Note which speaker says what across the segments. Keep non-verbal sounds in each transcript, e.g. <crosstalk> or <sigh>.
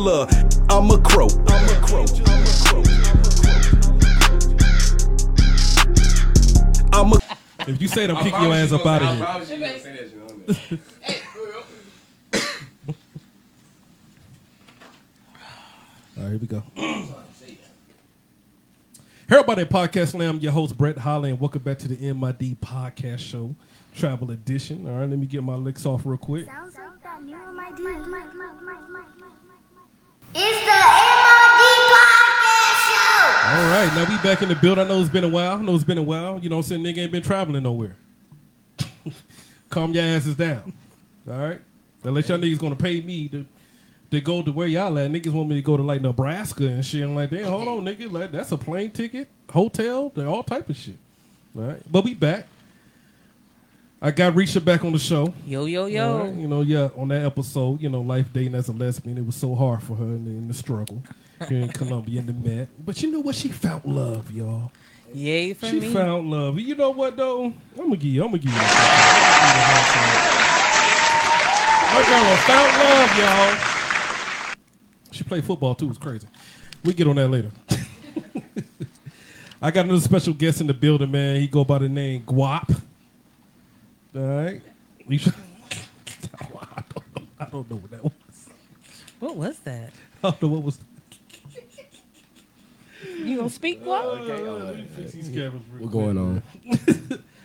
Speaker 1: Look, I'm a crow. I'm a crow. I'm a
Speaker 2: If you say them, kick your ass up out of here. All right, here we go. Hey, everybody, Podcast Slam, your host, Brett Holland. and welcome back to the MID Podcast Show, Travel Edition. All right, let me get my licks off real quick.
Speaker 3: Sounds like that new MID. It's the MID Podcast Show.
Speaker 2: All right, now we back in the build. I know it's been a while. I know it's been a while. You know what I'm saying? Nigga ain't been traveling nowhere. <laughs> Calm your asses down. All right? Unless y'all niggas gonna pay me to, to go to where y'all at. Niggas want me to go to like Nebraska and shit. I'm like, damn, hold on, nigga. Like, that's a plane ticket, hotel, they're all type of shit. All right? But we back. I got Risha back on the show.
Speaker 4: Yo, yo,
Speaker 2: All right,
Speaker 4: yo.
Speaker 2: You know, yeah, on that episode, you know, life dating as a lesbian, it was so hard for her in the, in the struggle here in Colombia in the Met. But you know what? She found love, y'all.
Speaker 4: Yay for
Speaker 2: she
Speaker 4: me.
Speaker 2: found love. You know what though? I'm gonna give you. I'm gonna give you. My girl found love, y'all. She played football too. It's crazy. We get on that later. <laughs> I got another special guest in the building, man. He go by the name Guap. All right. You should- <laughs> I don't know- I don't know what that was.
Speaker 4: What was that?
Speaker 2: I don't know what was.
Speaker 4: You gonna speak what?
Speaker 2: What's going on?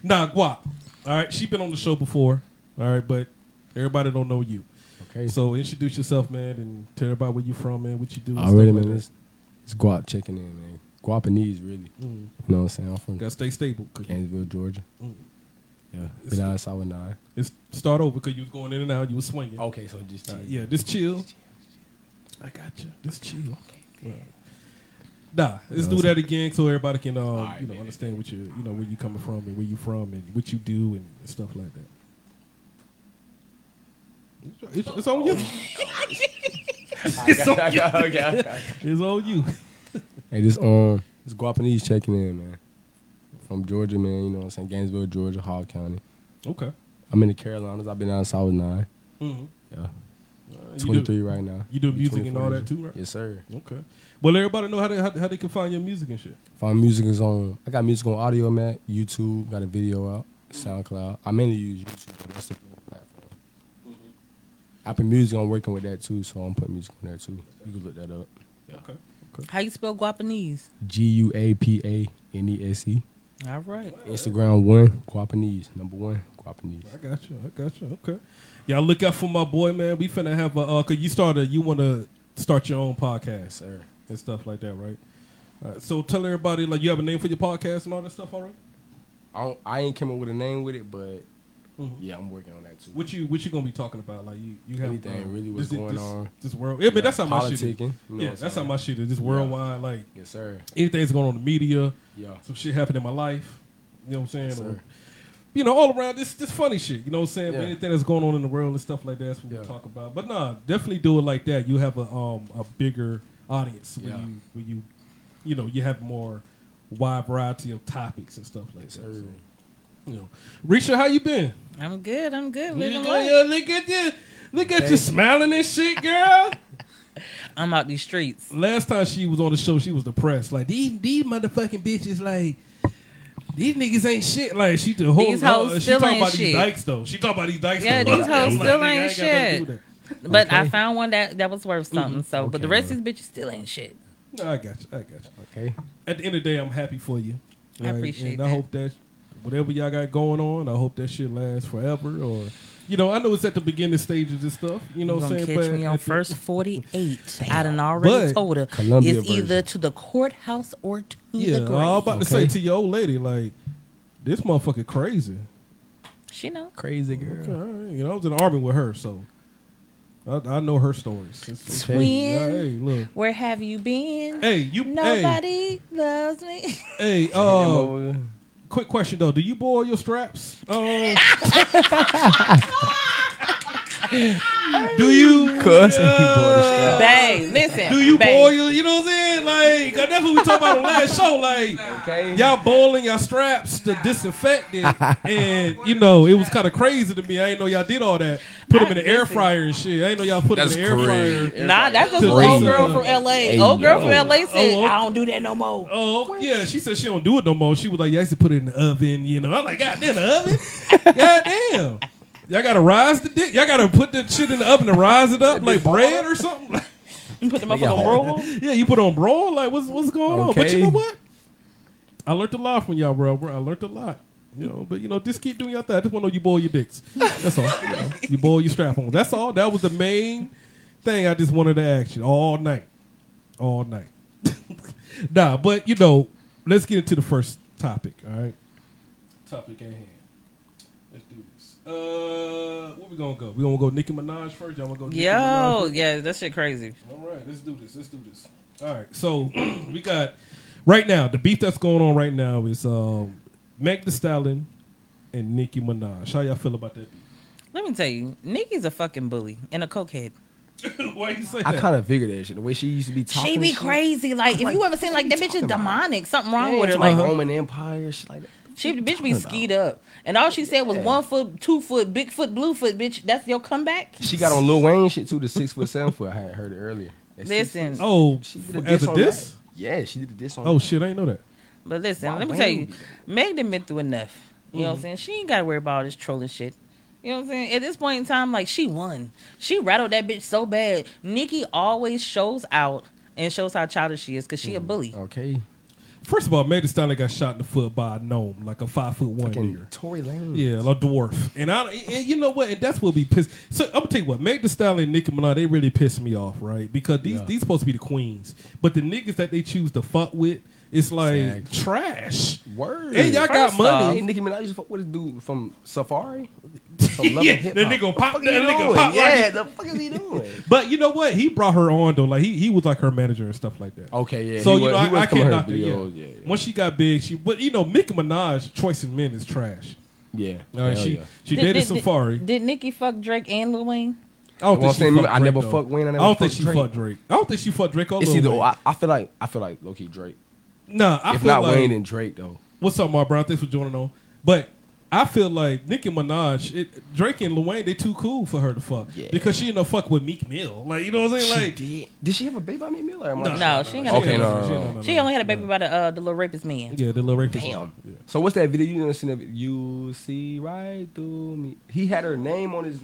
Speaker 2: nah, Guap. All right, she been on the show before. All right, but everybody don't know you.
Speaker 5: Okay. So
Speaker 2: So introduce yourself, man, and tell everybody where you from, man, what you do. and
Speaker 5: already,
Speaker 2: stuff like
Speaker 5: man,
Speaker 2: that.
Speaker 5: it's, it's guap checking in, man. Guapanese, really.
Speaker 2: Mm.
Speaker 5: You know what I'm saying? I'm from
Speaker 2: Gotta stay stable. 'cause
Speaker 5: Gainesville, Georgia.
Speaker 2: Mm.
Speaker 5: Yeah. Been out since I was nine.
Speaker 2: It's start over because you was going in and out. You was swinging.
Speaker 5: Okay, so just <laughs>
Speaker 2: Yeah, just chill. I got you. Just chill. Yeah. Nah, let's do that again so everybody can, uh, you know, understand what you, you know, where you coming from and where you from and what you do and stuff like that. It's, it's- it's on you.
Speaker 5: Oh.
Speaker 2: it's, on, it's on you.
Speaker 5: Hey, this um, this Guapanese checking in, man. From Georgia, man. You know what I'm saying? Gainesville, Georgia, Hall County.
Speaker 2: Okay.
Speaker 5: I'm in the Carolinas. I've been out since I was nine.
Speaker 2: Mhm.
Speaker 5: Yeah.
Speaker 2: Uh, you do-
Speaker 5: 23 right now.
Speaker 2: you do
Speaker 5: I'm
Speaker 2: music and all
Speaker 5: 24
Speaker 2: that
Speaker 5: years
Speaker 2: too,
Speaker 5: old.
Speaker 2: right?
Speaker 5: Yes, sir.
Speaker 2: Okay. Well, everybody know how they how, how they can find your music and shit.
Speaker 5: Find music is on. I got music on audio, man. YouTube got a video out. SoundCloud. I mainly use YouTube. but That's the platform. Apple Music. I'm working with that too, so I'm putting music on there too. You can look that up.
Speaker 2: Okay.
Speaker 4: How you spell Guapanese?
Speaker 5: G U A P A N E S E.
Speaker 4: All right.
Speaker 5: Instagram one. Guapanese. Number one. Guapanese.
Speaker 2: I got you. I got you. Okay. Y'all look out for my boy, man. We finna have a uh, cause you started. You want to start your own podcast
Speaker 5: Sir.
Speaker 2: and stuff like that, right? All right. So tell everybody like you have a name for your podcast and all that stuff already.
Speaker 5: I don't, I ain't came up with a name with it, but yeah, I'm working on that too.
Speaker 2: What you what you gonna be talking about? Like you you have uh,
Speaker 5: Anything, really, what's
Speaker 2: this,
Speaker 5: going
Speaker 2: this,
Speaker 5: on.
Speaker 2: This world. Yeah, but that's how my shit. Is.
Speaker 5: Politicking, you know what
Speaker 2: yeah,
Speaker 5: I'm
Speaker 2: that's how
Speaker 5: saying?
Speaker 2: my shit is. Just worldwide, like
Speaker 5: Yes, sir.
Speaker 2: anything that's going on in the media.
Speaker 5: Yeah.
Speaker 2: Some shit happened in my life. You know what I'm saying?
Speaker 5: sir.
Speaker 2: Or, you know, all around this this funny shit. You know what I'm saying? But
Speaker 5: Yeah.
Speaker 2: anything that's going on in the world and stuff like that, that's what
Speaker 5: Yeah.
Speaker 2: we talk about. But nah, definitely do it like that. You have a um a bigger audience when
Speaker 5: Yeah.
Speaker 2: you when you you know, you have more wide variety of topics and stuff like
Speaker 5: Yes,
Speaker 2: that.
Speaker 5: sir.
Speaker 2: So, you know. Risha, how you been?
Speaker 4: I'm good. I'm good.
Speaker 2: You
Speaker 4: Living
Speaker 2: good?
Speaker 4: life.
Speaker 2: Yeah, look at you. Look at you smiling and shit, girl.
Speaker 4: I'm out these streets.
Speaker 2: Last time she was on the show, she was depressed. Like these these motherfucking bitches, like these niggas ain't shit. Like she the whole
Speaker 4: These hoes
Speaker 2: uh, she
Speaker 4: still
Speaker 2: talking
Speaker 4: ain't
Speaker 2: about these
Speaker 4: shit.
Speaker 2: dykes though. She talking about these dykes.
Speaker 4: Yeah,
Speaker 2: though. <laughs>
Speaker 4: these
Speaker 2: I'm
Speaker 4: hoes
Speaker 2: like,
Speaker 4: still
Speaker 2: nigga, I
Speaker 4: ain't
Speaker 2: gotta do
Speaker 4: shit. But I
Speaker 5: Okay.
Speaker 4: found one that that was worth something. So, but the
Speaker 5: Okay,
Speaker 4: rest of these bitches still ain't shit.
Speaker 2: that. No, I got Mm-hmm. you. I got you.
Speaker 5: Okay.
Speaker 2: At the end of the day, I'm happy for you.
Speaker 4: I appreciate
Speaker 2: and I
Speaker 4: that.
Speaker 2: hope that whatever y'all got going on, I hope that shit lasts forever. Or you know, I know it's at the beginning stages and stuff. You know,
Speaker 4: You
Speaker 2: what I'm
Speaker 4: gonna
Speaker 2: saying,
Speaker 4: catch
Speaker 2: but
Speaker 4: me on
Speaker 2: at the-
Speaker 4: first 48. I done already
Speaker 2: But-
Speaker 4: told her
Speaker 5: Columbia
Speaker 4: it's either
Speaker 5: version.
Speaker 4: to the courthouse or to
Speaker 2: Yeah,
Speaker 4: the
Speaker 2: I'm
Speaker 4: grave.
Speaker 2: about to say
Speaker 5: Okay.
Speaker 2: to your old lady, like this motherfucker crazy.
Speaker 4: she know.
Speaker 5: Crazy girl.
Speaker 2: Okay, all right. You know, I was in the army with her, so I, I know her stories. It's- it's-
Speaker 5: Twin.
Speaker 2: Yeah, hey, look.
Speaker 4: Where have you been?
Speaker 2: Hey, you. Nobody.
Speaker 4: Nobody loves me.
Speaker 2: Hey, hey uh, quick question though. Do you <laughs> boil your straps? Uh, Do you uh,
Speaker 6: Cuz.
Speaker 4: Bang. Listen.
Speaker 2: do you
Speaker 4: bang.
Speaker 2: boil? You know what I'm saying? Like that's what we talked about on the last show. Like
Speaker 6: Okay.
Speaker 2: y'all boiling your straps to disinfect it, and you know it was kind of crazy to me. I ain't know y'all did all that. Put them in the air fryer and shit. I ain't know y'all put
Speaker 5: That's
Speaker 2: them in the air
Speaker 5: crazy.
Speaker 2: fryer.
Speaker 4: Nah, that's just
Speaker 6: Crazy.
Speaker 4: old girl from LA. old girl from LA said,
Speaker 2: Oh, oh.
Speaker 4: I don't do that no more.
Speaker 2: Oh yeah, she said she don't do it no more. She was like, "Yeah, I used to put it in the oven." You know, I'm like, "God damn, the oven! God damn, y'all gotta rise the dick. Y'all gotta put the shit in the oven and rise it up like bread or something." <laughs>
Speaker 4: You put them up
Speaker 6: Yeah.
Speaker 4: on roll.
Speaker 2: yeah, you put on brawl. Like, what's what's going on? But you
Speaker 6: Okay.
Speaker 2: know what? I learned a lot from y'all, bro. bro. I learned a lot. You know, but you know, just keep doing your thing. I just want to know you boil your dicks. That's all. You, know, you boil your strap on. That's all. That was the main thing I just wanted to ask you all night, all night. <laughs> nah, but you know, let's get into the first topic. All right, topic at hand. Let's do this. Uh, where we gonna go? We gonna go Nicki Minaj first. Y'all wanna go? Nicki Minaj
Speaker 4: Yo, yeah, that shit crazy.
Speaker 2: all right, let's do this. Let's do this. All right, so <clears throat> we got right now the beef that's going on right now is um, Meg Thee Stallion and Nicki Minaj. How y'all feel about that? <coughs>
Speaker 4: Let me tell you, Nikki's a fucking bully and a cokehead.
Speaker 2: beef? Why you say
Speaker 5: I
Speaker 2: that?
Speaker 5: kind of figured that shit. The way she used to be talking.
Speaker 4: She be
Speaker 5: shit.
Speaker 4: crazy. Like, if you ever seen like that bitch is demonic, something wrong
Speaker 5: Yeah,
Speaker 4: with her.
Speaker 5: it's Like
Speaker 4: Like
Speaker 5: Roman Empire, shit like that.
Speaker 4: she the bitch be skied up. And all she said was one foot, two foot, big foot, blue foot, bitch. That's your comeback.
Speaker 5: She
Speaker 6: She got on Lil Wayne shit too, the six foot seven foot. I had heard it earlier. That six-
Speaker 4: Listen,
Speaker 2: oh,
Speaker 5: she did a
Speaker 2: as
Speaker 5: diss
Speaker 2: a
Speaker 5: on
Speaker 2: diss?
Speaker 5: that. Yeah, she did a diss on.
Speaker 2: Oh
Speaker 5: that.
Speaker 2: shit, I didn't know that.
Speaker 4: but listen,
Speaker 5: Why
Speaker 4: let me
Speaker 5: Wayne
Speaker 4: tell you,
Speaker 5: be-
Speaker 4: Meg done been through enough. You know what I'm saying? She ain't gotta worry about all this trolling shit. You know what I'm saying? At this point in time, like she won. She rattled that bitch so bad. Nikki always shows out and shows how childish she is because she a bully.
Speaker 5: Okay.
Speaker 2: First of all, Meg Thee Stallion got shot in the foot by a gnome, like a five foot one
Speaker 5: Fucking
Speaker 2: nigga.
Speaker 5: Tory Lane.
Speaker 2: Yeah, a dwarf. And I and you know what? And that's what be pissed. So I'm gonna tell you what, Meg Thee Stallion and Nicki Minaj, they really piss me off, right? Because these these supposed to be the queens. But the niggas that they choose to fuck with, it's like
Speaker 6: Exactly.
Speaker 2: trash.
Speaker 5: Word.
Speaker 2: And y'all got
Speaker 4: First
Speaker 2: money.
Speaker 5: Hey, Nicki Minaj used to fuck with this dude from
Speaker 2: <laughs>
Speaker 5: Safari. From Love
Speaker 2: Yeah,
Speaker 5: and Hip
Speaker 2: the
Speaker 5: Hop.
Speaker 2: nigga pop-
Speaker 5: What
Speaker 2: the
Speaker 5: fuck he
Speaker 2: nigga pop
Speaker 5: doing?
Speaker 2: like-
Speaker 5: Yeah, the fuck is
Speaker 2: <laughs>
Speaker 5: he doing?
Speaker 2: But you know what? He brought her on though. Like he, he was like her manager and stuff like that.
Speaker 6: Okay, yeah.
Speaker 2: so
Speaker 6: he
Speaker 2: you
Speaker 6: was-
Speaker 2: know
Speaker 6: he was
Speaker 2: I, I
Speaker 6: coming
Speaker 2: can't
Speaker 6: her
Speaker 2: knock it. Yeah.
Speaker 6: videos, yeah, yeah.
Speaker 2: Once she got big, she but you know Nicki Minaj choice in men is trash.
Speaker 6: Yeah.
Speaker 2: All right,
Speaker 6: hell
Speaker 2: she
Speaker 6: yeah.
Speaker 2: she dated
Speaker 4: did,
Speaker 2: Safari.
Speaker 4: Did, Nikki fuck Drake and Lil Wayne?
Speaker 2: I
Speaker 6: Well,
Speaker 2: don't think
Speaker 6: I'm
Speaker 2: she
Speaker 6: saying,
Speaker 2: fucked
Speaker 6: I
Speaker 2: Drake,
Speaker 6: never
Speaker 2: though.
Speaker 6: fucked Wayne, I never
Speaker 2: don't think
Speaker 6: fucked
Speaker 2: she
Speaker 6: Drake.
Speaker 2: fucked Drake. I don't think she fucked Drake. or
Speaker 5: It's
Speaker 2: Lil
Speaker 5: either
Speaker 2: Wayne.
Speaker 5: I, I feel like I feel like low key Drake.
Speaker 2: Nah, I
Speaker 5: if
Speaker 2: feel
Speaker 5: not
Speaker 2: like,
Speaker 5: Wayne and Drake though.
Speaker 2: What's up, Mar Brown? Thanks for joining on. But I feel like Nicki Minaj, it, Drake and Lil Wayne, they too cool for her to fuck.
Speaker 5: Yeah.
Speaker 2: Because she didn't fuck with Meek Mill. Like, you know what I'm saying? Like,
Speaker 5: she did. Did she have a baby by me Miller? Am I-
Speaker 4: No, she ain't got
Speaker 6: Okay,
Speaker 2: ain't
Speaker 6: no,
Speaker 2: got-
Speaker 6: no,
Speaker 2: she
Speaker 6: no,
Speaker 2: ain't
Speaker 6: no.
Speaker 2: got
Speaker 4: She only had a baby by the uh, the little rapist man.
Speaker 2: Yeah, the little rapist.
Speaker 5: Damn.
Speaker 2: Yeah.
Speaker 5: So what's that video you done seen? That vi- you see right through me. He had her name on his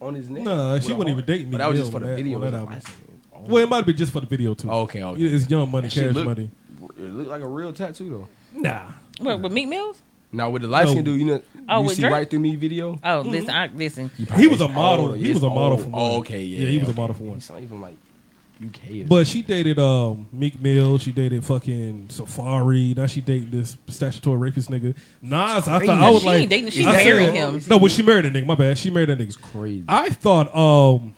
Speaker 5: on his neck.
Speaker 2: Nah,
Speaker 5: With
Speaker 2: she
Speaker 5: a
Speaker 2: wouldn't
Speaker 5: heart.
Speaker 2: even date me,
Speaker 5: But that was
Speaker 2: Bill,
Speaker 5: just for
Speaker 2: on
Speaker 5: the
Speaker 2: that-
Speaker 5: video.
Speaker 2: on that
Speaker 5: I was
Speaker 2: album.
Speaker 5: like, oh,
Speaker 2: Well, it might have been just for the video, too.
Speaker 6: Okay, okay.
Speaker 2: Yeah, It's Young Money,
Speaker 5: she
Speaker 2: Cash
Speaker 5: looked-
Speaker 2: Money.
Speaker 5: It looked like a real tattoo though.
Speaker 2: Nah.
Speaker 4: What, with Meek Mills?
Speaker 6: Now with the light skin
Speaker 2: No.
Speaker 6: dude,
Speaker 5: Dude, you know,
Speaker 4: Oh,
Speaker 5: you
Speaker 4: with
Speaker 5: see
Speaker 4: Drake?
Speaker 5: right through me video.
Speaker 4: Oh, listen, I, listen.
Speaker 2: He was a model.
Speaker 5: old.
Speaker 2: He was a
Speaker 5: Oh, It's
Speaker 2: model
Speaker 5: old.
Speaker 2: for one.
Speaker 6: Oh, okay, yeah,
Speaker 2: he
Speaker 6: yeah,
Speaker 2: was a
Speaker 6: okay.
Speaker 2: model for one.
Speaker 5: It's not even like UK.
Speaker 2: But she dated um, Meek Mill. She dated fucking Safari. Now she dating this statutory rapist nigga. Nas, I thought I
Speaker 4: She
Speaker 2: was like,
Speaker 4: ain't dating. She
Speaker 2: I said-
Speaker 4: married him.
Speaker 2: No, but she married a nigga. My bad. She married a nigga.
Speaker 6: crazy.
Speaker 2: I thought, um,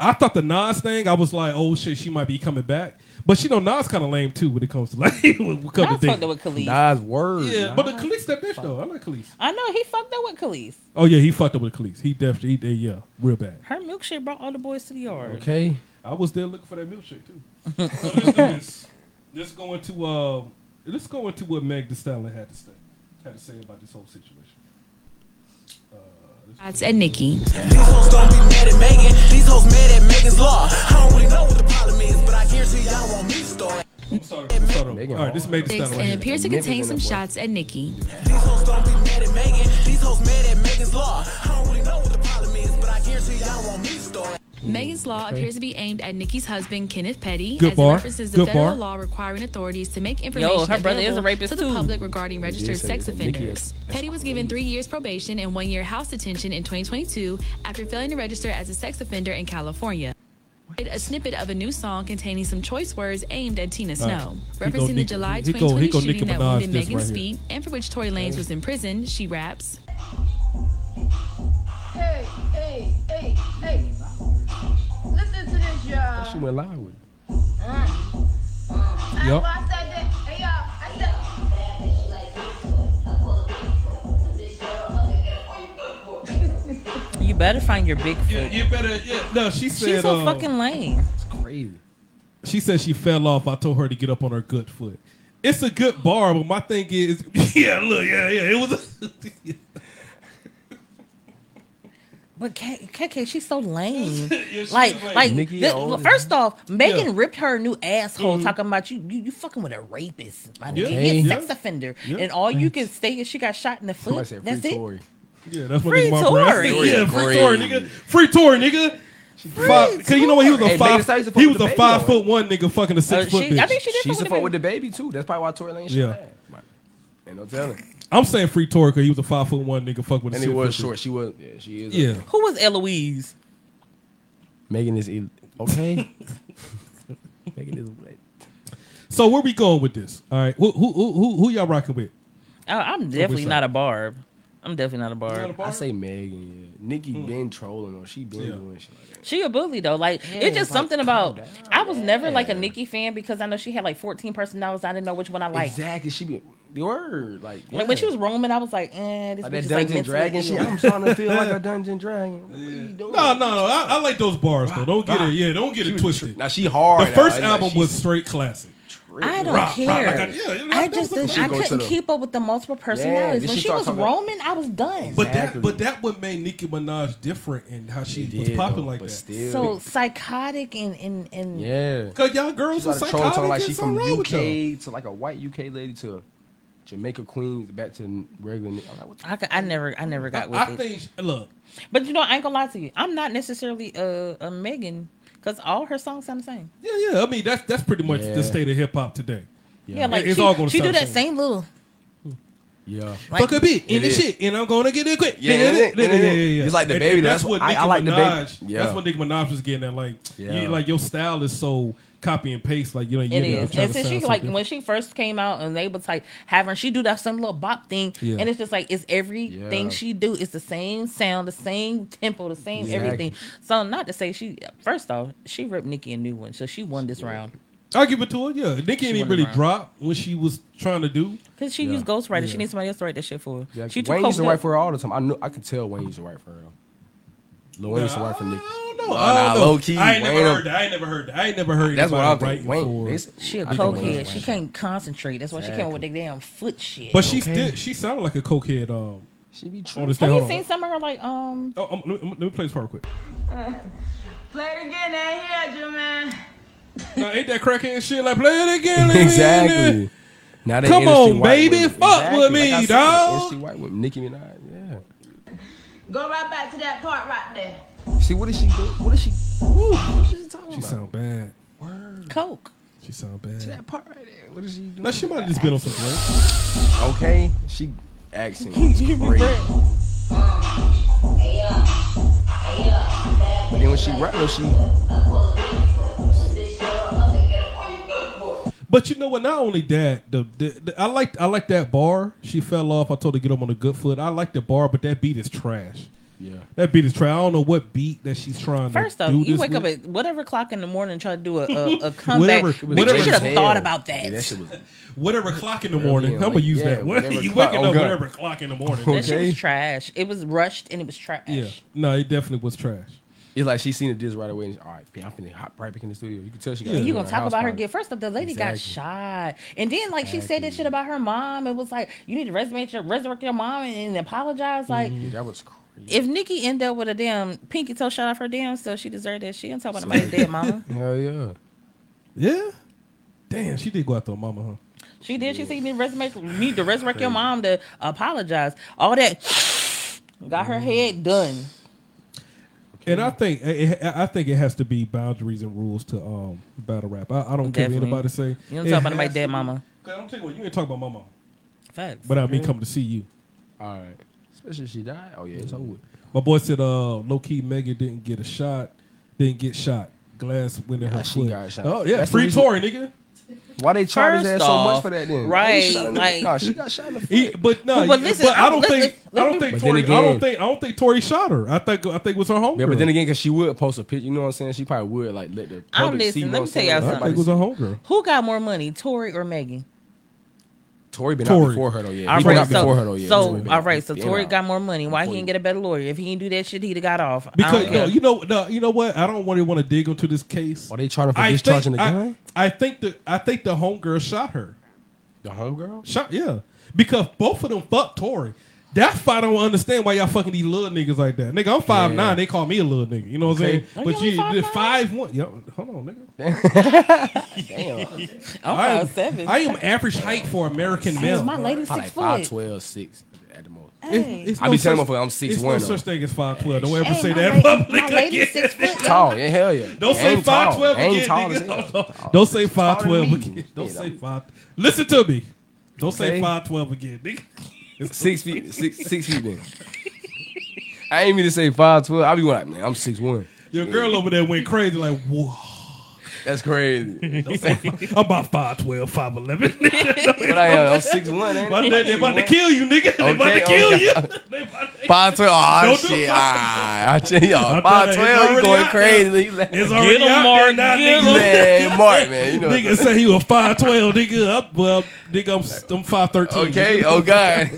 Speaker 2: I thought the Nas thing. I was like, oh shit, she might be coming back. But she know, Nas kind of lame too when it comes to like <laughs> when it
Speaker 4: I
Speaker 2: comes to
Speaker 4: fucked
Speaker 2: dating.
Speaker 4: up with Khalees.
Speaker 6: Nas word.
Speaker 2: Yeah,
Speaker 6: Nas.
Speaker 2: but the Khalees that bitch though. I like Khalees.
Speaker 4: I know he fucked up with Khalees.
Speaker 2: Oh yeah, he fucked up with Khalees. He definitely, he, yeah, real bad.
Speaker 4: Her milkshake brought all the boys to the yard.
Speaker 6: okay.
Speaker 2: I was there looking for that milkshake too. so let's do this. Let's go into uh, let's go into what Meg Thee Stallion had to say had to say about this whole situation.
Speaker 7: Shots at Nikki.
Speaker 1: These hoes gon' be mad at Megan. These hoes mad at Megan's law. I don't really know what the problem is, but I guarantee y'all want me to start.
Speaker 2: I'm sorry. I'm sorry.
Speaker 6: Megan
Speaker 2: All right, this is Meg Thee
Speaker 7: Six
Speaker 2: Stallion.
Speaker 7: and
Speaker 2: Right here.
Speaker 7: appears to contain some shots at Nikki.
Speaker 1: These hoes gon' be mad at Megan. These hoes mad at Megan's law. I don't really know what the problem is, but I guarantee y'all want me to start.
Speaker 7: Megan's law appears to be aimed at Nikki's husband, Kenneth Petty,
Speaker 2: Hmm, Good
Speaker 7: as
Speaker 2: bar.
Speaker 7: it references the
Speaker 2: Good
Speaker 7: federal
Speaker 2: bar.
Speaker 7: law requiring authorities to make information
Speaker 4: her brother is a
Speaker 7: available
Speaker 4: rapist
Speaker 7: to the
Speaker 4: too.
Speaker 7: public regarding registered
Speaker 6: say
Speaker 7: sex
Speaker 6: that Nikki
Speaker 7: offenders.
Speaker 6: is-
Speaker 7: Petty was given three years probation and one year house detention in 2022 after failing to register as a sex offender in California. A snippet of a new song containing some choice words aimed at Tina Snow,
Speaker 2: He go
Speaker 7: referencing the
Speaker 2: Nicki-
Speaker 7: July
Speaker 2: he go-
Speaker 7: 2020
Speaker 2: he go Nicki
Speaker 7: shooting that
Speaker 2: Minaj
Speaker 7: wounded
Speaker 2: this
Speaker 7: Megan
Speaker 2: right here.
Speaker 7: Speed and for which Tory Lanez was in prison. She raps.
Speaker 3: Hey, hey, hey, hey. Listen to this,
Speaker 6: She
Speaker 3: y'all.
Speaker 6: went live with. it.
Speaker 3: I, I said that. Hey, y'all. I said.
Speaker 4: You better find your big
Speaker 2: Yeah,
Speaker 4: foot.
Speaker 2: you better. Yeah. No, she said.
Speaker 4: She's so
Speaker 2: uh,
Speaker 4: fucking lame.
Speaker 5: Crazy.
Speaker 2: She said she fell off. I told her to get up on her good foot. It's a good bar, but my thing is, <laughs> yeah, look, yeah, yeah, it was. A, <laughs>
Speaker 4: But K- KK, she's so lame.
Speaker 2: <laughs> Yeah, she
Speaker 4: like,
Speaker 2: is lame.
Speaker 4: like,
Speaker 5: Nikki
Speaker 4: this-
Speaker 5: old as-
Speaker 4: first off, Megan
Speaker 2: Yeah. Mm-hmm.
Speaker 4: ripped her new asshole talking about you, you, you fucking with a rapist, my nigga,
Speaker 2: Okay.
Speaker 4: you a
Speaker 2: Yeah.
Speaker 4: sex offender,
Speaker 2: Yeah.
Speaker 4: and all you can say is she got shot in the
Speaker 6: Somebody
Speaker 4: foot.
Speaker 6: said
Speaker 4: That's
Speaker 6: free
Speaker 4: it.
Speaker 6: Tory.
Speaker 2: yeah, that's what
Speaker 4: Free
Speaker 2: my
Speaker 4: Tory.
Speaker 2: Brain. Yeah, free
Speaker 1: Free
Speaker 2: Tory,
Speaker 1: Tory.
Speaker 2: nigga. Free Tory, nigga. Five, Cause you know what? He was a
Speaker 5: Hey,
Speaker 2: five.
Speaker 5: Megan Thee Stallion
Speaker 2: he was a
Speaker 5: supposed to
Speaker 2: five
Speaker 5: be
Speaker 2: foot one nigga, fucking a six
Speaker 4: Uh,
Speaker 2: foot
Speaker 4: she-
Speaker 2: bitch.
Speaker 4: I think she did.
Speaker 5: She's the
Speaker 4: fuck
Speaker 5: fuck with
Speaker 4: with
Speaker 5: the
Speaker 4: him.
Speaker 5: baby too. That's probably why Tory Lane.
Speaker 2: Yeah.
Speaker 5: Yeah. Ain't no telling.
Speaker 2: I'm saying free Tory because he was a five foot one nigga, fuck with a
Speaker 5: And
Speaker 2: six
Speaker 5: he
Speaker 2: foot.
Speaker 5: was
Speaker 2: bitch.
Speaker 5: short. She was. Yeah. She is. uh,
Speaker 2: Yeah,
Speaker 4: Who was Eloise?
Speaker 6: Megan is ill-
Speaker 2: <laughs>
Speaker 6: okay.
Speaker 5: Making this black.
Speaker 2: So where we going with this? All right, who who who who, who y'all rocking with?
Speaker 4: I, I'm definitely
Speaker 2: that?
Speaker 4: not a barb. I'm definitely not a barb.
Speaker 2: a
Speaker 5: I say Megan. Yeah. Nikki been trolling her. She been
Speaker 2: Yeah.
Speaker 5: doing shit like that.
Speaker 4: She a bully though. Like it's just something about. I was never like a Nikki fan because I know she had like 14 personalities. I didn't know which one I liked.
Speaker 5: exactly. She be the word like.
Speaker 4: Like when
Speaker 5: yeah.
Speaker 4: she was roaming, I was like, eh, this
Speaker 5: like
Speaker 4: bitch
Speaker 5: that
Speaker 4: is like
Speaker 5: dungeon
Speaker 4: mentally
Speaker 5: dragon shit.
Speaker 4: ill.
Speaker 5: I'm starting to feel
Speaker 2: <laughs>
Speaker 5: like a dungeon dragon. What are you doing?
Speaker 2: No, no, no. I, I like those bars though. Don't get it. Yeah, don't get it twisted.
Speaker 5: Now she hard.
Speaker 2: The
Speaker 5: now.
Speaker 2: first
Speaker 5: It's like
Speaker 2: album
Speaker 5: she's
Speaker 2: was straight classic.
Speaker 4: I don't
Speaker 2: Rock,
Speaker 4: care.
Speaker 2: rock, like I- yeah, yeah,
Speaker 4: I
Speaker 2: that
Speaker 4: just
Speaker 2: was a-
Speaker 4: didn't,
Speaker 5: She
Speaker 4: I
Speaker 5: go to
Speaker 4: couldn't
Speaker 5: the-
Speaker 4: keep up with the multiple personalities.
Speaker 5: then
Speaker 4: when
Speaker 5: she
Speaker 4: she
Speaker 5: start
Speaker 4: was
Speaker 5: talking about-
Speaker 4: roaming, I was done.
Speaker 2: But
Speaker 5: Exactly.
Speaker 2: that but that what made Nicki Minaj different and how she
Speaker 5: She
Speaker 2: was
Speaker 5: did,
Speaker 2: popping
Speaker 5: though,
Speaker 2: like
Speaker 5: but
Speaker 2: that.
Speaker 5: Still,
Speaker 4: so psychotic and and and
Speaker 6: Yeah.
Speaker 2: Cause y'all girls
Speaker 5: she's
Speaker 2: are
Speaker 5: like a troll
Speaker 2: psychotic.
Speaker 5: talking like she
Speaker 2: It's
Speaker 5: from
Speaker 2: alright with y'all.
Speaker 5: UK to like a white UK lady to Jamaica Queens back to regular. I'm like, what the
Speaker 4: I, could- I never I never got with
Speaker 2: I
Speaker 4: it.
Speaker 2: think look,
Speaker 4: but you know, I ain't gonna lie to you. I'm not necessarily a, a Megan because all her songs sound the same.
Speaker 2: yeah, yeah. I mean that's that's pretty much
Speaker 6: Yeah.
Speaker 2: the state of hip hop today.
Speaker 4: Yeah, like
Speaker 2: It's
Speaker 4: she,
Speaker 2: all gonna
Speaker 4: she do
Speaker 2: sound
Speaker 4: that
Speaker 2: the
Speaker 4: same little.
Speaker 6: Yeah.
Speaker 4: Like,
Speaker 2: Fuck a bit in
Speaker 5: It
Speaker 2: the
Speaker 5: is.
Speaker 2: shit, and I'm gonna get it quick.
Speaker 5: Yeah, it is.
Speaker 2: yeah, yeah, yeah, yeah.
Speaker 5: It's like the
Speaker 2: And-
Speaker 5: baby,
Speaker 2: and
Speaker 5: that's what- I- I like the baby.
Speaker 2: Minaj-
Speaker 5: Yeah.
Speaker 2: That's what Nicki Minaj was getting at. Like,
Speaker 5: Yeah.
Speaker 2: you, like your style is so copy and paste. Like you know, you
Speaker 4: It
Speaker 2: know,
Speaker 4: is.
Speaker 2: trying
Speaker 4: And
Speaker 2: to
Speaker 4: since
Speaker 2: sound
Speaker 4: she
Speaker 2: so
Speaker 4: like
Speaker 2: different.
Speaker 4: when she first came out and they was like having she do that same little bop thing.
Speaker 2: Yeah.
Speaker 4: And it's just like it's everything
Speaker 5: Yeah.
Speaker 4: she do, it's the same sound, the same tempo, the same
Speaker 5: Exactly.
Speaker 4: everything. So not to say she first off, she ripped Nikki a new one. So she won this round.
Speaker 2: I give it to her. Yeah, Nicki didn't
Speaker 4: went
Speaker 2: really
Speaker 4: around.
Speaker 2: drop what she was trying to do.
Speaker 4: Because she used Ghostwriter. She needs somebody else to write that shit for her. She
Speaker 5: Exactly.
Speaker 4: too
Speaker 5: Wayne used to
Speaker 4: coked
Speaker 5: write
Speaker 4: up.
Speaker 5: for her all the time. I knew I could tell Wayne used to write for her. Though. Lil Wayne used to write for Nicki.
Speaker 2: I don't know.
Speaker 1: Nah, nah,
Speaker 2: I don't know.
Speaker 1: low-key,
Speaker 2: I ain't
Speaker 1: Wayne-
Speaker 2: never heard that. I ain't never heard that. I ain't never heard.
Speaker 5: That's what I'm
Speaker 2: anybody
Speaker 5: thinking.
Speaker 2: writing
Speaker 5: Wayne,
Speaker 2: for-
Speaker 5: it's-
Speaker 4: She a
Speaker 5: I think Wayne
Speaker 4: cokehead.
Speaker 5: was
Speaker 4: She
Speaker 5: Wayne.
Speaker 4: can't concentrate. That's why she came with the damn foot shit.
Speaker 2: But she still she sounded like a cokehead. Um,
Speaker 5: She be
Speaker 2: on
Speaker 5: true.
Speaker 2: this thing.
Speaker 4: have you
Speaker 2: Hold
Speaker 4: seen
Speaker 2: on.
Speaker 4: some of her like um
Speaker 2: Oh, um, let, me, let me play this part real quick.
Speaker 3: Play it again out here, Jermaine.
Speaker 2: now, ain't that crackhead shit? Like play it
Speaker 5: <laughs>
Speaker 2: again. leave me in
Speaker 6: Exactly.
Speaker 2: there.
Speaker 5: Now they
Speaker 2: Come
Speaker 5: industry
Speaker 2: on,
Speaker 5: white
Speaker 2: baby,
Speaker 5: women.
Speaker 2: fuck with me,
Speaker 5: I said,
Speaker 2: dawg.
Speaker 5: industry white women. Nicki Minaj.
Speaker 3: Go right back to that part right there.
Speaker 5: Yeah. See what is she? do- What is she? Woo, what is she talking
Speaker 2: She
Speaker 5: about?
Speaker 2: sound bad.
Speaker 4: coke?
Speaker 2: She sound bad.
Speaker 5: that part right there. What is she doing?
Speaker 2: Now she might have just been on some drugs.
Speaker 5: Okay, she accent
Speaker 4: <laughs>
Speaker 5: is crazy. But then when she rapping, she
Speaker 2: But you know what? Not only that, the, the, the- I like I like that bar. She fell off. I told her to get up on the good foot. I like the bar, but that beat is trash.
Speaker 5: yeah.
Speaker 2: That beat is trash. I don't know what beat that she's trying
Speaker 4: First
Speaker 2: to
Speaker 4: off,
Speaker 2: do
Speaker 4: you
Speaker 2: this
Speaker 4: wake up
Speaker 2: with.
Speaker 4: at whatever clock in the morning and try to do a, a,
Speaker 2: <laughs>
Speaker 4: a comeback.
Speaker 2: Whatever-
Speaker 4: Bitch,
Speaker 2: whatever
Speaker 4: you should have
Speaker 5: hell.
Speaker 4: thought about
Speaker 5: Yeah,
Speaker 4: that.
Speaker 5: that shit was
Speaker 2: whatever o'clock in the morning. I'm gonna
Speaker 5: like,
Speaker 2: use
Speaker 5: yeah,
Speaker 2: that.
Speaker 5: whatever
Speaker 2: <laughs> you
Speaker 5: o'clock.
Speaker 2: waking
Speaker 5: Oh,
Speaker 2: up
Speaker 5: God.
Speaker 2: whatever o'clock in the morning.
Speaker 4: That shit
Speaker 5: Okay.
Speaker 4: was trash. It was rushed and it was trash.
Speaker 2: Yeah, no, it definitely was trash.
Speaker 5: It's like she seen the diss right away. And she, all right, man, I'm finna hop right back in the studio. You can tell she got.
Speaker 2: Yeah.
Speaker 4: And you
Speaker 5: a
Speaker 4: gonna talk
Speaker 5: house
Speaker 4: about her
Speaker 5: party.
Speaker 4: get first off the lady got shot. And then like she said that shit about her mom. It was like you need to resurrect your resurrect your mom and, and apologize. Like
Speaker 2: Mm-hmm.
Speaker 5: Yeah, that was crazy.
Speaker 4: if Nikki end up with a damn pinky toe shot off her damn self, she deserved that. She didn't talk about nobody's
Speaker 2: <laughs>
Speaker 4: dead mama.
Speaker 5: Hell yeah.
Speaker 2: Yeah. Damn, she did go out to her mama, huh?
Speaker 4: She did. She said you need to resurrect need to resurrect your mom to apologize. All
Speaker 5: <laughs>
Speaker 4: that got her head done.
Speaker 2: And I think it, I think it has to be boundaries and rules to um battle rap. I, I don't care what
Speaker 4: Definitely.
Speaker 2: anybody say.
Speaker 4: You don't
Speaker 2: It
Speaker 4: talk about
Speaker 2: has
Speaker 4: nobody's
Speaker 2: to
Speaker 4: dead
Speaker 2: be-
Speaker 4: mama.
Speaker 2: 'Cause I'm telling you what, you ain't talking about my mom,
Speaker 4: Facts.
Speaker 2: but I mean come to see you.
Speaker 5: All right. Especially if she died. Oh yeah, it's over. with.
Speaker 2: My boy said, uh, low key Megan didn't get a shot, didn't get shot. Glass went in her
Speaker 5: Yeah, she
Speaker 2: foot.
Speaker 5: got shot.
Speaker 2: Oh yeah,
Speaker 5: That's the
Speaker 2: free
Speaker 5: reason-
Speaker 2: Tory, nigga.
Speaker 5: Why they charge his
Speaker 4: First
Speaker 5: ass so much
Speaker 4: off,
Speaker 5: for that then?
Speaker 4: right,
Speaker 5: She shot in the-
Speaker 4: like-
Speaker 5: nah, she got shot in the foot.
Speaker 2: He, but no,
Speaker 4: But- but listen,
Speaker 2: I don't
Speaker 4: I-
Speaker 2: think
Speaker 4: listen,
Speaker 2: I don't think
Speaker 5: But
Speaker 4: listen.
Speaker 5: then
Speaker 2: Tory. I don't
Speaker 5: again-
Speaker 2: think I don't think Tory shot her. I think I think it was her homegirl.
Speaker 5: Yeah, but then again, cause she would post a picture. You know what I'm saying? She probably would like let the public
Speaker 4: Oh, listen,
Speaker 5: see. you
Speaker 4: let
Speaker 5: know what
Speaker 4: me
Speaker 5: I'm
Speaker 4: tell
Speaker 5: saying?
Speaker 4: y'all
Speaker 2: I
Speaker 5: Everybody
Speaker 2: think it was
Speaker 5: see.
Speaker 2: her homegirl.
Speaker 4: Who got more money, Tori or Megan?
Speaker 5: Tori been out
Speaker 2: Tory.
Speaker 5: before her though. Yeah,
Speaker 4: All
Speaker 5: he been
Speaker 4: right,
Speaker 5: out before her
Speaker 4: so,
Speaker 5: though. Yeah, Tory
Speaker 4: so
Speaker 5: been
Speaker 4: all
Speaker 5: out.
Speaker 4: right, so
Speaker 5: He been
Speaker 4: Tory
Speaker 5: out.
Speaker 4: got more money. Why he
Speaker 5: Before you.
Speaker 4: didn't get a better lawyer? If he didn't do that shit, he'd have got off. I
Speaker 2: Because
Speaker 4: don't
Speaker 2: no,
Speaker 4: care.
Speaker 2: you know, no, you know what? I don't want anyone to dig into this case.
Speaker 5: Are they charging for
Speaker 2: I think,
Speaker 5: discharging the
Speaker 2: I-
Speaker 5: gun?
Speaker 2: I, think the I think the homegirl shot her.
Speaker 5: The homegirl?
Speaker 2: Shot, yeah. Because both of them fucked Tory. That's why I don't understand why y'all fucking these little niggas like that. Nigga, I'm five nine. They call me a little nigga. You know what I'm
Speaker 5: Okay.
Speaker 2: saying?
Speaker 4: Are you
Speaker 2: but
Speaker 4: only
Speaker 2: you five,
Speaker 4: five nine?
Speaker 2: five one. Yo, hold on, nigga.
Speaker 5: <laughs>
Speaker 4: I'm
Speaker 2: I am,
Speaker 4: five seven.
Speaker 2: I am average height for American male.
Speaker 4: my lady
Speaker 5: Probably
Speaker 4: six
Speaker 5: like five,
Speaker 4: foot.
Speaker 5: twelve, six at the most.
Speaker 2: It- it's
Speaker 5: I be
Speaker 2: no
Speaker 5: telling
Speaker 2: such-
Speaker 5: motherfucker I'm six
Speaker 2: It's
Speaker 5: one,
Speaker 2: no
Speaker 5: though.
Speaker 2: such thing as five twelve. Don't ever
Speaker 8: Hey,
Speaker 2: say
Speaker 8: my
Speaker 2: that
Speaker 8: lady-
Speaker 2: public
Speaker 8: my lady's
Speaker 2: again.
Speaker 8: six foot. y'all.
Speaker 5: Tall, yeah, hell yeah.
Speaker 2: Don't say
Speaker 5: Ain't tall.
Speaker 2: five twelve
Speaker 5: Ain't
Speaker 2: again.
Speaker 5: tall as
Speaker 2: nigga.
Speaker 5: hell.
Speaker 2: Don't- <laughs> Don't say five twelve
Speaker 5: me.
Speaker 2: again. Don't
Speaker 5: Yeah,
Speaker 2: say
Speaker 5: that-
Speaker 2: five. Listen to me. Don't say
Speaker 5: Okay.
Speaker 2: five twelve again, nigga.
Speaker 5: Six feet, six six feet. Then. I ain't mean to say five twelve. I be like, man, I'm six one.
Speaker 2: Your girl over there went crazy like, whoa.
Speaker 5: That's crazy.
Speaker 2: Don't say five- I'm about 5'12", <laughs> 5'11". Nigga,
Speaker 5: But I am. I'm six one. Ain't
Speaker 2: they, they, they about to kill you, nigga. They about to
Speaker 5: Okay,
Speaker 2: kill
Speaker 5: <laughs> okay.
Speaker 2: you. They about to-
Speaker 5: Five twelve. Oh
Speaker 2: Don't do <laughs>
Speaker 5: shit!
Speaker 2: five-
Speaker 5: Ah, I tell y'all,
Speaker 2: I'm
Speaker 5: five
Speaker 2: telling you, it's
Speaker 5: twelve. You going
Speaker 2: already
Speaker 5: crazy?
Speaker 2: It's already
Speaker 4: him,
Speaker 2: out
Speaker 4: Mark,
Speaker 2: there now,
Speaker 4: get
Speaker 2: nigga.
Speaker 5: man, Mark, man, you know.
Speaker 2: <laughs> Nigga say he was five twelve, nigga. Up, well, nigga, I'm I'm five thirteen.
Speaker 5: Okay. Oh god.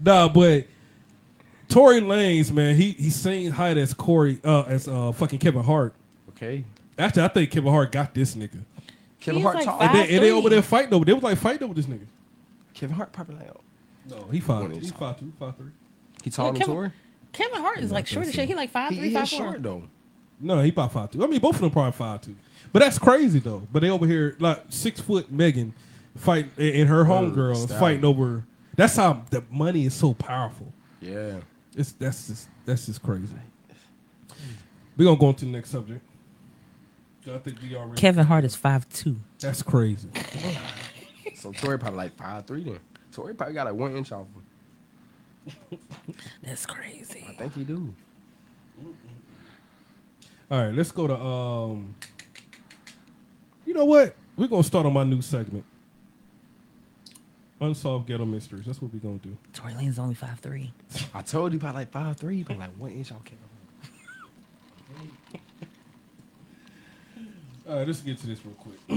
Speaker 2: nah, but Tory Lanez, man, he he seen height as Corey uh, as uh, fucking Kevin Hart.
Speaker 5: Okay.
Speaker 2: Actually, I think Kevin Hart got this nigga.
Speaker 5: Kevin
Speaker 4: He's
Speaker 5: Hart
Speaker 4: like
Speaker 5: tall.
Speaker 2: And
Speaker 4: five-
Speaker 2: they, and they
Speaker 4: three.
Speaker 2: over there fighting over. They was like fighting over this nigga.
Speaker 5: Kevin Hart probably like oh,
Speaker 2: No, he five. He five two, five three.
Speaker 5: he tall than
Speaker 4: Kevin-
Speaker 5: Tory.
Speaker 4: Kevin Hart is like short as shit. He like five
Speaker 5: He,
Speaker 4: three,
Speaker 5: he
Speaker 4: five
Speaker 5: is
Speaker 4: four.
Speaker 5: short though.
Speaker 2: No, he about five two. I mean, both of them probably five two. But that's crazy though. But they over here like six foot Megan fight and and her homegirl
Speaker 5: stop.
Speaker 2: fighting over. That's how the money is so powerful.
Speaker 5: Yeah.
Speaker 2: It's that's just that's just crazy. We're gonna go on to the next subject. I think we already
Speaker 4: Kevin Hart is five two.
Speaker 2: that's crazy.
Speaker 5: So Tory probably like five three then. Tory probably got like one inch off. him.
Speaker 4: That's crazy.
Speaker 5: I think he do.
Speaker 2: All right, let's go to um You know what? We're gonna start on my new segment. Unsolved ghetto mysteries. That's what we're gonna do.
Speaker 4: Tory Lane's only five three.
Speaker 5: I told you probably like five three, but like one inch off. Kevin.
Speaker 2: All right, let's get to this real quick. All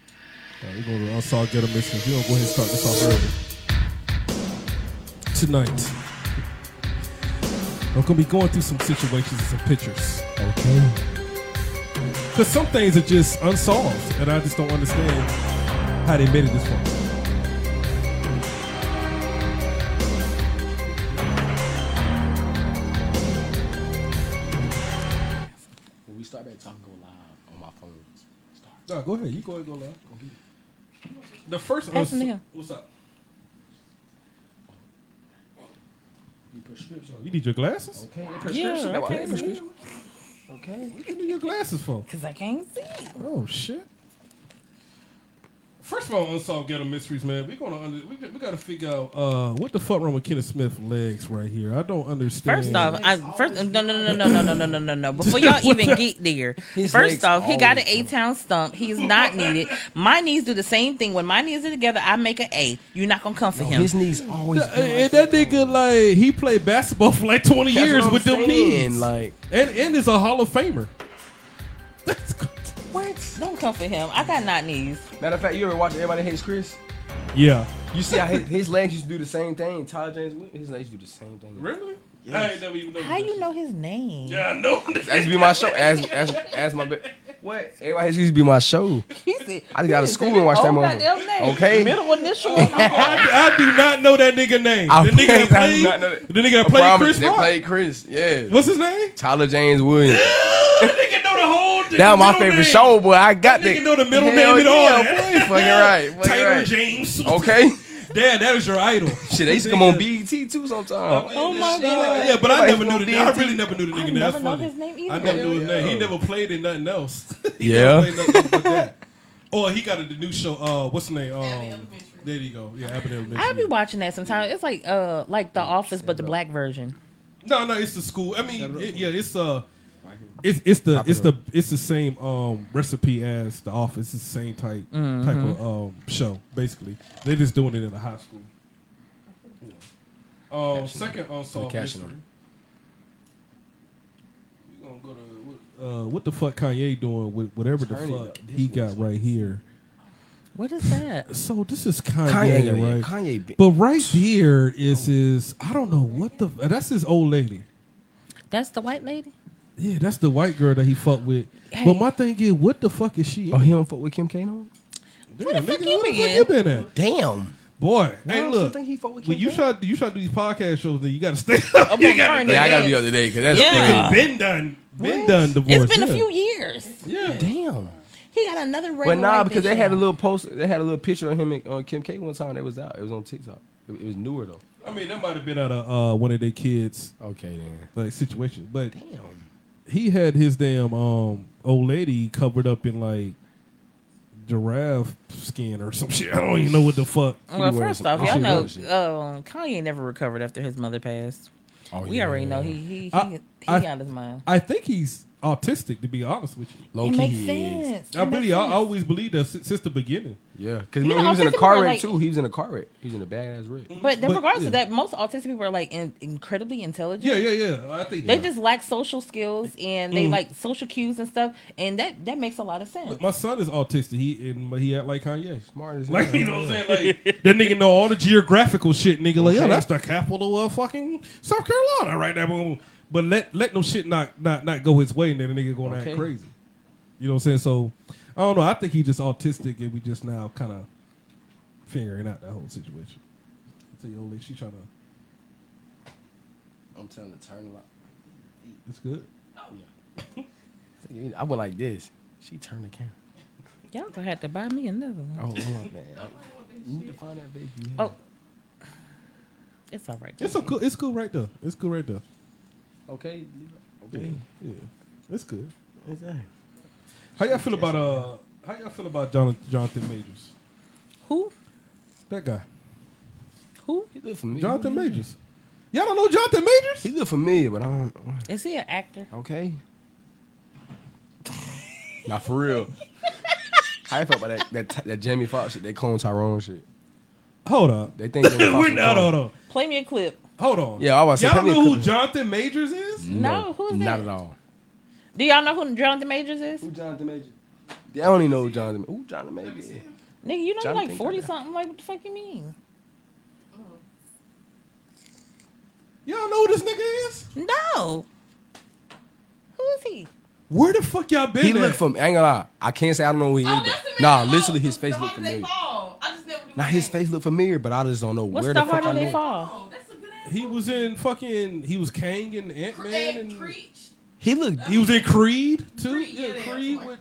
Speaker 2: right, we're going to Unsolved Ghetto Mysteries. We're going to go ahead and start this off early. Tonight, I'm going to be going through some situations and some pictures.
Speaker 5: Okay.
Speaker 2: Because some things are just unsolved, and I just don't understand how they made it this far.
Speaker 5: When we start back talking, go live on my phone. Start.
Speaker 2: No, go ahead. You go ahead go live. The first
Speaker 4: Pass them to him.
Speaker 2: What's up?
Speaker 5: You prescription.
Speaker 2: You need your glasses?
Speaker 5: Okay.
Speaker 4: prescription. I can't see.
Speaker 5: Okay.
Speaker 2: What you need your glasses for?
Speaker 4: Cause I can't see.
Speaker 2: Oh shit! First of all, unsolved ghetto mysteries, man. We gonna under, we, got- we gotta figure out uh, what the fuck wrong with Kenneth Smith legs right here. I don't understand.
Speaker 4: First
Speaker 5: Mm.
Speaker 4: off, I first no no no no no no no no no no.
Speaker 5: <laughs>
Speaker 4: Before y'all even get there,
Speaker 5: His legs
Speaker 4: first off, he got an
Speaker 5: always
Speaker 4: eight town stump. He's not needed. My knees do the same thing. When my knees are together, I make an A. You're not gonna come for him.
Speaker 5: His knees always.
Speaker 2: and and that nigga like he played basketball for like twenty years eh, with them knees,
Speaker 5: Like
Speaker 2: and and is a Hall of Famer. <laughs> That's cr-
Speaker 4: Don't come for him. I got not knees.
Speaker 5: matter of fact, you ever watch Everybody Hates Chris?
Speaker 2: yeah,
Speaker 5: You see how his, his legs used to do the same thing. Todd James, Whit- his legs do the same thing.
Speaker 2: really? I
Speaker 5: Yes.
Speaker 2: ain't never even know.
Speaker 4: How you know his name?
Speaker 2: Yeah, I know.
Speaker 5: That used to be my show. Ask, ask, ask my. Be- what? Everybody Hates Chris used to be my show.
Speaker 4: He said-
Speaker 5: I just got out of
Speaker 4: he
Speaker 5: school
Speaker 4: said
Speaker 5: and watched that
Speaker 4: his whole
Speaker 5: movie.
Speaker 4: Oh, goddamn name.
Speaker 5: Okay. <laughs>
Speaker 4: Middle initial. I'm like,
Speaker 2: I, I do not know that nigga name.
Speaker 5: I
Speaker 2: the nigga that
Speaker 5: promise I do
Speaker 2: played,
Speaker 5: not know that.
Speaker 2: the nigga that
Speaker 5: I
Speaker 2: played
Speaker 5: promise
Speaker 2: Chris
Speaker 5: they
Speaker 2: Rock.
Speaker 5: played Chris. Yeah.
Speaker 2: What's his name?
Speaker 5: Tyler James Williams.
Speaker 2: <laughs> That nigga know the whole.
Speaker 5: That was my
Speaker 2: middle
Speaker 5: favorite
Speaker 2: name.
Speaker 5: show, boy. I got that.
Speaker 2: Nigga know the middle
Speaker 5: Hell
Speaker 2: name and all.
Speaker 5: yeah,
Speaker 2: that.
Speaker 5: boy. Fucking right.
Speaker 2: <laughs>
Speaker 5: Fucking
Speaker 2: Taylor
Speaker 5: right.
Speaker 2: James.
Speaker 5: Okay.
Speaker 2: Damn, that was your idol.
Speaker 5: Shit, they used to
Speaker 2: <laughs>
Speaker 5: come on BET too sometimes.
Speaker 4: oh my god.
Speaker 2: Yeah, but I
Speaker 5: Everybody
Speaker 2: never knew
Speaker 5: from
Speaker 2: the name. I
Speaker 5: BET.
Speaker 2: really never knew the nigga.
Speaker 4: I
Speaker 2: name.
Speaker 4: never
Speaker 2: That's
Speaker 4: know
Speaker 2: funny.
Speaker 4: his name
Speaker 2: I
Speaker 4: either.
Speaker 2: never knew his name. He never played in nothing else. <laughs> He
Speaker 5: Yeah.
Speaker 2: Never played nothing but that. Oh, he got a, the new show. Uh, what's the name? Um, there you go. Yeah, Abbott Elementary.
Speaker 4: I be watching that sometimes. It's like uh like The Office, but the black version.
Speaker 2: No, no, it's the school. I mean, it, yeah, it's uh, it's it's the it's the it's the same um recipe as the Office. It's the same type
Speaker 5: Mm-hmm.
Speaker 2: type of um show. Basically, they're just doing it in a high school. Um, second unsolved
Speaker 5: Catching
Speaker 2: mystery.
Speaker 5: them.
Speaker 2: We gonna go to what, uh, what the fuck Kanye doing with whatever the
Speaker 5: Turn it
Speaker 2: fuck
Speaker 5: up. This
Speaker 2: he got right here.
Speaker 4: What is that?
Speaker 2: So this is Kanye,
Speaker 5: Kanye,
Speaker 2: right?
Speaker 5: Kanye be-
Speaker 2: But
Speaker 5: Oh.
Speaker 2: right here is his. I don't know what the. That's his old lady.
Speaker 4: That's the white lady.
Speaker 2: Yeah, that's the white girl that he fucked with. But my thing is, what the fuck is she?
Speaker 5: Oh, he don't fuck with Kim K no?
Speaker 2: Damn, nigga,
Speaker 4: fuck you
Speaker 2: where the
Speaker 4: been?
Speaker 2: fuck you been at?
Speaker 5: Damn.
Speaker 2: Boy,
Speaker 5: I
Speaker 2: hey,
Speaker 5: don't
Speaker 2: look.
Speaker 5: think he fuck with
Speaker 2: when
Speaker 5: Kim
Speaker 2: you
Speaker 5: K.
Speaker 2: try, you try to do these podcast shows, then you got to <laughs> stay.
Speaker 4: I'm
Speaker 2: you
Speaker 4: gonna
Speaker 2: got
Speaker 4: turn
Speaker 2: to.
Speaker 4: it
Speaker 9: Yeah, I gotta
Speaker 4: up.
Speaker 9: be up to date because that's
Speaker 4: Yeah.
Speaker 2: Been done. Been done. Divorce.
Speaker 4: It's been a
Speaker 2: yeah.
Speaker 4: few years.
Speaker 2: Yeah.
Speaker 5: Damn.
Speaker 4: He got another ring.
Speaker 5: But nah,
Speaker 4: like
Speaker 5: because
Speaker 4: this
Speaker 5: they had a
Speaker 4: now.
Speaker 5: little post, they had a little picture of him and uh, Kim K one time. That was out. It was on TikTok. It, it was newer though.
Speaker 2: I mean, that might have been out of uh, one of their kids'
Speaker 6: Okay then.
Speaker 2: like situation, but
Speaker 5: Damn.
Speaker 2: he had his damn um old lady covered up in like giraffe skin or some shit. I don't even know what the fuck.
Speaker 4: Well,
Speaker 6: She
Speaker 4: first
Speaker 6: wears-
Speaker 4: off, y'all
Speaker 6: she
Speaker 4: know
Speaker 6: wears it.
Speaker 4: um, Kanye never recovered after his mother passed.
Speaker 6: Oh,
Speaker 4: we
Speaker 6: yeah.
Speaker 4: already know he he he,
Speaker 2: I-
Speaker 4: he
Speaker 2: I-
Speaker 4: out his mind.
Speaker 2: I think he's autistic, to be honest with you.
Speaker 6: Low
Speaker 4: It
Speaker 6: key
Speaker 4: makes
Speaker 6: he is.
Speaker 4: sense.
Speaker 2: I really, I always believed that since, since the beginning.
Speaker 5: Yeah, because
Speaker 4: You
Speaker 5: remember
Speaker 4: know,
Speaker 5: he was in a
Speaker 4: autistic
Speaker 5: car
Speaker 4: people are
Speaker 5: wreck
Speaker 4: like-
Speaker 5: too. He was in a car wreck. He was in a badass wreck.
Speaker 4: But then
Speaker 2: But,
Speaker 4: regardless
Speaker 2: yeah.
Speaker 4: of that, most autistic people are like in, incredibly intelligent.
Speaker 2: Yeah, yeah, yeah. I think
Speaker 4: They just lack social skills and they like social cues and stuff, and that that makes a lot of sense.
Speaker 2: My son is autistic. He and but he act like Kanye.
Speaker 5: Smart as
Speaker 2: Like
Speaker 5: hell.
Speaker 2: you know what I'm saying? Like <laughs> that nigga know all the geographical shit, nigga. Like, yo, that's the capital of fucking South Carolina right there. Boom. But let let no shit not not not go his way, and then the nigga gonna
Speaker 5: Okay.
Speaker 2: act crazy. You know what I'm saying? So I don't know. I think he just autistic, and we just now kind of figuring out that whole situation. I tell you, old lady, she trying to.
Speaker 5: I'm telling the turn lock.
Speaker 2: It's good.
Speaker 5: I went like this. She turned the camera.
Speaker 4: Y'all gonna have to buy me another one.
Speaker 5: Oh, man. You need to find that baby.
Speaker 4: Oh, it's all right.
Speaker 2: It's a cool. It's cool right there. It's cool right there.
Speaker 5: Okay.
Speaker 2: Yeah, yeah. It's good.
Speaker 5: Exactly.
Speaker 2: How y'all feel about uh? How y'all feel about Jonathan, Jonathan Majors?
Speaker 4: Who?
Speaker 2: That guy,
Speaker 4: Who?
Speaker 5: He look familiar.
Speaker 2: Jonathan Majors. Y'all don't know Jonathan Majors?
Speaker 5: He look familiar, but I don't.
Speaker 4: Is he an actor?
Speaker 5: Okay. <laughs>
Speaker 6: Not for real.
Speaker 5: How you felt about that that, that Jamie Foxx shit? They clone Tyrone shit.
Speaker 2: Hold up.
Speaker 5: They think Jamie Foxx
Speaker 2: We're
Speaker 5: was
Speaker 2: not.
Speaker 5: cloned.
Speaker 2: Hold on.
Speaker 4: Play me a clip.
Speaker 2: Hold on.
Speaker 5: Yeah, I was
Speaker 2: Y'all
Speaker 5: saying,
Speaker 2: know who
Speaker 5: probably-
Speaker 2: Jonathan Majors is?
Speaker 4: No, who is
Speaker 5: Not
Speaker 4: that?
Speaker 5: at all.
Speaker 4: Do y'all know who Jonathan Majors is?
Speaker 5: Who Jonathan Major? I don't even know who Jonathan. Who Jonathan Major? is.
Speaker 4: Nigga, you know you
Speaker 5: Jonathan
Speaker 4: like forty
Speaker 5: Majors.
Speaker 4: something. Like what the fuck you mean?
Speaker 2: Y'all know who this nigga is?
Speaker 4: No. Who is he?
Speaker 2: Where the fuck y'all been?
Speaker 5: He
Speaker 2: at?
Speaker 5: look from. I ain't gonna lie. I can't say I don't know who
Speaker 4: Oh,
Speaker 2: Oh,
Speaker 5: he is. but- Nah, literally his face look familiar. Nah, his face look familiar, but I just don't know
Speaker 4: What's
Speaker 5: where
Speaker 4: the,
Speaker 5: the fuck.
Speaker 4: harder
Speaker 5: I
Speaker 4: they
Speaker 5: know.
Speaker 4: fall?
Speaker 2: He was in fucking. He was Kang and Ant Man, and
Speaker 5: He looked.
Speaker 2: he was in Creed too. yeah, Creed. With,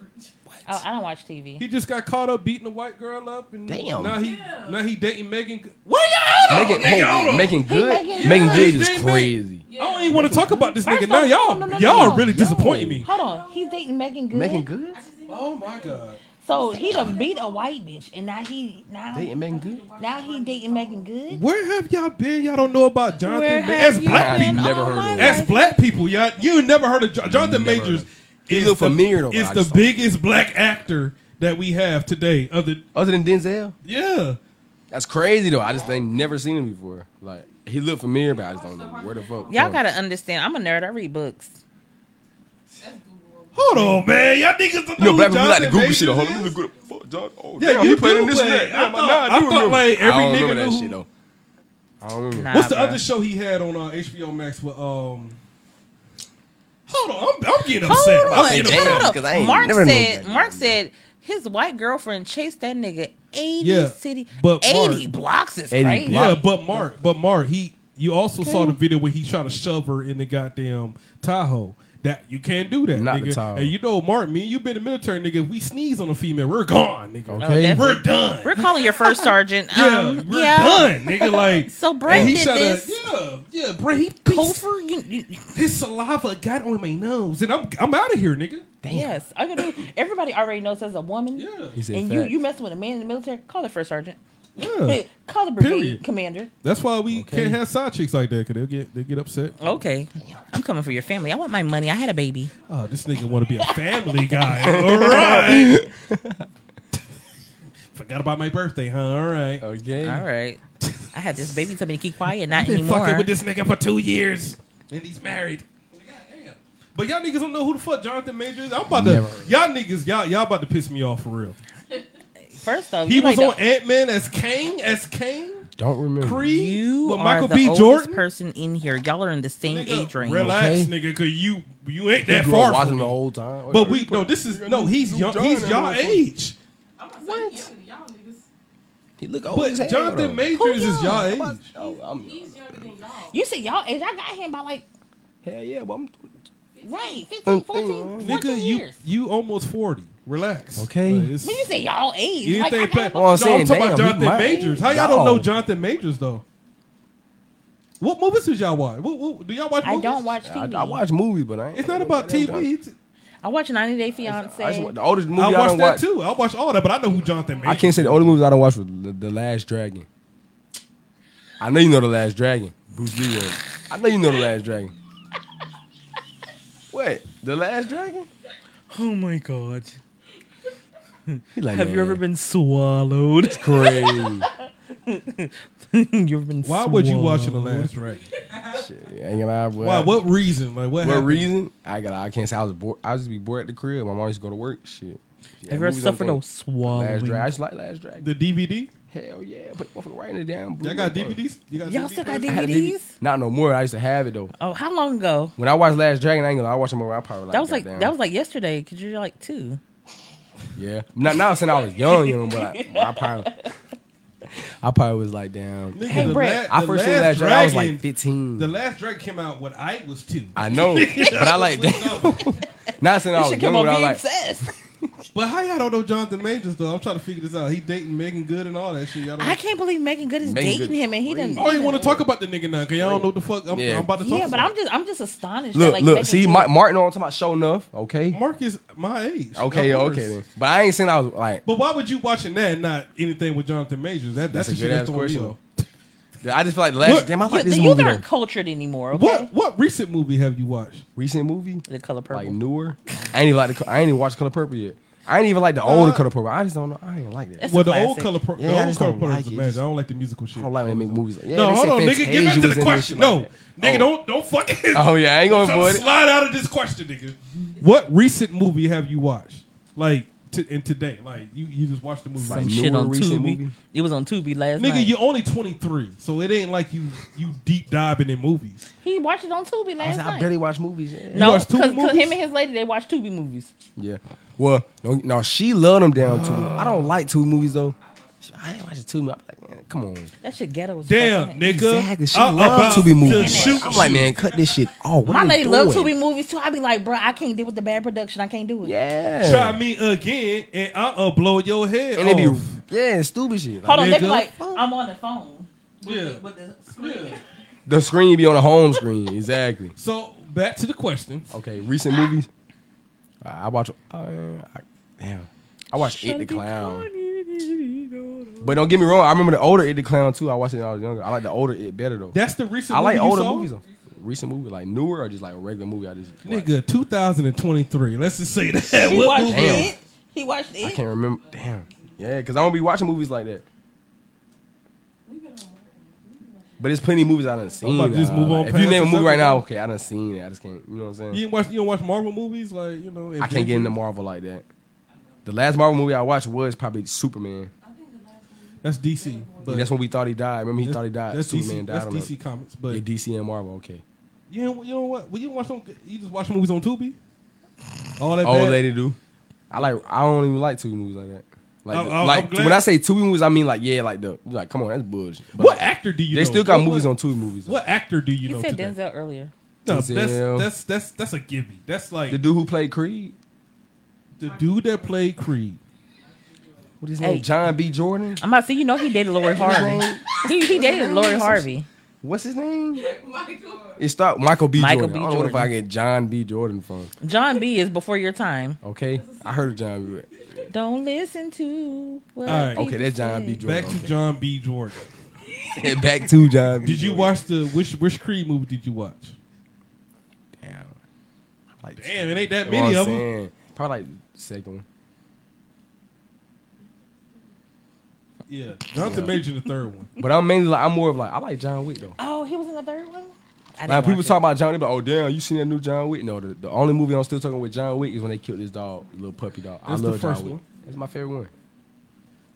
Speaker 4: Oh, I don't watch TV.
Speaker 2: he just got caught up beating a white girl up, and
Speaker 5: Damn.
Speaker 2: now he now he dating Megan. What y'all?
Speaker 5: Making, hey, making good, making good is crazy.
Speaker 2: I don't even want to talk about this nigga
Speaker 4: First
Speaker 2: now.
Speaker 4: off,
Speaker 2: Y'all,
Speaker 4: no, no, no,
Speaker 2: y'all
Speaker 4: no,
Speaker 2: are really disappointing me.
Speaker 4: Hold on, he's dating Megan Good.
Speaker 5: Making good,
Speaker 2: Oh my god.
Speaker 4: So he done beat a white bitch, and now he now
Speaker 5: dating making good.
Speaker 4: now he dating Megan Good.
Speaker 2: Where have y'all been? Y'all don't know about Jonathan. Ma- As black people,
Speaker 5: never heard of
Speaker 2: as black people, y'all, you ain't never heard of Jo- Jonathan
Speaker 5: Never
Speaker 2: Majors.
Speaker 5: heard of He look familiar though,
Speaker 2: Is
Speaker 5: I
Speaker 2: the
Speaker 5: just saw him.
Speaker 2: biggest black actor that we have today. Other,
Speaker 5: Other than Denzel,
Speaker 2: yeah.
Speaker 5: that's crazy though. I just ain't never seen him before. Like he looked familiar, but I just don't know where the fuck.
Speaker 4: Y'all
Speaker 5: from.
Speaker 4: gotta understand. I'm a nerd. I read books.
Speaker 2: Hold on, man. Y'all niggas don't
Speaker 9: You know, black
Speaker 2: who
Speaker 9: people like to
Speaker 2: Jonathan
Speaker 9: Google shit.
Speaker 2: Majors
Speaker 9: Hold on,
Speaker 2: is?
Speaker 9: let me look good. Fuck, John. Oh,
Speaker 2: Yeah,
Speaker 9: damn,
Speaker 2: you
Speaker 9: he played in
Speaker 2: do
Speaker 9: this and
Speaker 2: play.
Speaker 9: that.
Speaker 2: I
Speaker 9: Yeah, my
Speaker 2: thought-
Speaker 9: God,
Speaker 2: I
Speaker 9: do
Speaker 2: thought,
Speaker 9: remember.
Speaker 2: like, every
Speaker 5: I don't
Speaker 2: nigga
Speaker 5: remember
Speaker 2: knew
Speaker 5: that
Speaker 2: who-
Speaker 5: shit though. I don't remember.
Speaker 4: Nah,
Speaker 2: What's the
Speaker 4: bruh.
Speaker 2: other show he had on uh, HBO Max with um? Hold on, I'm, I'm getting upset.
Speaker 4: Hold
Speaker 2: I'm
Speaker 4: on,
Speaker 2: getting
Speaker 5: damn,
Speaker 2: upset.
Speaker 4: hold
Speaker 5: because I
Speaker 4: on.
Speaker 5: ain't
Speaker 4: Mark
Speaker 5: never known
Speaker 4: said.
Speaker 5: that.
Speaker 4: Mark said his white girlfriend chased that nigga eighty
Speaker 2: Yeah,
Speaker 4: city,
Speaker 2: but
Speaker 4: eighty
Speaker 2: Mark-
Speaker 4: blocks is
Speaker 5: 80
Speaker 4: crazy.
Speaker 2: Yeah, but Mark, but Mark, he you also saw the video where he tried to shove her in the goddamn Tahoe. That you can't do that,
Speaker 6: Not the
Speaker 2: nigga.
Speaker 6: Tahoe.
Speaker 2: And you know, Mark, me, and you been in the military, nigga. If we sneeze on a female, we're gone, nigga.
Speaker 4: Oh, definitely.
Speaker 2: We're done.
Speaker 4: We're calling your first sergeant.
Speaker 2: <laughs> yeah,
Speaker 4: um,
Speaker 2: we're
Speaker 4: yeah.
Speaker 2: done,
Speaker 4: <laughs>
Speaker 2: nigga. Like
Speaker 4: So Brett
Speaker 2: and he
Speaker 4: did
Speaker 2: tried to-
Speaker 4: this.
Speaker 2: yeah, yeah, Brett. He
Speaker 4: Kofor, you- you- you-
Speaker 2: his saliva got on my nose, and I'm I'm out of here, nigga.
Speaker 4: yes, I can do. Everybody already knows as a woman.
Speaker 2: Yeah,
Speaker 6: He said
Speaker 4: And you
Speaker 6: facts.
Speaker 4: you messing with a man in the military? Call the first sergeant.
Speaker 2: yeah.
Speaker 4: Hey, call the brigade
Speaker 2: Period.
Speaker 4: commander.
Speaker 2: That's why we
Speaker 6: Okay.
Speaker 2: can't have side chicks like that, cause they'll get they get upset.
Speaker 4: Okay, I'm coming for your family. I want my money. I had a baby.
Speaker 2: Oh, this nigga want to be a family guy. All right. Forgot about my birthday, huh? All right.
Speaker 4: Oh,
Speaker 5: Okay.
Speaker 4: All right, I had this baby. Told me to keep quiet, not
Speaker 2: Been fucking
Speaker 4: anymore.
Speaker 2: with this nigga for two years, and he's married. Goddamn. But But y'all niggas don't know who the fuck Jonathan Major is. I'm about
Speaker 5: Never.
Speaker 2: to y'all niggas y'all y'all about to piss me off for real.
Speaker 4: First off,
Speaker 2: He
Speaker 4: you
Speaker 2: was
Speaker 4: like
Speaker 2: on Ant Man as Kang as Kang.
Speaker 5: Don't remember.
Speaker 4: the,
Speaker 2: Creed
Speaker 4: you
Speaker 2: with
Speaker 4: are
Speaker 2: Michael
Speaker 4: the
Speaker 2: B.
Speaker 4: oldest
Speaker 2: Jordan.
Speaker 4: person in here. Y'all are in the same age range.
Speaker 2: Relax,
Speaker 5: Okay.
Speaker 2: nigga, cause you you ain't that
Speaker 5: You
Speaker 2: far.
Speaker 5: watching
Speaker 2: from
Speaker 5: the
Speaker 2: me.
Speaker 5: whole time.
Speaker 2: But we no, this is no. He's young. He's y'all age.
Speaker 10: What? Y'all niggas.
Speaker 11: He look old.
Speaker 2: But
Speaker 11: as hell,
Speaker 2: Jonathan
Speaker 11: though.
Speaker 2: Majors is y'all age.
Speaker 11: Oh, I'm,
Speaker 10: He's younger than y'all.
Speaker 4: You see, y'all age. I got him by like
Speaker 11: hell yeah, but I'm.
Speaker 4: right 15, 14, 14
Speaker 2: Oh, Nigga, you
Speaker 4: years.
Speaker 2: you almost forty. Relax.
Speaker 5: Okay.
Speaker 2: Like, it's-
Speaker 4: When you say y'all age,
Speaker 2: You
Speaker 4: like, I
Speaker 2: think
Speaker 4: got him
Speaker 2: Pat-
Speaker 4: by-
Speaker 11: Well, I'm
Speaker 2: No,
Speaker 11: saying,
Speaker 2: I'm talking about
Speaker 11: damn, he
Speaker 2: Jonathan
Speaker 11: might-
Speaker 2: Majors. How y'all don't know
Speaker 11: Dog.
Speaker 2: Jonathan Majors though? What movies did y'all watch? What, what- do y'all watch?
Speaker 4: I
Speaker 2: Movies?
Speaker 4: don't watch
Speaker 11: I,
Speaker 4: TV.
Speaker 11: I watch movies, but I ain't.
Speaker 2: It's not about TV. It's-
Speaker 4: I watch 90 Day Fiance.
Speaker 11: I just, watch- the oldest movie
Speaker 2: I
Speaker 11: I,
Speaker 2: watched
Speaker 11: don't
Speaker 2: that
Speaker 11: watch.
Speaker 2: too. I watched all that, but I know who Jonathan Majors.
Speaker 5: I can't say the only movies I don't watch was the, the Last Dragon. I know you know the Last Dragon, Bruce Lee. was. I know you know the Last Dragon.
Speaker 11: Wait, The Last Dragon?
Speaker 4: oh my god.
Speaker 5: He like,
Speaker 4: Have you
Speaker 5: "Man,
Speaker 4: ever been swallowed? <laughs>
Speaker 5: crazy? <laughs>
Speaker 4: You've been
Speaker 2: Why would you watch The Last Dragon?
Speaker 5: Ain't gonna lie, boy.
Speaker 2: Why? What reason? Like what?
Speaker 5: What
Speaker 4: <laughs>
Speaker 2: happened?
Speaker 5: reason? I got. I can't say I was bored. I just be bored at the crib. My mom used to go to work. Shit. Yeah,
Speaker 4: Have you ever
Speaker 5: movies I'm
Speaker 4: suffered
Speaker 5: going-
Speaker 4: a swallowing?
Speaker 5: Last Dragon. I just like Last Dragon.
Speaker 2: The DVD?
Speaker 5: Hell yeah! Put the motherfucker right in the damn.
Speaker 2: Y'all
Speaker 5: Blu-ray,
Speaker 2: got
Speaker 5: bro.
Speaker 2: DVDs? You got
Speaker 4: Y'all still got
Speaker 5: I had a
Speaker 4: DVDs?
Speaker 5: Not no more. I used to have it though.
Speaker 4: Oh, how long ago?
Speaker 5: When I watched Last Dragon, I ain't gonna. lie, I watched them over. I probably
Speaker 4: That was like
Speaker 5: goddamn-
Speaker 4: that was like yesterday. Cause you're like two.
Speaker 5: Yeah. Not now since I was young, you know, but I,
Speaker 4: <laughs>
Speaker 5: I probably I probably was like damn.
Speaker 2: Nigga,
Speaker 4: Hey,
Speaker 2: the
Speaker 4: Brett.
Speaker 2: La-
Speaker 5: I
Speaker 2: The
Speaker 5: first seen Last Dragon, I was like 15.
Speaker 2: The Last Dragon came out when I was two. <laughs>
Speaker 5: I know. But I like damn. <laughs> Not since
Speaker 2: Oh,
Speaker 5: I was young, but I like
Speaker 2: uh, <laughs> But how y'all don't know Jonathan Majors though? I'm trying to figure this out. He dating Megan Good and all that shit. Y'all don't.
Speaker 4: I can't believe Megan Good is
Speaker 5: Megan
Speaker 4: dating
Speaker 5: Good-
Speaker 4: him and he didn't.
Speaker 2: I don't even want to Oh, talk about the nigga now because y'all don't know what the fuck I'm,
Speaker 5: Yeah.
Speaker 2: I'm about to talk
Speaker 4: Yeah, but
Speaker 2: about.
Speaker 4: I'm just I'm just astonished. that,
Speaker 5: Look,
Speaker 4: like,
Speaker 5: look,
Speaker 4: Megan
Speaker 5: see
Speaker 4: Good-
Speaker 5: Ma- Martin on talking about show enough, okay?
Speaker 2: Mark is my age.
Speaker 5: Okay,
Speaker 2: of course.
Speaker 5: okay then. But I ain't saying I was like
Speaker 2: But why would you watching that and not anything with Jonathan Majors? That, that's,
Speaker 5: That's a
Speaker 2: the shit
Speaker 5: good
Speaker 2: that's
Speaker 5: ass
Speaker 2: throwing me
Speaker 5: question.
Speaker 2: off.
Speaker 5: I just feel like the last
Speaker 2: Look,
Speaker 5: damn I
Speaker 4: you,
Speaker 5: like this
Speaker 4: you
Speaker 5: movie.
Speaker 4: aren't
Speaker 5: though.
Speaker 4: cultured anymore. Okay?
Speaker 2: What what recent movie have you watched?
Speaker 5: Recent movie?
Speaker 4: The color purple.
Speaker 5: Like newer. I ain't even like the, co- I ain't even watched Color Purple yet. I ain't even like the older Color Purple. I just don't know. I ain't like that.
Speaker 4: Uh, It's- a
Speaker 2: well, the old
Speaker 4: classic.
Speaker 2: color, pro-
Speaker 5: Yeah, I
Speaker 2: the old
Speaker 5: just
Speaker 2: color
Speaker 5: don't
Speaker 2: pro
Speaker 5: like
Speaker 2: is
Speaker 5: it.
Speaker 2: amazing. I don't like the musical shit.
Speaker 5: I don't like when they make movies. Like, yeah,
Speaker 2: no,
Speaker 5: they
Speaker 2: hold
Speaker 5: say
Speaker 2: on, nigga, get back
Speaker 5: Fantasia
Speaker 2: to
Speaker 5: was
Speaker 2: the
Speaker 5: in this
Speaker 2: question.
Speaker 5: shit
Speaker 2: No,
Speaker 5: like
Speaker 2: nigga,
Speaker 5: Oh.
Speaker 2: don't don't fucking
Speaker 5: that. Oh yeah, I ain't gonna avoid it.
Speaker 2: slide out of this question, nigga. What recent movie have you watched? Like to, in today, like you you just watched the movie.
Speaker 5: Like,
Speaker 4: Some shit
Speaker 5: newer
Speaker 4: on
Speaker 5: recent
Speaker 4: Tubi.
Speaker 5: movie?
Speaker 4: It was on Tubi last night.
Speaker 2: Nigga, you're only 23, so it ain't like you you deep diving in movies.
Speaker 4: He watched it on
Speaker 5: I,
Speaker 4: Tubi last
Speaker 5: said, I
Speaker 4: night.
Speaker 5: barely watch movies. Yeah.
Speaker 4: no,
Speaker 2: watch Tubi
Speaker 4: because him
Speaker 2: movies?
Speaker 4: and his lady they watch Tubi movies.
Speaker 5: Yeah. Well, no, no she loved them down too. I don't like two movies though. She- I ain't watching two. I'm like, man, come on.
Speaker 4: That shit ghetto. as fuck.
Speaker 2: Damn, nigga.
Speaker 5: Exactly. She
Speaker 2: I- I'm
Speaker 5: loved
Speaker 2: about
Speaker 5: to be movies.
Speaker 2: shoot
Speaker 5: I'm like,
Speaker 2: you.
Speaker 5: man, cut this shit off. What
Speaker 4: My
Speaker 5: are you
Speaker 4: lady loves
Speaker 5: doing?
Speaker 4: Tubi movies too. I be like, bro, I can't deal with the bad production. I can't do it.
Speaker 5: Yeah.
Speaker 2: try me again, and I'll blow your head
Speaker 5: and
Speaker 2: off.
Speaker 5: it be yeah, stupid shit.
Speaker 4: Hold
Speaker 5: Like,
Speaker 4: on, they be
Speaker 2: Nigga.
Speaker 4: like, I'm on the phone. With
Speaker 2: Yeah.
Speaker 4: The, with the screen.
Speaker 5: the screen be on the home screen. Exactly.
Speaker 2: So back to the question.
Speaker 5: Okay. Recent movies. I I watch. Uh, I, damn. I watched It the Clown. But don't get me wrong. I remember the older It the Clown too. I watched it when I was younger. I like the older It better though.
Speaker 2: That's the recent.
Speaker 5: I like
Speaker 2: movie you
Speaker 5: older
Speaker 2: saw?
Speaker 5: movies. Though. Recent movie, like newer or just like a regular movie. I just watch?
Speaker 2: Nigga, 2023. Let's just say that.
Speaker 4: He
Speaker 2: What
Speaker 4: watched
Speaker 2: movie?
Speaker 5: Damn.
Speaker 4: it. He watched
Speaker 5: I
Speaker 4: it.
Speaker 5: can't remember. Damn. Yeah, because I don't be watching movies like that. But there's plenty of movies I done seen.
Speaker 2: about to just
Speaker 5: now.
Speaker 2: move on
Speaker 5: Like, if
Speaker 2: past
Speaker 5: you name a
Speaker 2: this
Speaker 5: movie right now,
Speaker 2: episode.
Speaker 5: okay, I done seen it. I just can't. You know what I'm saying?
Speaker 2: You didn't watch. You don't watch Marvel movies, like you know.
Speaker 5: I can't get into
Speaker 2: Marvel.
Speaker 5: Marvel like that. The last Marvel movie I watched was probably Superman.
Speaker 2: That's DC. But
Speaker 5: And that's when we thought he died. Remember he
Speaker 2: that's-
Speaker 5: thought he died.
Speaker 2: That's
Speaker 5: Superman
Speaker 2: DC.
Speaker 5: died.
Speaker 2: That's
Speaker 5: on
Speaker 2: DC comics. But
Speaker 5: Yeah, DC and Marvel. Okay.
Speaker 2: you, know, you know what? Well, you watch them. You just watch movies on Tubi. All that.
Speaker 5: All
Speaker 2: bad-
Speaker 5: they do. I like. I don't even like two movies like that. Like,
Speaker 2: I'm-
Speaker 5: the-
Speaker 2: I'm- I'm
Speaker 5: like
Speaker 2: glad-
Speaker 5: when I say two movies, I mean like yeah, like the like. Come on, that's bullshit. But
Speaker 2: What
Speaker 5: like,
Speaker 2: actor do you?
Speaker 5: They
Speaker 2: know?
Speaker 5: still got
Speaker 2: What-
Speaker 5: movies
Speaker 2: what-
Speaker 5: on two movies. though.
Speaker 2: What actor do you
Speaker 4: He
Speaker 2: know?
Speaker 4: said
Speaker 2: today?
Speaker 4: Denzel earlier.
Speaker 2: No,
Speaker 5: Denzel.
Speaker 2: that's that's that's that's a gimme. That's like
Speaker 5: The dude who played Creed.
Speaker 2: the dude that played Creed.
Speaker 5: What is his
Speaker 4: Hey.
Speaker 5: name? John B. Jordan.
Speaker 4: I'm about to say, you know, he dated Lori Harvey. <laughs> he, he dated Lori Harvey.
Speaker 5: What's his name? It start Michael B.
Speaker 4: Michael
Speaker 5: Jordan.
Speaker 4: B.
Speaker 5: I don't know if
Speaker 4: Jordan.
Speaker 5: I get John B. Jordan from.
Speaker 4: John B is before your time.
Speaker 5: Okay, I heard of John B. Jordan.
Speaker 4: Don't listen to what.
Speaker 2: All right.
Speaker 4: people
Speaker 5: Okay, that's John B.
Speaker 4: say.
Speaker 5: Jordan.
Speaker 2: Back to John B. Jordan.
Speaker 5: okay. <laughs> Back to John. B.
Speaker 2: Did you
Speaker 5: Jordan.
Speaker 2: watch the which which Creed movie did you watch?
Speaker 5: Damn. Like,
Speaker 2: Damn, it ain't that
Speaker 5: you know what
Speaker 2: many
Speaker 5: I'm
Speaker 2: of them.
Speaker 5: saying? Probably like second one.
Speaker 2: Yeah, Jonathan Major the third one.
Speaker 5: But I'm mainly like I'm more of like I like John Wick though.
Speaker 4: Oh, he was in the third one. I
Speaker 5: Like
Speaker 4: didn't
Speaker 5: people
Speaker 4: watch it.
Speaker 5: talk about John, they be like, "Oh damn, you seen that new John Wick?" No, the, the only movie I'm still talking with John Wick is when they killed this dog, little puppy dog. I
Speaker 2: That's the
Speaker 5: love John
Speaker 2: first
Speaker 5: Wick.
Speaker 2: one.
Speaker 5: That's my favorite one.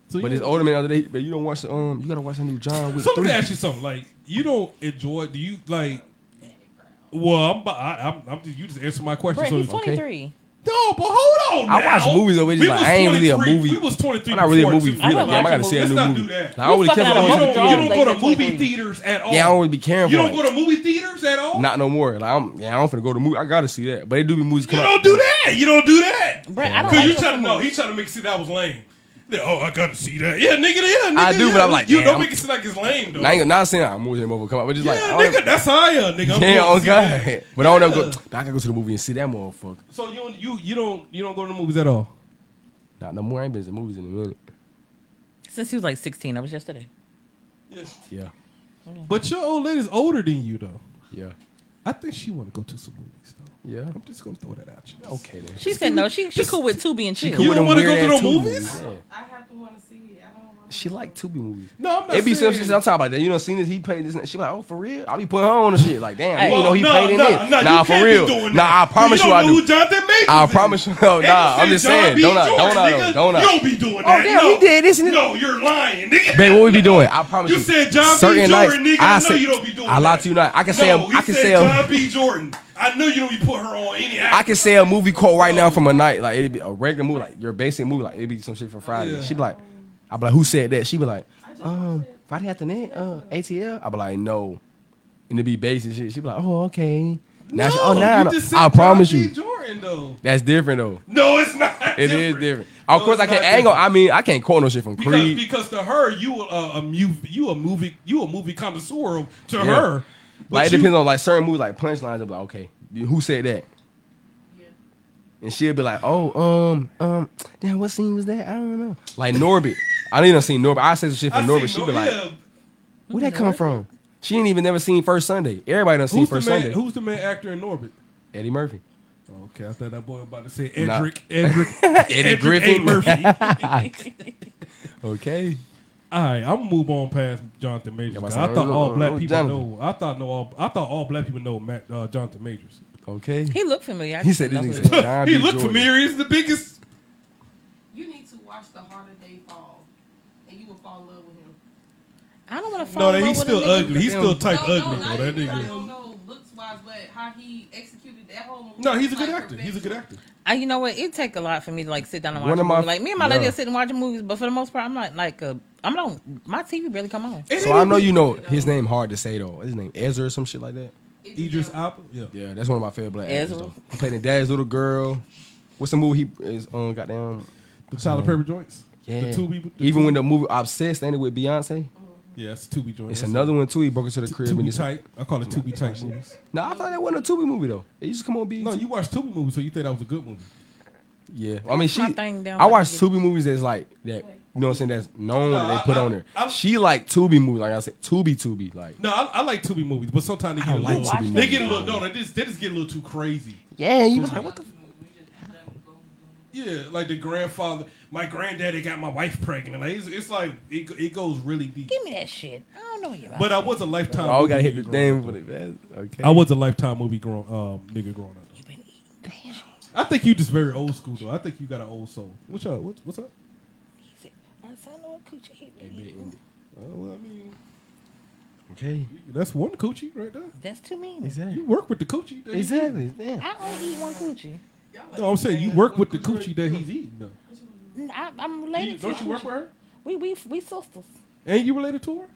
Speaker 2: So
Speaker 5: But
Speaker 2: you-
Speaker 5: it's older man the other day. But you don't watch the um. You gotta watch the new John Wick.
Speaker 2: So let
Speaker 5: three.
Speaker 2: me ask you something. Like, you don't enjoy? Do you like? Well, I'm. bu- I, I'm, I'm just, you just answer my question.
Speaker 4: Brent,
Speaker 2: so
Speaker 4: he's
Speaker 2: no,
Speaker 4: 23.
Speaker 2: but hold on.
Speaker 5: I
Speaker 2: now.
Speaker 5: watch movies though. It's
Speaker 2: We
Speaker 5: like,
Speaker 2: was
Speaker 5: I ain't really a
Speaker 2: 23.
Speaker 5: movie-
Speaker 2: We was 23.
Speaker 5: I'm not really a
Speaker 2: before,
Speaker 5: movie
Speaker 2: too.
Speaker 5: freak.
Speaker 4: I
Speaker 5: Damn, I
Speaker 4: like
Speaker 5: gotta
Speaker 4: movies.
Speaker 5: see a
Speaker 2: Let's
Speaker 5: new
Speaker 2: not
Speaker 5: movie.
Speaker 2: do that.
Speaker 5: Nah, I
Speaker 4: You
Speaker 5: always
Speaker 4: fucking
Speaker 5: kept
Speaker 4: out of
Speaker 2: You
Speaker 4: Hold
Speaker 2: don't,
Speaker 4: on,
Speaker 2: you
Speaker 4: dog.
Speaker 2: don't
Speaker 5: on.
Speaker 2: go to
Speaker 4: Like,
Speaker 2: movie
Speaker 4: wait, wait.
Speaker 2: theaters at all.
Speaker 5: Yeah, I don't really be caring.
Speaker 2: you
Speaker 5: about
Speaker 2: don't
Speaker 5: it.
Speaker 2: go to movie theaters at all.
Speaker 5: Not no more. Like I'm, yeah, I'm finna go to movie. I gotta see that. But they do be movies.
Speaker 2: You
Speaker 5: come
Speaker 2: don't
Speaker 5: out-
Speaker 2: do that. You don't do that.
Speaker 4: Brent, I don't
Speaker 2: Cause
Speaker 4: like
Speaker 2: you
Speaker 4: those
Speaker 2: trying to no,
Speaker 4: movies.
Speaker 2: he trying to make it seem that was lame. Yeah, oh, I gotta see that. Yeah, nigga, yeah, nigga.
Speaker 5: I do,
Speaker 2: yeah.
Speaker 5: but I'm like,
Speaker 2: you
Speaker 5: damn,
Speaker 2: don't
Speaker 5: I'm-
Speaker 2: make it seem like it's lame though.
Speaker 5: Now I ain't not saying I'm moving him over. Come out, but just
Speaker 2: yeah,
Speaker 5: like, I don't-
Speaker 2: nigga, that's how I am, nigga. I'm
Speaker 5: yeah,
Speaker 2: going
Speaker 5: oh
Speaker 2: to see that.
Speaker 5: god. But I don't ever
Speaker 2: Yeah.
Speaker 5: go. I can go to the movie and see that motherfucker.
Speaker 2: So you you you don't you don't go to the movies at all.
Speaker 5: Not no more. I ain't been to the movies in a minute.
Speaker 4: Since he was like 16, that was yesterday.
Speaker 5: Yeah,
Speaker 2: But your old lady's older than you though.
Speaker 5: yeah,
Speaker 2: I think she want to go to some movies though.
Speaker 5: yeah.
Speaker 2: I'm just gonna throw that out you.
Speaker 5: Okay then.
Speaker 4: She said no. She she cool with two being chill.
Speaker 2: You
Speaker 5: With
Speaker 2: don't
Speaker 5: them
Speaker 2: want to go to
Speaker 5: weird-ass
Speaker 2: no
Speaker 5: Tubi
Speaker 2: movies?
Speaker 5: Yeah.
Speaker 3: I have to want to see it. I don't want
Speaker 5: She like Tubi movies.
Speaker 2: No, I'm not.
Speaker 5: It be some
Speaker 2: saying-
Speaker 5: shit I'm talking about that. You know, seen this, he paid this. and that. She like, oh, for real? I be putting her on the shit. Like, damn,
Speaker 4: Hey.
Speaker 5: you ain't know he
Speaker 2: Well,
Speaker 5: paid in
Speaker 2: nah,
Speaker 5: it.
Speaker 2: nah,
Speaker 5: Nah,
Speaker 2: you
Speaker 5: for
Speaker 2: can't be
Speaker 5: real.
Speaker 2: doing
Speaker 5: Nah, I
Speaker 2: that.
Speaker 5: promise you,
Speaker 2: don't
Speaker 5: I
Speaker 2: know who
Speaker 5: do.
Speaker 2: Jonathan Majors
Speaker 5: I
Speaker 2: is.
Speaker 5: promise you, <laughs> no,
Speaker 2: And
Speaker 5: nah,
Speaker 2: say
Speaker 5: I'm just
Speaker 2: John
Speaker 5: saying,
Speaker 2: B.
Speaker 5: don't I-
Speaker 2: George,
Speaker 5: don't I though,
Speaker 2: nigga.
Speaker 5: don't I.
Speaker 2: You don't be doing
Speaker 5: Oh,
Speaker 2: that.
Speaker 5: damn,
Speaker 2: no.
Speaker 5: he did this and that.
Speaker 2: No, you're lying, nigga.
Speaker 5: Babe, what we be doing? I promise you.
Speaker 2: You said John B.
Speaker 5: Certain
Speaker 2: Jordan,
Speaker 5: nights,
Speaker 2: nigga. I,
Speaker 5: I
Speaker 2: know
Speaker 5: said-
Speaker 2: you don't be doing
Speaker 5: I lied
Speaker 2: that.
Speaker 5: to you not. I can
Speaker 2: no,
Speaker 5: say a-
Speaker 2: he
Speaker 5: I can
Speaker 2: said
Speaker 5: say a-
Speaker 2: John B. Jordan. I know you don't be put her on any
Speaker 5: I
Speaker 2: act.
Speaker 5: can say a movie quote right now from a night, like it'd be a regular movie, like your basic movie, like it'd be some shit from Friday.
Speaker 2: Yeah.
Speaker 5: She'd be like, I'd be like, who said that? She'd be like, um, Friday afternoon, uh, ATL. I'd be like, no, and it'd be basic shit. She'd be like, oh, okay. Now, she, oh,
Speaker 2: No,
Speaker 5: now
Speaker 2: you
Speaker 5: I know."
Speaker 2: just said
Speaker 5: I promise
Speaker 2: John B.
Speaker 5: you,
Speaker 2: Jordan, though.
Speaker 5: that's different though.
Speaker 2: No, it's not.
Speaker 5: It is
Speaker 2: different.
Speaker 5: different. Of
Speaker 2: No,
Speaker 5: course,
Speaker 2: it's
Speaker 5: I can't.
Speaker 2: not
Speaker 5: I ain't gonna-
Speaker 2: different.
Speaker 5: I mean, I can't quote no shit from
Speaker 2: Because,
Speaker 5: Creed.
Speaker 2: because to her, you a, a, mu- you a movie you a movie connoisseur to
Speaker 5: Yeah.
Speaker 2: her. But
Speaker 5: like it
Speaker 2: you-
Speaker 5: depends on like certain movies, like punchlines. I'm like, okay, who said that? And she'll be like, oh, um, um, damn, what scene was that? I don't know. Like
Speaker 2: <laughs>
Speaker 5: Norbit. I didn't even see Norbit. I said some shit
Speaker 2: I
Speaker 5: from Norbit.
Speaker 2: see
Speaker 5: She'd
Speaker 2: no-
Speaker 5: be like,
Speaker 2: yeah.
Speaker 5: where that come from? She ain't even never seen First Sunday. Everybody done seen
Speaker 2: who's the, man,
Speaker 5: First Sunday.
Speaker 2: who's the main actor in Norbit?
Speaker 5: Eddie Murphy.
Speaker 2: Okay, I thought that boy about to say
Speaker 5: Nah.
Speaker 2: Edric,
Speaker 5: <laughs>
Speaker 2: Edric, Edric, A.
Speaker 5: Griffin. <laughs>
Speaker 2: Murphy.
Speaker 5: Okay.
Speaker 2: All right, I'm gonna move on past Jonathan Majors.
Speaker 5: Yeah, but
Speaker 2: 'cause
Speaker 5: I
Speaker 2: I
Speaker 5: said,
Speaker 2: thought
Speaker 5: oh,
Speaker 2: all
Speaker 5: oh,
Speaker 2: black
Speaker 5: oh,
Speaker 2: people
Speaker 5: Jonathan.
Speaker 2: know. I thought no, all, I thought all black people know Matt, uh, Jonathan Majors.
Speaker 5: Okay.
Speaker 4: He looked familiar. I
Speaker 5: He
Speaker 4: just
Speaker 5: said this
Speaker 4: didn't know
Speaker 5: nigga
Speaker 4: who
Speaker 5: said
Speaker 4: it was.
Speaker 5: John
Speaker 2: <laughs>
Speaker 5: B.
Speaker 2: he looked
Speaker 5: Jordan.
Speaker 2: familiar. He's the biggest.
Speaker 3: to. You need to watch The Harder They Fall, and you will fall in love with him.
Speaker 4: I don't want to fall
Speaker 2: No,
Speaker 4: in
Speaker 2: that
Speaker 4: love
Speaker 2: he's
Speaker 4: with a
Speaker 2: still
Speaker 4: nigga.
Speaker 2: ugly. He's still type ugly.
Speaker 3: not
Speaker 2: though, that
Speaker 3: even, like,
Speaker 2: nigga.
Speaker 3: on no looks wise, but how he executed that whole movie.
Speaker 2: No, he's a
Speaker 3: like
Speaker 2: good actor. He's a
Speaker 3: perfection.
Speaker 2: good actor.
Speaker 4: I, you know what? It take a lot for me to like sit down and
Speaker 5: One
Speaker 4: watch a
Speaker 5: of my-
Speaker 4: movie. Like me and my lady
Speaker 5: Yeah.
Speaker 4: will sit and watch movies, but for the most part, I'm not like uh, I'm not. My TV barely come on.
Speaker 2: And
Speaker 5: So I know you know his name hard to say though. His name Ezra or some shit like that.
Speaker 2: Idris Alba. Yeah.
Speaker 5: Yeah, that's one of my favorite black actors.
Speaker 4: Ezra.
Speaker 5: Though. He played in Dad's Little Girl. What's the movie he is on? Goddamn.
Speaker 2: the Tyler Perry joints.
Speaker 5: Uh-huh. Yeah.
Speaker 2: the two people.
Speaker 5: Even when the movie Obsessed ended with Beyonce,
Speaker 2: yeah, it's two B joints.
Speaker 5: it's another one too. He broke into the crib
Speaker 2: two
Speaker 5: and
Speaker 2: B
Speaker 5: it's
Speaker 2: type. I call it two B type movies.
Speaker 5: No, I thought that wasn't a Tubi movie though. It used to come on E BET.
Speaker 2: No, you watched two B movies, so you think that was a good movie.
Speaker 5: yeah, I mean she.
Speaker 4: my thing down
Speaker 5: I
Speaker 4: like
Speaker 5: watch
Speaker 4: this.
Speaker 5: Tubi movies that's like that. You know what I'm saying? That's known
Speaker 2: No,
Speaker 5: that they
Speaker 2: I-
Speaker 5: put
Speaker 2: I-
Speaker 5: on there.
Speaker 2: I'm-
Speaker 5: she like Tubi movie, like I said, Tubi Tubi like.
Speaker 2: No, I, I like Tubi movies, but sometimes they get a
Speaker 5: don't like
Speaker 2: little.
Speaker 5: Tubi
Speaker 2: they
Speaker 5: movies.
Speaker 2: get a little. No, they just they just get a little too crazy.
Speaker 5: Yeah, you was like, what the? F-?
Speaker 2: Yeah, like the grandfather. My granddaddy got my wife pregnant. Like it's, it's like it, it goes really deep.
Speaker 4: Give me that shit. I don't know what you're about.
Speaker 2: But I was a lifetime.
Speaker 5: Oh,
Speaker 2: movie
Speaker 5: we gotta hit the
Speaker 2: nigga growing
Speaker 5: damn with it, man. Okay.
Speaker 2: up. I was a lifetime movie growing um nigga growing up.
Speaker 4: You been eating.
Speaker 2: I think you just very old school though. I think you got an old soul. What's up? What, what's up?
Speaker 4: I don't know what oh, coochie he been eating.
Speaker 2: Uh, well, I mean,
Speaker 5: Okay.
Speaker 2: that's one coochie right there.
Speaker 4: That's too mean.
Speaker 2: You
Speaker 5: Exactly.
Speaker 2: work with the coochie. That he's eating.
Speaker 5: Exactly. Damn.
Speaker 4: I only eat one coochie.
Speaker 2: No, I'm saying you work with the coochie that he's eating. Though.
Speaker 4: I, I'm
Speaker 2: You-
Speaker 4: related
Speaker 2: don't
Speaker 4: to
Speaker 2: you work
Speaker 4: coochie.
Speaker 2: with her?
Speaker 4: We we we sisters.
Speaker 2: And you related to her?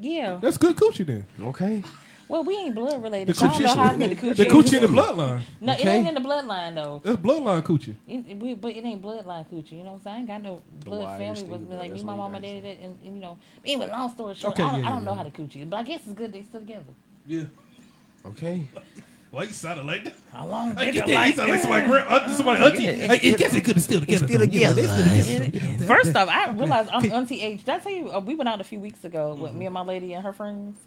Speaker 4: Yeah.
Speaker 2: That's good coochie then.
Speaker 5: Okay.
Speaker 4: Well, we ain't blood
Speaker 2: The
Speaker 4: related. so I don't know how I get the
Speaker 2: coochie,
Speaker 4: coochie.
Speaker 2: the coochie in the bloodline.
Speaker 4: No, it
Speaker 5: Okay.
Speaker 4: ain't in the bloodline though.
Speaker 2: That's bloodline coochie.
Speaker 4: It, it- we, but it ain't bloodline coochie. You know what I'm saying? I ain't got no blood
Speaker 5: wires
Speaker 4: family
Speaker 5: thing,
Speaker 4: with me.
Speaker 5: though,
Speaker 4: Like me,
Speaker 5: that's
Speaker 4: my
Speaker 5: what
Speaker 4: mama,
Speaker 5: it
Speaker 4: daddy, that, and, and you know. Anyway, long story short,
Speaker 2: Okay,
Speaker 4: I don't,
Speaker 2: yeah,
Speaker 4: I don't
Speaker 2: yeah,
Speaker 4: know
Speaker 2: yeah.
Speaker 4: how to coochie, but I guess it's good they still together.
Speaker 2: Yeah.
Speaker 5: Okay.
Speaker 2: Why you sounded like that?
Speaker 4: How long?
Speaker 2: Like,
Speaker 4: did
Speaker 2: you
Speaker 4: it
Speaker 2: think you
Speaker 4: like-
Speaker 2: sound like somebody, grand, uh, somebody auntie. Like, it gets it good still together. Still
Speaker 4: First off, I realized I'm
Speaker 2: <laughs>
Speaker 4: auntie age. Did I tell you uh, we went out a few weeks ago with
Speaker 2: Mm-hmm.
Speaker 4: me and my lady and her friends?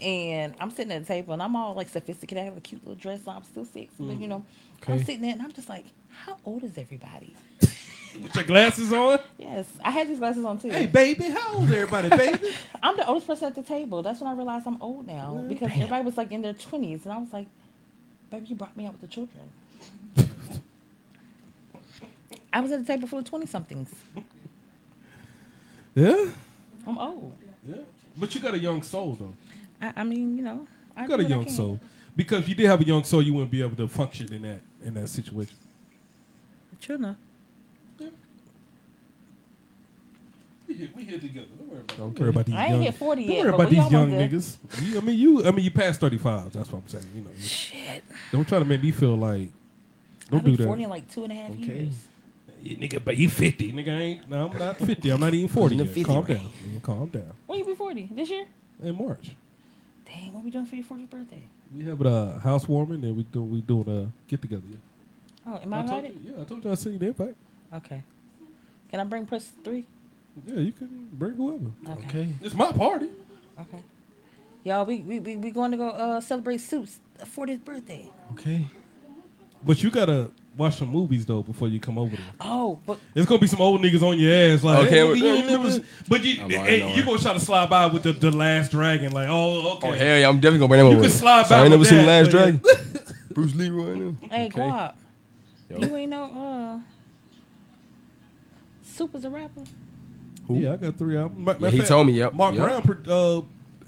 Speaker 4: And I'm sitting at the table and I'm all like sophisticated. I have a cute
Speaker 2: Mm.
Speaker 4: little dress on. I'm still sexy, but you know, I'm sitting there and I'm just like, how old is everybody?
Speaker 2: With your glasses on?
Speaker 4: Yes, I had these glasses on too.
Speaker 2: Hey, baby, how old everybody, baby?
Speaker 4: I'm the oldest person at the table. That's when I realized I'm old now because everybody was like in their 20s, and I was like, "Baby, you brought me out with the children." I was at the table full of 20 somethings.
Speaker 2: yeah.
Speaker 4: I'm old.
Speaker 2: Yeah. But you got a young soul, though.
Speaker 4: I, I mean, you know, I
Speaker 2: You got
Speaker 4: do
Speaker 2: a
Speaker 4: what I
Speaker 2: young
Speaker 4: can.
Speaker 2: soul. Because if you did have a young soul, you wouldn't be able to function in that in that situation.
Speaker 4: True enough.
Speaker 2: We here, we here together. Don't worry about, don't worry about these
Speaker 4: I ain't
Speaker 2: young,
Speaker 4: hit
Speaker 2: Don't
Speaker 4: 40 yet,
Speaker 2: worry
Speaker 4: but
Speaker 2: about
Speaker 4: we
Speaker 2: these young niggas.
Speaker 4: almost
Speaker 2: You, I mean, you. I mean, you passed thirty five. That's what I'm saying. You know, you-
Speaker 4: Shit,
Speaker 2: don't try to make me feel like. Don't
Speaker 4: I've been
Speaker 2: do that.
Speaker 4: 40 in like two and a half years.
Speaker 2: Yeah, nigga, but you 50. Nigga, I ain't. No, I'm
Speaker 5: <laughs>
Speaker 2: not 50. I'm not even 40.
Speaker 5: In the
Speaker 2: Yet.
Speaker 5: 50
Speaker 2: calm
Speaker 5: range.
Speaker 2: down. man, Calm down.
Speaker 4: When you be 40 this year?
Speaker 2: In March,
Speaker 4: Dang, what we doing for your 40th birthday?
Speaker 2: we have a housewarming and we do we doing a get together. Yeah.
Speaker 4: Oh, am I
Speaker 2: I told
Speaker 4: invited?
Speaker 2: you, yeah, I told you I seen the invite.
Speaker 4: Okay. Can I bring press three?
Speaker 2: Yeah, you can bring whoever.
Speaker 4: Okay.
Speaker 2: It's my party.
Speaker 4: Okay. Y'all, we we we, we going to go uh celebrate Suits 40th birthday.
Speaker 5: Okay.
Speaker 2: But you gotta watch some movies though before you come over there.
Speaker 4: Oh, but
Speaker 2: It's gonna be some old niggas on your ass, like.
Speaker 5: Okay,
Speaker 2: "Hey,
Speaker 5: well,
Speaker 2: nigga, you ain't
Speaker 5: yeah,
Speaker 2: never s-" but you,
Speaker 5: I'm already
Speaker 2: hey, you
Speaker 5: knowing.
Speaker 2: gonna try to slide by with the, the last dragon, like, oh, okay.
Speaker 5: Oh hell yeah, I'm definitely gonna bring that
Speaker 2: You
Speaker 5: over.
Speaker 2: can slide
Speaker 5: So I
Speaker 2: back
Speaker 5: ain't never
Speaker 2: with
Speaker 5: seen the
Speaker 2: that,
Speaker 5: Last Dragon.
Speaker 2: but
Speaker 5: Bruce Lee right now.
Speaker 4: hey,
Speaker 5: Okay.
Speaker 4: Guap,
Speaker 5: Yo.
Speaker 4: you ain't know uh Soup is a rapper.
Speaker 2: Yeah, I got three albums. Ma- matter
Speaker 5: Yeah,
Speaker 2: of
Speaker 5: he
Speaker 2: fact,
Speaker 5: told me, yep,
Speaker 2: Mark
Speaker 5: yep.
Speaker 2: Brown pro- uh,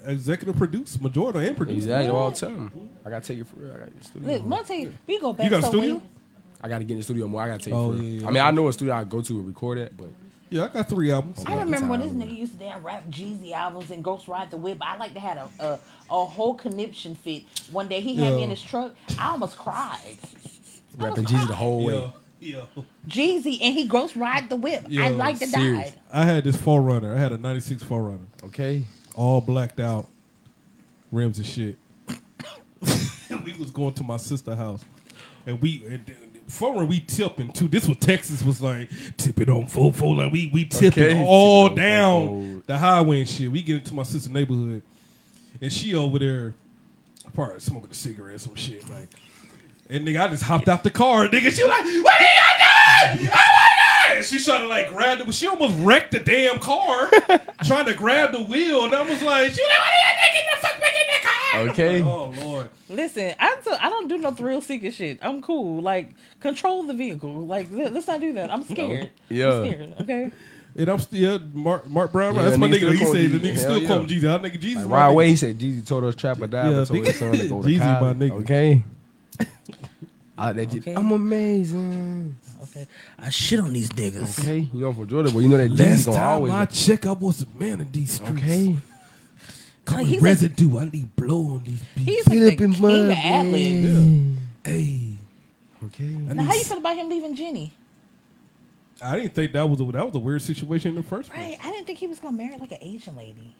Speaker 2: executive produced, majority and produced.
Speaker 5: Exactly all the time. I gotta take it for real. I gotta get the studio.
Speaker 4: Look,
Speaker 5: more.
Speaker 4: let me tell you, we go back.
Speaker 2: got a
Speaker 4: so
Speaker 2: studio?
Speaker 4: way-
Speaker 5: I gotta get in the studio more. I gotta take
Speaker 2: Oh,
Speaker 5: it for real.
Speaker 2: yeah, yeah,
Speaker 5: I mean, I know a studio I go to and record at, but
Speaker 2: Yeah, I got three albums.
Speaker 4: I remember when this
Speaker 5: time.
Speaker 4: nigga used to damn rap Jeezy albums and Ghost Ride the Whip. I like to had a, a a whole conniption fit. One day he had me in
Speaker 2: Yeah.
Speaker 4: his truck. I almost cried.
Speaker 5: rapping Jeezy the whole way.
Speaker 2: Yeah, yeah.
Speaker 4: Jeezy and he Ghost Ride the Whip. I
Speaker 2: Yo,
Speaker 4: like to
Speaker 5: serious.
Speaker 4: die.
Speaker 2: I had this Forerunner. I had a '96 Forerunner,
Speaker 5: Okay.
Speaker 2: all blacked out, rims and shit. we was going to my sister house, and we and, and Forerunner we tipping too. This was Texas was like tipping on fofo like we we tipping
Speaker 5: Okay,
Speaker 2: all
Speaker 5: tipping on
Speaker 2: down
Speaker 5: fofo.
Speaker 2: the highway and shit. We get into my sister's neighborhood, and she over there probably smoking a cigarette, some shit like. And nigga, I just hopped out the car. Nigga, she like, what are you doing? Oh my God! She started like grab the, she almost wrecked the damn car
Speaker 5: <laughs>
Speaker 2: trying to grab the wheel. And I was like, she like, what are you doing? Get the fuck back in that car!
Speaker 5: Okay.
Speaker 2: Oh Lord.
Speaker 4: Listen, I t- I don't do no thrill seeker shit. I'm cool. Like control the vehicle. Like let- let's not do that. I'm scared.
Speaker 5: Yeah.
Speaker 4: I'm scared. Okay.
Speaker 2: And I'm still Mark Mark Brown.
Speaker 5: Yeah,
Speaker 2: that's my nigga.
Speaker 5: nigga still
Speaker 2: He
Speaker 5: call
Speaker 2: said the
Speaker 5: Jesus.
Speaker 2: nigga
Speaker 5: Hell
Speaker 2: still
Speaker 5: yeah.
Speaker 2: called Jesus. Our nigga Jesus.
Speaker 5: Like,
Speaker 2: my
Speaker 5: right
Speaker 2: nigga.
Speaker 5: away, he said Jeezy told us trap or die,
Speaker 2: Yeah,
Speaker 5: but told his
Speaker 2: nigga.
Speaker 5: son to go to
Speaker 2: Jeezy my
Speaker 5: college.
Speaker 2: nigga.
Speaker 5: Okay. I, that,
Speaker 4: Okay.
Speaker 5: I'm amazing.
Speaker 4: Okay. I shit on these niggas.
Speaker 5: Okay, you know I'm from Jordan, but you know that Jeezy gonna always.
Speaker 2: check, I was a man in these streets.
Speaker 5: okay.
Speaker 4: Like, he's like,
Speaker 2: residue, I need blow on these beats.
Speaker 4: he's like
Speaker 5: Get
Speaker 4: the
Speaker 5: up in
Speaker 4: king of
Speaker 5: mud,
Speaker 4: ad-lib.
Speaker 2: Hey.
Speaker 5: Okay.
Speaker 4: Now, how you feel about him leaving Jenny?
Speaker 2: I didn't think that was a, that was a weird situation in the first place.
Speaker 4: Right. I didn't think he was gonna marry like an Asian lady.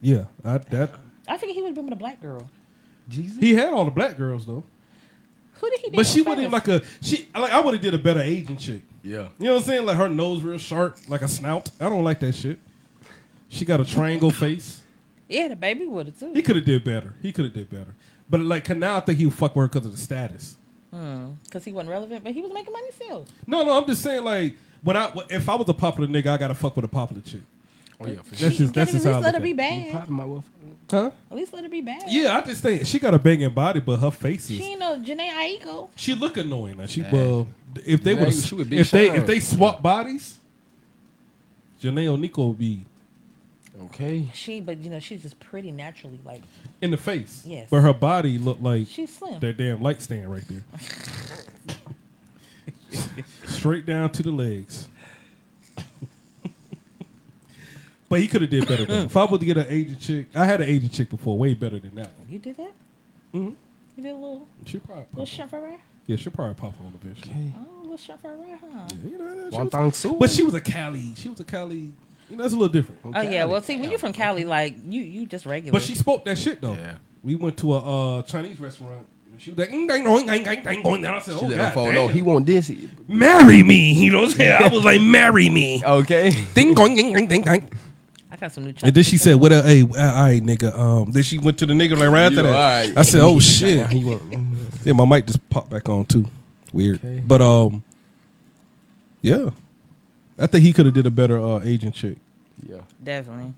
Speaker 2: Yeah, I, that
Speaker 4: I figured he would have been with a black girl.
Speaker 5: Jeezy.
Speaker 2: he had all the black girls though,
Speaker 4: Who did he? date
Speaker 2: but she
Speaker 4: first?
Speaker 2: wasn't even like a she. Like I would have did a better Asian chick.
Speaker 5: Yeah.
Speaker 2: You know what I'm saying? Like her nose real sharp, like a snout. I don't like that shit. She got a triangle face.
Speaker 4: Yeah, the baby would have too.
Speaker 2: He could have did better. He could have did better. But like now, I think he would fuck with her because of the status.
Speaker 4: Cause he wasn't relevant, but he was making money still.
Speaker 2: No, no, I'm just saying like when I if I was a popular nigga, I gotta fuck with a popular chick.
Speaker 5: Oh yeah, for sure.
Speaker 2: That's
Speaker 4: You
Speaker 2: just that's
Speaker 4: gotta
Speaker 2: just
Speaker 4: at
Speaker 2: how I
Speaker 4: least
Speaker 2: look
Speaker 4: let her
Speaker 2: at
Speaker 4: be
Speaker 2: it.
Speaker 4: bad.
Speaker 5: Popping my motherfucker.
Speaker 2: Huh?
Speaker 4: At least let her be bad.
Speaker 2: Yeah, I just think she got a banging body, but her face
Speaker 4: She
Speaker 2: is
Speaker 4: ain't no Janae Aiko.
Speaker 2: She look annoying. Like she well, if they
Speaker 5: Janae,
Speaker 2: would
Speaker 5: she would be
Speaker 2: if they
Speaker 5: shy.
Speaker 2: if they swap bodies, Janae O'Neal would be
Speaker 5: Okay.
Speaker 4: She, but you know, she's just pretty naturally. Like
Speaker 2: in the face.
Speaker 4: Yes.
Speaker 2: But her body looked like
Speaker 4: she's slim.
Speaker 2: that damn light stand right there. Straight down to the legs. but he could have did better. Though. if I would get an Asian chick, I had an Asian chick before, way better than that one.
Speaker 4: You did that? Mm-hmm. You did a little
Speaker 2: She probably
Speaker 4: little
Speaker 2: pop,
Speaker 4: shot for her?
Speaker 2: yeah, she probably pop on the bitch.
Speaker 4: Oh, little shot for her, huh?
Speaker 2: You know, she
Speaker 5: One
Speaker 2: was-
Speaker 5: thong soup.
Speaker 2: But she was a Cali. She was a Cali. You know, that's a little different.
Speaker 4: Oh yeah. Well, see, when you're from Cali, like you you just regular.
Speaker 2: Mm-hmm. But she spoke that shit though.
Speaker 5: Yeah.
Speaker 2: We went to a uh, Chinese restaurant. She was like, "Mm, dang, dang, dang, dang, dang, dang." I said,
Speaker 5: She
Speaker 2: "Oh
Speaker 5: let him
Speaker 2: God,
Speaker 5: fall. No,
Speaker 2: damn.
Speaker 5: he want this.
Speaker 2: marry me." <laughs> You know what I'm saying? I was like, "Marry me."
Speaker 5: Okay.
Speaker 2: Ding, dong, ding, ding, ding, ding.
Speaker 4: I got some new. Chocolate
Speaker 2: And then she said, "What? A, hey, uh, all right, nigga." Um, then she went to the nigga like right after
Speaker 5: You
Speaker 2: that.
Speaker 5: alright.
Speaker 2: I said,
Speaker 5: <laughs>
Speaker 2: "Oh shit."
Speaker 5: He want. mm,
Speaker 2: Yeah, my mic just popped back on too. Weird,
Speaker 5: Okay.
Speaker 2: but um, yeah, I think he could have did a better uh, agent chick.
Speaker 5: Yeah.
Speaker 4: Definitely.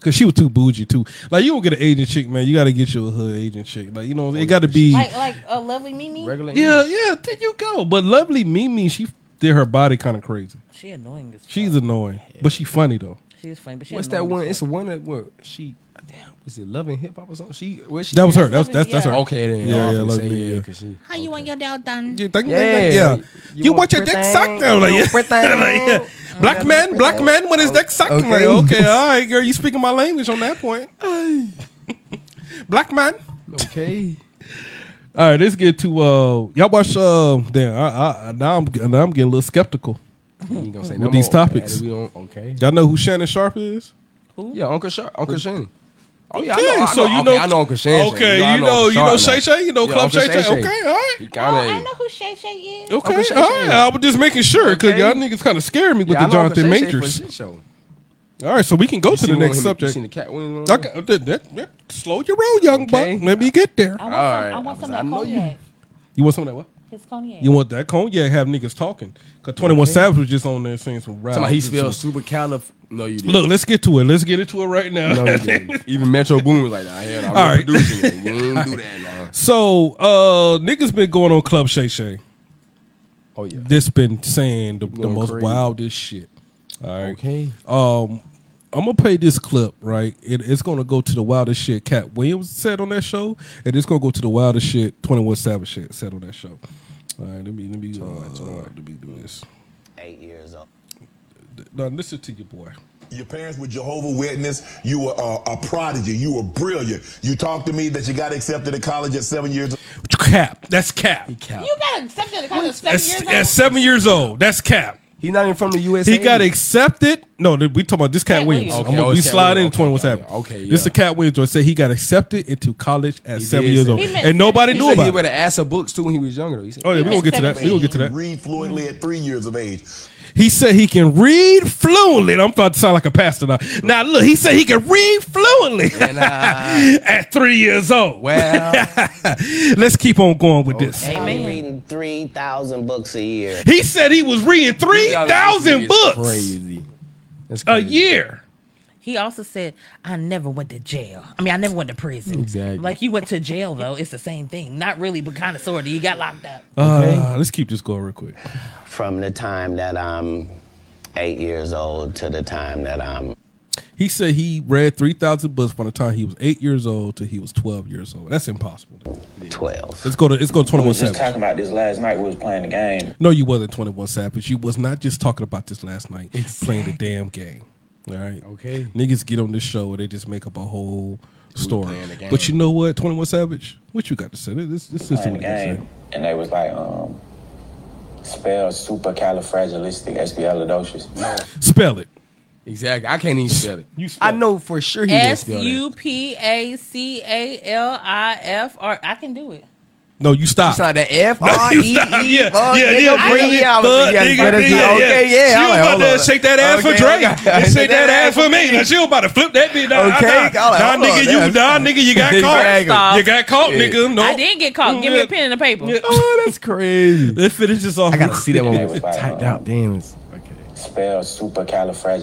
Speaker 2: Cause she was too bougie too. Like you don't get an agent chick, man. You got to get you a hood agent chick. Like you know, it got to be.
Speaker 4: Like like a lovely Mimi.
Speaker 5: Regular.
Speaker 2: Yeah, yeah. There you go. But lovely Mimi, she did her body kind of crazy.
Speaker 4: She annoying as fuck.
Speaker 2: She's annoying, but she funny though.
Speaker 4: she's funny, but she
Speaker 5: What's that
Speaker 4: annoying
Speaker 5: one?
Speaker 4: as
Speaker 5: It's the one that what she. Damn. Was it Love and Hip Hop or something? She. What she
Speaker 2: That was her. That's that's that's her. Oh,
Speaker 5: Okay then.
Speaker 2: Yeah,
Speaker 5: I
Speaker 2: yeah,
Speaker 5: was gonna
Speaker 2: Love
Speaker 5: say,
Speaker 2: and Hip, yeah.
Speaker 5: 'cause she-
Speaker 4: fuck. How you want your dad done?
Speaker 2: You think-
Speaker 5: Yeah.
Speaker 2: yeah.
Speaker 5: You
Speaker 2: You, want
Speaker 5: want
Speaker 2: your dick
Speaker 5: pretty?
Speaker 2: sucked down like,
Speaker 5: You
Speaker 2: <laughs>
Speaker 5: want
Speaker 2: yeah.
Speaker 5: pretty?
Speaker 2: Like, yeah. Black man, black man when his dick sucked. Okay. Like,
Speaker 5: Okay.
Speaker 2: <laughs> okay, all right, girl, you speaking my language on that point. <laughs> black man. <laughs>
Speaker 5: Okay.
Speaker 2: All right, let's get to uh y'all watch uh damn I, I now I'm now I'm getting a little skeptical.
Speaker 5: You ain't gonna say
Speaker 2: With these
Speaker 5: more.
Speaker 2: topics.
Speaker 5: Yeah, we don't- okay.
Speaker 2: Y'all know who Shannon Sharp is?
Speaker 5: Yeah, Uncle Sha Uncle Shane. Oh yeah,
Speaker 2: Okay,
Speaker 5: I know,
Speaker 2: so
Speaker 5: I know,
Speaker 2: you
Speaker 5: okay,
Speaker 2: know-
Speaker 5: I know Uncle Shane.
Speaker 2: Okay, you know, you know Shay Shay, you know Club Shay Shay. Okay, all right.
Speaker 5: He
Speaker 4: Oh,
Speaker 5: kinda,
Speaker 4: I know who Shay Shay is.
Speaker 2: Okay,
Speaker 5: Uncle Shay
Speaker 2: all
Speaker 5: Shay.
Speaker 2: right. I was just making sure because
Speaker 5: Okay.
Speaker 2: y'all niggas kind of scared me with
Speaker 5: Yeah, I
Speaker 2: the
Speaker 5: know Uncle
Speaker 2: Jonathan
Speaker 5: Shay Shay for
Speaker 2: Majors.
Speaker 5: shit show. You
Speaker 2: All right, so we can go to
Speaker 5: seen
Speaker 2: the
Speaker 5: him on
Speaker 2: next
Speaker 5: him- You
Speaker 2: subject.
Speaker 5: seen the cat wing?
Speaker 2: Okay, uh, that- that- that- slow your roll, young
Speaker 5: Okay.
Speaker 2: buck. Let me get there.
Speaker 4: I want
Speaker 5: All
Speaker 4: some, I
Speaker 5: right,
Speaker 4: want some
Speaker 5: I
Speaker 4: of that
Speaker 5: know you-
Speaker 4: cognac.
Speaker 2: You want some of that what?
Speaker 4: His cognac.
Speaker 2: You want that cognac? Have niggas talking? Cause Twenty One Savage was just on there saying some rap.
Speaker 5: Somebody he spells super calif. No, you didn't.
Speaker 2: Look, let's get to it. Let's get into it right now.
Speaker 5: No, you didn't. Even Metro Boomin was like, nah, hell, I'm
Speaker 2: All right.
Speaker 5: producing it. You ain't do that,
Speaker 2: <laughs>
Speaker 5: nah.
Speaker 2: <laughs> So uh niggas been going on Club Shay Shay.
Speaker 5: Oh yeah.
Speaker 2: This been saying the, the
Speaker 5: Going
Speaker 2: most
Speaker 5: crazy.
Speaker 2: wildest shit. All right.
Speaker 5: Okay.
Speaker 2: Um I'm gonna play this clip, right? It, it's gonna go to the wildest shit Cat Williams said on that show, and it's gonna go to the wildest shit 21 Savage shit said on that show. All right, let me let me uh, let me do this.
Speaker 9: eight years old.
Speaker 2: Now listen to your boy.
Speaker 12: Your parents were Jehovah Witness. You were a, a prodigy. You were brilliant. You talked to me that you got accepted to college at seven years.
Speaker 2: Cap, that's Cap.
Speaker 4: You got accepted because seven
Speaker 2: That's-
Speaker 4: years
Speaker 2: At,
Speaker 4: old.
Speaker 2: seven years old, that's Cap.
Speaker 5: He's not even from the USA.
Speaker 2: He got accepted. No, th- we talking about this Cat
Speaker 4: Cat
Speaker 2: Williams.
Speaker 4: Williams.
Speaker 2: I'm
Speaker 5: Okay,
Speaker 2: gonna
Speaker 5: oh,
Speaker 2: we
Speaker 5: it's Cat
Speaker 2: slide
Speaker 5: Williams.
Speaker 2: into 21
Speaker 5: Okay,
Speaker 2: Savage.
Speaker 5: okay, okay,
Speaker 2: This is
Speaker 5: yeah.
Speaker 2: Cat Williams. who said he got accepted into college at
Speaker 5: He
Speaker 2: seven
Speaker 5: did
Speaker 2: years
Speaker 5: say-
Speaker 2: old,
Speaker 5: He
Speaker 4: meant-
Speaker 2: and nobody
Speaker 5: He
Speaker 2: knew
Speaker 5: said
Speaker 2: about
Speaker 5: he
Speaker 2: it.
Speaker 5: read the ass of books too when he was younger. Though. He said,
Speaker 2: Oh yeah, we
Speaker 4: meant
Speaker 2: gonna get to that. We
Speaker 4: seventeen.
Speaker 2: gonna get to that.
Speaker 12: Read fluently at three years of age.
Speaker 2: He said he can read fluently. I'm about to sound like a pastor now. Now look, he said he can read fluently
Speaker 5: And,
Speaker 2: <laughs>
Speaker 5: uh,
Speaker 2: at three years old.
Speaker 5: Well,
Speaker 2: <laughs> Let's keep on going with this.
Speaker 9: Hey,
Speaker 4: Amen.
Speaker 9: man. reading 3,000 books a year.
Speaker 2: He said he was reading three thousand books
Speaker 5: Crazy. That's
Speaker 2: a
Speaker 5: crazy.
Speaker 2: year.
Speaker 4: He also said, I never went to jail. I mean, I never went to prison.
Speaker 5: Exactly.
Speaker 4: Like you went to jail though. It's the same thing. Not really, but kind of sort of. You got locked up.
Speaker 2: Uh, let's keep this going real quick.
Speaker 9: From the time that I'm eight years old to the time that I'm
Speaker 2: He said he read three thousand books by the time he was eight years old till he was twelve years old. That's impossible.
Speaker 9: 12.
Speaker 2: Let's go to let's go to twenty one savage.
Speaker 9: about this last night. We was playing the game.
Speaker 2: No, you wasn't 21 Savage. You was not just talking about this last night, playing the damn game. All right.
Speaker 5: Okay.
Speaker 2: Niggas get on this show and they just make up a whole story.
Speaker 5: playing the game.
Speaker 2: But you know what, 21 Savage? What you got to say? This, this is what you got to say.
Speaker 9: and they was like, um, spell supercalifragilisticexpialidocious.
Speaker 2: Spell it.
Speaker 5: Exactly. I can't even spell it.
Speaker 2: You spell
Speaker 5: I know for sure he didn't
Speaker 4: S
Speaker 5: spell
Speaker 4: U
Speaker 5: it.
Speaker 4: P A C A L I F R. I can do it.
Speaker 2: No, you stop. <laughs>
Speaker 5: It's not that F R E E.
Speaker 2: Yeah, yeah,
Speaker 5: fuck,
Speaker 2: yeah,
Speaker 5: nigga,
Speaker 2: yeah,
Speaker 5: bring
Speaker 2: yeah,
Speaker 5: it out.
Speaker 2: thug,
Speaker 5: Yeah,
Speaker 2: nigga,
Speaker 5: better be-
Speaker 2: yeah, yeah.
Speaker 5: Okay, yeah.
Speaker 2: She
Speaker 5: I'm like,
Speaker 2: was about
Speaker 5: hold
Speaker 2: to
Speaker 5: on.
Speaker 2: shake that ass for
Speaker 5: Okay,
Speaker 2: Drake.
Speaker 5: okay.
Speaker 2: And shake that ass for me. Now she was about to flip that bitch. Nah, nah,
Speaker 5: Okay, I'm like,
Speaker 2: nah,
Speaker 5: hold on,
Speaker 2: nigga, you,
Speaker 5: that's-
Speaker 2: nah, nigga, you got
Speaker 5: <laughs> Exactly.
Speaker 2: caught. You got caught, nigga. No,
Speaker 4: I didn't get caught. Give me
Speaker 2: Yeah.
Speaker 4: a pen and a paper.
Speaker 2: Yeah.
Speaker 5: Oh, that's crazy.
Speaker 2: Let's finish this off.
Speaker 5: I gotta see that one
Speaker 9: They was
Speaker 5: when <laughs> it's
Speaker 9: like,
Speaker 5: typed
Speaker 9: uh,
Speaker 5: out. Damn, it's okay.
Speaker 9: Spell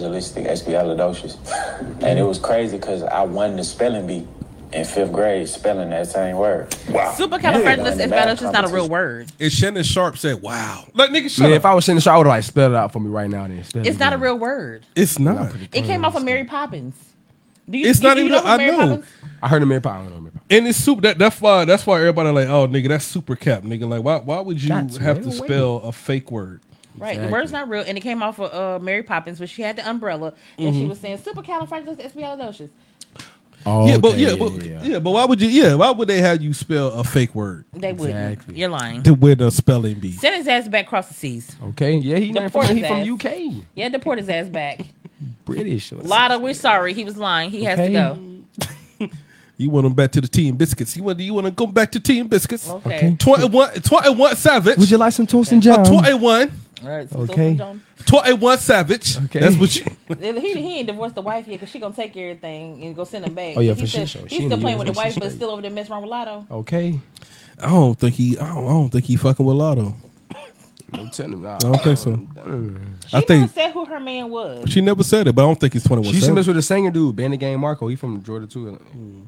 Speaker 13: <laughs>
Speaker 9: supercalifragilisticexpialidocious. And it was crazy because I won the spelling bee in fifth grade spelling that same word. Wow.
Speaker 4: Supercalifragilisticexpialidocious is not a real word.
Speaker 2: And Shannon Sharp said, "Wow, like nigga, shut
Speaker 5: Man,
Speaker 2: up.
Speaker 5: if I was in the show, I would like spell it out for me right now. Then Spell it
Speaker 4: It's not a
Speaker 5: again.
Speaker 4: real word.
Speaker 2: It's not.
Speaker 4: It came off of Mary Poppins. Do you,
Speaker 2: It's
Speaker 4: do
Speaker 2: not
Speaker 4: you
Speaker 2: even.
Speaker 4: know who
Speaker 2: I
Speaker 4: Mary
Speaker 2: know.
Speaker 4: Poppins?
Speaker 5: I heard a Mary Poppins. I don't know Mary Poppins.
Speaker 2: And it's super. That, that's why. That's why everybody like, oh, nigga, that's super cap, nigga. Like, why? Why would you
Speaker 5: That's
Speaker 2: have
Speaker 5: right
Speaker 2: to
Speaker 5: away.
Speaker 2: spell a fake word?
Speaker 4: Right, the
Speaker 5: Exactly.
Speaker 4: word's not real, and it came off of uh, Mary Poppins, but she had the umbrella, and
Speaker 5: Mm-hmm.
Speaker 4: she was saying supercalifragilisticexpialidocious.
Speaker 5: Oh,
Speaker 2: yeah, but yeah, but yeah. but why would you? Yeah, why would they have you spell a fake word
Speaker 4: They
Speaker 5: Exactly.
Speaker 4: wouldn't. You're lying.
Speaker 2: to win a spelling bee?
Speaker 4: Send his ass back across the seas.
Speaker 5: Okay, yeah, he,
Speaker 4: The
Speaker 5: not from, he
Speaker 4: Portis
Speaker 5: from
Speaker 4: ass.
Speaker 5: UK,
Speaker 4: Yeah, deport his ass back.
Speaker 5: British. Let's-
Speaker 4: Lotta, we're sorry. He was lying. He has
Speaker 5: Okay.
Speaker 4: to go.
Speaker 2: You want them back to the team biscuits? You want? You want to go back to team biscuits?
Speaker 4: Okay.
Speaker 5: Okay.
Speaker 2: Twenty-one. Twenty-one savage.
Speaker 5: Would you like some toast and
Speaker 2: a
Speaker 5: jam?
Speaker 2: twenty-one?
Speaker 4: All right. So
Speaker 5: Okay.
Speaker 4: so-
Speaker 2: 21 savage.
Speaker 5: Okay.
Speaker 2: That's what <laughs> you.
Speaker 4: He, he ain't divorced the wife yet because she gonna take everything and go send him back.
Speaker 5: Oh, yeah,
Speaker 4: he
Speaker 5: for
Speaker 4: said-
Speaker 5: sure. She
Speaker 4: He's
Speaker 5: in the
Speaker 4: still playing with the
Speaker 5: US,
Speaker 4: wife,
Speaker 5: she
Speaker 4: but
Speaker 5: straight.
Speaker 4: still over there messing around with Lotto.
Speaker 5: Okay,
Speaker 2: I don't think he. I don't, I don't think he fucking with Lotto.
Speaker 6: No telling. Nah,
Speaker 2: I don't think so.
Speaker 4: She
Speaker 2: I think
Speaker 4: never said who her man was.
Speaker 2: she never said it, but I don't think it's twenty one.
Speaker 6: She should mess with
Speaker 2: Savage.
Speaker 6: the singer dude, Bandit Gang Marco. He from Georgia too.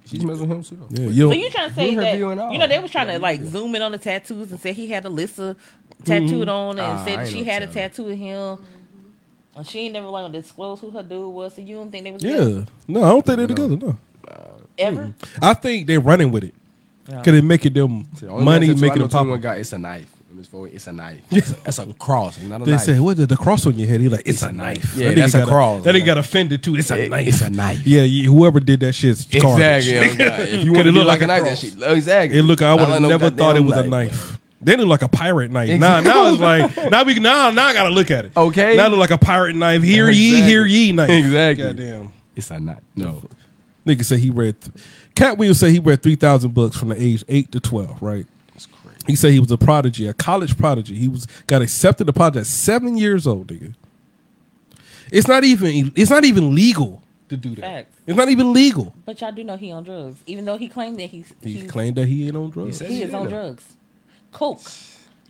Speaker 6: She's mess with him too. Though.
Speaker 2: Yeah, you
Speaker 4: So
Speaker 2: don't-
Speaker 4: you trying to say
Speaker 6: her
Speaker 4: that
Speaker 6: view and all.
Speaker 4: you know they were trying to like zoom in on the tattoos and say he had a list of
Speaker 5: Mm-hmm.
Speaker 4: tattooed on and
Speaker 6: Ah,
Speaker 4: said
Speaker 6: I
Speaker 4: that
Speaker 6: ain't
Speaker 4: she
Speaker 6: no
Speaker 4: had a
Speaker 6: telling.
Speaker 4: tattoo of him. And she ain't never wanted to disclose who her dude was, so you don't think they was together?
Speaker 2: yeah, no, I don't think they're together. No,
Speaker 5: Mm.
Speaker 4: ever?
Speaker 2: I think they're running with it.
Speaker 4: Yeah.
Speaker 2: Cause it make it them
Speaker 5: The only
Speaker 2: money,
Speaker 5: tattoo I
Speaker 2: make
Speaker 5: know
Speaker 2: it pop.
Speaker 5: 21 Got, it's a knife. On his forehead, It's a knife. It's a, that's a cross, not a
Speaker 2: They
Speaker 5: knife.
Speaker 2: say, "What did the cross on your head?" He like, "It's, a knife."
Speaker 5: Yeah,
Speaker 2: nigga
Speaker 5: that's a
Speaker 2: got
Speaker 5: cross.
Speaker 2: That nigga got offended too. It's a
Speaker 5: It-
Speaker 2: knife.
Speaker 5: it's a
Speaker 2: <laughs>
Speaker 5: knife.
Speaker 2: Yeah, yeah, whoever did that shit's garbage.
Speaker 5: Exactly. oh, God. If you
Speaker 2: Could
Speaker 5: want
Speaker 2: it
Speaker 5: to
Speaker 2: look
Speaker 5: look
Speaker 2: like
Speaker 5: like a
Speaker 2: a
Speaker 5: knife, that
Speaker 2: cross?
Speaker 5: shit. Exactly.
Speaker 2: It look, I
Speaker 5: Not
Speaker 2: would
Speaker 5: like
Speaker 2: have
Speaker 5: no
Speaker 2: never thought it
Speaker 5: goddamn
Speaker 2: was a knife. They look like a pirate knife. Nah, now <laughs> it's like now we now now I gotta look at it.
Speaker 5: Okay.
Speaker 2: now it look like a pirate knife. Hear ye,
Speaker 5: Exactly.
Speaker 2: hear ye knife.
Speaker 5: Exactly.
Speaker 2: Goddamn.
Speaker 5: It's a knife. No.
Speaker 2: Nigga said he read. Th- Cat Williams said he read three thousand books from the age eight to twelve. Right.
Speaker 5: It's crazy.
Speaker 2: He said he was a prodigy, a college prodigy. He was got accepted to college at seven years old, nigga. It's not even it's not even legal to do that.
Speaker 4: Facts.
Speaker 2: It's not even legal.
Speaker 4: But y'all do know he on drugs, even though he claimed that he's
Speaker 2: He
Speaker 4: he's-
Speaker 2: claimed that he ain't on drugs.
Speaker 5: said-
Speaker 4: he is on
Speaker 5: Yeah.
Speaker 4: drugs. Coke.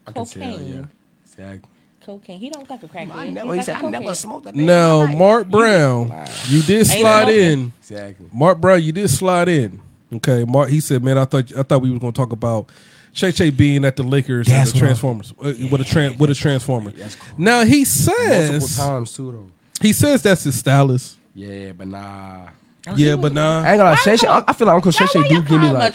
Speaker 5: I can tell. Yeah.
Speaker 4: Cocaine.
Speaker 5: Exactly.
Speaker 4: Cocaine. He don't like a crackhead.
Speaker 5: I
Speaker 4: He
Speaker 5: never.
Speaker 4: like
Speaker 5: He
Speaker 4: a
Speaker 5: said I never
Speaker 4: cokehead.
Speaker 5: smoked a
Speaker 2: Now,
Speaker 5: damn
Speaker 2: Mark Brown, you did slide
Speaker 4: nothing.
Speaker 2: in.
Speaker 5: Exactly.
Speaker 2: Mark Brown, you did slide in. Okay, Mark. He said, "Man, I thought I thought we were going to talk about Shay Shay being at the Lakers and the
Speaker 5: That's what I-
Speaker 2: Transformers uh, with a tran with a Transformer."
Speaker 5: That's cool.
Speaker 2: Now he
Speaker 5: Multiple
Speaker 2: says
Speaker 5: times too though.
Speaker 2: he says that's his stylist.
Speaker 5: Yeah, but nah.
Speaker 2: Yeah, but nah.
Speaker 5: I ain't gonna lie, Shay Shay. I I feel like Uncle Shay
Speaker 4: Now,
Speaker 5: Shay
Speaker 4: why
Speaker 5: do
Speaker 4: y'all
Speaker 5: give
Speaker 4: call
Speaker 5: me
Speaker 4: him a
Speaker 5: like.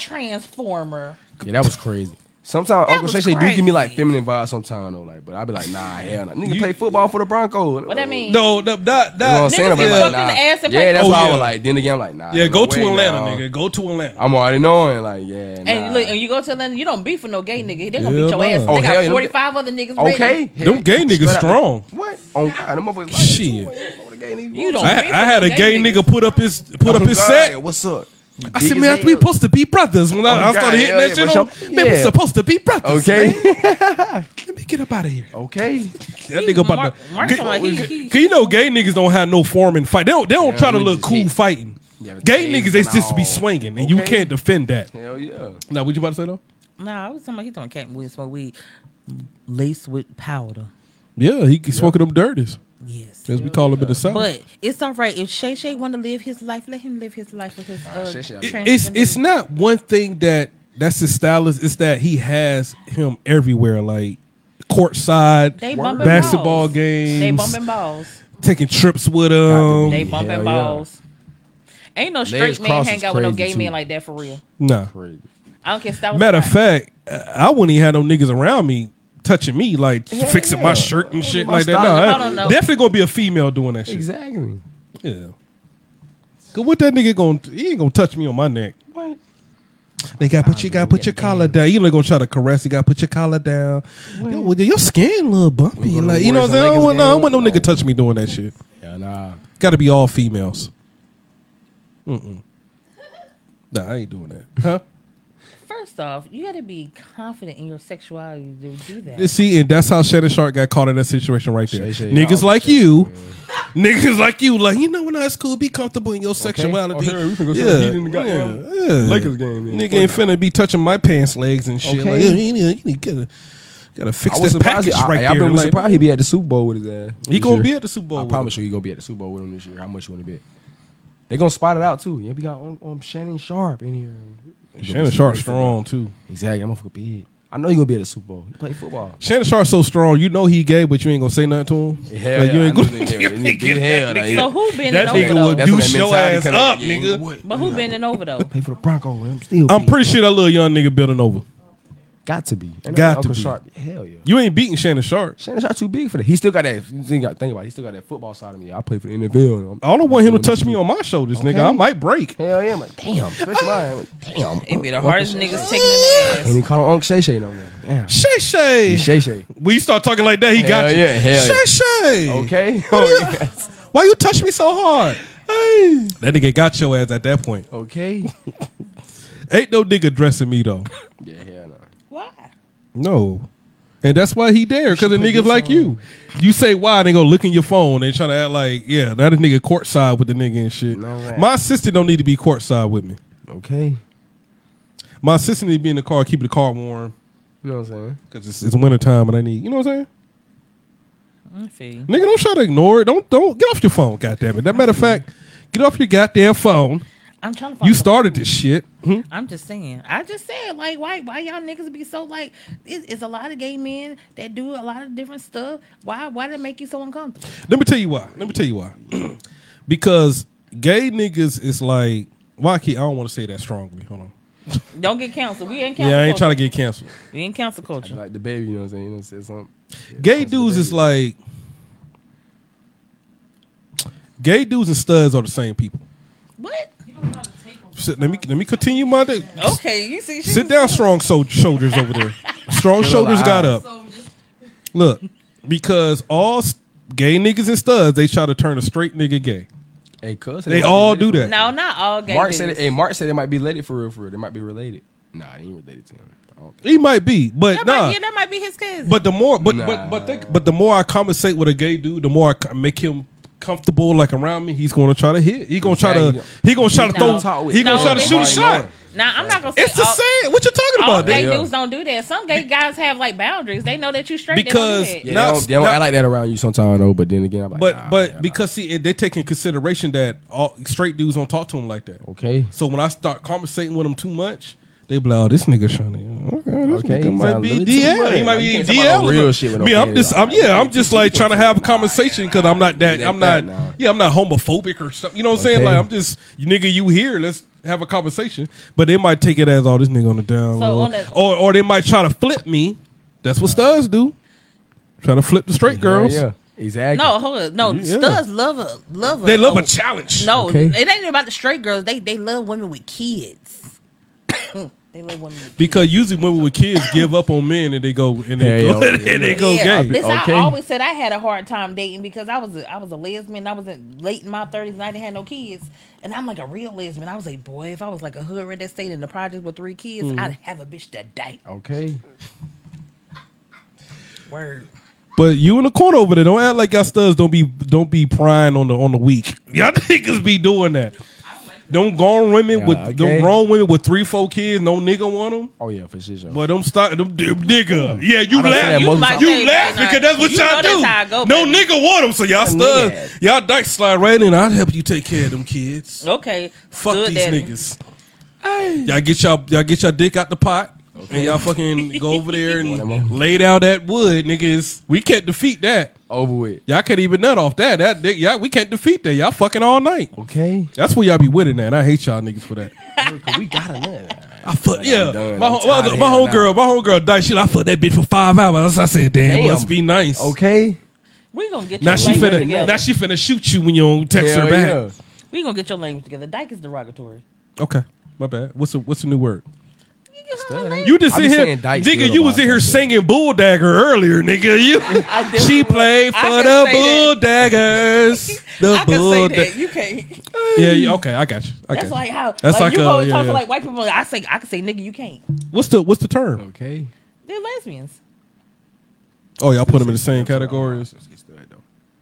Speaker 4: transformer?
Speaker 5: Yeah, that was crazy. Sometimes Uncle
Speaker 4: was
Speaker 5: Shay Shay do give me like
Speaker 4: crazy.
Speaker 5: feminine vibes sometimes though. Like, but I be like, nah, hell, nah. nigga play football for the Broncos.
Speaker 4: What that mean?
Speaker 2: No, no, not
Speaker 5: You know what I'm
Speaker 2: not.
Speaker 5: saying? I be
Speaker 4: Niggas
Speaker 5: like,
Speaker 4: fucked in
Speaker 5: nah.
Speaker 4: the ass and
Speaker 5: yeah,
Speaker 4: played-
Speaker 5: that's
Speaker 2: Oh,
Speaker 5: why I
Speaker 2: yeah.
Speaker 5: was like. Then again, I'm like, nah.
Speaker 2: Yeah,
Speaker 5: no
Speaker 2: go to
Speaker 5: way,
Speaker 2: Atlanta,
Speaker 5: nah.
Speaker 2: nigga. Go to Atlanta.
Speaker 5: I'm already knowing, like, yeah.
Speaker 4: And
Speaker 5: nah.
Speaker 4: look, and you go to them, you don't beef with no gay nigga. They gonna
Speaker 2: Yeah,
Speaker 4: beat your ass.
Speaker 2: nah.
Speaker 5: Oh, hell
Speaker 4: They
Speaker 5: yeah,
Speaker 4: got
Speaker 5: them-
Speaker 4: forty five other niggas. ready.
Speaker 5: okay,
Speaker 2: Them gay niggas strong.
Speaker 5: What? Oh, God, them motherfuckers. Like,
Speaker 2: Shit.
Speaker 4: You don't.
Speaker 2: I,
Speaker 4: beef with
Speaker 2: I had
Speaker 4: no
Speaker 2: a gay nigga put up his put up his set.
Speaker 5: What's up?
Speaker 2: I said, man, we supposed to be brothers. When I,
Speaker 5: Oh,
Speaker 2: I started
Speaker 5: God,
Speaker 2: hitting
Speaker 5: yeah,
Speaker 2: that
Speaker 5: yeah,
Speaker 2: shit
Speaker 5: but
Speaker 2: on,
Speaker 5: y'all-
Speaker 2: man, we
Speaker 5: yeah.
Speaker 2: supposed to be brothers. man.
Speaker 5: Okay, <laughs>
Speaker 2: let me get up out of here.
Speaker 5: okay.
Speaker 2: That nigga about
Speaker 4: Mark-
Speaker 2: to.
Speaker 4: Mark
Speaker 2: Get-
Speaker 4: sound like he- he-
Speaker 2: Cause you know gay niggas don't have no form and fight. They don't. They don't
Speaker 5: Yeah,
Speaker 2: try to
Speaker 5: niggas
Speaker 2: look
Speaker 5: just
Speaker 2: cool
Speaker 5: hit.
Speaker 2: fighting.
Speaker 5: Yeah, but
Speaker 2: gay
Speaker 5: they
Speaker 2: niggas, they just be
Speaker 5: all-
Speaker 2: swinging, and you
Speaker 5: Okay.
Speaker 2: can't defend that.
Speaker 5: Hell yeah.
Speaker 2: Now, what you about to say though?
Speaker 4: Nah, I was talking about he talking cat weed smoke weed laced with powder.
Speaker 2: Yeah, he smoking them dirties,
Speaker 4: Yes.
Speaker 2: as we call them in the south.
Speaker 4: But it's all right if Shay Shay want to live his life. Let him live his life with his. Uh,
Speaker 5: Shay Shay, I-
Speaker 2: It- it's it's not one thing that that's his stylist. It's that he has him everywhere, like courtside,
Speaker 4: They bumping
Speaker 2: basketball
Speaker 4: balls.
Speaker 2: games,
Speaker 4: They bumping balls.
Speaker 2: taking trips with him.
Speaker 4: They bumping
Speaker 5: yeah.
Speaker 4: balls. Ain't no straight
Speaker 5: Legs
Speaker 4: man
Speaker 5: crossed
Speaker 4: hang
Speaker 5: is
Speaker 4: out with no gay
Speaker 5: crazy,
Speaker 4: man
Speaker 5: too.
Speaker 4: like that for real.
Speaker 2: nah.
Speaker 5: Crazy.
Speaker 4: I don't care. Stop.
Speaker 2: Matter of fact, uh, I wouldn't even have no niggas around me touching me, like fixing my shirt and shit
Speaker 5: My
Speaker 2: like that.
Speaker 5: style.
Speaker 2: No,
Speaker 4: I
Speaker 2: that-
Speaker 4: don't know.
Speaker 2: definitely gonna be a female doing that shit.
Speaker 5: Exactly.
Speaker 2: Yeah. Cause what that nigga gonna? He ain't gonna touch me on my neck.
Speaker 5: What?
Speaker 2: They got, but you got to put your collar down. You know, they gonna try to caress. You got to put your collar down. Yo, well, your skin a little
Speaker 5: We
Speaker 2: bumpy,
Speaker 5: go to
Speaker 2: like
Speaker 5: the
Speaker 2: you know what I'm
Speaker 5: Warriors
Speaker 2: saying. I don't
Speaker 5: and
Speaker 2: want,
Speaker 5: Lakers
Speaker 2: no, I don't want no
Speaker 5: game.
Speaker 2: nigga touch me doing that shit.
Speaker 5: Yeah, nah.
Speaker 2: Got to be all females. Mm-mm. Nah, I ain't doing that. Huh?
Speaker 4: First off, you got to be confident in your sexuality to do that.
Speaker 2: And See, and that's how Shannon Sharp got caught in that situation right there.
Speaker 5: Shay Shay,
Speaker 2: niggas
Speaker 5: y'all
Speaker 2: like you, niggas like you, like you know when that's cool, be comfortable in your sexuality.
Speaker 5: Okay, Oh, we can go see the
Speaker 2: yeah,
Speaker 5: Heat in the goddamn
Speaker 2: yeah, yeah.
Speaker 5: Lakers game, then.
Speaker 2: Nigga ain't finna be touching my pants legs and shit.
Speaker 5: Okay.
Speaker 2: Like, you need, you need to get a, gotta
Speaker 5: I
Speaker 2: fix
Speaker 5: was
Speaker 2: this
Speaker 5: surprised.
Speaker 2: package
Speaker 5: I,
Speaker 2: right
Speaker 5: I, I
Speaker 2: there.
Speaker 5: been
Speaker 2: Like,
Speaker 5: surprised he'd be at the Super Bowl with his ass.
Speaker 2: he
Speaker 5: this
Speaker 2: gonna
Speaker 5: year.
Speaker 2: be at the Super Bowl.
Speaker 5: I
Speaker 2: with
Speaker 5: promise you, he gonna be at the Super Bowl with him this year. How much you wanna bet? They gonna spot it out too. Yeah, we got um, um, Shannon Sharp in here.
Speaker 2: him. Shannon Sharp strong too.
Speaker 5: Exactly. I'm gonna big. I know you gonna be at the Super Bowl. You play football.
Speaker 2: Shannon Sharp so strong, you know he gay, but you ain't gonna say nothing to him.
Speaker 5: Hell
Speaker 2: Like,
Speaker 5: yeah,
Speaker 2: you ain't
Speaker 5: I
Speaker 2: gonna.
Speaker 5: know they- they- they- they- hell, nah, yeah.
Speaker 4: so who been
Speaker 2: That
Speaker 4: it over
Speaker 2: nigga will
Speaker 4: though?
Speaker 2: would-
Speaker 5: That's what
Speaker 2: douche
Speaker 5: that
Speaker 2: your
Speaker 5: mentality
Speaker 2: ass
Speaker 5: come
Speaker 2: up,
Speaker 5: out. Yeah,
Speaker 2: nigga.
Speaker 5: what?
Speaker 4: but who been it over though?
Speaker 5: Play for the Broncos. I'm still.
Speaker 2: I'm
Speaker 5: being-
Speaker 2: pretty sure that little young nigga built an over.
Speaker 5: Got to be. And
Speaker 2: Got
Speaker 5: Uncle
Speaker 2: to be.
Speaker 5: Sharp. Hell yeah.
Speaker 2: You ain't beating Shannon Sharp.
Speaker 5: Shannon Sharp too big for that. He still got that. You think, think about it. He still got that football side of me. I play for the NFL. I'm-
Speaker 2: I don't want him to touch me on my shoulders,
Speaker 5: Okay.
Speaker 2: nigga. I might break.
Speaker 5: Hell yeah, I'm like damn. Switch mine. I'm like, damn.
Speaker 4: It be the hardest niggas taking in the
Speaker 5: And
Speaker 4: ass.
Speaker 5: he called him Uncle Shay Shay no more. Damn.
Speaker 2: Shay Shay.
Speaker 5: Shay Shay.
Speaker 2: When you start talking like that, he got
Speaker 5: Hell
Speaker 2: you.
Speaker 5: yeah, hell
Speaker 2: Shay
Speaker 5: yeah.
Speaker 2: Shay.
Speaker 5: Okay. Oh,
Speaker 2: Oh, <laughs> Why you touch me so hard? That nigga got your ass at that point.
Speaker 5: okay.
Speaker 2: Ain't no nigga dressing me though.
Speaker 5: <laughs> Yeah, hell no.
Speaker 4: Why?
Speaker 2: No. And that's why he there, because the niggas like you. You say why, they gonna look in your phone and try to act like, yeah, that a nigga courtside with the nigga and shit.
Speaker 5: No way.
Speaker 2: My sister don't need to be courtside with me.
Speaker 5: Okay.
Speaker 2: My sister need to be in the car, keep the car warm,
Speaker 5: You know what I'm saying?
Speaker 2: because it's, it's wintertime and I need, you know what I'm saying? Nigga, don't try to ignore it. Don't don't get off your phone, goddammit. That matter of fact, get off your goddamn phone.
Speaker 4: I'm trying to find
Speaker 2: You
Speaker 4: some-
Speaker 2: started this shit. Hmm?
Speaker 4: I'm just saying. I just said, like, why, why y'all niggas be so like? It's, it's a lot of gay men that do a lot of different stuff. Why, why that make you so uncomfortable?
Speaker 2: Let me tell you why. Let me tell you why. <clears throat> because gay niggas is like why I keep- I don't want to say that strongly. Hold on.
Speaker 4: Don't get canceled. We ain't canceled.
Speaker 2: Yeah, I ain't trying to get canceled.
Speaker 4: We ain't cancel culture.
Speaker 5: Like the baby, you know what I'm saying? You know what I'm saying? Something.
Speaker 2: Gay dudes is like gay dudes and studs are the same people.
Speaker 4: What?
Speaker 2: Sit- let me let me continue my day.
Speaker 4: Okay, you see, she
Speaker 2: Sit down, strong so- shoulders over there. Strong
Speaker 5: Get a
Speaker 2: shoulders
Speaker 5: lot.
Speaker 2: got up. Look, because all s- gay niggas and studs, they try to turn a straight nigga gay.
Speaker 5: Hey, cuz
Speaker 2: They all do that.
Speaker 4: No, not all gay.
Speaker 5: Mark said,
Speaker 4: dudes.
Speaker 5: it, hey, Mark said it might be related for real, for real. They might be related. Nah, they ain't related to him. I don't
Speaker 2: He might be, but
Speaker 4: That
Speaker 2: nah.
Speaker 4: might, yeah, that might be his cousin.
Speaker 2: But the more, but
Speaker 5: Nah.
Speaker 2: but but think, but the more I conversate with a gay dude, the more I co- make him comfortable, like around me. He's gonna try to hit. He gonna try to. He gonna try to
Speaker 4: No.
Speaker 2: throw. He gonna try to shoot a shot.
Speaker 4: Now I'm not gonna. Say
Speaker 2: It's the
Speaker 4: all-
Speaker 2: same. What you talking
Speaker 4: All
Speaker 2: about?
Speaker 4: gay
Speaker 2: dude?
Speaker 4: dudes don't do that. Some gay guys have like boundaries. They know that you straight.
Speaker 2: Because-
Speaker 4: they don't do
Speaker 5: Yeah,
Speaker 4: that.
Speaker 2: Not-
Speaker 5: they don't, they don't
Speaker 2: not-
Speaker 5: act like that around you sometimes though. But then again, I'm like,
Speaker 2: But
Speaker 5: nah,
Speaker 2: but because see, it- they take in consideration that all straight dudes don't talk to him like that.
Speaker 5: okay,
Speaker 2: So when I start conversating with them too much, they be like, "Oh, this nigga trying to okay, this
Speaker 5: Okay,
Speaker 2: nigga
Speaker 5: he
Speaker 2: might
Speaker 5: sound a
Speaker 2: be
Speaker 5: little too
Speaker 2: DL. He
Speaker 5: much.
Speaker 2: might be
Speaker 5: You can't talk about
Speaker 2: DL."
Speaker 5: no real shit with no
Speaker 2: me, I'm
Speaker 5: fans.
Speaker 2: just, I'm yeah, I'm just like trying to have a conversation because I'm not that, I'm
Speaker 5: that,
Speaker 2: not,
Speaker 5: nah.
Speaker 2: yeah, I'm not homophobic or something. You know what I'm saying?
Speaker 5: Okay.
Speaker 2: Like I'm just, you nigga, you here? Let's have a conversation. But they might take it as, "Oh, this nigga on the down
Speaker 4: So
Speaker 2: low,"
Speaker 4: on the-
Speaker 2: or or they might try to flip me. That's what studs do. Try to flip the straight girls.
Speaker 5: yeah, yeah. exactly.
Speaker 4: No, hold up. No,
Speaker 2: Yeah.
Speaker 4: studs love a love.
Speaker 2: They love
Speaker 4: oh,
Speaker 2: a challenge.
Speaker 4: No,
Speaker 5: Okay.
Speaker 4: it ain't about the straight girls. They they love women with kids. <coughs> they love women. With
Speaker 2: Because usually women with kids give up on men and they go and they
Speaker 5: Yeah,
Speaker 2: go,
Speaker 5: yeah.
Speaker 2: <laughs> and they go
Speaker 4: yeah,
Speaker 2: gay.
Speaker 4: this
Speaker 5: Okay.
Speaker 4: I always said I had a hard time dating because I was a, I was a lesbian. I was in, late in my thirties and I didn't have no kids. And I'm like a real lesbian. I was like, boy, if I was like a hood redneck state in the projects with three kids,
Speaker 2: Mm-hmm.
Speaker 4: I'd have a bitch to date.
Speaker 2: Oh.
Speaker 5: okay,
Speaker 4: Word.
Speaker 2: But you in the corner over there, don't act like y'all studs don't be don't be prying on the on the weak. Y'all <laughs> niggas be doing that. Them gone women
Speaker 5: Yeah,
Speaker 2: with
Speaker 5: okay.
Speaker 2: them wrong women with three, four kids, no nigga want them.
Speaker 5: oh yeah, for sure.
Speaker 2: But them start them, them nigga. Yeah, you
Speaker 5: I don't say
Speaker 2: laugh.
Speaker 5: that
Speaker 2: You,
Speaker 5: most
Speaker 2: laugh-
Speaker 5: of
Speaker 2: you
Speaker 4: the time.
Speaker 2: laugh because that's what
Speaker 4: You know
Speaker 2: y'all
Speaker 4: that's
Speaker 2: do.
Speaker 4: how I go,
Speaker 2: no
Speaker 4: baby.
Speaker 2: nigga want them, so y'all studs.
Speaker 5: nigga.
Speaker 2: Y'all dykes slide right in. I'll help you take care of them kids.
Speaker 4: Okay.
Speaker 2: Fuck
Speaker 4: stood
Speaker 2: these
Speaker 4: daddy.
Speaker 2: niggas. Y'all get y'all y'all get y'all dick out the pot and y'all fucking go over
Speaker 5: <laughs>
Speaker 2: there and lay down that wood, niggas. We can't defeat that.
Speaker 5: Over with.
Speaker 2: Y'all can't even nut off that. That dick, y'all, we can't defeat that. Y'all fucking all night.
Speaker 5: Okay,
Speaker 2: That's where y'all be winning at. I hate y'all niggas for that.
Speaker 5: we got another.
Speaker 2: I fuck yeah.
Speaker 5: done.
Speaker 2: My
Speaker 5: I'm
Speaker 2: home,
Speaker 5: tired
Speaker 2: my, my
Speaker 5: of him now.
Speaker 2: homegirl, my homegirl died. She like, I fucked that bitch for five hours. I said, damn,
Speaker 5: Damn.
Speaker 2: must be nice.
Speaker 5: Okay,
Speaker 4: We gonna get your
Speaker 2: Now she
Speaker 4: language
Speaker 2: finna
Speaker 4: together.
Speaker 2: now she finna shoot you when you don't text
Speaker 5: Hell
Speaker 2: her
Speaker 5: yeah.
Speaker 2: back.
Speaker 4: we gonna get your language together. Dyke is derogatory.
Speaker 2: Okay. My bad. What's a what's a new word?
Speaker 4: You get her language.
Speaker 2: You just
Speaker 5: I be
Speaker 2: in here,
Speaker 5: saying Dyke
Speaker 2: nigga.
Speaker 5: still
Speaker 2: You was
Speaker 5: about
Speaker 2: in here
Speaker 5: that shit.
Speaker 2: singing Bulldagger earlier, nigga.
Speaker 5: <laughs>
Speaker 2: You, she played
Speaker 4: I
Speaker 2: for
Speaker 4: can
Speaker 2: the
Speaker 4: say
Speaker 2: Bulldaggers.
Speaker 5: <laughs>
Speaker 2: The
Speaker 4: I can say that.
Speaker 2: Bulldaggers.
Speaker 4: You can't.
Speaker 2: Yeah, yeah, okay, I got you. I
Speaker 4: That's
Speaker 2: got
Speaker 4: like
Speaker 2: you.
Speaker 4: how
Speaker 2: That's
Speaker 4: like,
Speaker 2: like
Speaker 4: you
Speaker 2: a-
Speaker 4: always
Speaker 2: yeah,
Speaker 4: talk to
Speaker 2: yeah.
Speaker 4: like white people. I say I can say nigga, you can't.
Speaker 2: What's the what's the term?
Speaker 5: okay.
Speaker 4: They're lesbians.
Speaker 2: Oh, y'all put them in the same category as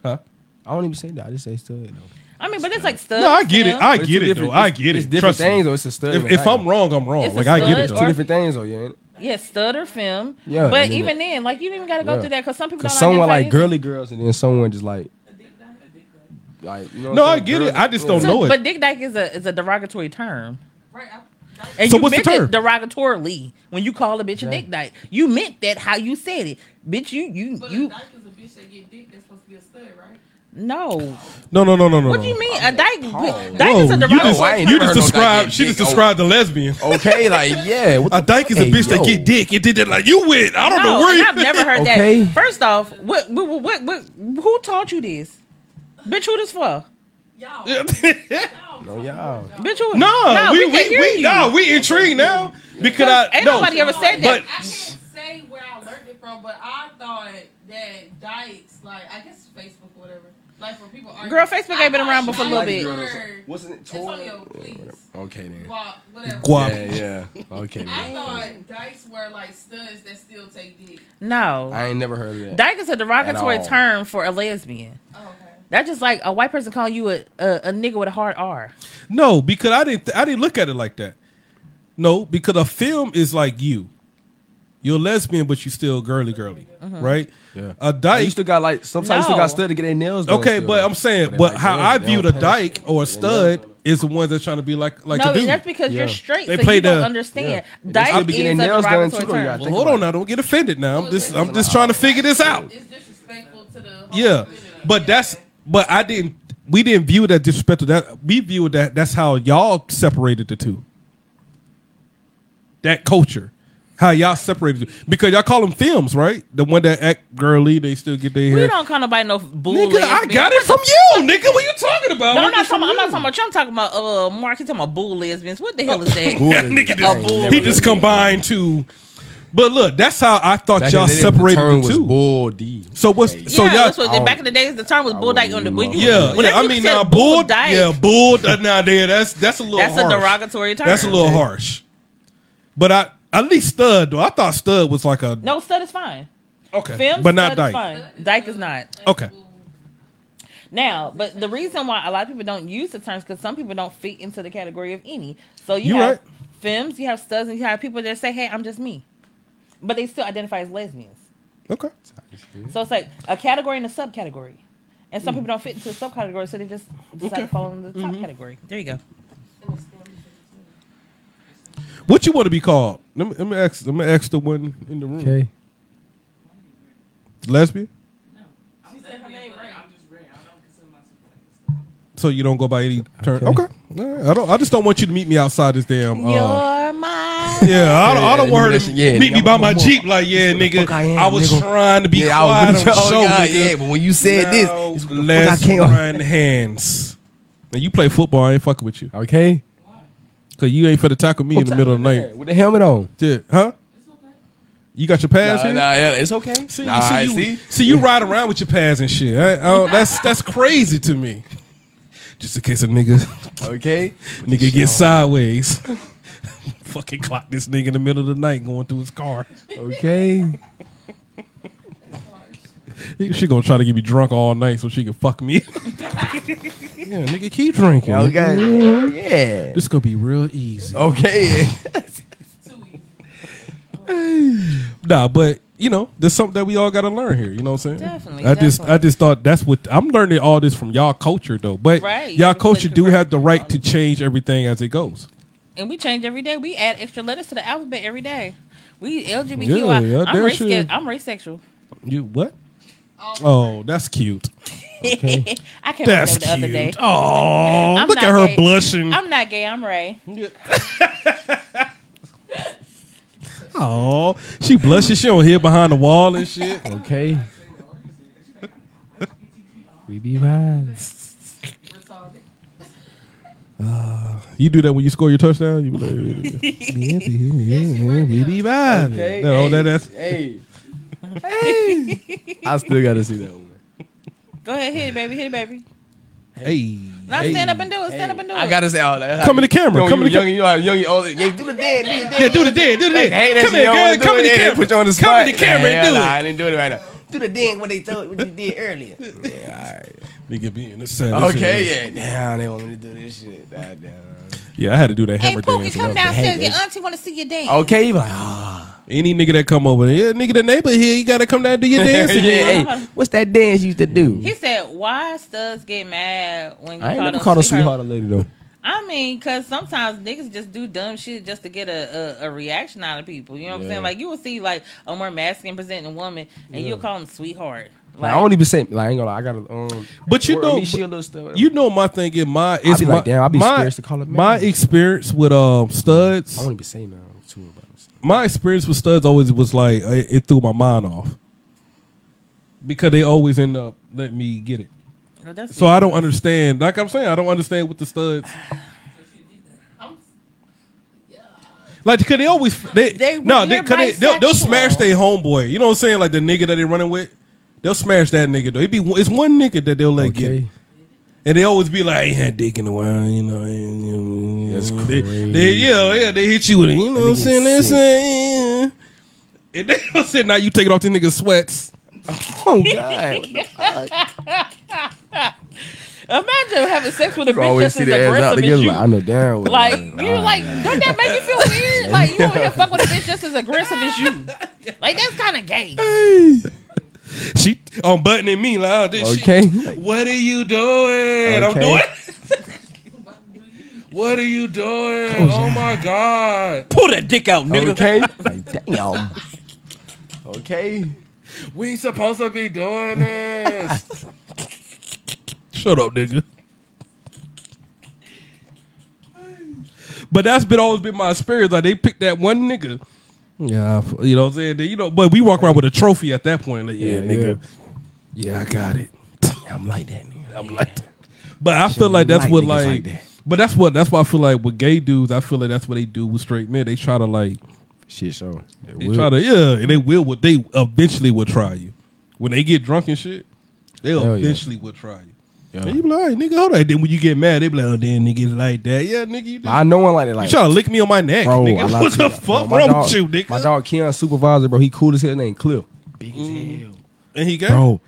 Speaker 2: huh?
Speaker 5: I don't even say that. I just say stud.
Speaker 4: I mean, but it's like stuff.
Speaker 2: No, I get it. I get it. Though. I get
Speaker 5: It's
Speaker 2: it.
Speaker 5: different
Speaker 2: Trust me.
Speaker 5: things, though. It's a stud.
Speaker 2: If, if I'm wrong, I'm wrong.
Speaker 4: It's a
Speaker 2: Like I get it.
Speaker 4: stud
Speaker 2: Though.
Speaker 5: two
Speaker 4: or-
Speaker 5: different things though. Yeah,
Speaker 4: Yeah, stud or film.
Speaker 5: Yeah,
Speaker 4: but
Speaker 5: I mean,
Speaker 4: even
Speaker 5: it-
Speaker 4: then, like you didn't even gotta go
Speaker 5: Yeah.
Speaker 4: through that because some people don't
Speaker 5: because someone
Speaker 4: identify
Speaker 5: like
Speaker 4: as-
Speaker 5: girly girls, and then someone just like. Like, you know
Speaker 2: No,
Speaker 5: what
Speaker 2: I
Speaker 5: I'm saying?
Speaker 2: get it.
Speaker 5: Girls-
Speaker 2: I just don't
Speaker 5: yeah.
Speaker 2: know it.
Speaker 4: But dick dyke is a is a derogatory term. And
Speaker 2: So
Speaker 4: you
Speaker 2: what's the
Speaker 4: meant
Speaker 2: term?
Speaker 4: it derogatorily when you call a bitch a dick dyke. You meant that how you said it, bitch. You you you.
Speaker 3: is a bitch that get dick that's supposed to be a stud, right?
Speaker 4: No.
Speaker 2: No, no, no, no, no.
Speaker 4: What do you mean a dyke?
Speaker 5: Paul.
Speaker 4: Dyke is a
Speaker 2: you just, Oh,
Speaker 5: I
Speaker 4: derogatory.
Speaker 5: ain't
Speaker 2: you just
Speaker 5: never heard no
Speaker 2: described.
Speaker 5: goddamn
Speaker 2: she just
Speaker 5: dick. Oh.
Speaker 2: described the lesbian. <laughs>
Speaker 5: Okay, like yeah. What
Speaker 2: A dyke is a
Speaker 5: Hey,
Speaker 2: bitch that
Speaker 5: yo.
Speaker 2: get dick. It did that like you went. I don't know
Speaker 4: No,
Speaker 2: where
Speaker 4: and
Speaker 2: you.
Speaker 4: I've
Speaker 2: <laughs>
Speaker 4: never heard
Speaker 5: Okay.
Speaker 4: that. First off, what, what, what, what, what- who taught you this? Bitch, who this for?
Speaker 5: No, Oh, y'all.
Speaker 4: Bitch, who?
Speaker 2: No, we
Speaker 4: can
Speaker 2: we,
Speaker 4: hear
Speaker 2: we
Speaker 4: you.
Speaker 2: no, we intrigued now because I
Speaker 4: Ain't
Speaker 2: no,
Speaker 4: nobody ever said
Speaker 2: but
Speaker 4: that.
Speaker 3: I can't say where I learned it from, but I thought that dykes, like I guess Facebook or whatever, like when people argue.
Speaker 4: Girl, Facebook ain't been around before a little
Speaker 3: Like,
Speaker 4: bit.
Speaker 3: word,
Speaker 5: What's it?
Speaker 3: Antonio, please.
Speaker 5: Okay then.
Speaker 3: Guap, whatever.
Speaker 2: guap.
Speaker 5: Yeah, yeah. Okay.
Speaker 3: I
Speaker 5: then.
Speaker 3: thought dykes were like studs that still take dick.
Speaker 4: No,
Speaker 5: I ain't never heard of that.
Speaker 4: dyke is a derogatory
Speaker 5: At all.
Speaker 4: term for a lesbian.
Speaker 3: Oh, okay.
Speaker 4: That's just like a white person calling you a, a, a nigga with a hard R.
Speaker 2: No, because I didn't I didn't look at it like that. No, because a film is like you. You're a lesbian, but you still girly girly,
Speaker 4: Uh-huh.
Speaker 5: Mhm.
Speaker 2: right?
Speaker 5: Yeah.
Speaker 2: A dyke.
Speaker 5: You still got like sometimes you still
Speaker 2: No.
Speaker 5: got stud to get their nails. done
Speaker 2: okay,
Speaker 5: still.
Speaker 2: but I'm saying,
Speaker 5: They
Speaker 2: but
Speaker 5: like
Speaker 2: how
Speaker 5: girls,
Speaker 2: I
Speaker 5: they
Speaker 2: view
Speaker 5: don't
Speaker 2: the
Speaker 5: pay.
Speaker 2: dyke or a stud is the ones that's trying to be like like
Speaker 4: no,
Speaker 2: the dude.
Speaker 4: that's because you're straight, so you don't understand.
Speaker 2: Yeah.
Speaker 4: Dyke is a derogatory term.
Speaker 2: Well, hold on now, don't get offended now. I'm just I'm just trying to figure this out. It's disrespectful to the Yeah. But that's but I didn't we didn't view it as disrespectful. That we viewed that that's how y'all separated the two. That culture. How y'all separated it. because y'all call them films, right? The one that act girly, they still get their hair.
Speaker 4: We don't call nobody no bull.
Speaker 2: Nigga, I
Speaker 4: lesbian.
Speaker 2: got it from you, nigga. What you talking about?
Speaker 4: No,
Speaker 2: What
Speaker 4: I'm not
Speaker 2: is from
Speaker 4: talking. I'm not
Speaker 2: you?
Speaker 4: talking about you. I'm talking about uh, Mark. He's talking about bull lesbians. What the hell
Speaker 5: <laughs>
Speaker 4: is that?
Speaker 2: Yeah, nigga,
Speaker 4: a
Speaker 2: just-
Speaker 4: bull.
Speaker 2: he just combined two. But look, that's how I thought
Speaker 6: Back in
Speaker 2: y'all
Speaker 6: the day, the
Speaker 2: separated
Speaker 6: term
Speaker 2: the
Speaker 6: was
Speaker 2: two.
Speaker 6: bull D.
Speaker 2: So what's so
Speaker 4: yeah,
Speaker 2: y'all?
Speaker 4: that's what, back in the days, the term was bull dyke on the when you,
Speaker 2: yeah,
Speaker 4: when
Speaker 2: yeah, I
Speaker 4: you
Speaker 2: mean
Speaker 4: said
Speaker 2: now
Speaker 4: bull
Speaker 2: bull,
Speaker 4: dyke,
Speaker 2: yeah, bull. Uh, now there, that's that's a little.
Speaker 4: That's a
Speaker 2: harsh.
Speaker 4: derogatory term.
Speaker 2: That's a little harsh. But I at least stud though. I thought stud was like a
Speaker 4: No, stud is fine.
Speaker 2: Okay,
Speaker 4: Film,
Speaker 2: but not
Speaker 4: stud
Speaker 2: dyke.
Speaker 4: Is fine. Dyke is not.
Speaker 2: okay.
Speaker 4: Now, but the reason why a lot of people don't use the terms because some people don't fit into the category of any. So you
Speaker 2: You
Speaker 4: have
Speaker 2: right.
Speaker 4: femmes, you have studs, and you have people that say, "Hey, I'm just me," but they still identify as lesbians.
Speaker 2: Okay. Mm-hmm.
Speaker 4: So it's like a category and a subcategory, and
Speaker 2: Mm.
Speaker 4: some people don't fit into the subcategory, so they just decide to fall into the top
Speaker 2: Mm-hmm.
Speaker 4: category. There you go.
Speaker 2: What you want to be called? Let me, let me ask. Let me ask the one in the room.
Speaker 6: Okay.
Speaker 2: Lesbian.
Speaker 3: She said her name right. I'm just Ray.
Speaker 2: So you don't go by any term.
Speaker 6: Okay.
Speaker 2: Okay. All right. I don't. I just don't want you to meet me outside this damn. Uh,
Speaker 4: You're my.
Speaker 2: Yeah, I don't, I don't
Speaker 5: Yeah,
Speaker 2: want her
Speaker 5: nigga,
Speaker 2: to
Speaker 5: yeah,
Speaker 2: meet me
Speaker 5: nigga,
Speaker 2: by
Speaker 5: I'm
Speaker 2: my
Speaker 5: more-
Speaker 2: Jeep. Like, yeah, nigga, I,
Speaker 5: am,
Speaker 2: was
Speaker 5: nigga.
Speaker 2: trying to be
Speaker 5: Yeah, I
Speaker 2: quiet
Speaker 5: was-
Speaker 2: on the
Speaker 5: oh,
Speaker 2: show,
Speaker 5: God,
Speaker 2: nigga.
Speaker 5: yeah, but when you said this,
Speaker 2: No,
Speaker 5: it's- fuck, I
Speaker 2: let's
Speaker 5: can't- <laughs>
Speaker 2: run hands. Now you play football, I ain't fucking with you.
Speaker 6: Okay.
Speaker 2: Cause you ain't finna tackle me in the middle of the night.
Speaker 6: With the helmet on.
Speaker 2: Yeah, huh? You got your pads
Speaker 5: Nah,
Speaker 2: here?
Speaker 5: nah, yeah, it's okay.
Speaker 2: See,
Speaker 5: Nah,
Speaker 2: see,
Speaker 5: I
Speaker 2: you,
Speaker 5: see.
Speaker 2: see, you ride around with your pads and shit. I- I don't- that's that's crazy to
Speaker 5: <laughs>
Speaker 2: me. Just in case a nigga
Speaker 5: Okay.
Speaker 2: nigga get sideways. <laughs> Fucking clock this nigga in the middle of the night going through his car.
Speaker 6: Okay.
Speaker 2: She gonna try to get me drunk all night so she can fuck me. <laughs> yeah, nigga, keep drinking.
Speaker 5: Okay.
Speaker 2: This gonna be real easy.
Speaker 5: Yeah. Okay.
Speaker 2: Nah, but you know, there's something that we all gotta learn here. You know what I'm saying?
Speaker 4: Definitely,
Speaker 2: I just
Speaker 4: definitely.
Speaker 2: I just thought that's what I'm learning all this from y'all culture though. But
Speaker 4: Right,
Speaker 2: y'all
Speaker 4: you
Speaker 2: culture
Speaker 4: put
Speaker 2: do
Speaker 4: the
Speaker 2: have the right to change everything as it goes.
Speaker 4: And we change every day. We add extra letters to the alphabet every day. We
Speaker 2: Yeah,
Speaker 4: LGBTQI.
Speaker 2: yeah,
Speaker 4: I'm,
Speaker 2: that
Speaker 4: race
Speaker 2: shit-
Speaker 4: I'm race-sexual.
Speaker 2: You what? Oh, that's cute.
Speaker 4: I can't
Speaker 2: That's
Speaker 4: remember the other day.
Speaker 2: cute. Oh,
Speaker 4: I'm
Speaker 2: look
Speaker 4: not
Speaker 2: at her
Speaker 4: gay.
Speaker 2: blushing.
Speaker 4: I'm not gay. I'm Ray.
Speaker 2: Oh, she blushes. She don't hid behind the wall and shit.
Speaker 6: Okay. we be vibes.
Speaker 2: Uh, You do that when you score your touchdown. You be
Speaker 5: <laughs>
Speaker 2: like, yeah, yeah, yeah, we be vibing.
Speaker 5: Okay.
Speaker 2: No, that, that's
Speaker 5: Hey.
Speaker 2: <laughs>
Speaker 5: Hey. I still gotta see that one.
Speaker 4: Go ahead, hit it, baby. Hit it, baby.
Speaker 2: hey.
Speaker 4: Now stand up and do it. Stand up and do it.
Speaker 5: I gotta say all that.
Speaker 2: Come in the camera,
Speaker 5: Young,
Speaker 2: come in the
Speaker 5: young, young, young, young, old, yeah, do the dead, do the dead.
Speaker 2: Yeah, do the dead, do the dead.
Speaker 5: Hey, that's
Speaker 2: come here,
Speaker 5: young,
Speaker 2: girl.
Speaker 5: do
Speaker 2: Come
Speaker 5: it,
Speaker 2: in the
Speaker 5: yeah,
Speaker 2: camera.
Speaker 5: Put you on the spot.
Speaker 2: come in the camera
Speaker 5: Hell nah, I
Speaker 2: and
Speaker 5: didn't do it right now.
Speaker 1: Do the thing what they told what you did earlier.
Speaker 2: do it. Nigga be in the sand.
Speaker 5: Okay, yeah. Now they want me to do this shit. Nah, nah.
Speaker 2: Yeah, I had to do that
Speaker 4: Hey,
Speaker 2: hammer
Speaker 4: Pookie,
Speaker 2: dance.
Speaker 4: come
Speaker 2: and all that.
Speaker 4: downstairs. Your auntie want to see your
Speaker 6: Oh.
Speaker 4: dance.
Speaker 5: Okay, you be like, ah.
Speaker 2: Any nigga that come over, yeah, nigga, the neighbor here, you gotta come down and do
Speaker 5: <laughs>
Speaker 2: your
Speaker 5: yeah,
Speaker 2: dance. again.
Speaker 5: hey, what's that dance you used to do?
Speaker 4: He said, "Why studs get mad when you
Speaker 6: I ain't
Speaker 4: call
Speaker 6: never
Speaker 4: them
Speaker 6: called a
Speaker 4: sweetheart?"
Speaker 6: sweetheart a lady though.
Speaker 4: I mean, cause sometimes niggas just do dumb shit just to get a, a, a reaction out of people. You know what I'm
Speaker 6: Yeah.
Speaker 4: saying? Like you will see like a more masculine presenting woman, and you'll call him sweetheart.
Speaker 6: Like, I don't even say like I ain't gonna lie, I gotta um
Speaker 2: But you
Speaker 5: Or
Speaker 2: know,
Speaker 5: me, she a little stuff, whatever.
Speaker 2: you know my thing is my.
Speaker 6: I
Speaker 2: It's
Speaker 6: be
Speaker 2: my,
Speaker 6: like, damn, I be
Speaker 2: my,
Speaker 6: scared to call it
Speaker 2: my
Speaker 6: man. Oh,
Speaker 2: experience with um studs.
Speaker 6: I won't even say now too about this.
Speaker 2: my experience with studs always was like it, it threw my mind off because they always end up letting me get it.
Speaker 4: Well, that's
Speaker 2: So I don't understand. Like I'm saying, I don't understand what the studs. Like, cause they always they,
Speaker 4: They-
Speaker 2: no, they,
Speaker 4: they're
Speaker 2: cause they, they'll, they'll
Speaker 4: bisexual.
Speaker 2: smash their homeboy. You know what I'm saying? Like the nigga that they running with, they'll smash that nigga though. It be one- it's one nigga that they'll let get, it.
Speaker 6: Okay.
Speaker 2: and they always be like, I ain't had dick in a while, you know. and, you know,
Speaker 6: That's
Speaker 2: they, they,
Speaker 6: crazy.
Speaker 2: yeah, yeah, they hit you with it. You know what I'm
Speaker 6: That nigga
Speaker 2: saying? They
Speaker 6: sick.
Speaker 2: saying, yeah. and they <laughs> said, now you take it off the
Speaker 4: <laughs>
Speaker 2: nigga's sweats.
Speaker 5: Oh God!
Speaker 4: Imagine having sex with a
Speaker 5: You
Speaker 4: bitch
Speaker 5: always
Speaker 4: that's
Speaker 5: see
Speaker 4: as
Speaker 5: the ass out
Speaker 4: aggressive
Speaker 5: together.
Speaker 4: as you.
Speaker 5: Like, I know damn well.
Speaker 4: Like you're like, don't that make you feel weird? Like you over here fuck with a bitch just as aggressive as you. Like that's kind of gay.
Speaker 2: she unbuttoning me loud.
Speaker 5: <laughs> Okay.
Speaker 2: what are you doing? I'm
Speaker 5: Okay.
Speaker 2: doing. <laughs> what are you doing? Oh my god! Pull that dick
Speaker 4: Oh,
Speaker 2: out, nigga.
Speaker 4: <laughs>
Speaker 5: Okay. Like, damn. Okay.
Speaker 2: We ain't supposed to be doing this. Shut up, nigga. But that's been always been my experience. Like they picked that one nigga. Yeah, Uh, you know what I'm saying? Then, You know, but we walk around with a trophy at that point. Like, yeah,
Speaker 5: Yeah,
Speaker 2: nigga. Yeah. I got it. I'm like that, nigga. I'm like that. But I feel like that's
Speaker 5: like
Speaker 2: what
Speaker 5: niggas
Speaker 2: like,
Speaker 5: like that.
Speaker 2: but that's what that's why I feel like with gay dudes, I feel like that's what they do with straight men. They try to like shit show. They
Speaker 5: will.
Speaker 2: try to yeah, and they will what they eventually will try you. When they get drunk and shit, they
Speaker 5: Hell yeah.
Speaker 2: eventually will try you. And you be like, "All right, nigga, hold on. Then when you get mad, they be like, oh, damn, niggas like that. Yeah, nigga, you,
Speaker 5: I know one like that.
Speaker 2: you
Speaker 5: Like,
Speaker 2: trying to lick me on my neck,
Speaker 5: bro,
Speaker 2: <laughs>
Speaker 5: I
Speaker 2: nigga.
Speaker 5: like
Speaker 2: what the
Speaker 5: that.
Speaker 2: fuck
Speaker 5: Bro, my
Speaker 2: wrong
Speaker 5: dog-
Speaker 2: with you, nigga?
Speaker 5: My dog Keon supervisor, bro. He cool as hell. His name Cliff. Big as hell.
Speaker 2: And he got
Speaker 5: Bro,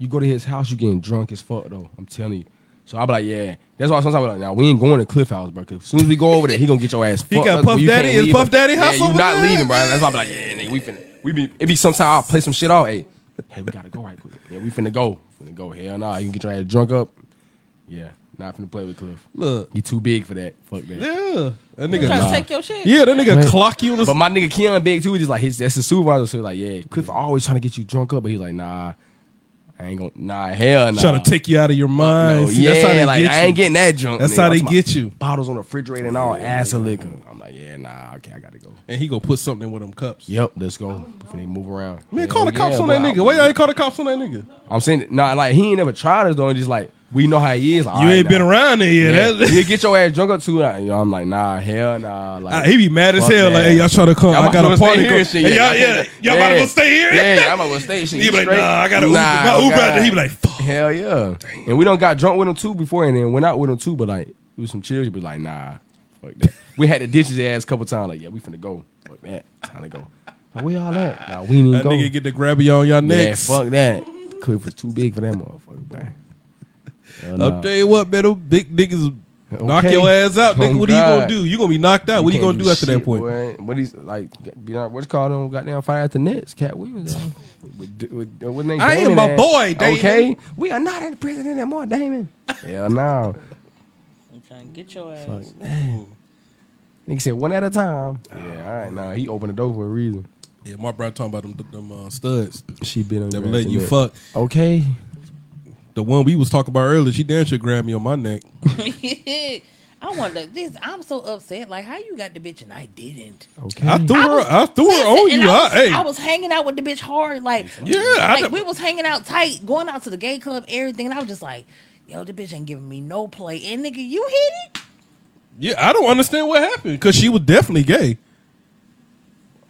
Speaker 5: you go to his house, you getting drunk as fuck though. I'm telling you. So I be like, yeah. That's why sometimes I be like, now we ain't going to Cliff House, bro. 'cause as soon as we go over there, he gonna get your ass.
Speaker 2: <laughs> He
Speaker 5: fucked
Speaker 2: got
Speaker 5: up, bro.
Speaker 2: Puff
Speaker 5: You can't
Speaker 2: Daddy? Is
Speaker 5: leave,
Speaker 2: Puff
Speaker 5: bro.
Speaker 2: Daddy
Speaker 5: Yeah,
Speaker 2: house
Speaker 5: you
Speaker 2: over
Speaker 5: not
Speaker 2: there?
Speaker 5: leaving, bro. That's why I be like, yeah, nigga, we finna. We be. It be sometimes I'll play some shit off. Hey, hey, we gotta go right quick. Yeah, we finna go. Finna go. Hell nah, you can get your ass drunk up. Yeah, not finna play with Cliff.
Speaker 2: Look,
Speaker 5: he too big for that. Fuck that.
Speaker 2: Yeah, that
Speaker 4: nigga- Tryna take your shit?
Speaker 2: Yeah, that nigga clock you. In the
Speaker 5: but my nigga Keon big too. He's just like his that's his supervisor. So like, yeah, Cliff always trying to get you drunk up, but he's like, nah, I ain't gonna, nah, hell nah.
Speaker 2: Trying to take you out of your mind.
Speaker 5: No,
Speaker 2: See,
Speaker 5: yeah,
Speaker 2: that's how they
Speaker 5: like
Speaker 2: get
Speaker 5: I
Speaker 2: you.
Speaker 5: ain't getting that drunk.
Speaker 2: That's
Speaker 5: nigga.
Speaker 2: how they
Speaker 5: I'm talking
Speaker 2: get
Speaker 5: about
Speaker 2: you.
Speaker 5: Bottles on the refrigerator and all ass of liquor. I'm like, yeah, nah, okay, I gotta go.
Speaker 2: And he gonna put something with them cups.
Speaker 5: Yep, let's go. If they move around,
Speaker 2: Man,
Speaker 5: Hell
Speaker 2: call the
Speaker 5: yeah,
Speaker 2: cops on
Speaker 5: boy,
Speaker 2: that
Speaker 5: I-
Speaker 2: nigga. Why y'all ain't call the cops on that nigga?
Speaker 5: I'm saying, nah, like he ain't never tried us though. And just like we know how he is. Like,
Speaker 2: You
Speaker 5: all
Speaker 2: ain't been around there yet. That's-
Speaker 5: <laughs> You get your ass drunk up too. Like, you know, I'm like, nah, hell nah. Like
Speaker 2: Ah, he be mad as
Speaker 5: fuck
Speaker 2: hell, like, hey, y'all tryna come, Oh, I
Speaker 5: might
Speaker 2: got a
Speaker 5: as well
Speaker 2: party
Speaker 5: stay here
Speaker 2: go-
Speaker 5: and shit,
Speaker 2: Hey, y'all- yeah, y'all might as well stay here.
Speaker 5: Yeah, yeah, I'm about to <laughs> stay. Shit,
Speaker 2: He be like,
Speaker 5: straight.
Speaker 2: nah, oh, I gotta Uber- my Uber out there. He be like, fuck.
Speaker 5: Hell yeah. And we don't got drunk with him too before, and then went out with him too. But like, it was some chills. But like, nah, fuck that. we had to ditch his ass a couple times. Like, yeah, we finna go. Fuck that. Time to go. Like, where y'all at? Nah, we ain't
Speaker 2: That
Speaker 5: go.
Speaker 2: nigga get to grab you on y'all necks.
Speaker 5: Yeah, fuck that. Cliff was too big for that motherfucker. Man. Hell
Speaker 2: I'll
Speaker 5: nah.
Speaker 2: tell you what, man, them big niggas knock
Speaker 5: Okay.
Speaker 2: your ass out. Nigga,
Speaker 5: Oh,
Speaker 2: what are you gonna
Speaker 5: God.
Speaker 2: do? You gonna be knocked out. what are you
Speaker 5: can't
Speaker 2: gonna do after that
Speaker 5: shit,
Speaker 2: point?
Speaker 5: boy. What he's like, be not, what's called on goddamn fire at the Nets, Cat Williams. uh, With, with, uh, with, with
Speaker 2: I am a boy, Damon.
Speaker 5: Okay, we are not in prison anymore, Damon. Hell no.
Speaker 4: I'm trying to get your ass.
Speaker 5: Fuck. Nigga said one at a time. Yeah, all right. Nah, he opened the door for a reason.
Speaker 2: Yeah, my brother talking about them, them uh, studs.
Speaker 5: She been on
Speaker 2: Never
Speaker 5: your
Speaker 2: let
Speaker 5: ass
Speaker 2: you
Speaker 5: a bit.
Speaker 2: fuck.
Speaker 5: Okay.
Speaker 2: The one we was talking about earlier, she damn sure grabbed me on my neck.
Speaker 4: <laughs> I want to this. I'm so upset. Like how you got the bitch and I didn't.
Speaker 5: Okay.
Speaker 4: Mm-hmm.
Speaker 2: I threw her. I threw her on
Speaker 4: And
Speaker 2: you.
Speaker 4: I, was,
Speaker 2: I, hey,
Speaker 4: I was hanging out with the bitch hard. Like
Speaker 2: Yeah, I
Speaker 4: like
Speaker 2: done-
Speaker 4: we was hanging out tight, going out to the gay club, everything. And I was just like, yo, the bitch ain't giving me no play. And nigga, you hit it.
Speaker 2: yeah, I don't understand what happened because she was definitely gay.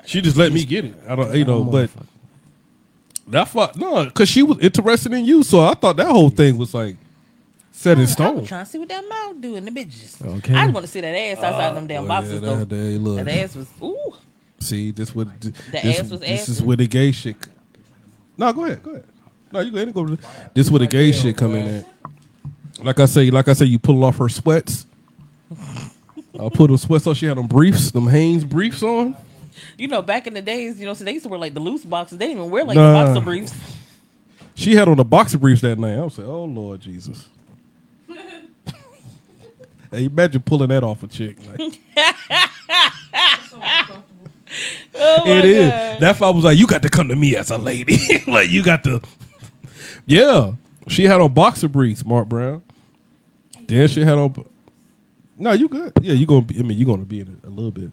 Speaker 2: She just let me get it. I don't, you know, but that fuck no, because she was interested in you. So I thought that whole thing was like set in
Speaker 4: I
Speaker 2: stone.
Speaker 4: was trying to see what that mouth do, and the bitch just.
Speaker 2: Okay.
Speaker 4: I just want to see that ass outside them damn
Speaker 2: Well,
Speaker 4: boxes
Speaker 2: Oh, yeah,
Speaker 4: though.
Speaker 2: that- that- hey, look.
Speaker 4: That ass was ooh.
Speaker 2: See, this would this,
Speaker 4: ass was
Speaker 2: this is
Speaker 4: asking.
Speaker 2: where the gay shit. No, go ahead, go ahead. No, you go ahead and go. This where the gay shit come in at. Like I say, like I say, you pull off her
Speaker 4: <laughs>
Speaker 2: sweats. I put them sweats on. She had them briefs, them Hanes briefs on.
Speaker 4: You know, back in the days, you know, so they used to wear like the loose boxes. They didn't even wear like
Speaker 2: Nah.
Speaker 4: the boxer briefs.
Speaker 2: She had on the boxer briefs that night. I was like, oh Lord
Speaker 4: <laughs>
Speaker 2: Jesus. hey, imagine pulling that off a chick.
Speaker 4: <laughs>
Speaker 2: Like,
Speaker 4: Oh my
Speaker 2: it is.
Speaker 4: God.
Speaker 2: That's why I was like, you got to come to me as a lady. <laughs> like you got to. Yeah, she had on boxer briefs, Mark Brown. Then she had on. No, you good. Yeah, you gonna. Be, I mean, you gonna be in it a little bit.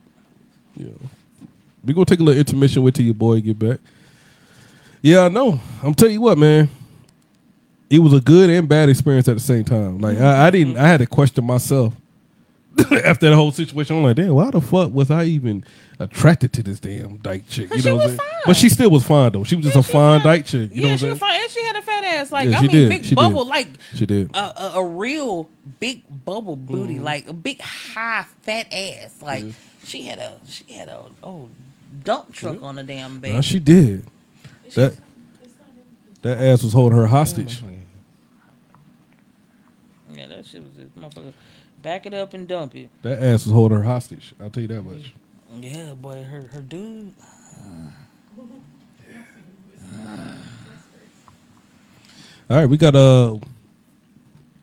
Speaker 2: Yeah, we gonna take a little intermission. Wait till your boy get back. Yeah, I know. I'm tell you what, man. It was a good and bad experience at the same time. Like I, I didn't. I had to question myself <laughs> after the whole situation. I'm like, damn, why the fuck was I even attracted to this damn dyke chick? You know, what I'm saying? but she still was fine though. She was just a fine dyke chick. You know
Speaker 4: yeah,
Speaker 2: what
Speaker 4: she
Speaker 2: I'm
Speaker 4: was
Speaker 2: saying?
Speaker 4: fine. And she had a fat ass. Like,
Speaker 2: Yeah,
Speaker 4: I
Speaker 2: she
Speaker 4: mean,
Speaker 2: did.
Speaker 4: big
Speaker 2: She did.
Speaker 4: bubble. Like,
Speaker 2: She did.
Speaker 4: A, a, a real big bubble booty.
Speaker 2: Mm-hmm.
Speaker 4: Like, a big, high, fat ass. Like, she had a, she had a, oh, dump truck on the damn bed.
Speaker 2: Nah, she did. That that ass was holding her hostage.
Speaker 4: She was just motherfucker. Back it up and dump it.
Speaker 2: That ass was holding her hostage. I'll tell you that much.
Speaker 4: Yeah, but her her dude.
Speaker 2: All right, we got uh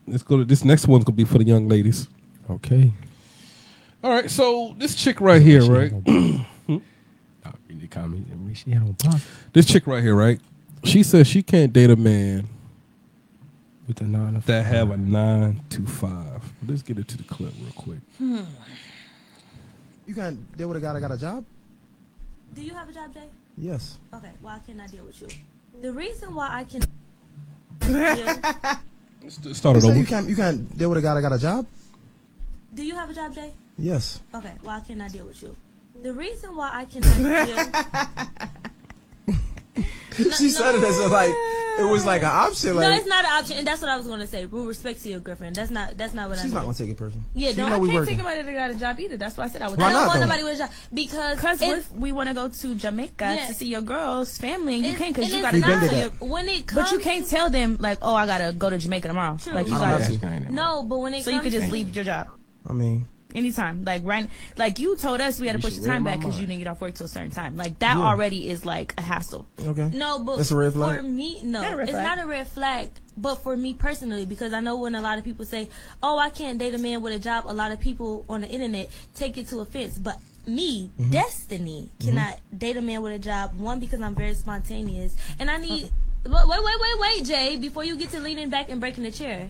Speaker 2: let's go to this next one's gonna be for the young ladies.
Speaker 14: Okay.
Speaker 2: All right, so this chick right here, right?
Speaker 14: Read the comment. I mean, She had on pop
Speaker 2: This chick right here, right? She says she can't date a man
Speaker 14: with the nine. of-
Speaker 2: that have a nine to five. Let's get it to the clip real quick.
Speaker 1: You can't deal with a guy that got a job?
Speaker 3: Do you have a job, Jay?
Speaker 1: Yes.
Speaker 3: Okay, why can't I deal with you? The reason why I can deal,
Speaker 2: Start it
Speaker 1: you say
Speaker 2: over.
Speaker 1: You can't, you can't deal with a guy that got a job?
Speaker 3: Do you have a job, Jay?
Speaker 1: Yes.
Speaker 3: Okay, why can't I deal with you? The reason why I
Speaker 4: <laughs>
Speaker 3: cannot deal
Speaker 1: <laughs> she said it as if like it was like an option.
Speaker 3: No,
Speaker 1: Like
Speaker 3: it's not an option, and that's what I was gonna say. Rule respect to your girlfriend. That's not that's not what
Speaker 1: she's
Speaker 3: I
Speaker 1: not
Speaker 3: mean.
Speaker 1: gonna take it personal.
Speaker 3: Yeah,
Speaker 1: she
Speaker 3: no,
Speaker 1: know
Speaker 3: I
Speaker 1: we
Speaker 3: can't
Speaker 1: working.
Speaker 3: take nobody that got a job either. That's why I said I was.
Speaker 1: Why
Speaker 3: I don't
Speaker 1: not,
Speaker 3: want
Speaker 1: though?
Speaker 3: nobody with a job because
Speaker 7: Cause
Speaker 3: if-
Speaker 7: we're- we want to go to Jamaica
Speaker 3: Yeah.
Speaker 7: to see your girl's family, and you
Speaker 3: It-
Speaker 7: can't because
Speaker 3: it
Speaker 7: you
Speaker 3: is
Speaker 7: got
Speaker 3: We've been
Speaker 7: to
Speaker 3: to
Speaker 7: your.
Speaker 3: that. When it
Speaker 7: but you
Speaker 3: comes
Speaker 7: can't tell them like, oh, I gotta go to Jamaica tomorrow.
Speaker 3: True.
Speaker 7: Like you
Speaker 3: I'm
Speaker 7: gotta.
Speaker 3: not asking anymore. No, but when it
Speaker 7: so you could
Speaker 3: comes-
Speaker 7: just leave your job
Speaker 1: I mean,
Speaker 7: anytime. Like right, like you told us we had to
Speaker 1: You
Speaker 7: push
Speaker 1: should
Speaker 7: the
Speaker 1: read
Speaker 7: time
Speaker 1: my
Speaker 7: back because
Speaker 1: mind.
Speaker 7: you didn't get off work till a certain time. Like that
Speaker 1: Yeah.
Speaker 7: already is like a hassle.
Speaker 1: okay.
Speaker 3: No, but
Speaker 1: Mm-hmm. that's a red
Speaker 3: for
Speaker 1: flag.
Speaker 3: me, no,
Speaker 7: Not a red
Speaker 3: it's
Speaker 7: flag.
Speaker 3: not a red flag. But for me personally, because I know when a lot of people say, "Oh, I can't date a man with a job," a lot of people on the internet take it to offense. But me,
Speaker 1: Mm-hmm.
Speaker 7: Mhm.
Speaker 3: Destiny,
Speaker 7: Mhm.
Speaker 3: cannot date a man with a job. One because I'm very spontaneous, and I need. Wait, wait, wait, wait, wait, Jay. Before you get to leaning back and breaking the chair,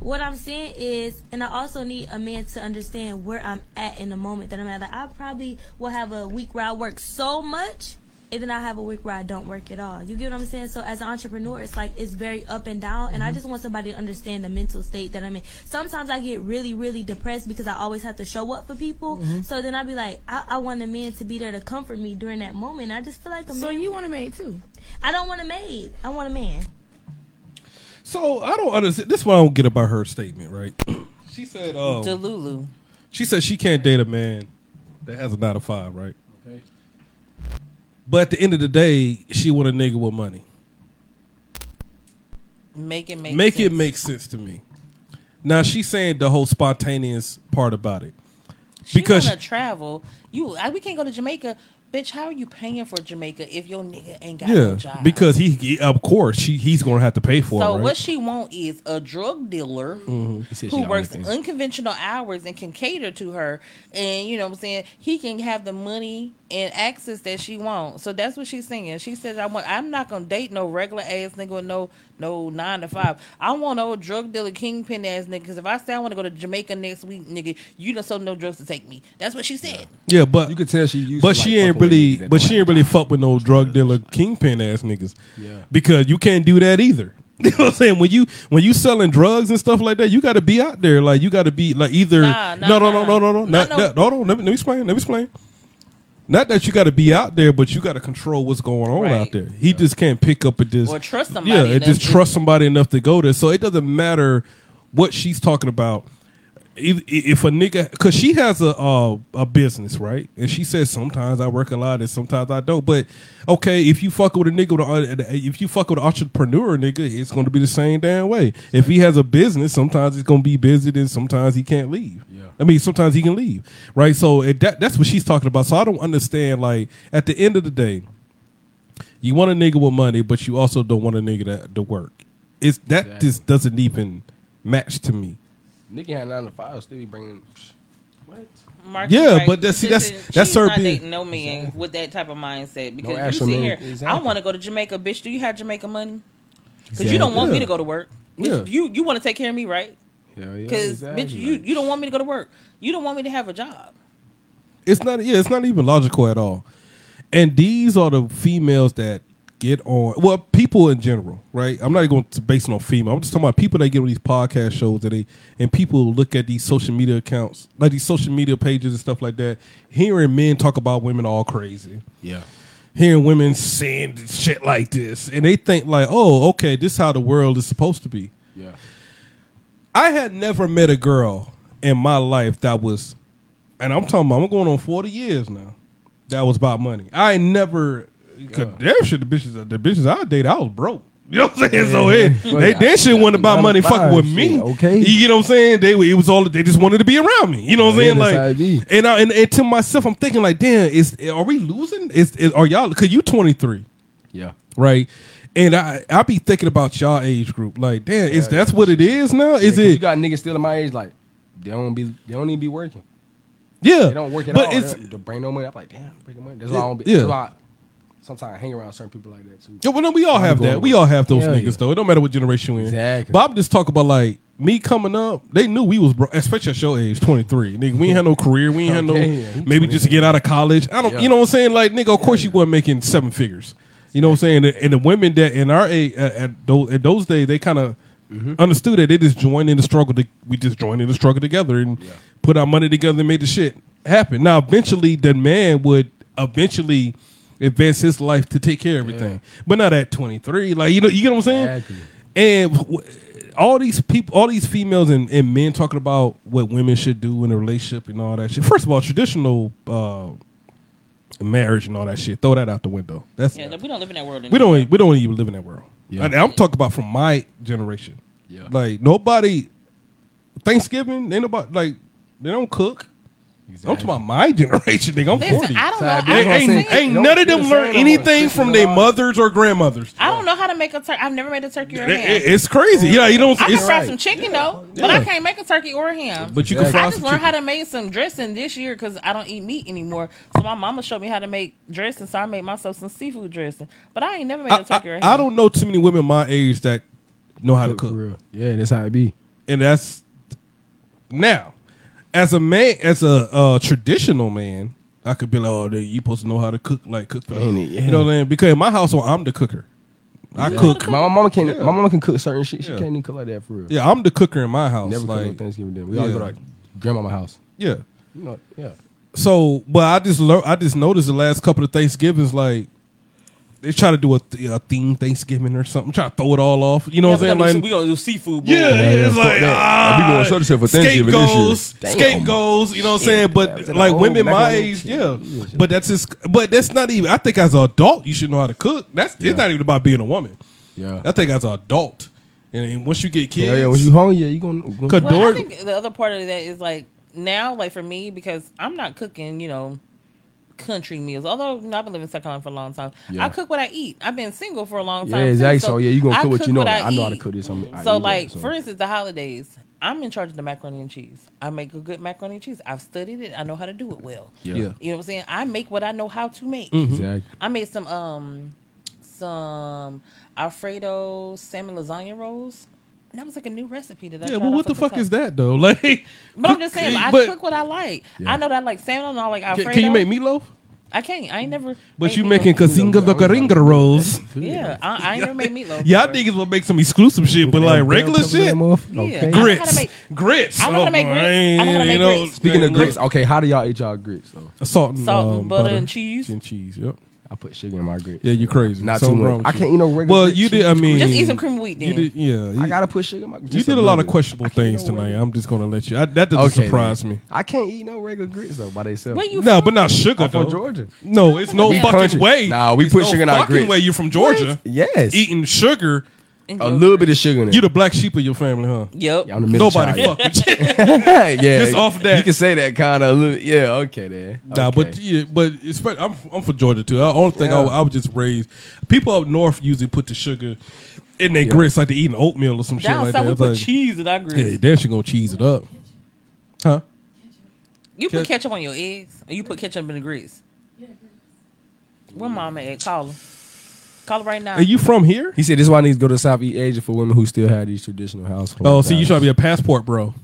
Speaker 3: what I'm saying is, and I also need a man to understand where I'm at in the moment that I'm at. Like, I probably will have a week where I work so much, and then I have a week where I don't work at all. You get what I'm saying? So as an entrepreneur, it's like it's very up and down,
Speaker 7: Mm-hmm.
Speaker 3: and I just want somebody to understand the mental state that I'm in. Sometimes I get really, really depressed because I always have to show up for people.
Speaker 13: Mm-hmm.
Speaker 7: Mhm.
Speaker 3: So then i be like, I, I want a man to be there to comfort me during that moment. I just feel like a
Speaker 7: So
Speaker 3: man.
Speaker 7: you want a maid too?
Speaker 3: I don't want a maid. I want a man.
Speaker 2: So I don't understand this is what I don't get about her statement, right? <clears throat> She said um,
Speaker 4: Delulu.
Speaker 2: She said she can't date a man that has a nine to five, right?
Speaker 4: Okay.
Speaker 2: But at the end of the day, she want a nigga with money.
Speaker 4: Make it make
Speaker 2: Make, it make sense to me. Now she's saying the whole spontaneous part about it.
Speaker 4: She
Speaker 2: because
Speaker 4: wanna travel. You, I, we can't go to Jamaica, bitch. How are you paying for Jamaica if your nigga ain't got no
Speaker 2: yeah,
Speaker 4: job?
Speaker 2: because he, he- of course she he's gonna have to pay for
Speaker 4: so
Speaker 2: it. Right?
Speaker 4: what she want is a drug dealer
Speaker 2: Mhm. He said she
Speaker 4: who
Speaker 2: the
Speaker 4: works
Speaker 2: only thing.
Speaker 4: unconventional hours and can cater to her, and you know what I'm saying. He can have the money and access that she wants. So that's what she's saying. She says, "I want. I'm not gonna date no regular ass nigga with no no nine to five. I want old drug dealer kingpin ass nigga. Because if I say I want to go to Jamaica next week, nigga, you done sold no drugs to take me. That's what she said.
Speaker 2: yeah, but you
Speaker 5: could tell she used
Speaker 2: but
Speaker 5: to,
Speaker 2: she
Speaker 5: like,
Speaker 2: ain't
Speaker 5: fucking with
Speaker 2: really
Speaker 5: niggas that
Speaker 2: but
Speaker 5: don't
Speaker 2: she ain't really fuck with no drug dealer kingpin ass niggas.
Speaker 5: Yeah.
Speaker 2: Because you can't do that either. <laughs> You know what I'm saying? When you when you selling drugs and stuff like that, you got to be out there. Like you got to be like either
Speaker 4: Nah, nah,
Speaker 2: no, no,
Speaker 4: nah.
Speaker 2: no no no no
Speaker 4: Nah,
Speaker 2: not
Speaker 4: no.
Speaker 2: that. Hold on, let me, let me explain. Let me explain. Not that you got to be out there, but you got to control what's going on out there. He just can't pick up and just
Speaker 4: Or trust somebody
Speaker 2: Yeah, and
Speaker 4: enough
Speaker 2: just
Speaker 4: to-
Speaker 2: trust somebody enough to go there. So it doesn't matter what she's talking about. If, if a nigga, because she has a uh, a business, right? And she says sometimes I work a lot and sometimes I don't. But okay, if you fuck with a nigga, with a, uh, if you fuck with an entrepreneur nigga, it's going to be the same damn way. If he has a business, sometimes it's going to be busy, and sometimes he can't leave. Yeah. I mean, sometimes he can leave, right? So it, that that's what she's talking about. So I don't understand. Like at the end of the day, you want a nigga with money, but you also don't want a nigga that to work. It's that just doesn't even match to me.
Speaker 5: Nigga had nine to five, still be bringing.
Speaker 4: Mark
Speaker 2: Yeah,
Speaker 4: is right.
Speaker 2: but that's- see, that's-
Speaker 4: Listen,
Speaker 2: that's
Speaker 4: she's
Speaker 2: her
Speaker 4: not
Speaker 2: being-
Speaker 4: dating no man with that type of mindset because you
Speaker 2: actual
Speaker 4: sit
Speaker 2: man.
Speaker 4: here. I
Speaker 2: Exactly.
Speaker 4: want to go to Jamaica, bitch. Do you have Jamaica money? Because you don't
Speaker 5: Exactly.
Speaker 4: want me to
Speaker 5: Yeah.
Speaker 4: go to work. Bitch,
Speaker 5: Yeah.
Speaker 4: You you want to take care of me, right?
Speaker 5: Hell yeah,
Speaker 4: Because
Speaker 5: exactly.
Speaker 4: bitch, you you don't want me to go to work. You don't want me to have a job.
Speaker 2: It's not yeah, it's not even logical at all. And these are the females that get on well, people in general, right? I'm not even going to base it on female. I'm just talking about people that get on these podcast shows that they and people look at these social media accounts, like these social media pages and stuff like that, hearing men talk about women all crazy.
Speaker 5: Yeah.
Speaker 2: hearing women saying shit like this, and they think like, "Oh, okay, this is how the world is supposed to be."
Speaker 5: Yeah.
Speaker 2: I had never met a girl in my life that was, and I'm talking about I'm going on 40 years now. That was about money. I ain't never, cause damn shit, the bitches, the bitches I dated, I was broke. You know what I'm saying? So hey, they, they shouldn't want to buy money fucking with me. Okay. You know what I'm saying? They it was all they just wanted to be around me. You know what I'm
Speaker 6: Yeah,
Speaker 2: saying?
Speaker 6: that's
Speaker 2: Like
Speaker 6: how it
Speaker 2: and, I, and and to myself, I'm thinking like, damn, is are we losing? Is, is are y'all cause you 23.
Speaker 5: Yeah.
Speaker 2: Right. And I I be thinking about y'all age group. Like, damn, is that's what it is now? Is
Speaker 5: Yeah, 'cause You
Speaker 2: it
Speaker 5: got niggas still in my age, like they don't be, they don't even be working.
Speaker 2: Yeah,
Speaker 5: they don't work at
Speaker 2: but
Speaker 5: all.
Speaker 2: it's-
Speaker 5: They don't- the brain no money. I'm like, damn, breaking money. That's
Speaker 2: Yeah,
Speaker 5: why I don't be.
Speaker 2: yeah.
Speaker 5: That's why I sometimes I hang around certain people like that too.
Speaker 2: Yeah, well, no, we all
Speaker 5: I'm
Speaker 2: have
Speaker 5: going
Speaker 2: that.
Speaker 5: with
Speaker 2: We all have those
Speaker 5: Hell
Speaker 2: niggas
Speaker 5: yeah.
Speaker 2: though. It don't matter what generation we're in.
Speaker 5: Exactly.
Speaker 2: Bob just talk about like me coming up. They knew we was bro, especially at your age, twenty three. Nigga, we ain't had no career. We ain't had no
Speaker 5: Okay, yeah.
Speaker 2: maybe just to get out of college. I don't.
Speaker 5: Yeah.
Speaker 2: You know what I'm saying? Like nigga, of course you weren't making seven figures. You know what I'm saying? And, the women that in our age at, at those at those days they kind of understood that they just joined in the struggle. To, we just joined in the struggle together and put our money together and made the shit happen. Now eventually the man would eventually advance his life to take care of everything, but not at 23. Like you know, you get what I'm saying? And w- all these people, all these females and, and men talking about what women should do in a relationship and all that shit. First of all, traditional uh, marriage and all that shit. Throw that out the window. That's
Speaker 4: yeah, we don't live in that world.
Speaker 2: we
Speaker 4: anymore.
Speaker 2: don't we don't even live in that world. And I'm talking about from my generation. Yeah. Like nobody Thanksgiving, ain't nobody like they don't cook. I'm talking about my <laughs> generation, nigga. I'm
Speaker 4: Listen,
Speaker 2: 40.
Speaker 4: I don't know- I
Speaker 2: Ain't,
Speaker 4: don't
Speaker 2: ain't-
Speaker 4: see it.
Speaker 2: ain't
Speaker 4: Don't
Speaker 2: none
Speaker 4: do
Speaker 2: of them learn
Speaker 4: the same no more.
Speaker 2: anything from their mothers or grandmothers.
Speaker 4: I don't know how to make a turkey. I've never made a turkey or a
Speaker 2: It-
Speaker 4: ham.
Speaker 2: it- it's crazy. Yeah, you know
Speaker 4: I can
Speaker 2: it's-
Speaker 4: fry some chicken though, but I
Speaker 2: Yeah.
Speaker 4: can't make a turkey or a ham.
Speaker 2: But you can fry
Speaker 4: I just
Speaker 2: some
Speaker 4: learned
Speaker 2: chicken.
Speaker 4: how to make some dressing this year because I don't eat meat anymore. So my mama showed me how to make dressing, so I made myself some seafood dressing. But I ain't never made a turkey or a ham.
Speaker 2: I don't know too many women my age that know how to cook. Yeah, that's how it be. And that's now, as a man, as a uh, traditional man, I could be like, "Oh, dude, you supposed to know how to cook like cook." for-
Speaker 5: Ain't it?
Speaker 2: You know what I'm saying? Because in my household, I'm the cooker. I cook.
Speaker 5: My, my mama can.
Speaker 2: Yeah.
Speaker 5: My mama can cook certain shit. She
Speaker 2: Yeah.
Speaker 5: can't even cook like that for real.
Speaker 2: Yeah, I'm the cooker in my house.
Speaker 5: Never cook
Speaker 2: like,
Speaker 5: on Thanksgiving dinner. We always go to our
Speaker 2: grandma's house. Yeah.
Speaker 5: You know, yeah.
Speaker 2: So, but I just learned. I just noticed the last couple of Thanksgivings, like they try to do a, th- a theme Thanksgiving or something, try to throw it all off. You know what
Speaker 15: Yeah,
Speaker 2: I'm
Speaker 15: we gonna
Speaker 2: saying?
Speaker 15: do-
Speaker 2: Like
Speaker 15: we gonna do seafood. bowl.
Speaker 2: Yeah, it's
Speaker 15: fuck
Speaker 2: like
Speaker 15: that.
Speaker 2: ah,
Speaker 15: We going shut for Thanksgiving this year.
Speaker 2: scapegoats,
Speaker 15: Damn.
Speaker 2: scapegoats. You know what I'm saying?
Speaker 15: Shit, that was
Speaker 2: But
Speaker 15: at
Speaker 2: like
Speaker 15: home,
Speaker 2: women
Speaker 15: back
Speaker 2: my
Speaker 15: home.
Speaker 2: age, yeah. But that's just. But that's not even. I think as an adult, you should know how to cook. That's it's not even about being a woman.
Speaker 5: Yeah.
Speaker 2: I think as an adult, and, and once you get kids,
Speaker 5: Yeah, yeah. When you home, yeah, you gonna. gonna
Speaker 2: Cause
Speaker 4: Well,
Speaker 2: door-
Speaker 4: I think the other part of that is like now, like for me, because I'm not cooking, you know, country meals. Although you know, I've been living in South Carolina for a long time,
Speaker 5: Yeah.
Speaker 4: I cook what I eat. I've been single for a long
Speaker 5: yeah,
Speaker 4: time. too,
Speaker 5: exactly. So, yeah, you gonna
Speaker 4: I
Speaker 5: cook what you know.
Speaker 4: I,
Speaker 5: Like, I know how to
Speaker 4: eat.
Speaker 5: cook this. I'm, I
Speaker 4: So,
Speaker 5: eat it,
Speaker 4: like for instance, the holidays, I'm in charge of the macaroni and cheese. I make a good macaroni and cheese. I've studied it. I know how to do it well.
Speaker 5: Yeah.
Speaker 4: You know what I'm saying? I make what I know how to make.
Speaker 5: Mhm. Exactly.
Speaker 4: I made some um some Alfredo salmon lasagna rolls. And that was like a new recipe that I
Speaker 2: yeah.
Speaker 4: tried
Speaker 2: Well,
Speaker 4: out
Speaker 2: what
Speaker 4: for
Speaker 2: the fuck
Speaker 4: time.
Speaker 2: is that though? <laughs> Like,
Speaker 4: But I'm just saying, I
Speaker 2: But-
Speaker 4: cook what I like.
Speaker 2: Yeah.
Speaker 4: I know that I like salmon. I like
Speaker 2: can,
Speaker 4: Alfredo.
Speaker 2: can you make meatloaf?
Speaker 4: I can't. I ain't never.
Speaker 2: But
Speaker 4: made
Speaker 2: you
Speaker 4: meatloaf.
Speaker 2: making casinga the caringa rolls.
Speaker 4: Yeah, I, I ain't never made meatloaf.
Speaker 2: <laughs> Y'all niggas will make some exclusive shit, but like regular shit.
Speaker 4: Yeah. I know how to
Speaker 2: Grits. Oh,
Speaker 4: make-
Speaker 2: Grits.
Speaker 4: I know how to make grits. I know how to make grits.
Speaker 5: Speaking of grits, okay, how do y'all eat y'all grits? Though?
Speaker 2: Salt and, uh,
Speaker 4: Salt and um, butter butter. and cheese.
Speaker 2: And cheese, yep.
Speaker 5: I put sugar in my grits.
Speaker 2: Yeah, you crazy.
Speaker 5: Not
Speaker 2: Something
Speaker 5: too
Speaker 2: wrong
Speaker 5: much.
Speaker 2: with you.
Speaker 5: I can't eat no regular.
Speaker 2: Well, you did. I mean,
Speaker 4: Just eat some cream of wheat
Speaker 2: You
Speaker 4: then.
Speaker 2: did, yeah, you,
Speaker 5: I gotta put sugar in my.
Speaker 2: you
Speaker 5: just
Speaker 2: did a lot
Speaker 5: little
Speaker 2: of
Speaker 5: bit.
Speaker 2: questionable things tonight. I'm just gonna let you. I, that doesn't
Speaker 5: Okay,
Speaker 2: surprise
Speaker 5: then.
Speaker 2: me.
Speaker 5: I can't eat no regular grits though by themselves.
Speaker 2: no, but not sugar.
Speaker 5: I'm from
Speaker 2: though.
Speaker 5: Georgia.
Speaker 2: No, it's no
Speaker 5: We
Speaker 2: fucking
Speaker 5: country.
Speaker 2: way.
Speaker 5: Nah, we
Speaker 2: It's
Speaker 5: put
Speaker 2: no
Speaker 5: sugar in our
Speaker 2: fucking
Speaker 5: grits.
Speaker 2: way. You from Georgia?
Speaker 5: Yes.
Speaker 2: Eating sugar.
Speaker 5: A little bit of sugar in it.
Speaker 2: You the black sheep of your family, huh?
Speaker 4: Yep.
Speaker 5: I'm the middle
Speaker 2: Nobody
Speaker 5: child,
Speaker 2: fuck with you.
Speaker 5: <laughs> yeah,
Speaker 2: Just off that.
Speaker 5: You can say that kind of. Yeah, okay, then.
Speaker 2: Nah, but yeah, but it's, but I'm I'm from Georgia too. I only thing I, wa- I was just raised. People up north usually put the sugar in their grits like they eating oatmeal or some shit
Speaker 4: Down
Speaker 2: like that.
Speaker 4: south, we
Speaker 2: It's
Speaker 4: put
Speaker 2: like,
Speaker 4: cheese in our grits.
Speaker 2: Yeah, then she gonna cheese it up, huh?
Speaker 4: You put
Speaker 2: Ketchup.
Speaker 4: ketchup on your eggs, or you put ketchup in the grease. Where mama at? Call her. Call her right now.
Speaker 2: Are you from here?
Speaker 5: He said this is why I need to go to Southeast Asia for women who still have these traditional households.
Speaker 2: Oh, see, you trying to be a passport, bro?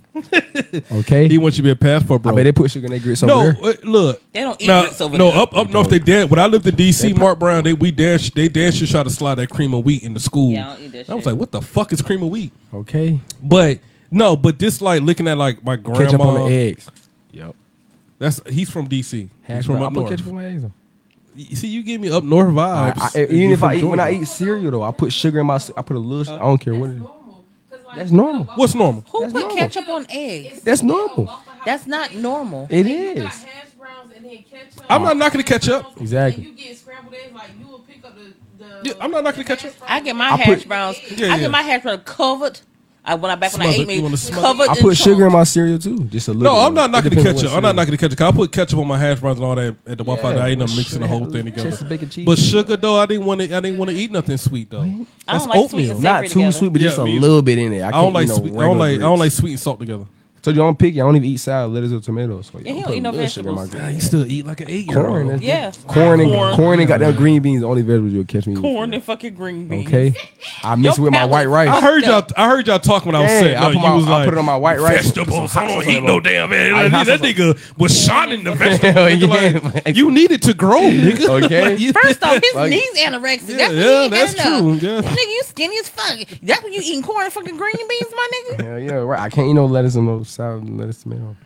Speaker 5: okay?
Speaker 2: He wants you to be a passport, bro.
Speaker 5: I bet they put sugar in their grits
Speaker 2: no,
Speaker 5: over there.
Speaker 2: uh, look.
Speaker 4: They don't eat
Speaker 2: Now,
Speaker 4: grits over
Speaker 2: no,
Speaker 4: there.
Speaker 2: up up north they dance. When I lived in D.C., Mark Brown, they we dance. They dance. You try to slide that cream of wheat in the school.
Speaker 4: Yeah, I don't eat that
Speaker 2: I was
Speaker 4: shit.
Speaker 2: like, what the fuck is cream of wheat?
Speaker 5: Okay.
Speaker 2: But no, but this like looking at like my grandma.
Speaker 5: Ketchup on the eggs. Yep.
Speaker 2: That's he's from D.C.
Speaker 5: Hash
Speaker 2: he's from
Speaker 5: brown.
Speaker 2: up
Speaker 5: I'ma
Speaker 2: north.
Speaker 5: ketchup on my eggs, though.
Speaker 2: You See, you give me up north
Speaker 5: I-
Speaker 2: vibes.
Speaker 5: I- even if I eat when I eat cereal though, I put sugar in my. ce- I put a little. I don't care what it is. That's normal.
Speaker 2: What's Uh, normal?
Speaker 4: Who put ketchup on eggs?
Speaker 5: That's normal.
Speaker 4: That's not normal.
Speaker 5: It is.
Speaker 3: and then catch up.
Speaker 2: I'm not knocking the ketchup.
Speaker 5: Exactly.
Speaker 3: You get scrambled eggs like you will pick up the. the
Speaker 2: I'm not knocking the ketchup.
Speaker 4: I get my
Speaker 5: I
Speaker 4: hash
Speaker 5: put-
Speaker 4: browns.
Speaker 5: Yeah,
Speaker 4: I
Speaker 5: yeah.
Speaker 4: get my hash browns covered. I when I back when I
Speaker 2: Smother-
Speaker 4: ate me
Speaker 2: you wanna smother-
Speaker 4: covered.
Speaker 5: I
Speaker 4: in
Speaker 5: put
Speaker 4: cho-
Speaker 5: sugar in my cereal too, just a little.
Speaker 2: No,
Speaker 5: bit.
Speaker 2: I'm not
Speaker 5: It
Speaker 2: knocking the
Speaker 5: depends on what
Speaker 2: ketchup. I'm not
Speaker 5: cereal.
Speaker 2: knocking the ketchup. I put ketchup on my hash browns and all that at the Wi-Fi. I ain't
Speaker 5: well,
Speaker 2: nothing mixing the whole
Speaker 5: shit,
Speaker 2: thing together.
Speaker 5: Chester bacon cheese.
Speaker 2: But sugar though, I didn't want to. I didn't want to eat nothing sweet though.
Speaker 4: I don't like sweet and savory
Speaker 5: Not too
Speaker 4: together.
Speaker 5: sweet, but just
Speaker 2: Yeah,
Speaker 5: a
Speaker 2: me-
Speaker 5: little bit in there. I,
Speaker 2: I
Speaker 5: can't
Speaker 2: don't like
Speaker 5: eat no
Speaker 2: sweet- I don't
Speaker 5: regular
Speaker 2: like- I don't
Speaker 5: grits.
Speaker 2: like sweet and salt together.
Speaker 5: So you don't pick. I don't even eat salad, lettuce, or tomatoes. So
Speaker 4: Yeah, he don't eat no vegetables.
Speaker 2: Nah, you still eat like an eight-year-old.
Speaker 5: Corn, that's-
Speaker 4: Yeah.
Speaker 5: corn <laughs> and
Speaker 4: Corn.
Speaker 5: corn, and goddamn green beans. The only vegetables you'll catch me. eating.
Speaker 4: corn and fucking green beans.
Speaker 5: Okay, I mix it with my white rice.
Speaker 2: I heard y'all. I heard y'all talking when I was
Speaker 5: Yeah,
Speaker 2: saying.
Speaker 5: I
Speaker 2: No,
Speaker 5: put
Speaker 2: you
Speaker 5: my-
Speaker 2: was
Speaker 5: I
Speaker 2: like,
Speaker 5: put it on my white rice with
Speaker 2: Vegetables.
Speaker 5: some
Speaker 2: I don't
Speaker 5: sauce
Speaker 2: eat
Speaker 5: on
Speaker 2: no
Speaker 5: it.
Speaker 2: damn
Speaker 5: I
Speaker 2: man.
Speaker 5: have
Speaker 2: That
Speaker 5: some-
Speaker 2: nigga was
Speaker 5: <laughs>
Speaker 2: shining the vegetables.
Speaker 5: Hell
Speaker 2: nigga, like, you needed to grow, nigga.
Speaker 5: <laughs>
Speaker 2: <laughs>
Speaker 5: Okay.
Speaker 4: First off, <laughs> his
Speaker 2: Like-
Speaker 4: knees anorexic.
Speaker 2: Yeah,
Speaker 4: that's what
Speaker 2: yeah,
Speaker 4: he
Speaker 2: that's
Speaker 4: that's enough.
Speaker 2: true,
Speaker 4: true.
Speaker 2: yeah.
Speaker 4: Nigga, you skinny as fuck. That's when you eating corn and fucking green beans, my nigga.
Speaker 5: Hell yeah, right. I can't eat no lettuce and no salad, and lettuce, tomato.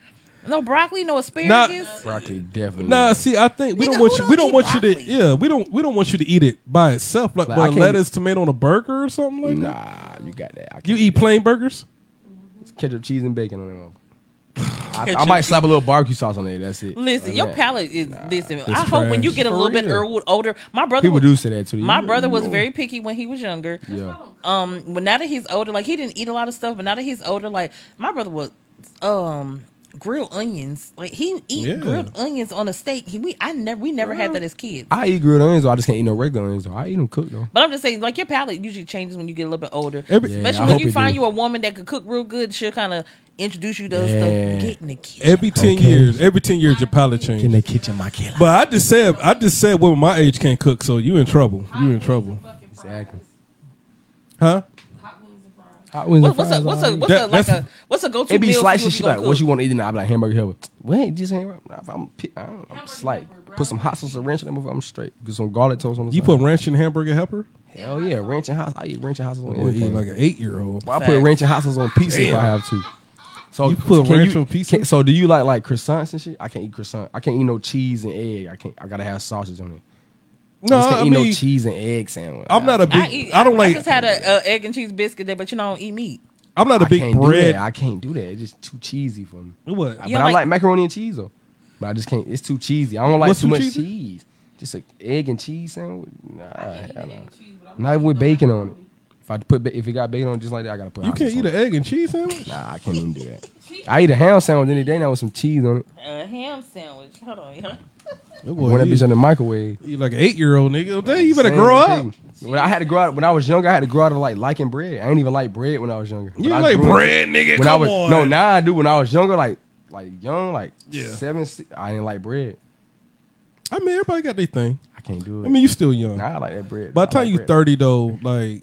Speaker 4: No broccoli, no asparagus.
Speaker 5: Broccoli definitely.
Speaker 2: Nah, see, I think we don't want you. We don't want you to. Yeah, we don't. We don't want you to eat it by itself, like,
Speaker 5: Like,
Speaker 2: with a
Speaker 5: I can't-
Speaker 2: lettuce, tomato on a burger or something like that.
Speaker 5: Nah, you got that. I
Speaker 2: You eat plain burgers?
Speaker 5: ketchup, cheese, and bacon on them.
Speaker 4: <laughs>
Speaker 5: I, I
Speaker 4: Ketchup,
Speaker 5: might slap a little barbecue sauce on there. That's it.
Speaker 4: <laughs> Listen,
Speaker 5: Other
Speaker 4: your
Speaker 5: than that,
Speaker 4: palate is listen.
Speaker 5: it's
Speaker 4: I hope when you
Speaker 5: trash.
Speaker 4: get a
Speaker 5: For
Speaker 4: little bit
Speaker 5: real.
Speaker 4: old- older, my brother
Speaker 5: People
Speaker 4: was-
Speaker 5: do say that to you.
Speaker 4: My
Speaker 5: You-
Speaker 4: brother was
Speaker 5: you-
Speaker 4: very picky when he was younger.
Speaker 5: Yeah.
Speaker 4: Um, but now that he's older, like he didn't eat a lot of stuff, but now that he's older, like my brother was um grilled onions. Like he eat
Speaker 5: Yeah.
Speaker 4: grilled onions on a steak. He we I never we never had that as kids.
Speaker 5: I eat grilled onions, though. I just can't eat no regular onions. Though. I eat them cooked though.
Speaker 4: But I'm just saying, like your palate usually changes when you get a little bit older.
Speaker 5: Every- Yeah, I
Speaker 4: Especially when
Speaker 5: hope
Speaker 4: you
Speaker 5: it
Speaker 4: find
Speaker 5: do.
Speaker 4: you a woman that could cook real good, she'll kind of introduce you to stuff. Get in the kitchen.
Speaker 2: Every ten years, every ten years, your palate changes. In the
Speaker 5: kitchen, my killer.
Speaker 2: But I just said, I just said, women my age can't cook, so you in trouble. You in trouble,
Speaker 5: Exactly.
Speaker 2: huh?
Speaker 5: Hot wings
Speaker 4: What-
Speaker 5: and
Speaker 4: what's
Speaker 5: fries,
Speaker 4: a what's
Speaker 5: all
Speaker 4: a
Speaker 5: right.
Speaker 4: what's a like a what's a go-to
Speaker 5: It be
Speaker 4: meal? for you if
Speaker 5: slicey. She
Speaker 4: you
Speaker 5: like,
Speaker 4: gonna
Speaker 5: what
Speaker 4: cook?
Speaker 5: you want to eat? And I be like hamburger helper. Wait, just hamburger. If I'm, pi- I don't, I'm just like put some hot sauce and ranch in them. I'm straight. Get some garlic toast on the
Speaker 2: You
Speaker 5: side.
Speaker 2: put ranch in hamburger helper?
Speaker 5: Hell yeah, ranch and hot. I eat ranch and hot sauce on
Speaker 2: Boy, you
Speaker 5: everything.
Speaker 2: like an eight-year-old.
Speaker 5: Well, I put ranch and hot sauce on pizza if I
Speaker 2: Damn.
Speaker 5: have to. So
Speaker 2: You put
Speaker 5: can
Speaker 2: ranch
Speaker 5: you-
Speaker 2: on pizza?
Speaker 5: can- so do you like like croissants and shit? I can't eat croissant. I can't eat no cheese and egg. I can't. I gotta have sausage on it.
Speaker 2: No,
Speaker 5: I just can't
Speaker 2: I
Speaker 5: eat no
Speaker 2: mean-
Speaker 5: cheese and egg sandwich.
Speaker 2: I'm not a big.
Speaker 4: I
Speaker 2: I,
Speaker 4: eat.
Speaker 2: don't
Speaker 4: I
Speaker 2: like.
Speaker 4: just had a, a egg and cheese biscuit there, but you know I don't eat meat.
Speaker 2: I'm not a big
Speaker 5: can't do
Speaker 2: bread.
Speaker 5: that. I can't do that. It's just too cheesy for me.
Speaker 2: What?
Speaker 5: But
Speaker 4: Yeah,
Speaker 5: I
Speaker 4: like-
Speaker 5: like, macaroni and cheese though. But I just can't. It's too cheesy. I don't like
Speaker 2: What's
Speaker 5: too
Speaker 2: too
Speaker 5: much
Speaker 2: cheesy?
Speaker 5: cheese. Just an egg and cheese sandwich. Nah, hell no. not even with bacon on it. If I put ba- if it got bacon on it just like that, I gotta put.
Speaker 2: You
Speaker 5: hot
Speaker 2: can't
Speaker 5: sauce
Speaker 2: eat an
Speaker 5: on it.
Speaker 2: egg and cheese sandwich.
Speaker 5: Nah, I can't even do that. I eat a ham sandwich any day now with some cheese on it.
Speaker 4: A ham sandwich. Hold on, y'all.
Speaker 2: That boy,
Speaker 5: When that
Speaker 2: you-
Speaker 5: bitch in the microwave.
Speaker 2: You like an eight-year-old nigga. Dang, you better grow up.
Speaker 5: Same. When I had to grow out when I was younger, I had to grow out of like liking bread. I didn't even like bread when I was younger.
Speaker 2: You
Speaker 5: When I
Speaker 2: like
Speaker 5: grew up-
Speaker 2: bread, nigga?
Speaker 5: When I
Speaker 2: Come
Speaker 5: was
Speaker 2: on.
Speaker 5: no, now I do. When I was younger, like like young, like
Speaker 2: Yeah.
Speaker 5: seven, six, I didn't like bread.
Speaker 2: I mean, everybody got their thing.
Speaker 5: I can't do it.
Speaker 2: I mean, you still young.
Speaker 5: Nah, I like that bread.
Speaker 2: By
Speaker 5: I
Speaker 2: the time
Speaker 5: like
Speaker 2: you
Speaker 5: bread.
Speaker 2: thirty though, like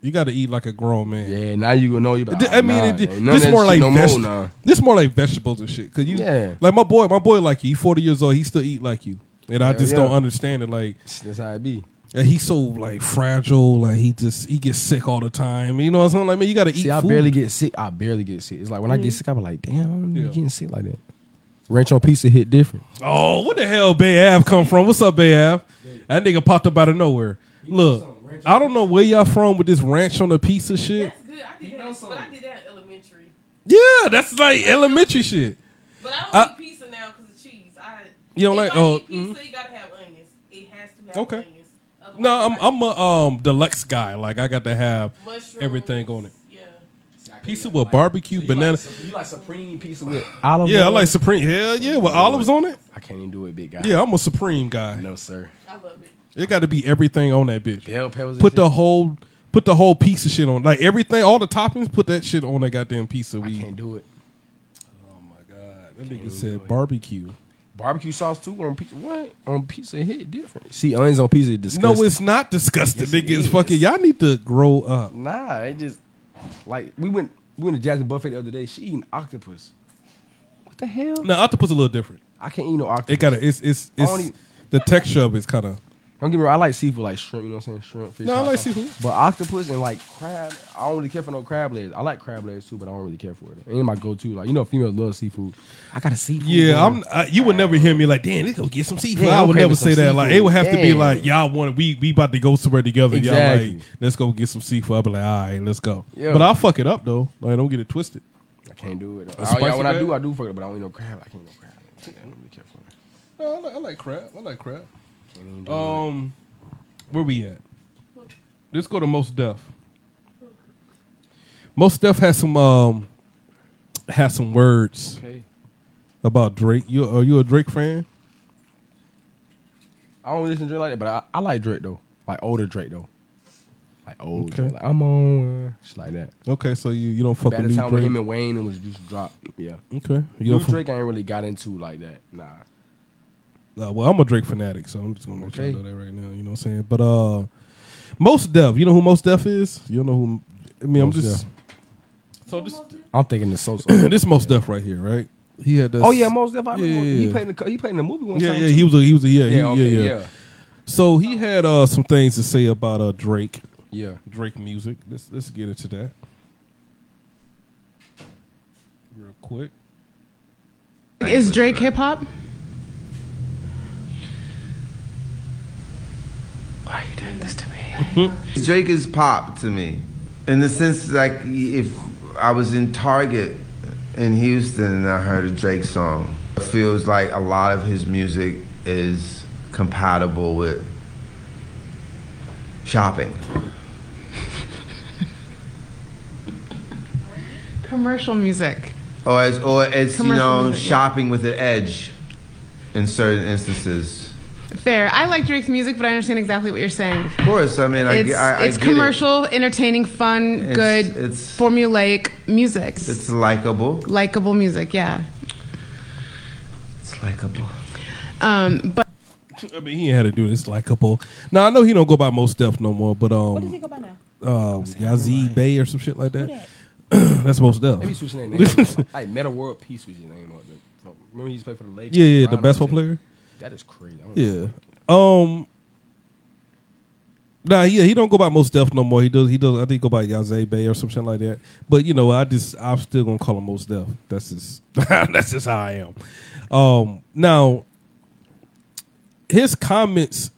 Speaker 2: you got to eat like a grown man.
Speaker 5: Yeah, now you gonna know you.
Speaker 2: I mean,
Speaker 5: nah,
Speaker 2: it,
Speaker 5: ain't none of
Speaker 2: this
Speaker 5: that
Speaker 2: more
Speaker 5: shit
Speaker 2: like
Speaker 5: no more
Speaker 2: veg-
Speaker 5: now.
Speaker 2: this more like vegetables and shit. Cause you,
Speaker 5: Yeah.
Speaker 2: like my boy, my boy like you. He forty years old. He still eat like you, and I
Speaker 5: Hell
Speaker 2: just
Speaker 5: yeah.
Speaker 2: don't understand it. Like
Speaker 5: That's how it be.
Speaker 2: and he's so like fragile. Like he just he gets sick all the time. You know what I'm saying? Like man, you got to eat.
Speaker 5: See, I
Speaker 2: food.
Speaker 5: barely get sick. I barely get sick. It's like when I
Speaker 2: Mhm.
Speaker 5: get sick, I'm like, damn, I'm
Speaker 2: Yeah.
Speaker 5: getting sick like that. Ranch on pizza hit different.
Speaker 2: Oh, what the hell, Bay Av come from? What's up, Bay Av? That nigga popped up out of nowhere. Look, I don't know where y'all from with this ranch on the pizza shit.
Speaker 3: Good, I did that, but I did that in elementary.
Speaker 2: Yeah, that's like elementary shit.
Speaker 3: But I don't
Speaker 2: I-
Speaker 3: eat pizza now because of cheese. I
Speaker 2: Uh, You don't
Speaker 3: if
Speaker 2: like-
Speaker 3: I
Speaker 2: oh,
Speaker 3: eat pizza,
Speaker 2: mhm.
Speaker 3: you gotta have onions. It has to have
Speaker 2: Okay.
Speaker 3: onions.
Speaker 2: No, I'm I'm a um deluxe guy. Like I got to have everything on it. Pizza with barbecue, banana.
Speaker 5: You like supreme pizza with olive?
Speaker 2: Yeah, I
Speaker 5: oil?
Speaker 2: like supreme. Hell yeah, with olives on it.
Speaker 5: I can't even do it, big guy.
Speaker 2: Yeah, I'm a supreme guy.
Speaker 5: No, sir.
Speaker 2: It got to be everything on that bitch.
Speaker 5: Bell peppers and
Speaker 2: Put the
Speaker 5: shit?
Speaker 2: whole put the whole piece of shit on. Like everything, all the toppings. Put that shit on that goddamn pizza. We
Speaker 5: Can't do it.
Speaker 2: That nigga said barbecue.
Speaker 5: Barbecue sauce too on pizza. What on pizza hit different? See, onions on pizza is disgusting.
Speaker 2: No, it's not disgusting.
Speaker 5: Yes, it
Speaker 2: nigga, it's
Speaker 5: is.
Speaker 2: fucking. Y'all need to grow up.
Speaker 5: Nah, it just like we went we went to Jackson Buffet the other day. She eating octopus. What the hell?
Speaker 2: Now octopus a little different.
Speaker 5: I can't eat no octopus.
Speaker 2: It got to. It's it's
Speaker 5: I don't e-
Speaker 2: it's
Speaker 5: eat-
Speaker 2: the texture of it's kind of.
Speaker 5: Don't get me wrong. I like seafood, like shrimp. You know what I'm saying? Shrimp, fish.
Speaker 2: No, I
Speaker 5: hot
Speaker 2: like
Speaker 5: sauce.
Speaker 2: seafood.
Speaker 5: But octopus and like crab, I don't really care for no crab legs. I like crab legs too, but I don't really care for it. It ain't my go-to. Like you know, females love seafood. I got to seafood.
Speaker 2: Yeah,
Speaker 5: dinner.
Speaker 2: I'm. I, you would never hear me like, damn, let's go get some seafood.
Speaker 5: Yeah,
Speaker 2: I
Speaker 5: I'm
Speaker 2: would never
Speaker 5: craving some
Speaker 2: say that. Like, it would have to be
Speaker 5: seafood.
Speaker 2: like, y'all want we we about to go somewhere together. Y'all
Speaker 5: Exactly.
Speaker 2: like, let's go get some seafood. I'll be like, all right, let's go.
Speaker 5: Yeah.
Speaker 2: But I'll fuck it up though. Like, don't get it twisted.
Speaker 5: I can't do it.
Speaker 2: A
Speaker 5: I, yeah,
Speaker 2: spicy
Speaker 5: when I
Speaker 2: crab?
Speaker 5: do, I do fuck it, but I don't eat no crab. I can't eat no crab. I don't really care for it.
Speaker 2: No, I like, I like crab. I like crab. Um, where we at? Let's go to most deaf. Most deaf has some um has some words
Speaker 5: Okay.
Speaker 2: about Drake. You are you a Drake fan?
Speaker 5: I don't listen to Drake like that, but I, I like Drake though. Like older Drake though. Like old
Speaker 2: Okay.
Speaker 5: Drake. Like, I'm on uh, shit like that.
Speaker 2: Okay, so you, you don't fuck
Speaker 5: By
Speaker 2: with
Speaker 5: the
Speaker 2: new
Speaker 5: time when
Speaker 2: Drake.
Speaker 5: him and Wayne was just dropped. Yeah.
Speaker 2: Okay. You
Speaker 5: New
Speaker 2: don't fuck-
Speaker 5: Drake I ain't really got into like that. Nah.
Speaker 2: Uh, well, I'm a Drake fanatic, so I'm just gonna let
Speaker 5: Okay.
Speaker 2: you know that right now. You know what I'm saying? But uh, most deaf. You know who most deaf is? You don't know who? I mean, I'm
Speaker 5: Mos
Speaker 2: just.
Speaker 5: Def.
Speaker 2: So this.
Speaker 5: I'm thinking the
Speaker 2: <clears throat>
Speaker 5: so
Speaker 2: this most deaf right here, right? He had.
Speaker 5: <coughs> Oh yeah, most of
Speaker 2: Yeah,
Speaker 5: he
Speaker 2: yeah.
Speaker 5: played in the he played in the movie one
Speaker 2: yeah,
Speaker 5: time.
Speaker 2: yeah.
Speaker 5: too.
Speaker 2: He was a he was a yeah he- yeah,
Speaker 5: okay,
Speaker 2: yeah So he had uh some things to say about uh Drake.
Speaker 5: Yeah.
Speaker 2: Drake music. Let's let's get into that real quick.
Speaker 16: Is Drake hip hop?
Speaker 13: Why are you doing this to me? Drake is pop to me, in the sense like if I was in Target in Houston and I heard a Drake song, it feels like a lot of his music is compatible with shopping.
Speaker 16: Commercial music.
Speaker 13: Or it's, or it's you
Speaker 16: Commercial
Speaker 13: know
Speaker 16: music, yeah.
Speaker 13: shopping with an edge in certain instances.
Speaker 16: Fair. I like Drake's music, but I understand exactly what you're saying.
Speaker 13: Of course, I mean I,
Speaker 16: it's
Speaker 13: ge- I, I
Speaker 16: it's
Speaker 13: get it.
Speaker 16: commercial, entertaining, fun,
Speaker 13: It's-
Speaker 16: good,
Speaker 13: it's-
Speaker 16: formulaic music.
Speaker 13: It's likable.
Speaker 16: Likeable music, yeah.
Speaker 13: It's likable.
Speaker 16: Um, but
Speaker 2: I mean, he ain't had to do this like couple. Now I know he don't go by most deaf no more, but um, what does he go by now? Um, Yazzie Bay or some shit like that. <clears throat> That's most deaf.
Speaker 5: Maybe switching their
Speaker 2: <laughs>
Speaker 5: name. like Meta World Peace was his name up. there. So, Remember he used to play for the Lakers.
Speaker 2: Yeah, yeah, the
Speaker 5: Toronto
Speaker 2: basketball
Speaker 5: and shit?
Speaker 2: player.
Speaker 5: That is crazy. I don't
Speaker 2: Yeah. Um. Nah, yeah, he don't go by most deaf no more. He does. He does. I think he go by Yazzie Bay or something like that. But you know, I just I'm still gonna call him most deaf. That's just <laughs> that's just how I am. Um. Now, his comments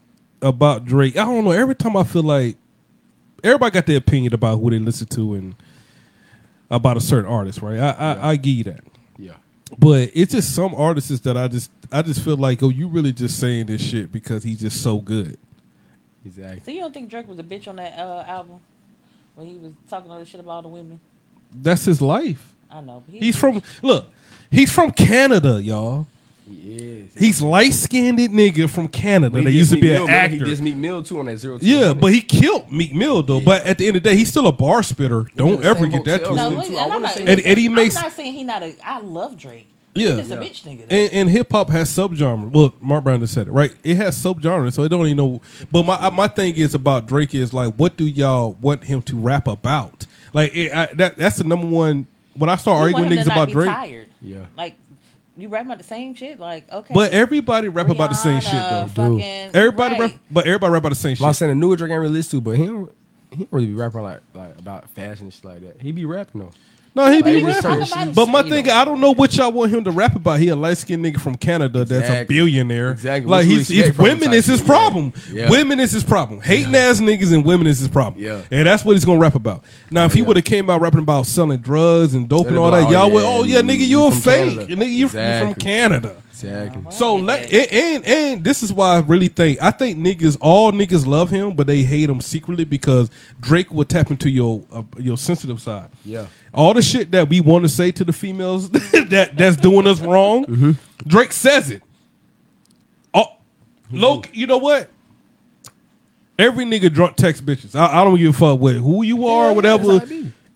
Speaker 2: about Drake. I don't know. Every time I feel like everybody got their opinion about who they listen to and about a certain artist, right? I I, I give you that.
Speaker 5: Yeah.
Speaker 2: But it's just some artists that I just I just feel like, oh, you really just saying this shit because he's just so good.
Speaker 5: Exactly.
Speaker 4: So you don't think Drake was a bitch on that uh, album when he was talking all this shit about all the women?
Speaker 2: That's his life.
Speaker 4: I know. but he-
Speaker 2: He's from look, he's from Canada, y'all.
Speaker 5: He is.
Speaker 2: He's light skinned nigga from Canada.
Speaker 5: But
Speaker 2: They
Speaker 5: he
Speaker 2: used
Speaker 5: dissed
Speaker 2: to be
Speaker 5: Meek
Speaker 2: an
Speaker 5: Mill, remember?
Speaker 2: actor.
Speaker 5: He dissed Meek Mill too on that zero. two,
Speaker 2: yeah,
Speaker 5: wasn't
Speaker 2: but
Speaker 5: it?
Speaker 2: he killed Meek Mill though. But at the end of the day, he's still a bar spitter. Don't
Speaker 5: the
Speaker 2: ever
Speaker 5: same
Speaker 2: get that
Speaker 5: hotel
Speaker 4: No,
Speaker 2: twisted.
Speaker 4: wait, and I'm not,
Speaker 2: And Eddie makes
Speaker 4: I'm not saying he not a. I love Drake. He
Speaker 2: Yeah,
Speaker 4: just a bitch nigga.
Speaker 2: And, and hip hop has subgenre. Well, Mark Brown just said it right. It has subgenre, so I don't even know. But my I- my thing is about Drake is like, what do y'all want him to rap about? Like it, I, that that's the number one. When I start
Speaker 4: You want
Speaker 2: arguing
Speaker 4: him to
Speaker 2: niggas
Speaker 4: not
Speaker 2: about
Speaker 4: be
Speaker 2: Drake,
Speaker 4: tired.
Speaker 2: yeah.
Speaker 4: Like you rap about the same shit. Like okay.
Speaker 2: But everybody rap about the same shit
Speaker 4: Rihanna,
Speaker 2: though.
Speaker 4: fucking
Speaker 2: Everybody
Speaker 4: Drake.
Speaker 2: rap, but everybody rap about the same
Speaker 5: But I'm
Speaker 2: shit.
Speaker 5: saying the newer Drake I ain't really listen to, but he don't, he don't really be rapping like like about fashion and shit like that. He be rapping though.
Speaker 2: No, he
Speaker 5: Like,
Speaker 2: be
Speaker 5: he just talking about
Speaker 2: rapping.
Speaker 5: his
Speaker 2: But my
Speaker 5: shit,
Speaker 2: thing, I don't know what y'all want him to rap about. He a light skinned nigga from Canada that's a
Speaker 5: Exactly.
Speaker 2: billionaire.
Speaker 5: Exactly. What
Speaker 2: Like
Speaker 5: you
Speaker 2: he's,
Speaker 5: expect
Speaker 2: he's-
Speaker 5: from him
Speaker 2: women
Speaker 5: type
Speaker 2: is his
Speaker 5: shit,
Speaker 2: problem.
Speaker 5: yeah. Yeah.
Speaker 2: Women is his problem. Hating ass niggas and women is his problem.
Speaker 5: Yeah.
Speaker 2: And that's what he's gonna rap about. Now, if he would have came out rapping about selling drugs and dope and all that, y'all would, oh yeah, nigga, you a fake, nigga, you you from Canada.
Speaker 5: Exactly.
Speaker 2: So let and, and and this is why I really think I think niggas all niggas love him, but they hate him secretly because Drake will tap into your uh, your sensitive side.
Speaker 5: Yeah.
Speaker 2: All the shit that we want to say to the females <laughs> that that's doing us wrong,
Speaker 5: Mm-hmm.
Speaker 2: Drake says it. Oh, Loke, you know what? Every nigga drunk text bitches. I, I don't give a fuck with who you are or whatever.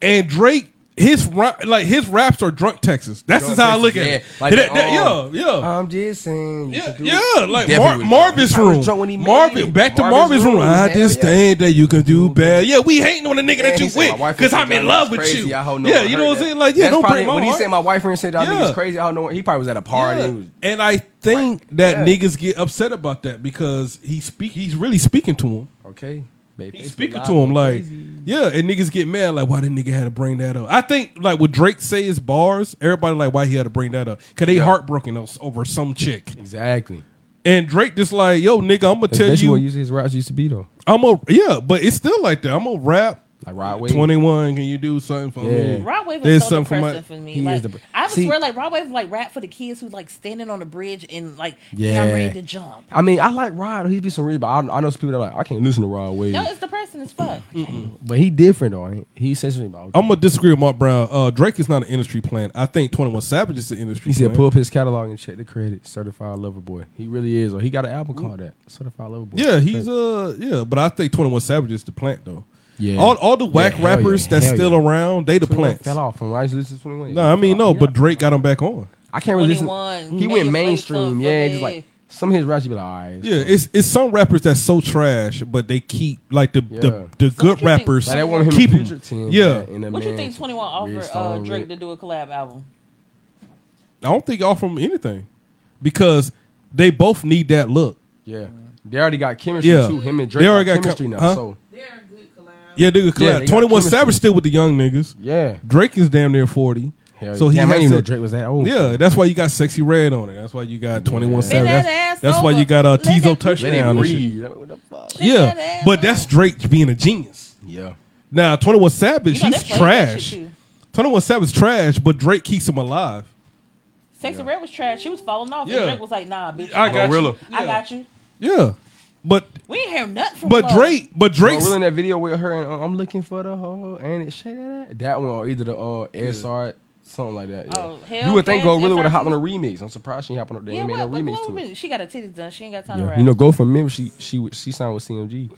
Speaker 2: And Drake, his rap, like his raps are drunk texts. That's
Speaker 5: Drunk
Speaker 2: just how I
Speaker 5: texts,
Speaker 2: look at
Speaker 5: yeah.
Speaker 2: it.
Speaker 5: Like,
Speaker 2: That- that-
Speaker 5: oh,
Speaker 2: yeah, yeah.
Speaker 5: I'm just saying. Yeah,
Speaker 2: Yeah, like Mar- Marvin's room. Marvin, back to Marvin's,
Speaker 5: Marvin's
Speaker 2: room.
Speaker 5: room,
Speaker 2: I
Speaker 5: hell
Speaker 2: understand that you can do bad. Yeah, we hating on the nigga
Speaker 5: Man,
Speaker 2: that
Speaker 5: he
Speaker 2: you
Speaker 5: said my
Speaker 2: with
Speaker 5: wife
Speaker 2: because
Speaker 5: and
Speaker 2: I'm
Speaker 5: said
Speaker 2: in
Speaker 5: y'all
Speaker 2: love
Speaker 5: niggas
Speaker 2: with
Speaker 5: crazy.
Speaker 2: you.
Speaker 5: I hope no
Speaker 2: yeah,
Speaker 5: one
Speaker 2: you
Speaker 5: heard
Speaker 2: know what I'm
Speaker 5: that.
Speaker 2: saying? Like, yeah,
Speaker 5: That's
Speaker 2: don't
Speaker 5: probably-
Speaker 2: break my
Speaker 5: When he
Speaker 2: heart.
Speaker 5: said my wife and said y'all
Speaker 2: Yeah.
Speaker 5: niggas crazy, I don't know. He probably was at a party. He was-
Speaker 2: And I think that niggas get upset about that because he speak. He's really speaking to him.
Speaker 5: Okay. Baby,
Speaker 2: He's speaking to him like, yeah, and niggas get mad like, why that nigga had to bring that up? I think like what Drake say is bars. Everybody like, why he had to bring that up? Cause they
Speaker 5: Yeah.
Speaker 2: heartbroken us over some chick.
Speaker 5: Exactly.
Speaker 2: And Drake just like, yo, nigga, I'm gonna
Speaker 5: That's
Speaker 2: tell
Speaker 5: basically
Speaker 2: you,
Speaker 5: what used- his raps used to be though.
Speaker 2: I'm a yeah, but it's still like that. I'm a rap
Speaker 5: Like Rod Wave.
Speaker 2: 21, can you do something for
Speaker 5: Yeah.
Speaker 2: me?
Speaker 4: Rod Wave
Speaker 2: There's
Speaker 4: is so
Speaker 2: something for my-
Speaker 4: depressing for, me.
Speaker 2: He
Speaker 4: Like,
Speaker 2: is dep-
Speaker 4: I would
Speaker 2: See-
Speaker 4: swear, like Rod Wave, is like rap for the kids who like standing on the bridge and like yeah.
Speaker 5: Yeah.
Speaker 4: not ready to jump.
Speaker 5: I mean, I like Rod. He be some real, but I, I know some people that are like I can't listen to Rod Wave.
Speaker 4: No, it's depressing as fuck.
Speaker 5: But he different though. ain't He He says something about.
Speaker 2: I'm gonna disagree with Mark Brown. Uh, Drake is not an industry plan. I think 21 Savage is the industry.
Speaker 5: He said,
Speaker 2: plan.
Speaker 5: "Pull up his catalog and check the credit. Certified Lover Boy. He really is. Or he got an album called that. Certified Lover Boy.
Speaker 2: Mm. Yeah, he's uh yeah, but I think 21 Savage is the plant though.
Speaker 5: Yeah.
Speaker 2: All all the whack
Speaker 5: Yeah, hell
Speaker 2: rappers
Speaker 5: yeah,
Speaker 2: that's
Speaker 5: hell
Speaker 2: still
Speaker 5: yeah.
Speaker 2: around, they the
Speaker 5: 21
Speaker 2: plants.
Speaker 5: Fell off from when I used to listen to 21.
Speaker 2: No, I mean no, but Drake got him back on.
Speaker 5: I can't really listen.
Speaker 4: 21,
Speaker 5: He
Speaker 4: yeah,
Speaker 5: went
Speaker 4: you play
Speaker 5: mainstream.
Speaker 4: fuck,
Speaker 5: Yeah,
Speaker 4: fuck,
Speaker 5: just
Speaker 4: yeah.
Speaker 5: like some of his raps, you be like, all right.
Speaker 2: Yeah, it's it's some rappers that's so trash, but they keep like the the,
Speaker 5: Yeah.
Speaker 2: the
Speaker 5: So
Speaker 2: good
Speaker 4: what you think-
Speaker 2: rappers
Speaker 5: Like, they want him
Speaker 2: keep
Speaker 5: to
Speaker 2: 'em.
Speaker 5: feature team,
Speaker 2: Yeah,
Speaker 5: yeah, in a
Speaker 4: What you
Speaker 5: man,
Speaker 4: think 21
Speaker 5: Red
Speaker 4: offered uh,
Speaker 5: Stone,
Speaker 4: Drake
Speaker 5: Red-
Speaker 4: to do a collab album?
Speaker 2: I don't think offer him anything because they both need that look.
Speaker 5: Yeah. They already got chemistry
Speaker 2: Yeah.
Speaker 5: too. Him and Drake
Speaker 2: They
Speaker 5: they
Speaker 2: already
Speaker 5: already
Speaker 2: got
Speaker 5: got chemistry
Speaker 2: chem-
Speaker 5: now.
Speaker 2: huh?
Speaker 5: So
Speaker 2: Yeah, nigga,
Speaker 5: Yeah,
Speaker 2: collab.
Speaker 5: they got
Speaker 2: 21
Speaker 5: chemistry.
Speaker 2: Savage still with the young niggas.
Speaker 5: Yeah.
Speaker 2: Drake is damn near 40.
Speaker 5: Hell
Speaker 2: so
Speaker 5: yeah.
Speaker 2: he
Speaker 5: Damn, I
Speaker 2: has
Speaker 5: didn't
Speaker 2: to-
Speaker 5: know Drake was that old.
Speaker 2: Yeah, that's why you got Sexy Red on it. That's why you got 21
Speaker 4: Bend
Speaker 2: Savage.
Speaker 4: that
Speaker 2: That's,
Speaker 4: ass
Speaker 2: that's why
Speaker 4: over.
Speaker 2: you got uh,
Speaker 4: Let that
Speaker 2: Tizo
Speaker 4: bitch
Speaker 2: touchdown. and shit.
Speaker 5: breathe.
Speaker 2: Yeah, but that's Drake being a genius.
Speaker 5: Yeah.
Speaker 2: Now, 21 Savage,
Speaker 4: You know,
Speaker 2: he's
Speaker 4: that's funny that
Speaker 2: trash.
Speaker 4: shit, too.
Speaker 2: 21 Savage trash, but Drake keeps him alive.
Speaker 4: Sexy Red was trash. She was falling off.
Speaker 2: Yeah.
Speaker 4: And Drake was like, nah, bitch.
Speaker 2: I got Gorilla.
Speaker 4: you. I got you.
Speaker 2: Yeah. But
Speaker 4: We didn't hear nothing from
Speaker 2: but
Speaker 4: Flo.
Speaker 2: Drake, but Drake's
Speaker 5: Bro, really in that video with her and uh, I'm looking for the hoe and it shit like that. That one or either the uh SR something like that. Yeah.
Speaker 4: Oh, hell
Speaker 5: you would think
Speaker 4: yeah,
Speaker 5: Gorilla would have
Speaker 4: SR.
Speaker 5: hopped on a remix. I'm surprised she hopped on there.
Speaker 4: Yeah,
Speaker 5: ain't made
Speaker 4: what?
Speaker 5: no
Speaker 4: But
Speaker 5: remix to
Speaker 4: Flo
Speaker 5: it.
Speaker 4: really- She got her titties done. She ain't got time to
Speaker 5: Yeah.
Speaker 4: rap.
Speaker 5: You know, go from Mim. She she would- she signed with CMG.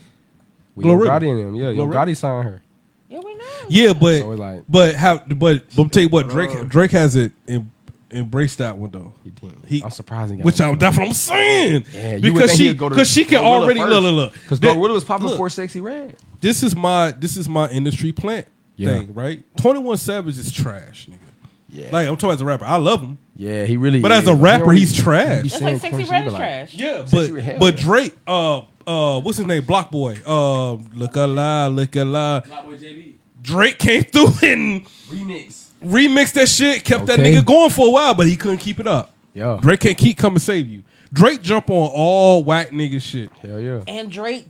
Speaker 5: With Yo
Speaker 2: Glorilla.
Speaker 5: Gotti in him. Yeah, Yo
Speaker 2: Glorilla.
Speaker 5: Gotti signed her.
Speaker 4: yeah, we know.
Speaker 2: Yeah, but
Speaker 5: So it's like- Uh.
Speaker 2: but how but but I'm tell you what Drake Drake has it em, embraced that one though. He did.
Speaker 5: I'm surprised he got
Speaker 2: which
Speaker 5: one.
Speaker 2: I'm that's what I'm saying.
Speaker 5: Yeah, you would
Speaker 2: because
Speaker 5: think
Speaker 2: she
Speaker 5: he'd go to
Speaker 2: because she can
Speaker 5: Glorilla
Speaker 2: already
Speaker 5: first.
Speaker 2: look look look
Speaker 5: 'Cause
Speaker 2: That-
Speaker 5: Glorilla was popping
Speaker 2: look,
Speaker 5: before Sexy Red.
Speaker 2: This is my this is my industry plant
Speaker 5: Yeah.
Speaker 2: thing right. Twenty One Savage is trash, nigga.
Speaker 5: Yeah,
Speaker 2: like I'm talking as a rapper, I love him.
Speaker 5: Yeah, he really.
Speaker 2: But
Speaker 5: is.
Speaker 2: as a
Speaker 5: He
Speaker 2: rapper,
Speaker 5: already-
Speaker 2: he's trash.
Speaker 5: he
Speaker 4: That's
Speaker 5: saying
Speaker 4: like Sexy
Speaker 5: crazy,
Speaker 4: Red
Speaker 5: but
Speaker 4: is
Speaker 5: like-
Speaker 4: trash.
Speaker 2: Yeah, but
Speaker 5: hell
Speaker 2: but
Speaker 5: yeah.
Speaker 2: Drake, uh, uh, what's his name? Block Boy. Uh, look alive, look alive. Drake came <laughs> through and
Speaker 5: Remix.
Speaker 2: remixed that shit, kept that
Speaker 5: Okay.
Speaker 2: nigga going for a while, but he couldn't keep it up.
Speaker 5: Yeah.
Speaker 2: Drake can't keep come and save you. Drake jump on all whack nigga shit,
Speaker 5: Hell yeah,
Speaker 4: And Drake.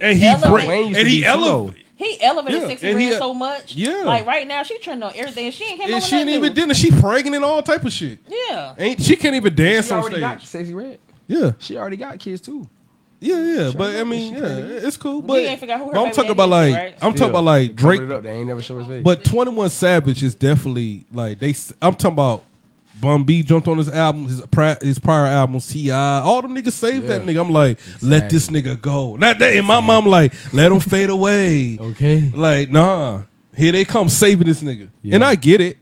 Speaker 2: and he
Speaker 4: elevated-
Speaker 2: break,
Speaker 5: Wayne used
Speaker 2: and
Speaker 5: to
Speaker 2: he
Speaker 5: be too
Speaker 2: elevated.
Speaker 4: He elevated
Speaker 2: Yeah,
Speaker 4: Sexy
Speaker 2: and
Speaker 4: Red
Speaker 2: he- uh,
Speaker 4: so much.
Speaker 2: yeah.
Speaker 4: Like right now, she trending on everything. She ain't came
Speaker 2: And
Speaker 4: up
Speaker 2: she
Speaker 4: with
Speaker 2: ain't
Speaker 4: nothing
Speaker 2: even
Speaker 4: new.
Speaker 2: did it. She pregnant and all type of shit.
Speaker 4: Yeah.
Speaker 2: Ain't she can't even dance
Speaker 5: She
Speaker 2: on
Speaker 5: already
Speaker 2: stage.
Speaker 5: got Sexy Red.
Speaker 2: Yeah.
Speaker 5: She already got kids too.
Speaker 2: Yeah, yeah,
Speaker 5: She
Speaker 2: but
Speaker 5: already
Speaker 2: I
Speaker 5: got
Speaker 2: mean,
Speaker 5: kids.
Speaker 2: yeah, it's cool.
Speaker 4: We
Speaker 2: But,
Speaker 4: ain't figure out who her
Speaker 2: but I'm
Speaker 4: baby
Speaker 2: talking
Speaker 4: daddy
Speaker 2: about
Speaker 4: is,
Speaker 2: like
Speaker 4: right?
Speaker 2: I'm
Speaker 5: Yeah.
Speaker 2: talking about like
Speaker 5: They
Speaker 2: Drake.
Speaker 5: covered it up. They ain't never show his face.
Speaker 2: But 21 Savage is definitely like they. s- I'm talking about Bum B jumped on his album, his prior, his prior albums, Ti, all them niggas saved that
Speaker 5: Yeah.
Speaker 2: nigga. I'm like, let this nigga go. Not that in my mom like, let him fade away.
Speaker 5: <laughs> Okay.
Speaker 2: Like nah, here they come saving this nigga,
Speaker 5: Yeah.
Speaker 2: and I get it.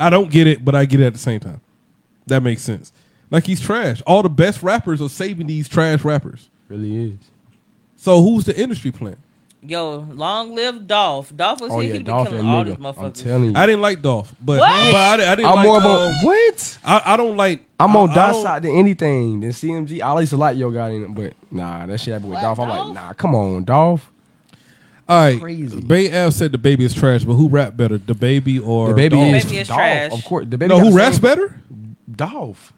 Speaker 2: I don't get it, but I get it at the same time. That makes sense. Like he's trash. All the best rappers are saving these trash rappers.
Speaker 5: really is.
Speaker 2: So who's the industry plan?
Speaker 4: Yo, long live Dolph. Dolph was
Speaker 5: Oh
Speaker 4: here.
Speaker 5: yeah,
Speaker 4: he be
Speaker 5: Dolph
Speaker 4: killing
Speaker 5: and
Speaker 4: all these
Speaker 5: nigga. I'm
Speaker 4: motherfuckers.
Speaker 5: telling you.
Speaker 2: I didn't like Dolph, but,
Speaker 4: What?
Speaker 2: but I, di- I didn't.
Speaker 5: I'm
Speaker 2: like,
Speaker 5: more of a
Speaker 2: uh,
Speaker 5: what?
Speaker 2: I, I don't like.
Speaker 5: I'm on
Speaker 2: I- I
Speaker 5: Dolph's
Speaker 2: don't-
Speaker 5: side than anything than CMG. I used to like Yo Gotti, in it, but nah, that shit happened with Dolph. I'm like, nah, come on, Dolph.
Speaker 2: All right,
Speaker 5: Crazy.
Speaker 2: Bay Av said the baby is trash, but who rap better, the baby or
Speaker 5: The baby
Speaker 2: Dolph?
Speaker 5: is,
Speaker 4: Baby is
Speaker 5: Dolph,
Speaker 4: trash.
Speaker 5: of course. The baby
Speaker 2: no,
Speaker 5: got
Speaker 2: who
Speaker 5: the
Speaker 2: raps
Speaker 5: same-
Speaker 2: better?
Speaker 5: Dolph.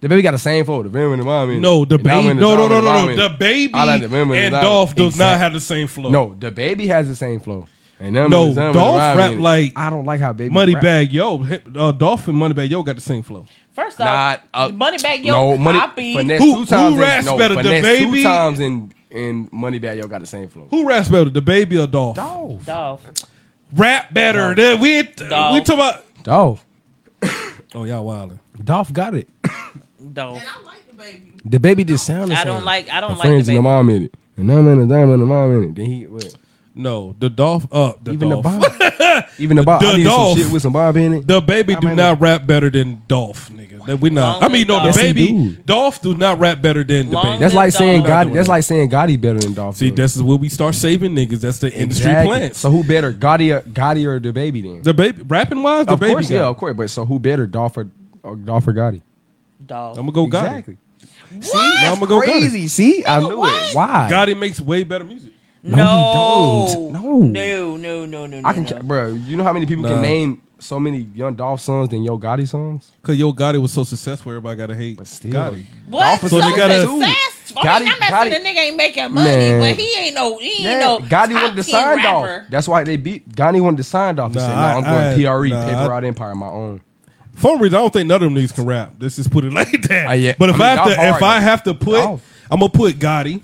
Speaker 5: The baby got the same photo. The baby and the mom. in it.
Speaker 2: No, the
Speaker 5: And Dolph
Speaker 2: baby.
Speaker 5: and
Speaker 2: No,
Speaker 5: Dolph
Speaker 2: no, no,
Speaker 5: and
Speaker 2: no,
Speaker 5: Mom
Speaker 2: no.
Speaker 5: in
Speaker 2: The
Speaker 5: it.
Speaker 2: baby
Speaker 5: I like the baby
Speaker 2: and
Speaker 5: the
Speaker 2: Dolph does not
Speaker 5: Exactly.
Speaker 2: have the same flow.
Speaker 5: No, the baby has the same flow. And them
Speaker 2: No,
Speaker 5: and them and
Speaker 2: Dolph
Speaker 5: Rhyme
Speaker 2: rap
Speaker 5: in it.
Speaker 2: like
Speaker 5: I don't like how baby rap.
Speaker 2: Moneybag Yo, hip- uh, Dolph and Moneybag Yo got the same flow.
Speaker 4: First off,
Speaker 5: Not a-
Speaker 4: money back yo
Speaker 5: no money.
Speaker 4: copy.
Speaker 5: Finesse
Speaker 2: Who-
Speaker 5: two
Speaker 2: who
Speaker 5: times
Speaker 2: raps
Speaker 5: and, no,
Speaker 2: better, the
Speaker 5: finesse
Speaker 2: baby?
Speaker 5: Two times and and money bag y'all got the same flow.
Speaker 2: Who raps better, the baby or Dolph?
Speaker 5: Dolph.
Speaker 4: Dolph.
Speaker 2: Rap better. than We ain't- we
Speaker 4: Dolph.
Speaker 2: talking about.
Speaker 5: Dolph.
Speaker 2: Oh y'all wildin'.
Speaker 5: Dolph got it.
Speaker 4: Dolph.
Speaker 5: The baby just sounded.
Speaker 4: I don't like. I
Speaker 5: My
Speaker 4: don't like
Speaker 5: friends
Speaker 4: the
Speaker 5: and the
Speaker 4: baby.
Speaker 5: mom in it. And I'm in it. I'm in the mom in it. Then he what?
Speaker 2: No, the Dolph. Uh, the
Speaker 5: even
Speaker 2: Dolph.
Speaker 5: the Bob.
Speaker 2: <laughs>
Speaker 5: even the Bob.
Speaker 2: The
Speaker 5: I did
Speaker 2: Dolph.
Speaker 5: some shit with some Bob in it.
Speaker 2: The baby do
Speaker 5: mean,
Speaker 2: not rap better than Dolph, nigga. That we not. I mean, no, the
Speaker 4: Yes,
Speaker 5: he
Speaker 2: baby
Speaker 5: do.
Speaker 2: Dolph do not rap better than the
Speaker 4: Long
Speaker 2: baby.
Speaker 4: live
Speaker 5: That's like saying
Speaker 4: Dolph.
Speaker 5: God. That's like saying Gotti better than Dolph.
Speaker 2: See,
Speaker 5: though.
Speaker 2: this is where we start saving niggas. That's the industry
Speaker 5: Exactly.
Speaker 2: plan.
Speaker 5: So who better, Gotti or Gotti or the baby then?
Speaker 2: the baby rapping wise, the
Speaker 5: of
Speaker 2: baby.
Speaker 5: course,
Speaker 2: got
Speaker 5: yeah,
Speaker 2: it.
Speaker 5: of course. But so who better, Dolph or, or Dolph or Gotti?
Speaker 4: Dolph.
Speaker 2: I'm gonna go Gotti.
Speaker 5: Exactly.
Speaker 4: What?
Speaker 2: Now I'm gonna go
Speaker 5: Crazy. See, I knew
Speaker 4: what?
Speaker 5: it. Why?
Speaker 2: Gotti. Gotti makes way better music.
Speaker 4: No.
Speaker 5: No, he don't.
Speaker 4: No. No. No. No.
Speaker 5: I can,
Speaker 4: no.
Speaker 5: bro. You know how many people
Speaker 2: Nah.
Speaker 5: can name so many Young Dolph songs than Yo Gotti songs?
Speaker 2: Cause Yo Gotti was so successful, everybody gotta hate
Speaker 5: Still,
Speaker 2: Gotti.
Speaker 4: What?
Speaker 5: Dolph is
Speaker 4: So
Speaker 2: they gotta-
Speaker 4: success? I mean, I'm not saying the nigga ain't making money,
Speaker 5: Man.
Speaker 4: but he ain't no, he ain't
Speaker 5: Yeah,
Speaker 4: no.
Speaker 5: Gotti wanted
Speaker 4: top
Speaker 5: the
Speaker 4: 10
Speaker 5: sign off.
Speaker 4: rapper.
Speaker 5: That's why they beat Gotti wanted the sign off. He
Speaker 2: Nah,
Speaker 5: said, "No,
Speaker 2: I-
Speaker 5: I'm
Speaker 2: I-
Speaker 5: going PRE,
Speaker 2: nah,
Speaker 5: Paper
Speaker 2: I-
Speaker 5: Route Empire, my own."
Speaker 2: For one reason, I don't think none of them niggas can rap. Let's just put it <laughs> like that. But if
Speaker 5: I mean,
Speaker 2: I, have
Speaker 5: y'all
Speaker 2: to, if
Speaker 5: hard,
Speaker 2: I
Speaker 5: though.
Speaker 2: have to put, I'm gonna put Gotti,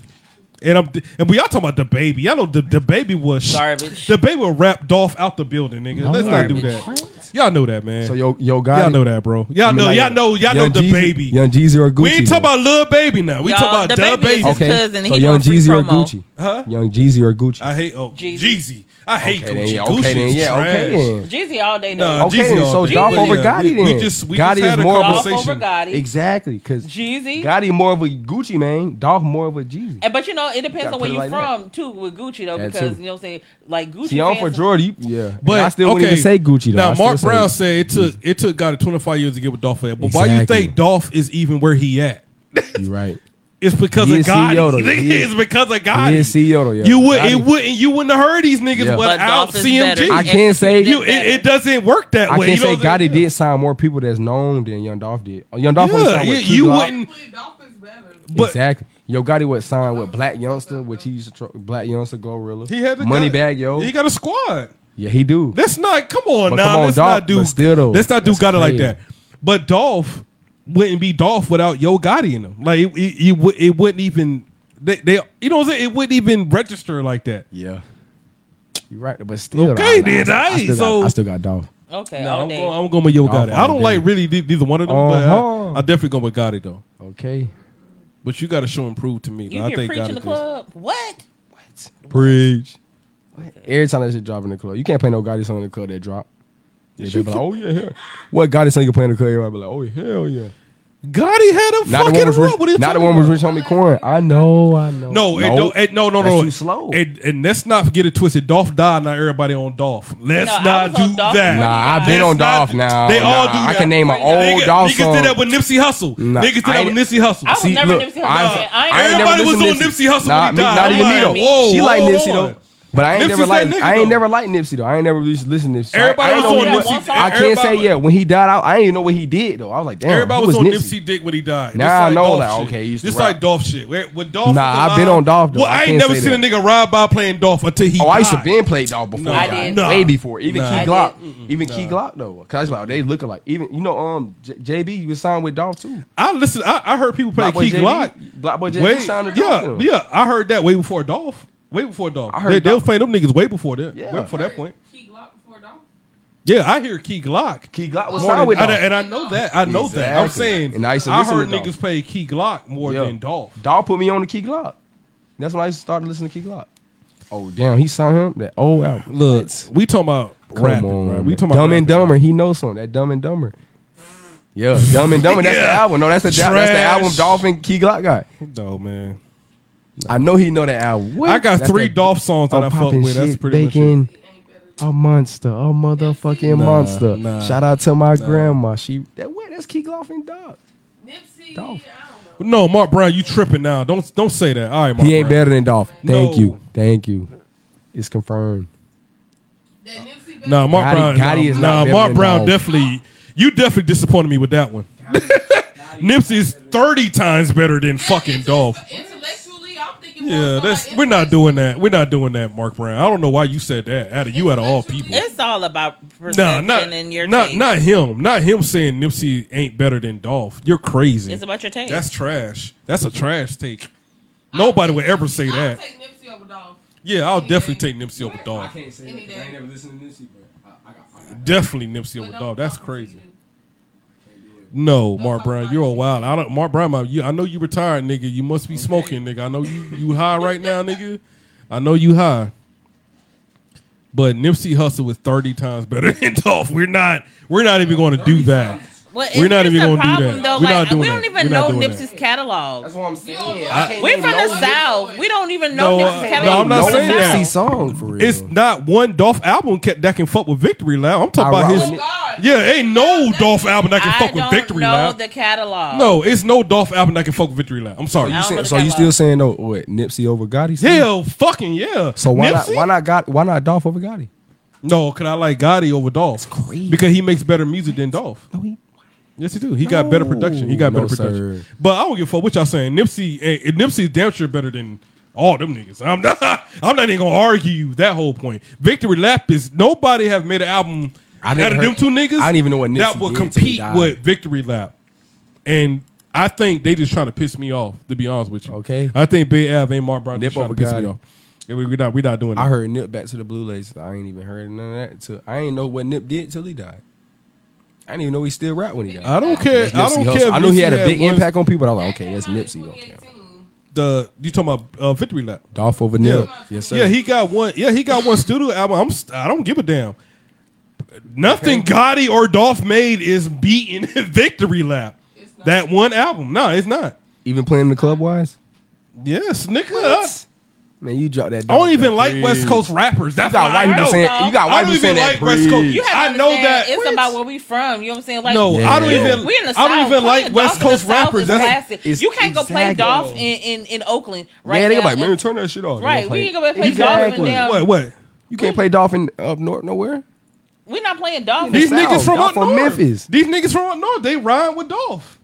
Speaker 2: and I'm and we all talking about the baby. Y'all know the, the baby was
Speaker 4: garbage.
Speaker 2: The baby will rap Dolph out the building, nigga. Let's not do that. Y'all know that, man. So
Speaker 5: yo, yo, Gotti,
Speaker 2: y'all know that, bro. Y'all know, y'all know, y'all know the baby.
Speaker 5: Young Jeezy or Gucci.
Speaker 2: we ain't
Speaker 5: though?
Speaker 2: talking about little baby now. We
Speaker 4: Y'all,
Speaker 2: talking
Speaker 4: the
Speaker 2: about the
Speaker 4: Baby
Speaker 2: baby.
Speaker 4: is his cousin.
Speaker 5: So
Speaker 4: He
Speaker 5: Young
Speaker 4: doing free
Speaker 5: Jeezy or
Speaker 4: promo.
Speaker 5: Gucci?
Speaker 2: Huh?
Speaker 5: Young Jeezy or Gucci?
Speaker 2: I hate oh Jeezy. I hate
Speaker 5: Okay, then,
Speaker 2: Gucci.
Speaker 5: yeah, okay, then,
Speaker 2: Gucci's
Speaker 5: yeah, okay,
Speaker 2: trash.
Speaker 5: then.
Speaker 4: Jeezy all day.
Speaker 2: Nah,
Speaker 4: though.
Speaker 5: okay,
Speaker 2: Jeezy all
Speaker 5: so
Speaker 2: day.
Speaker 5: Dolph
Speaker 2: Yeah.
Speaker 5: over
Speaker 2: We-
Speaker 5: Gotti
Speaker 2: we
Speaker 5: then.
Speaker 2: just- we
Speaker 5: Gotti
Speaker 2: just had
Speaker 5: is
Speaker 2: a
Speaker 5: more of a
Speaker 4: Dolph over Gotti.
Speaker 5: Exactly, because
Speaker 4: Jeezy.
Speaker 5: Gotti more of a Gucci man. Dolph more of a Jeezy.
Speaker 4: Eh, But you know, it depends
Speaker 5: Gotta
Speaker 4: on
Speaker 5: put
Speaker 4: where
Speaker 5: it
Speaker 4: you
Speaker 5: like that.
Speaker 4: from too with Gucci though,
Speaker 5: That,
Speaker 4: because
Speaker 5: too.
Speaker 4: you know what I'm saying. Like Gucci.
Speaker 5: See, I'm for
Speaker 4: fans-
Speaker 5: Jordy. Yeah,
Speaker 2: But
Speaker 5: I still
Speaker 2: okay.
Speaker 5: wouldn't even say Gucci though.
Speaker 2: Now
Speaker 5: I still
Speaker 2: Mark
Speaker 5: say-
Speaker 2: Brown said it took it took God 25 years to get with Dolph at. But why you
Speaker 5: Exactly.
Speaker 2: think Dolph is even where he at?
Speaker 5: You right.
Speaker 2: It's because
Speaker 5: He
Speaker 2: of
Speaker 5: is
Speaker 2: <laughs>
Speaker 5: CEO though.
Speaker 2: Gotti.
Speaker 5: He is-
Speaker 2: It's because of
Speaker 5: He
Speaker 2: Gotti.
Speaker 5: is CEO though. Yeah.
Speaker 2: You would it
Speaker 5: Gotti-
Speaker 2: wouldn't you wouldn't have heard these niggas
Speaker 5: Yeah. But
Speaker 2: without
Speaker 5: Dolph is better.
Speaker 2: CMG.
Speaker 5: I can't say-
Speaker 2: you, it, it doesn't work that
Speaker 5: I
Speaker 2: way.
Speaker 5: can't
Speaker 2: you know
Speaker 5: say
Speaker 2: what I'm
Speaker 5: Gotti did sign more people that's known than Young Dolph did. Oh, Young Dolph
Speaker 2: saying?
Speaker 5: only
Speaker 2: yeah,
Speaker 5: signed
Speaker 2: you,
Speaker 5: with two
Speaker 2: you
Speaker 5: Glock.
Speaker 2: wouldn't
Speaker 5: exactly. Yo Gotti would sign with Black Youngster, which he used to tro- Black Youngster Gorilla.
Speaker 2: He had the
Speaker 5: money
Speaker 2: gun.
Speaker 5: bag, yo.
Speaker 2: He got a squad.
Speaker 5: yeah, he do.
Speaker 2: Let's not come on
Speaker 5: But
Speaker 2: now.
Speaker 5: come on,
Speaker 2: let's
Speaker 5: Dolph,
Speaker 2: not do
Speaker 5: but still though,
Speaker 2: let's not do
Speaker 5: that's
Speaker 2: Gotti like
Speaker 5: crazy.
Speaker 2: that. But Dolph wouldn't be Dolph without Yo Gotti in him. Like it, it, it would- it wouldn't even they, they you know what I'm saying? It wouldn't even register like that.
Speaker 5: Yeah. You right, but still.
Speaker 2: Okay,
Speaker 5: though, I-
Speaker 2: then,
Speaker 5: I, I,
Speaker 2: aight,
Speaker 5: still
Speaker 2: so-
Speaker 5: got, I still got Dolph.
Speaker 4: Okay.
Speaker 2: No,
Speaker 4: all
Speaker 2: I'm
Speaker 4: day.
Speaker 2: going, I'm going with Yo
Speaker 5: Dolph
Speaker 2: Gotti.
Speaker 5: all
Speaker 2: I don't
Speaker 5: day.
Speaker 2: like really ne- neither one of them,
Speaker 5: Uh-huh.
Speaker 2: but I, I definitely go with Gotti though.
Speaker 5: Okay.
Speaker 2: But you got to show and prove to me.
Speaker 4: You
Speaker 2: I
Speaker 4: hear
Speaker 2: think
Speaker 4: preach in the
Speaker 2: Gotti just,
Speaker 4: club? What?
Speaker 5: Preach. Every time that shit drop in the club, you can't play no Gotti song in the club that drop. They
Speaker 2: Yes,
Speaker 5: be
Speaker 2: you
Speaker 5: like,
Speaker 2: can.
Speaker 5: oh yeah, yeah. What Gotti song you can play in the club? Everybody be like, oh yeah, hell yeah.
Speaker 2: Gotti had him
Speaker 5: Not the
Speaker 2: fucking
Speaker 5: one was
Speaker 2: up. What are you
Speaker 5: rich. Not the
Speaker 2: talking
Speaker 5: one was rich homie Corn. I know, I know.
Speaker 2: No, no, no, and no, no,
Speaker 5: That's
Speaker 2: no.
Speaker 5: too slow.
Speaker 2: And, and let's not get it twisted. Dolph died. Now everybody on Dolph. Let's
Speaker 5: No, I
Speaker 2: not
Speaker 5: was on
Speaker 2: do
Speaker 5: Dolph
Speaker 2: that.
Speaker 5: when Nah, he I've been died. on
Speaker 2: Let's
Speaker 5: Dolph now.
Speaker 2: They all
Speaker 5: Nah,
Speaker 2: do
Speaker 5: I
Speaker 2: that.
Speaker 5: can name an old
Speaker 2: nigga,
Speaker 5: Dolph
Speaker 2: Niggas
Speaker 5: song.
Speaker 2: did that with Nipsey Hussle.
Speaker 5: Nah,
Speaker 2: niggas did
Speaker 5: I
Speaker 2: that with
Speaker 5: ain't-
Speaker 2: Nipsey Hussle.
Speaker 5: I was See, never look, Nipsey Hussle. I-
Speaker 2: Nah,
Speaker 5: I ain't never
Speaker 2: everybody was
Speaker 5: listened to
Speaker 2: on
Speaker 5: Nipsey.
Speaker 2: Nipsey Hussle
Speaker 5: Nah,
Speaker 2: when
Speaker 5: me-
Speaker 2: he died.
Speaker 5: not
Speaker 2: I'm
Speaker 5: even me
Speaker 2: like,
Speaker 5: though.
Speaker 2: Whoa,
Speaker 5: She like
Speaker 2: whoa,
Speaker 5: Nipsey
Speaker 2: hold on.
Speaker 5: though. But I ain't
Speaker 2: Nipsey's
Speaker 5: never like
Speaker 2: that nigga,
Speaker 5: I ain't
Speaker 2: though.
Speaker 5: never liked Nipsey though. I ain't never really listened to Nipsey. So I-
Speaker 2: Everybody
Speaker 5: I, ain't
Speaker 2: was
Speaker 5: know
Speaker 2: on
Speaker 5: who-
Speaker 2: Nipsey.
Speaker 5: I can't
Speaker 2: Everybody
Speaker 5: say yeah. When he died, I, I didn't even know what he did though. I was like, damn.
Speaker 2: Everybody
Speaker 5: who
Speaker 2: was on
Speaker 5: Nipsey?
Speaker 2: Nipsey Dick when he died.
Speaker 5: Nah,
Speaker 2: Just
Speaker 5: I know
Speaker 2: Dolph
Speaker 5: that.
Speaker 2: shit.
Speaker 5: Okay, he used to
Speaker 2: just
Speaker 5: rap.
Speaker 2: like Dolph shit. Where, when Dolph
Speaker 5: Nah,
Speaker 2: was
Speaker 5: I've been
Speaker 2: alive-
Speaker 5: on Dolph, though.
Speaker 2: Well,
Speaker 5: I
Speaker 2: I, ain't
Speaker 5: can't
Speaker 2: never
Speaker 5: say
Speaker 2: seen a nigga ride by playing Dolph until he.
Speaker 5: Oh, I
Speaker 2: died.
Speaker 5: used to been play Dolph before.
Speaker 2: No,
Speaker 5: he
Speaker 2: I
Speaker 5: died.
Speaker 2: did. Nah.
Speaker 5: Way before. Even
Speaker 2: Nah. I
Speaker 5: Key Glock.
Speaker 2: did.
Speaker 5: Even Key
Speaker 2: Nah.
Speaker 5: Glock though. Cause I was like, they looking like even you know um J- JB you was signed with Dolph too.
Speaker 2: I listen. I, I heard people play
Speaker 5: Black Boy
Speaker 2: Key
Speaker 5: JB?
Speaker 2: Glock.
Speaker 5: Black Boy JB
Speaker 2: Way-
Speaker 5: signed to
Speaker 2: yeah,
Speaker 5: Dolph.
Speaker 2: yeah. I heard that way before Dolph. Way before Dolph.
Speaker 5: heard
Speaker 2: they, they was
Speaker 5: Dolph.
Speaker 2: playing them niggas way before that.
Speaker 5: Yeah.
Speaker 2: Way before that point.
Speaker 3: Key Glock before Dolph.
Speaker 2: Yeah, I hear Key Glock.
Speaker 5: Key Glock
Speaker 3: was signed
Speaker 5: with
Speaker 2: and, I,
Speaker 5: Dolph.
Speaker 2: and I know that. I know that. I'm
Speaker 5: Exactly.
Speaker 2: saying.
Speaker 5: And I used to listen
Speaker 2: heard
Speaker 5: to Dolph.
Speaker 2: niggas play Key Glock more
Speaker 5: Yeah.
Speaker 2: than Dolph.
Speaker 5: Dolph put me on the Key Glock. That's when I started listening to Key Glock. Oh damn, he signed him that old album.
Speaker 2: Look, we talking about
Speaker 5: Come
Speaker 2: rapping,
Speaker 5: on,
Speaker 2: bro. We
Speaker 5: man.
Speaker 2: talking about
Speaker 5: Dumb and Dumber. He knows something. That Dumb and Dumber. Yeah, Dumb and Dumber. That's the
Speaker 2: <laughs> Yeah.
Speaker 5: album. No, that's the that's the
Speaker 2: Trash.
Speaker 5: album. Dolphin Key Glock got.
Speaker 2: No man.
Speaker 5: I know he know that album. What?
Speaker 2: I got
Speaker 5: That's
Speaker 2: three
Speaker 5: that-
Speaker 2: Dolph songs that
Speaker 5: I'm
Speaker 2: I fuck
Speaker 5: popping
Speaker 2: with. That's
Speaker 5: shit,
Speaker 2: pretty much it.
Speaker 5: bacon. A monster, a motherfucking
Speaker 2: Nah,
Speaker 5: monster.
Speaker 2: nah,
Speaker 5: Shout out to my
Speaker 2: nah.
Speaker 5: grandma. She that where that's Key Glock and Dolph.
Speaker 2: No, Mark Brown, you tripping now? Don't don't say that. All right, Mark
Speaker 5: He ain't
Speaker 2: Brown.
Speaker 5: better than Dolph. Thank
Speaker 2: No.
Speaker 5: you, thank you. It's confirmed.
Speaker 2: Nah, Mark
Speaker 5: Gotti-
Speaker 2: Brown.
Speaker 5: Gotti
Speaker 2: nah,
Speaker 5: is not
Speaker 2: nah,
Speaker 5: better
Speaker 2: Mark
Speaker 5: than
Speaker 2: Brown
Speaker 5: Dolph.
Speaker 2: definitely. You definitely disappointed me with that one. <laughs> Nipsey's thirty times better than fucking Dolph. Yeah, that's we're not doing that. We're not doing that, Mark Brown. I don't know why you said that. Out of you, out of all people.
Speaker 4: It's all about
Speaker 2: No,
Speaker 4: perception
Speaker 2: not
Speaker 4: and your
Speaker 2: not
Speaker 4: taste.
Speaker 2: not him. Not him saying Nipsey ain't better than Dolph. You're crazy.
Speaker 4: It's about your taste.
Speaker 2: That's trash. That's a trash take. Nobody would ever say that. Yeah, I'll definitely take Nipsey over Dolph.
Speaker 5: I ain't never listened to Nipsey, but I, got.
Speaker 2: Definitely Nipsey over Dolph. That's crazy. No, Mark Brown, you're a wild. I don't, Mark Brown, you, I know you retired, nigga. You must be smoking, nigga. I know you you high right
Speaker 4: <laughs>
Speaker 2: now, nigga. I know you high. But Nipsey Hussle was 30 times better <laughs> than Dolph. We're not we're not even going to do that.
Speaker 4: Well,
Speaker 2: We're not
Speaker 4: it's
Speaker 2: even
Speaker 4: a
Speaker 2: going to do
Speaker 4: problem,
Speaker 2: that.
Speaker 4: Though,
Speaker 2: We're
Speaker 4: like,
Speaker 2: not doing
Speaker 4: we don't
Speaker 2: that.
Speaker 4: even
Speaker 2: We're not
Speaker 4: know
Speaker 2: doing
Speaker 4: Nipsey's catalog. That's
Speaker 5: what I'm saying.
Speaker 2: I can't
Speaker 4: We're
Speaker 5: even
Speaker 4: from the
Speaker 5: know
Speaker 4: South. We don't even know
Speaker 2: No,
Speaker 4: Nipsey's
Speaker 2: uh,
Speaker 4: catalog.
Speaker 2: no, I'm not
Speaker 4: We're from
Speaker 2: saying
Speaker 4: the
Speaker 2: that.
Speaker 4: South.
Speaker 5: Nipsey song for real.
Speaker 2: It's not one Dolph album ca- that can fuck with Victory Lab. I'm
Speaker 5: I
Speaker 2: talking about
Speaker 5: rock
Speaker 2: his.
Speaker 5: with
Speaker 2: yeah, ain't no Dolph album that can
Speaker 4: I
Speaker 2: fuck with
Speaker 4: don't
Speaker 2: Victory
Speaker 4: know
Speaker 2: Lab.
Speaker 4: the catalog.
Speaker 2: No, it's no Dolph album that can fuck with Victory Lap. I'm sorry.
Speaker 5: So Oh, you, saying, so you still saying no? What Nipsey over Gotti? still?
Speaker 2: Hell, fucking yeah.
Speaker 5: So why not?
Speaker 2: Nipsey?
Speaker 5: Why not? Got why not Dolph over Gotti?
Speaker 2: No, because I like Gotti over Dolph. Because he makes better music than Dolph. No, he. Yes, he do. He got better production. He got
Speaker 5: No,
Speaker 2: better production.
Speaker 5: sir.
Speaker 2: But I don't give a fuck what y'all saying. Nipsey, eh, Nipsey's damn sure better than all them niggas. I'm not. <laughs> I'm not even gonna argue that whole point. Victory Lap is nobody have made an album
Speaker 17: I
Speaker 2: out
Speaker 17: never
Speaker 2: of
Speaker 17: heard-
Speaker 2: them two niggas.
Speaker 17: I didn't even know what
Speaker 2: that
Speaker 17: Nipsey
Speaker 2: would
Speaker 17: did till he
Speaker 2: compete
Speaker 17: died.
Speaker 2: with Victory Lap. And I think they just trying to piss me off. To be honest with you, okay. I think Big Av and Mark Brown just trying to
Speaker 17: Nip
Speaker 2: piss
Speaker 17: overgot
Speaker 2: me
Speaker 17: it.
Speaker 2: off. Yeah, we, we not we not doing that.
Speaker 5: I heard Nip back to the Blue Lace. I ain't even heard none of that. Till, I ain't know what Nip did till he died. I didn't even know he still rap when he died.
Speaker 2: I don't care.
Speaker 5: That's
Speaker 2: I don't
Speaker 5: Nipsey Hussle.
Speaker 2: care if
Speaker 5: I knew he had
Speaker 2: Nipsey
Speaker 5: a
Speaker 2: had
Speaker 5: big
Speaker 2: one-
Speaker 5: impact on people. I was like, okay, that's Nipsey. Okay.
Speaker 2: the you talking about uh, Victory Lap?
Speaker 5: Dolph over Nip.
Speaker 2: Yeah.
Speaker 5: Yes, sir.
Speaker 2: Yeah, he got one. Yeah, he got one studio album. I'm. st- I don't give a damn. Nothing Gotti or Dolph made is beating <laughs> Victory Lap. That one album. No, it's not.
Speaker 5: Even playing in the club wise?
Speaker 2: Yes, nigga.
Speaker 5: Man, you dropped that.
Speaker 2: I don't even like West Coast rappers. That's
Speaker 5: You got
Speaker 2: what I
Speaker 5: white people
Speaker 2: know.
Speaker 5: saying- you got
Speaker 2: I
Speaker 5: white
Speaker 2: don't
Speaker 5: people
Speaker 2: even
Speaker 5: saying
Speaker 2: like
Speaker 5: that
Speaker 2: West Coast.
Speaker 5: breed. You
Speaker 4: have to
Speaker 2: I know
Speaker 4: understand,
Speaker 2: that.
Speaker 4: it's about where we from. You know what I'm saying? Like,
Speaker 2: No, I don't even-
Speaker 4: We in the
Speaker 2: I don't
Speaker 4: South.
Speaker 2: even like
Speaker 4: Playing
Speaker 2: West
Speaker 4: Dolph in the
Speaker 2: Coast
Speaker 4: South
Speaker 2: rappers.
Speaker 4: is
Speaker 2: That's-
Speaker 4: classic.
Speaker 2: it's-
Speaker 4: you can't go play
Speaker 2: exactly.
Speaker 4: golf in, in, in Oakland right
Speaker 5: yeah, they gonna
Speaker 4: now.
Speaker 5: be like, man,
Speaker 4: and-
Speaker 5: turn that shit off.
Speaker 4: Right, we ain't gonna play
Speaker 5: Exactly.
Speaker 4: Dolphin down.
Speaker 5: What?
Speaker 2: What?
Speaker 5: You can't play Dolphin up north nowhere.
Speaker 4: We're not playing Dolph.
Speaker 5: These niggas from up north. Memphis.
Speaker 2: These niggas from up north, they rhyme with Dolph.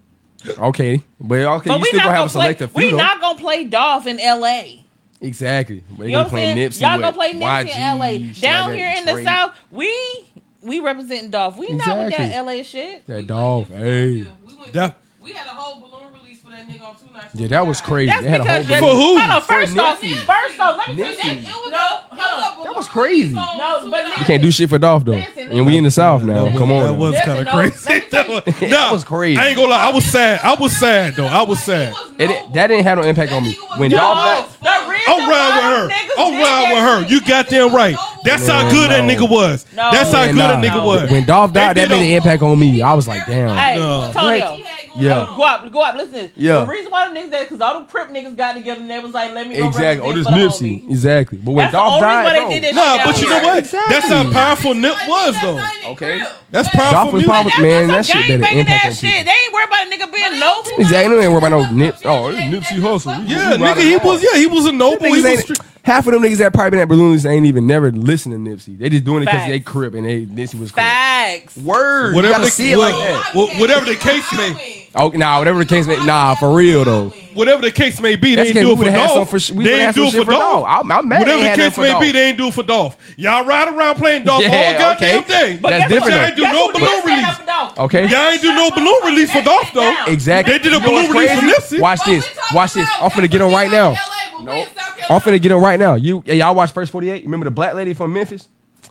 Speaker 5: Okay, but okay,
Speaker 4: But
Speaker 5: you
Speaker 4: we
Speaker 5: still gonna
Speaker 4: not
Speaker 5: have
Speaker 4: gonna
Speaker 5: a selective
Speaker 4: play.
Speaker 5: few.
Speaker 4: We
Speaker 5: though.
Speaker 4: not gonna play Dolph in L.A.
Speaker 5: Exactly. They
Speaker 4: You know
Speaker 5: gonna
Speaker 4: what
Speaker 5: play
Speaker 4: I'm saying?
Speaker 5: Nipsey.
Speaker 4: Y'all gonna
Speaker 5: with
Speaker 4: play Nipsey
Speaker 5: YG,
Speaker 4: in L.A. Down
Speaker 5: Shaq,
Speaker 4: here in the
Speaker 5: Drake.
Speaker 4: South, we we representing Dolph. We not with that
Speaker 5: Exactly.
Speaker 4: L.A. shit.
Speaker 5: That dog. Hey.
Speaker 2: That,
Speaker 3: We had a whole balloon release for that nigga on two nights.
Speaker 5: yeah, that was crazy.
Speaker 4: That's
Speaker 5: they had a whole
Speaker 4: because you-
Speaker 5: band.
Speaker 4: Hold on, first off, first off, let me tell you
Speaker 5: Nipsey.
Speaker 4: that. No, hold
Speaker 5: That was crazy.
Speaker 4: up. No, but
Speaker 5: You can't do shit for Dolph though. And we in the South now. Come on.
Speaker 2: That was kind of crazy. <laughs> that was, that was
Speaker 5: crazy.
Speaker 2: I ain't gonna lie. I was sad. I was sad though. I was sad.
Speaker 5: It, that didn't have no impact on me. When
Speaker 2: Yo,
Speaker 5: Dolph left,
Speaker 4: the reason
Speaker 2: I'm
Speaker 4: why
Speaker 2: riding with her.
Speaker 4: niggas
Speaker 2: I'm
Speaker 4: did
Speaker 2: riding
Speaker 4: that
Speaker 2: with her. You goddamn right. That's how good that nigga was.
Speaker 4: No.
Speaker 2: That's how
Speaker 5: Man,
Speaker 2: good that
Speaker 5: nah.
Speaker 2: nigga was.
Speaker 5: When Dolph died,
Speaker 2: They
Speaker 5: that made an impact on me. I was like, damn.
Speaker 4: Hey,
Speaker 5: No.
Speaker 4: Antonio.
Speaker 5: Yeah.
Speaker 4: Go up, go up. Listen, to this.
Speaker 5: Yeah.
Speaker 4: the reason why the niggas that because all the crip niggas got together and they was like, let me go
Speaker 5: Exactly. Oh,
Speaker 4: represent
Speaker 5: this
Speaker 4: for the homies.
Speaker 5: Nipsey. Exactly. But when
Speaker 4: That's the
Speaker 5: Dolph
Speaker 4: only way
Speaker 5: died,
Speaker 4: they
Speaker 5: bro,
Speaker 4: did that shit
Speaker 2: Nah,
Speaker 4: down
Speaker 2: but you know
Speaker 4: here.
Speaker 2: what? That's how
Speaker 5: Exactly.
Speaker 2: powerful Nip was though.
Speaker 5: Okay.
Speaker 2: That's powerful
Speaker 5: Dolph was
Speaker 2: music.
Speaker 5: powerful, man. That
Speaker 4: Y'all
Speaker 5: shit
Speaker 4: ain't
Speaker 5: better
Speaker 4: banging
Speaker 5: impact
Speaker 4: that
Speaker 5: on people.
Speaker 4: shit. They ain't worried about a nigga being noble.
Speaker 5: Exactly. They ain't worried about no Nip. Oh, this Nipsey Hustle.
Speaker 2: Yeah, nigga, he was. Yeah, he was a noble. He was. str-
Speaker 5: Half of them niggas that probably been at balloons ain't even never listened to Nipsey. They just doing it because they crip and they Nipsey was crip.
Speaker 4: Facts.
Speaker 5: Word. Whatever
Speaker 2: Whatever
Speaker 5: you gotta
Speaker 2: the,
Speaker 5: see it
Speaker 2: what-
Speaker 5: like that.
Speaker 2: what- whatever the case may,
Speaker 5: Oh, nah, whatever the case may. Nah, for real though.
Speaker 2: whatever the case may be,
Speaker 5: That's
Speaker 2: they
Speaker 5: okay,
Speaker 2: ain't do
Speaker 5: we
Speaker 2: it for
Speaker 5: would've had some
Speaker 2: Dolph.
Speaker 5: for sh- we
Speaker 2: they
Speaker 5: would've
Speaker 2: ain't
Speaker 5: had
Speaker 2: do
Speaker 5: some
Speaker 2: it
Speaker 5: shit
Speaker 2: for
Speaker 5: for
Speaker 2: Dolph.
Speaker 5: Dolph. I'm- I'm mad they
Speaker 2: Whatever
Speaker 5: ain't
Speaker 2: the
Speaker 5: had
Speaker 2: case
Speaker 5: nothing for
Speaker 2: may be,
Speaker 5: Dolph.
Speaker 2: they ain't do it for Dolph. Y'all ride around playing Dolph
Speaker 5: Yeah,
Speaker 2: all goddamn
Speaker 5: okay.
Speaker 2: day.
Speaker 5: That's
Speaker 2: But
Speaker 5: different,
Speaker 2: Y'all ain't do
Speaker 5: though.
Speaker 2: no balloon release.
Speaker 5: Okay.
Speaker 2: Y'all ain't do no balloon release for Dolph though.
Speaker 5: Exactly.
Speaker 2: They did a
Speaker 5: You know what's
Speaker 2: balloon release for
Speaker 5: crazy?
Speaker 2: Nipsey.
Speaker 5: Watch this. Watch this. I'm finna get on right now. Nope. I'm finna get on right now. You yeah, y'all watch First 48? Remember the black lady from Memphis?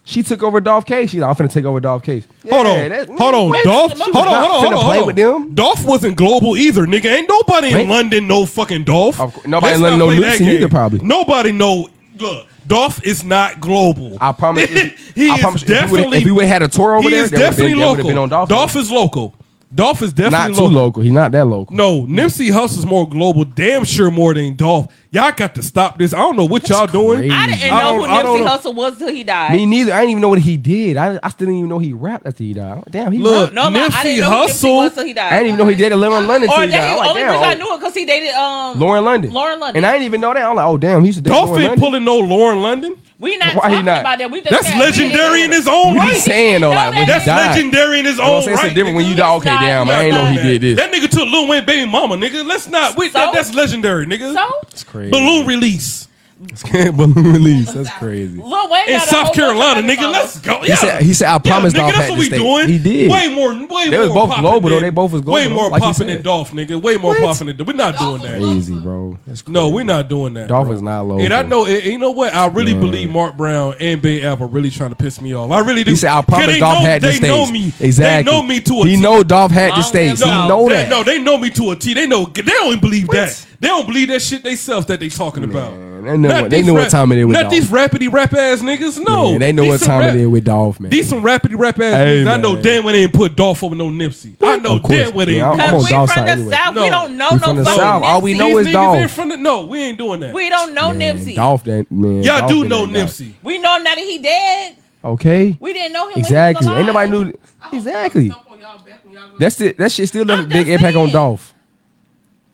Speaker 5: She took over Dolph Case. She's like, I'm finna take over Dolph Case.
Speaker 2: Hold on, hold on, Dolph. Hold on, hold on, hold on.
Speaker 5: Play
Speaker 2: Hold on.
Speaker 5: with them.
Speaker 2: Dolph wasn't global either, nigga. Ain't nobody in
Speaker 5: Right.
Speaker 2: London know fucking Dolph.
Speaker 5: nobody in
Speaker 2: Let's not
Speaker 5: London know
Speaker 2: play that
Speaker 5: Nipsey
Speaker 2: game.
Speaker 5: either, probably.
Speaker 2: Nobody know. Look, Dolph is not global. I
Speaker 5: promise you-
Speaker 2: <laughs> he
Speaker 5: I
Speaker 2: is
Speaker 5: promise you, if we would've-
Speaker 2: definitely.
Speaker 5: if we would've had a tour over
Speaker 2: he
Speaker 5: there,
Speaker 2: is
Speaker 5: that would've
Speaker 2: definitely
Speaker 5: been- that would've
Speaker 2: local.
Speaker 5: been on
Speaker 2: Dolph.
Speaker 5: Dolph.
Speaker 2: is local. Dolph is
Speaker 5: Not
Speaker 2: definitely
Speaker 5: too
Speaker 2: local.
Speaker 5: local. He's not that local.
Speaker 2: No, Nipsey Hussle's more global, damn sure more than Dolph. Y'all got to stop this. I don't know what y'all doing.
Speaker 4: I didn't
Speaker 2: I
Speaker 4: know
Speaker 2: don't-
Speaker 4: who
Speaker 2: I don't
Speaker 4: Nipsey
Speaker 2: know.
Speaker 4: Hussle was till he died.
Speaker 5: Me neither. I didn't even know what he did. I, I still didn't even know he rapped after he died. Damn, he
Speaker 4: Look,
Speaker 5: rapped.
Speaker 4: No, no, I Nipsey didn't know who Nipsey Hussle- was till he died.
Speaker 5: I didn't even know he dated Lauren London till
Speaker 4: Or
Speaker 5: he died.
Speaker 4: that
Speaker 5: I'm
Speaker 4: the
Speaker 5: like,
Speaker 4: only
Speaker 5: damn,
Speaker 4: reason I knew it because he dated um
Speaker 5: Lauren London.
Speaker 4: Lauren London.
Speaker 5: And I didn't even know that. I'm like, oh damn, he used to date
Speaker 2: Dolph
Speaker 5: Lauren
Speaker 2: ain't
Speaker 5: London.
Speaker 2: pulling no Lauren London.
Speaker 4: we not
Speaker 5: Why he
Speaker 4: talking
Speaker 5: not?
Speaker 4: about that. We just
Speaker 2: That's
Speaker 4: said-
Speaker 2: legendary in his own
Speaker 5: What
Speaker 2: right.
Speaker 5: he's saying though, like when he
Speaker 2: That's
Speaker 5: died.
Speaker 2: legendary in his
Speaker 5: You know what I'm
Speaker 2: own
Speaker 5: saying?
Speaker 2: right.
Speaker 5: It's different when you die. Okay, damn, I ain't know he did this. <laughs>
Speaker 2: That nigga took Lil Wayne baby mama, nigga. Let's not. Wait, that, that's legendary, nigga.
Speaker 4: So?
Speaker 2: It's
Speaker 5: crazy.
Speaker 2: Balloon release <laughs>
Speaker 5: balloon release. That's crazy.
Speaker 4: Lil
Speaker 2: in
Speaker 4: Wayne got a whole
Speaker 2: South
Speaker 4: bunch of
Speaker 2: Carolina,
Speaker 4: other
Speaker 2: nigga.
Speaker 4: songs.
Speaker 2: Let's go.
Speaker 5: He said, he said, I promised
Speaker 2: nigga,
Speaker 5: Dolph
Speaker 2: that's
Speaker 5: had
Speaker 2: what
Speaker 5: to
Speaker 2: we
Speaker 5: stay.
Speaker 2: doing.
Speaker 5: He did.
Speaker 2: Way more. Way
Speaker 5: They was
Speaker 2: more
Speaker 5: both
Speaker 2: popping
Speaker 5: global, though.
Speaker 2: than-
Speaker 5: They both was
Speaker 2: Way
Speaker 5: global,
Speaker 2: more
Speaker 5: like you
Speaker 2: popping
Speaker 5: said.
Speaker 2: than Dolph, nigga. Way more popping than We're not doing that.
Speaker 5: Crazy, bro. That's
Speaker 2: No, we're not doing that.
Speaker 5: Dolph
Speaker 2: bro.
Speaker 5: is not local.
Speaker 2: And I know, and you know what? I really
Speaker 5: Yeah.
Speaker 2: believe Mark Brown and Bay App are really trying to piss me off. I really do.
Speaker 5: He said, I
Speaker 2: 'Cause
Speaker 5: promised
Speaker 2: they
Speaker 5: Dolph
Speaker 2: know,
Speaker 5: had the
Speaker 2: they
Speaker 5: stage.
Speaker 2: know me. They
Speaker 5: Exactly.
Speaker 2: know me to a T.
Speaker 5: He know Dolph had the
Speaker 4: Long
Speaker 5: stage. He
Speaker 4: live Dolph.
Speaker 5: know
Speaker 2: they,
Speaker 5: that.
Speaker 2: No, they know me to a T. They know. They don't even believe that. They don't believe that shit themselves that they talking about.
Speaker 5: they know
Speaker 2: Not
Speaker 5: what- they
Speaker 2: these
Speaker 5: know what
Speaker 2: rap-
Speaker 5: time it is with
Speaker 2: Not
Speaker 5: Dolph.
Speaker 2: these rapidy rap ass niggas. No,
Speaker 5: Man, they know
Speaker 2: These
Speaker 5: what
Speaker 2: some
Speaker 5: time
Speaker 2: rap-
Speaker 5: it is with Dolph, man.
Speaker 2: These some rapidy rap ass
Speaker 5: Hey,
Speaker 2: niggas. I
Speaker 5: man.
Speaker 2: know damn well they ain't put Dolph over no Nipsey. I know
Speaker 5: Of course.
Speaker 2: damn well they
Speaker 5: Yeah,
Speaker 2: ain't.
Speaker 5: I'm- I'm
Speaker 2: put-
Speaker 5: on We Dolph's from side the anyway.
Speaker 4: South, we
Speaker 2: No.
Speaker 4: don't know
Speaker 5: We
Speaker 4: no
Speaker 5: from the
Speaker 4: fucking
Speaker 5: South. All we
Speaker 4: Nipsey.
Speaker 5: know
Speaker 2: These
Speaker 5: is
Speaker 2: niggas
Speaker 5: Dolph.
Speaker 2: ain't from the- No, we ain't doing that.
Speaker 4: We don't know Nipsey.
Speaker 5: Dolph, that man.
Speaker 2: Y'all
Speaker 5: Dolph
Speaker 2: do
Speaker 5: been
Speaker 2: know
Speaker 5: that guy.
Speaker 2: Nipsey.
Speaker 4: We know now that he dead.
Speaker 5: Okay.
Speaker 4: We didn't know him.
Speaker 5: Exactly.
Speaker 4: When he
Speaker 5: Ain't
Speaker 4: was alive.
Speaker 5: nobody knew. Exactly. That's it. That shit still left a big impact on Dolph.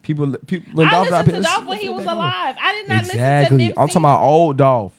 Speaker 5: People, people. When
Speaker 4: I
Speaker 5: Dolph,
Speaker 4: listened to
Speaker 5: people-
Speaker 4: Dolph when he was alive. I did not
Speaker 5: Exactly.
Speaker 4: listen to
Speaker 5: I'm
Speaker 4: Nipsey.
Speaker 5: talking about old Dolph.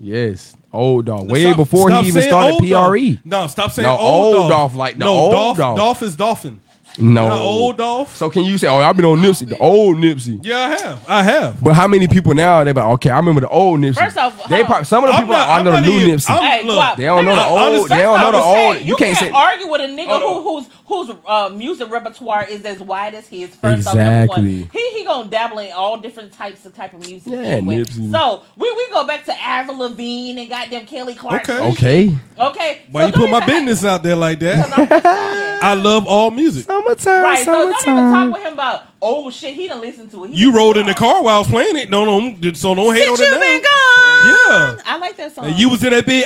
Speaker 5: Yes, Old Dolph.
Speaker 2: No,
Speaker 5: Way
Speaker 2: stop-
Speaker 5: before
Speaker 2: stop
Speaker 5: he even
Speaker 2: saying
Speaker 5: started E.
Speaker 2: old Dolph.
Speaker 5: PRE.
Speaker 2: No, stop saying
Speaker 5: No,
Speaker 2: old, Dolph.
Speaker 5: Like the
Speaker 2: no,
Speaker 5: old
Speaker 2: Dolph,
Speaker 5: Dolph.
Speaker 2: Dolph is Dolphin.
Speaker 5: No.
Speaker 2: Not old Dolph.
Speaker 5: So can you say, oh, I've been on Nipsey, the old Nipsey?
Speaker 2: Yeah, I have. I have.
Speaker 5: But how many people now they be like, okay, I remember the old Nipsey.
Speaker 4: First off,
Speaker 5: they
Speaker 4: hold
Speaker 5: probably, some of the
Speaker 4: on.
Speaker 5: people I know the new Nipsey.
Speaker 4: Hey, Guap,
Speaker 5: they don't know the
Speaker 4: nigga,
Speaker 5: old.
Speaker 4: honestly,
Speaker 5: They don't know the
Speaker 4: that's what I'm
Speaker 5: old.
Speaker 4: saying.
Speaker 5: You can't say.
Speaker 4: argue with a nigga who, whose whose uh, music repertoire is as wide as his. First off, number
Speaker 5: Exactly.
Speaker 4: one, he he gonna dabble in all different types of type of music.
Speaker 5: Yeah,
Speaker 4: anyway.
Speaker 5: Nipsey.
Speaker 4: So we, we go back to Avril Lavigne and goddamn Kelly Clarkson.
Speaker 2: Okay.
Speaker 4: Okay.
Speaker 2: Why you put my
Speaker 4: <laughs>
Speaker 2: business out there like that?
Speaker 5: <laughs>
Speaker 2: I love all music.
Speaker 5: Summertime,
Speaker 4: Right. So don't even talk with him about oh shit. He done listen to it. He
Speaker 2: You rode in the car while I was playing it. No, no, so don't hate
Speaker 4: Since
Speaker 2: on
Speaker 4: you been
Speaker 2: it
Speaker 4: gone.
Speaker 2: Yeah.
Speaker 4: I like that song.
Speaker 2: And you was in that big.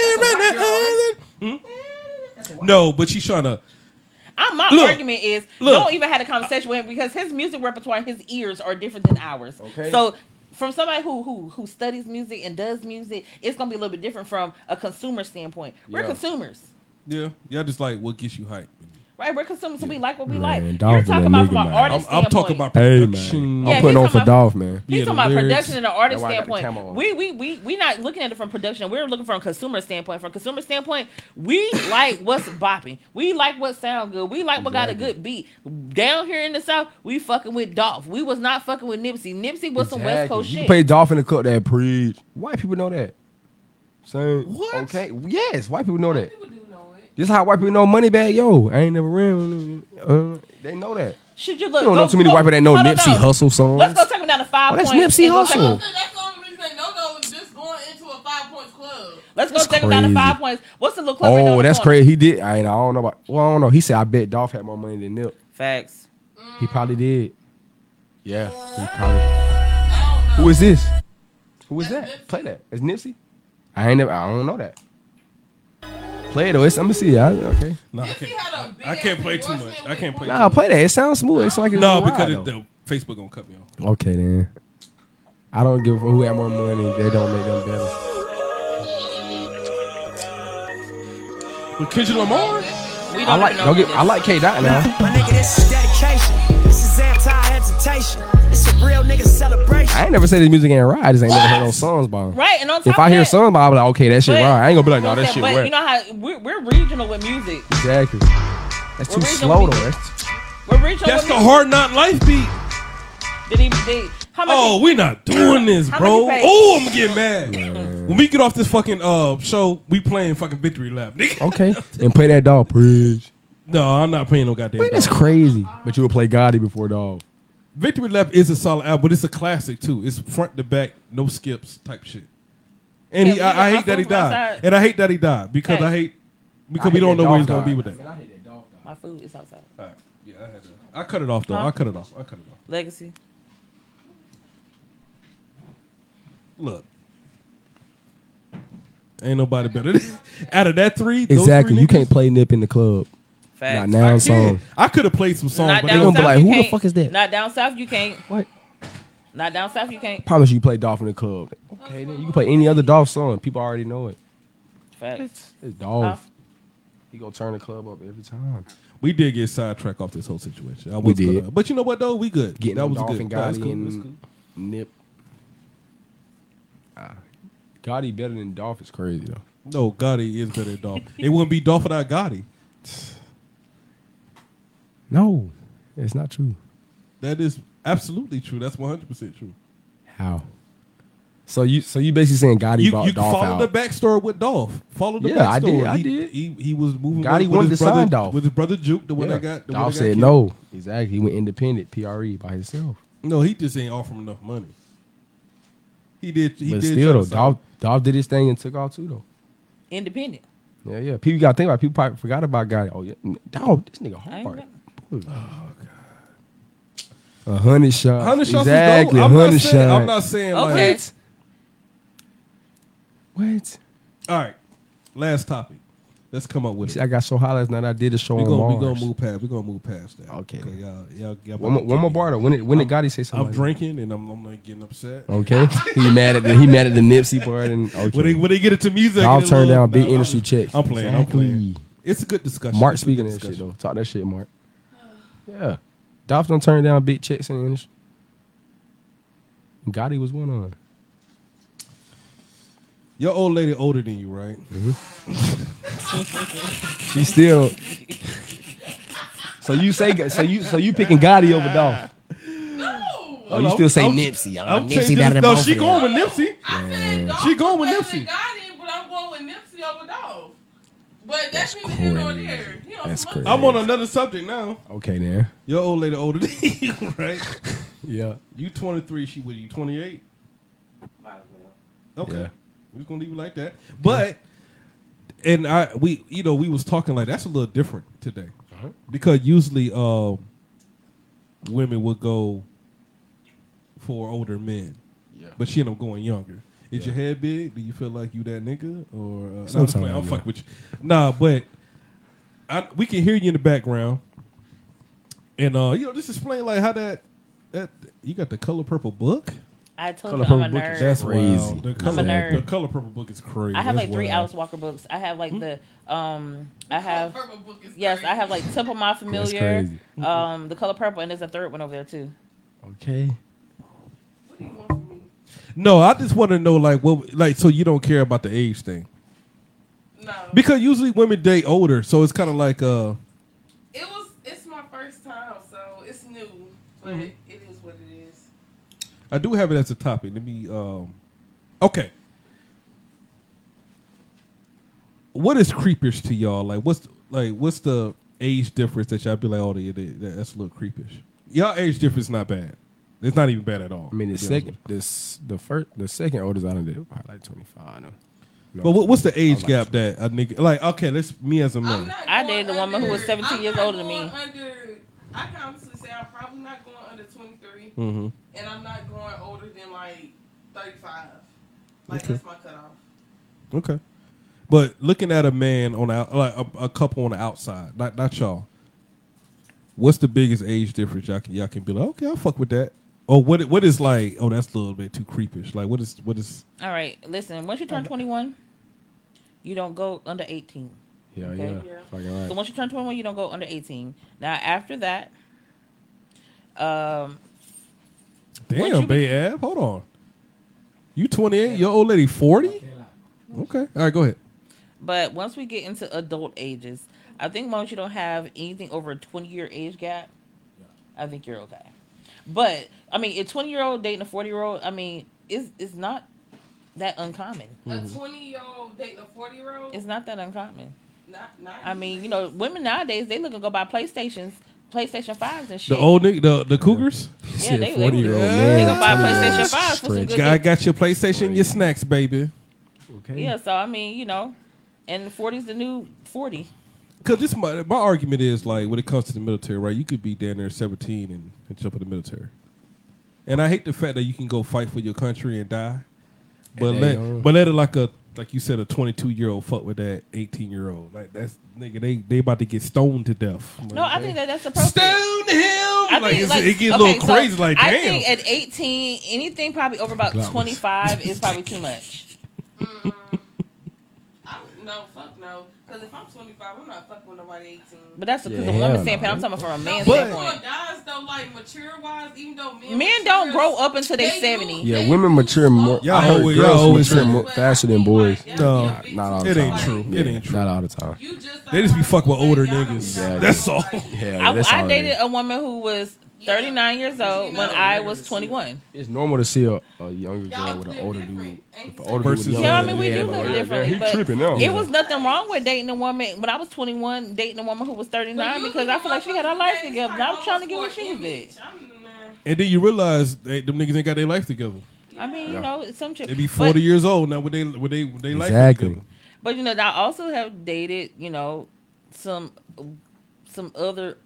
Speaker 4: I
Speaker 2: Hmm? No, but she's trying to.
Speaker 4: I, my
Speaker 2: Look.
Speaker 4: argument is
Speaker 2: Look.
Speaker 4: don't even have a conversation with him because his music repertoire, his ears are different than ours.
Speaker 2: Okay.
Speaker 4: So from somebody who who who studies music and does music, it's gonna be a little bit different from a consumer standpoint. We're
Speaker 2: Yeah.
Speaker 4: consumers.
Speaker 2: Yeah, y'all just like what gets you hyped.
Speaker 4: Right, we're consumers, so we like what we like.
Speaker 5: Man,
Speaker 4: You're
Speaker 5: Dolph is a
Speaker 4: talking about
Speaker 5: nigga,
Speaker 4: from an
Speaker 5: man.
Speaker 4: artist
Speaker 2: I'm- I'm talking
Speaker 4: standpoint.
Speaker 2: about
Speaker 5: Hey,
Speaker 2: production.
Speaker 5: man.
Speaker 4: Yeah,
Speaker 5: I'm putting
Speaker 4: he's
Speaker 5: on for
Speaker 4: talking
Speaker 5: Dolph, man.
Speaker 4: He's talking about production and an artist standpoint.
Speaker 5: Why
Speaker 4: We we we we not looking at it from production. We're looking from a consumer standpoint. From a consumer standpoint,
Speaker 5: <laughs>
Speaker 4: we like what's bopping. We like what sound good. We like what got a good beat. Down here in the south, we fucking with Dolph. We was not fucking with Nipsey. Nipsey was some West Coast
Speaker 5: You
Speaker 4: shit.
Speaker 5: can play Dolph in the club that preach. White people know that. Same. What? Okay. Yes, white people know that. This is how white people know money bag. Yo, I ain't never real. Uh, they know that.
Speaker 4: Should you
Speaker 5: You
Speaker 4: look?
Speaker 5: don't
Speaker 4: go-
Speaker 5: know too many
Speaker 4: go-
Speaker 5: white people that know
Speaker 4: hold on,
Speaker 5: Nipsey
Speaker 4: no.
Speaker 5: Hustle songs.
Speaker 4: Let's go take him down to five
Speaker 5: Oh, that's
Speaker 4: points.
Speaker 5: Nipsey
Speaker 4: and go take
Speaker 5: Hustle.
Speaker 4: him-
Speaker 3: That's the only reason they don't know is just going into a five points club.
Speaker 4: Let's go
Speaker 5: That's
Speaker 4: take him down to
Speaker 5: crazy.
Speaker 4: five points. What's the little club? right down
Speaker 5: Oh,
Speaker 4: the
Speaker 5: that's
Speaker 4: corner?
Speaker 5: crazy. He did. I, ain't- I don't know about. Well, I don't know. He said, "I bet Dolph had more money than Nip."
Speaker 4: Facts.
Speaker 5: He probably did. Yeah. He probably. Who is this? Who is that? Play that. It's Nipsey. I ain't never. I don't know that. Play it though. It's, I'm gonna see. I, okay.
Speaker 2: Nah, I can't, I can't play too much. I can't play. too
Speaker 5: Nah,
Speaker 2: much.
Speaker 5: play that. It sounds smooth. It's like it's
Speaker 2: no,
Speaker 5: wild,
Speaker 2: because it,
Speaker 5: though.
Speaker 2: the Facebook gonna cut me off.
Speaker 5: Okay then. I don't give a who had more money. They don't make them better.
Speaker 2: With Kendrick Lamar,
Speaker 4: we
Speaker 5: I like. Don't get, I like K Dot now.
Speaker 18: My nigga, this is dedication. This is anti-hesitation. It's a real nigga celebration.
Speaker 5: I ain't never said this music ain't right. I just ain't never heard no songs by him.
Speaker 4: Right, and on top
Speaker 5: if I
Speaker 4: of
Speaker 5: hear
Speaker 4: that-
Speaker 5: songs by him, I be like, okay, that shit
Speaker 4: But-
Speaker 5: right. I ain't gonna be like, no,
Speaker 4: But
Speaker 5: that shit
Speaker 4: you
Speaker 5: wet.
Speaker 4: know how we're, we're regional with music.
Speaker 5: Exactly. That's too
Speaker 4: Original
Speaker 5: slow though.
Speaker 4: music.
Speaker 5: That's
Speaker 4: We're regional.
Speaker 2: that's
Speaker 4: with
Speaker 2: the
Speaker 4: music.
Speaker 2: hard not life beat.
Speaker 4: Did he, did, how much
Speaker 2: Oh,
Speaker 4: he-
Speaker 2: we not doing this,
Speaker 4: How
Speaker 2: bro.
Speaker 4: many pay?
Speaker 2: Oh, I'm getting mad. when we get off this fucking uh show, we playing fucking victory lap. nigga.
Speaker 5: okay. <laughs> and play that dog bridge.
Speaker 2: no, I'm not playing no goddamn.
Speaker 5: Man, that's
Speaker 2: dog.
Speaker 5: crazy. But you would play Gotti before dog.
Speaker 2: Victory Lap is a solid album, but it's a classic too. It's front to back, no skips type shit. And he, I,
Speaker 5: Yeah,
Speaker 2: I
Speaker 5: we
Speaker 2: hate that he
Speaker 5: got my food
Speaker 2: died,
Speaker 5: outside.
Speaker 2: and I hate that he died because I
Speaker 5: Hey.
Speaker 2: hate because
Speaker 5: I
Speaker 2: we
Speaker 5: hate
Speaker 2: don't
Speaker 5: that
Speaker 2: know where he's
Speaker 5: dog
Speaker 2: gonna be with
Speaker 5: died.
Speaker 2: that.
Speaker 4: My food is outside.
Speaker 2: Yeah, I had to. I cut it off though.
Speaker 4: Huh?
Speaker 2: I cut it off. I cut it off.
Speaker 4: Legacy.
Speaker 2: Look, ain't nobody better. than- <laughs> Out of that three, those
Speaker 5: Exactly.
Speaker 2: three
Speaker 5: You
Speaker 2: niggas,
Speaker 5: can't play Nip in the club.
Speaker 4: Facts.
Speaker 5: Not now
Speaker 2: I
Speaker 5: song.
Speaker 2: can't. I could have played some songs,
Speaker 4: Not
Speaker 2: but
Speaker 4: down
Speaker 2: they gonna
Speaker 4: south,
Speaker 2: be like,
Speaker 4: you
Speaker 5: who the
Speaker 4: can't.
Speaker 5: fuck is that?
Speaker 4: Not down south, you can't.
Speaker 5: What?
Speaker 4: Not down south, you can't.
Speaker 5: Promise you, you play Dolph in the club. Okay, then you can play any other Dolph song. People already know it.
Speaker 4: Facts.
Speaker 5: It's Dolph. He gonna turn the club up every time.
Speaker 2: we did get sidetracked off this whole situation. I
Speaker 5: We
Speaker 2: was gonna-
Speaker 5: did.
Speaker 2: but you know what though? We good.
Speaker 5: Getting
Speaker 2: that
Speaker 5: on
Speaker 2: was
Speaker 5: Dolph
Speaker 2: good.
Speaker 5: and
Speaker 2: No, it's
Speaker 5: Gotti
Speaker 2: cool.
Speaker 5: and
Speaker 2: It's cool.
Speaker 5: Nip. Ah, Gotti better than Dolph is crazy though.
Speaker 2: No, Gotti is better than Dolph. it wouldn't be Dolph without Gotti.
Speaker 5: No, it's not true.
Speaker 2: That is absolutely true. That's 100% true.
Speaker 5: How? So you so you basically saying Gotti
Speaker 2: You,
Speaker 5: bought
Speaker 2: you
Speaker 5: Dolph
Speaker 2: follow
Speaker 5: out?
Speaker 2: the backstory with Dolph. Follow the
Speaker 5: Yeah, I
Speaker 2: backstory.
Speaker 5: did, I
Speaker 2: he,
Speaker 5: did.
Speaker 2: He, he was moving
Speaker 5: Gotti
Speaker 2: with,
Speaker 5: wanted
Speaker 2: with his
Speaker 5: to
Speaker 2: brother,
Speaker 5: sign Dolph.
Speaker 2: with his brother Juke, the one
Speaker 5: Yeah.
Speaker 2: that got. The one
Speaker 5: Dolph
Speaker 2: that got
Speaker 5: said
Speaker 2: killed.
Speaker 5: no. Exactly. He went independent PRE by himself.
Speaker 2: No, he just ain't offer him enough money. He did. He
Speaker 5: but
Speaker 2: did.
Speaker 5: still though,
Speaker 2: just-
Speaker 5: Dolph, Dolph did his thing and took off too though.
Speaker 4: Independent.
Speaker 5: Yeah, yeah. People got to think about. it. People probably forgot about Gotti. Oh yeah, dog, this nigga
Speaker 4: I ain't
Speaker 5: hard.
Speaker 4: got-
Speaker 5: A hundred shots.
Speaker 2: Hundred shots is
Speaker 5: Exactly.
Speaker 2: dope.
Speaker 5: A
Speaker 2: I'm not
Speaker 5: hundred shots.
Speaker 2: saying- I'm not saying, like- Okay.
Speaker 5: What?
Speaker 2: All right. Last topic. Let's come up with
Speaker 5: See,
Speaker 2: it.
Speaker 5: I got so hot last night. I did a show
Speaker 2: We're
Speaker 5: on
Speaker 2: gonna, we
Speaker 5: Mars.
Speaker 2: gonna move past. We're gonna move past that. Okay. y'all, y'all, y'all
Speaker 5: One more- one more bar, though. When it- when it
Speaker 2: I'm-
Speaker 5: Gotti say something
Speaker 2: I'm
Speaker 5: like Oh, that.
Speaker 2: drinking and I'm, I'm like getting upset.
Speaker 5: Okay. <laughs> he mad at the he mad at the Nipsey part and okay.
Speaker 2: When they when they get it to music,
Speaker 5: I'll
Speaker 2: get a
Speaker 5: turn
Speaker 2: little-
Speaker 5: down big
Speaker 2: nah,
Speaker 5: industry
Speaker 2: I'm-
Speaker 5: checks.
Speaker 2: I'm playing.
Speaker 5: Exactly.
Speaker 2: I'm playing. It's a good discussion.
Speaker 5: Mark
Speaker 2: It's a good
Speaker 5: speaking of that shit
Speaker 2: discussion.
Speaker 5: though. Talk that shit, Mark. Yeah. Dolph don't turn down big checks in the industry. Gotti was one on.
Speaker 2: Your old lady older than you, right?
Speaker 5: Mm-hmm. She still. <laughs> so you say so you so you picking Gotti over Dolph? Oh, you still say
Speaker 2: I'm-
Speaker 5: Nipsey? Oh,
Speaker 2: I'm
Speaker 5: Nipsey
Speaker 2: changing-
Speaker 5: better than
Speaker 2: No,
Speaker 5: both
Speaker 2: she
Speaker 5: of them.
Speaker 2: going with Nipsey. She going with
Speaker 3: Nipsey. but I'm going with Nipsey over Dolph. But that's neither here nor there. You know,
Speaker 5: That's crazy.
Speaker 2: I'm on another subject now.
Speaker 5: Okay, then.
Speaker 2: Your old lady older than <laughs> you, right?
Speaker 5: Yeah.
Speaker 2: You 23, she with you 28. Okay.
Speaker 5: Yeah.
Speaker 2: We're just gonna leave it like that. But and I we you know, we was talking like that's a little different today. Because usually um women would go for older men.
Speaker 5: Yeah.
Speaker 2: But she ended up going younger. Is
Speaker 5: Yeah.
Speaker 2: your head big? Do you feel like you that nigga? Or uh, nah, I'm just
Speaker 5: Sometimes,
Speaker 2: playing. I'm
Speaker 5: yeah.
Speaker 2: fucking with you. Nah, but I, we can hear you in the background. And uh, you know, just explain like how that that you got the color purple book.
Speaker 4: I told you I'm a nerd.
Speaker 2: That's
Speaker 5: crazy.
Speaker 2: wild. The
Speaker 5: I'm a
Speaker 2: color,
Speaker 4: nerd.
Speaker 2: The color purple book is crazy.
Speaker 4: I have
Speaker 2: That's
Speaker 4: like three
Speaker 2: wild.
Speaker 4: Alice Walker books. I have
Speaker 5: Hmm?
Speaker 4: like the um I have yes, I have like Temple My Familiar,
Speaker 5: crazy.
Speaker 4: um The Color Purple, and there's a third one over there too.
Speaker 5: Okay.
Speaker 2: No, I just want to know like what like so you don't care about the age thing. No. Because usually women date older, so it's kind of like uh
Speaker 3: it was. It's my first time, so it's new. But
Speaker 2: Mm-hmm.
Speaker 3: it is what it is.
Speaker 2: I do have it as a topic. Let me um okay. What is creepish to y'all? Like what's like what's the age difference that y'all be like, oh yeah, that- that's a little creepish. Y'all age difference is not bad. It's not even bad at all.
Speaker 5: I mean, the
Speaker 2: to be honest with you.
Speaker 5: second, this the first, the second oldest I done did probably like twenty five.
Speaker 2: But what, what's the age gap that a nigga like? Okay, let's me as a man.
Speaker 4: I dated a woman who was 17 years older than me.
Speaker 3: Under, I can honestly say I'm probably not going under 23,
Speaker 5: Mm-hmm.
Speaker 2: Mhm.
Speaker 3: and I'm not going older than like 35. Like
Speaker 2: Okay.
Speaker 3: that's my cutoff.
Speaker 2: Okay, but looking at a man on the, out- like a, a couple on the outside, not not y'all. What's the biggest age difference y'all can y'all can be like? Okay, I'll fuck with that. Or what what is like? Oh, that's a little bit too creepish. Like what is what is?
Speaker 4: All right, listen, once you turn twenty one, you don't go under eighteen.
Speaker 5: Yeah,
Speaker 4: Okay.
Speaker 5: yeah, fucking right.
Speaker 4: So once you turn 21, you don't go under 18. Now after that, um,
Speaker 2: Damn, Bay Ab, hold on. You twenty eight, your old lady forty. Okay, all right, go ahead.
Speaker 4: but once we get into adult ages, I think once you don't have anything over a 20 year age gap, I think you're okay. But I mean, a 20 year old dating a 40 year old, I mean, it's it's not that uncommon.
Speaker 5: Mm.
Speaker 3: A
Speaker 5: Mm-hmm.
Speaker 3: 20 year old dating a 40 year old.
Speaker 4: It's not that uncommon.
Speaker 3: Not, not
Speaker 4: I mean, you know, women nowadays they look to go buy PlayStations, PlayStation fives and shit.
Speaker 2: The old nigga, the the Cougars.
Speaker 4: Yeah, they- they- 40-year-old man. they gonna buy PlayStation 5 for some good
Speaker 2: Guy
Speaker 4: shit.
Speaker 2: got your PlayStation, your snacks, baby. Okay.
Speaker 4: Yeah, so I mean, you know, and 40 is the new 40.
Speaker 2: Cause this my my argument is like when it comes to the military, right? You could be down there seventeen and, and jump in the military, and I hate the fact that you can go fight for your country and die, but
Speaker 5: And they
Speaker 2: let
Speaker 5: don't.
Speaker 2: but let it like a like you said a twenty two year old fuck with that eighteen year old like that's nigga they they about to get stoned to death.
Speaker 4: No, I think that that's appropriate. Stone
Speaker 2: him.
Speaker 4: I
Speaker 2: Like, it's- it get a little crazy, like,
Speaker 4: I
Speaker 2: damn.
Speaker 4: think at 18, anything probably over about
Speaker 2: That was-
Speaker 4: 25 is probably too much.
Speaker 3: I, no, fuck no. Because if I'm 25, I'm not fucking with nobody 18.
Speaker 4: But that's because
Speaker 5: Yeah,
Speaker 4: a woman's
Speaker 5: hell
Speaker 4: standpoint.
Speaker 5: no.
Speaker 4: I'm talking from a man's
Speaker 5: But-
Speaker 4: standpoint.
Speaker 3: Guys though, like mature wise, even though men.
Speaker 4: Men don't grow up until they're 70.
Speaker 5: Yeah, women mature more.
Speaker 2: Y'all
Speaker 5: I heard
Speaker 2: always-
Speaker 5: girls
Speaker 2: y'all always
Speaker 5: mature
Speaker 2: say-
Speaker 5: more, faster than boys.
Speaker 2: No,
Speaker 5: not, not all the
Speaker 2: it
Speaker 5: time.
Speaker 2: ain't true. It
Speaker 5: Yeah,
Speaker 2: ain't true.
Speaker 5: Not all the time.
Speaker 2: They just be fucking with older niggas. That's all.
Speaker 5: Yeah, that's
Speaker 4: I,
Speaker 5: all
Speaker 4: I
Speaker 5: it
Speaker 4: dated
Speaker 5: is.
Speaker 4: a woman who was 39 years old when I was 21.
Speaker 5: It's normal to see a, a younger girl with an older dude. With an older
Speaker 2: Versus-
Speaker 5: dude with a
Speaker 2: Yeah, I
Speaker 5: younger
Speaker 2: mean, we
Speaker 5: dude.
Speaker 2: do
Speaker 5: Yeah,
Speaker 2: look
Speaker 5: yeah,
Speaker 2: differently,
Speaker 5: He
Speaker 4: but
Speaker 5: tripping now.
Speaker 4: It was nothing wrong with dating a woman when I was 21, dating a woman who was 39 because I feel like she had her life together. And I was trying to get what she did.
Speaker 2: And then you realize they, them niggas ain't got their life together.
Speaker 4: I mean,
Speaker 2: Yeah.
Speaker 4: you know, some chick.
Speaker 2: They be
Speaker 4: but-
Speaker 2: forty years old now. When they when they when they life
Speaker 5: Exactly.
Speaker 2: together.
Speaker 4: But you know, I also have dated, you know, some some other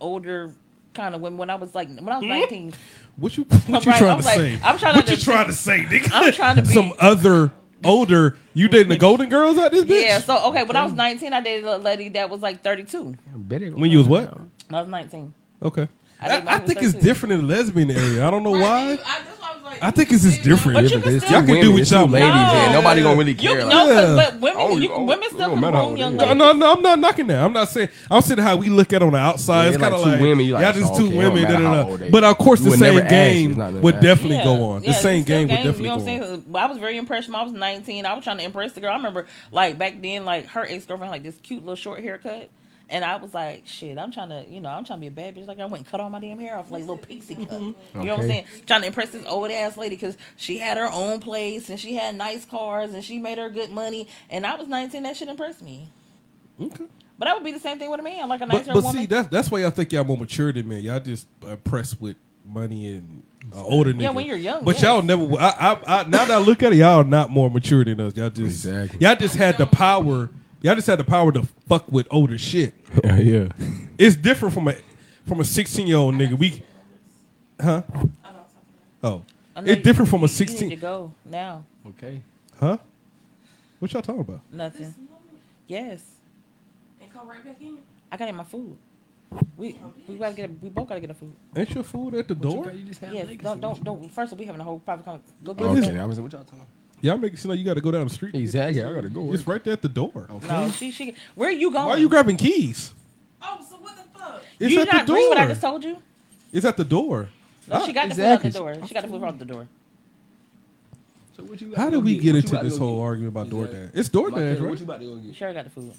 Speaker 4: older kind of women when I was like when I was
Speaker 2: Hmm?
Speaker 4: nineteen.
Speaker 2: What you what
Speaker 4: I'm
Speaker 2: you
Speaker 4: right,
Speaker 2: trying
Speaker 4: I'm
Speaker 2: to
Speaker 4: like-
Speaker 2: say?
Speaker 4: I'm trying
Speaker 2: what
Speaker 4: to-
Speaker 2: you trying to say, nigga?
Speaker 4: I'm trying to be-
Speaker 2: some other older. You dating the Golden Girls out this bitch?
Speaker 4: Yeah. So okay, when
Speaker 2: Hmm.
Speaker 4: I was nineteen, I dated a lady that was like thirty-two.
Speaker 2: When you was what?
Speaker 4: When I was nineteen.
Speaker 2: Okay.
Speaker 4: I
Speaker 2: I,
Speaker 4: think
Speaker 2: I,
Speaker 4: mine was
Speaker 2: think it's
Speaker 4: 32.
Speaker 2: different in the lesbian area. I don't know why.
Speaker 3: I, that's why I was like,
Speaker 5: I think it's just different.
Speaker 2: But you can still- Y'all can do what y'all
Speaker 5: ladies,
Speaker 2: want.
Speaker 5: and nobody gonna really
Speaker 2: You-
Speaker 5: care.
Speaker 2: no,
Speaker 5: like that.
Speaker 2: 'cause- but
Speaker 4: women,
Speaker 5: Oh,
Speaker 4: you,
Speaker 5: oh,
Speaker 4: women
Speaker 5: it
Speaker 4: still
Speaker 5: don't
Speaker 4: can
Speaker 5: matter how
Speaker 4: groom
Speaker 5: it
Speaker 4: young
Speaker 5: is.
Speaker 2: No,
Speaker 4: ladies.
Speaker 2: no, no, I'm not knocking that. I'm not saying. I'm saying how we look at on the outside.
Speaker 5: Yeah,
Speaker 2: it's
Speaker 5: like
Speaker 2: kind of
Speaker 5: two
Speaker 2: like,
Speaker 5: women, you like,
Speaker 2: y'all just
Speaker 5: oh,
Speaker 2: two
Speaker 5: okay, it
Speaker 2: women.
Speaker 5: don't
Speaker 2: da,
Speaker 5: matter
Speaker 2: da,
Speaker 5: how
Speaker 2: da.
Speaker 5: old they-
Speaker 2: But of course,
Speaker 5: You
Speaker 2: the
Speaker 5: would never
Speaker 2: same
Speaker 5: ask,
Speaker 2: game
Speaker 5: it's not that
Speaker 2: would
Speaker 5: bad.
Speaker 2: definitely
Speaker 5: Yeah,
Speaker 2: go on.
Speaker 4: Yeah,
Speaker 2: the same
Speaker 4: it's still
Speaker 2: game would
Speaker 4: You
Speaker 2: definitely
Speaker 4: know
Speaker 2: go
Speaker 4: what
Speaker 2: on.
Speaker 4: I'm saying? 'Cause I was very impressed. When I was 19. I was trying to impress the girl. I remember, like back then, like her ex girlfriend, like this cute little short haircut. And I was like, shit, I'm trying to, you know, I'm trying to be a bad bitch. Like, I went and cut all my damn hair off, like little pixie cut. You
Speaker 2: Mm-hmm.
Speaker 4: know what I'm
Speaker 5: Okay.
Speaker 4: saying? Trying to impress this old ass lady because she had her own place and she had nice cars and she made her good money. And I was 19. That shit impressed me.
Speaker 2: Okay.
Speaker 4: But that would be the same thing with a man, like a nice
Speaker 2: But,
Speaker 4: young
Speaker 2: but
Speaker 4: woman.
Speaker 2: see, that's that's why y'all think y'all more mature than men. Y'all just impressed with money and uh, older niggas.
Speaker 4: Yeah, when you're young,
Speaker 2: But
Speaker 4: yes.
Speaker 2: y'all never. I, I, I now that I look at it, y'all not more mature than us. Y'all just y'all just had the power. Y'all just had the power to fuck with older shit.
Speaker 6: Yeah, yeah.
Speaker 2: It's different from a from a 16 year old nigga. We, huh? Oh,
Speaker 4: I know
Speaker 2: it's
Speaker 4: you-
Speaker 2: different from
Speaker 4: you-
Speaker 2: a
Speaker 4: You need
Speaker 2: 16.
Speaker 4: to go now.
Speaker 5: Okay.
Speaker 2: Huh? What y'all talking about?
Speaker 4: Nothing. Yes.
Speaker 3: And come right back in.
Speaker 4: I gotta get my food. We we gotta get we both gotta get a food.
Speaker 2: Ain't your food at the door?
Speaker 4: Yes, don't don't don't. First, we having a whole private conversation. Go get
Speaker 2: Okay,
Speaker 4: it.
Speaker 2: I
Speaker 5: was what y'all talking about.
Speaker 2: Y'all make it seem like you got to go down the street.
Speaker 5: Exactly, I gotta go.
Speaker 2: It's right there at the door.
Speaker 4: No, she she. Where are you going?
Speaker 2: Why are you grabbing keys?
Speaker 3: Oh, so what the
Speaker 4: <laughs>
Speaker 3: fuck?
Speaker 2: It's
Speaker 4: you
Speaker 2: at
Speaker 4: did not
Speaker 2: the
Speaker 4: read what I
Speaker 2: door.
Speaker 4: just told you?
Speaker 2: It's at the door.
Speaker 4: No,
Speaker 2: Ah,
Speaker 4: she got the food out the door. She got the food out the door.
Speaker 2: How did we get into this whole argument about DoorDash? It's DoorDash, right?
Speaker 5: about to go get?
Speaker 4: Sure, got the food.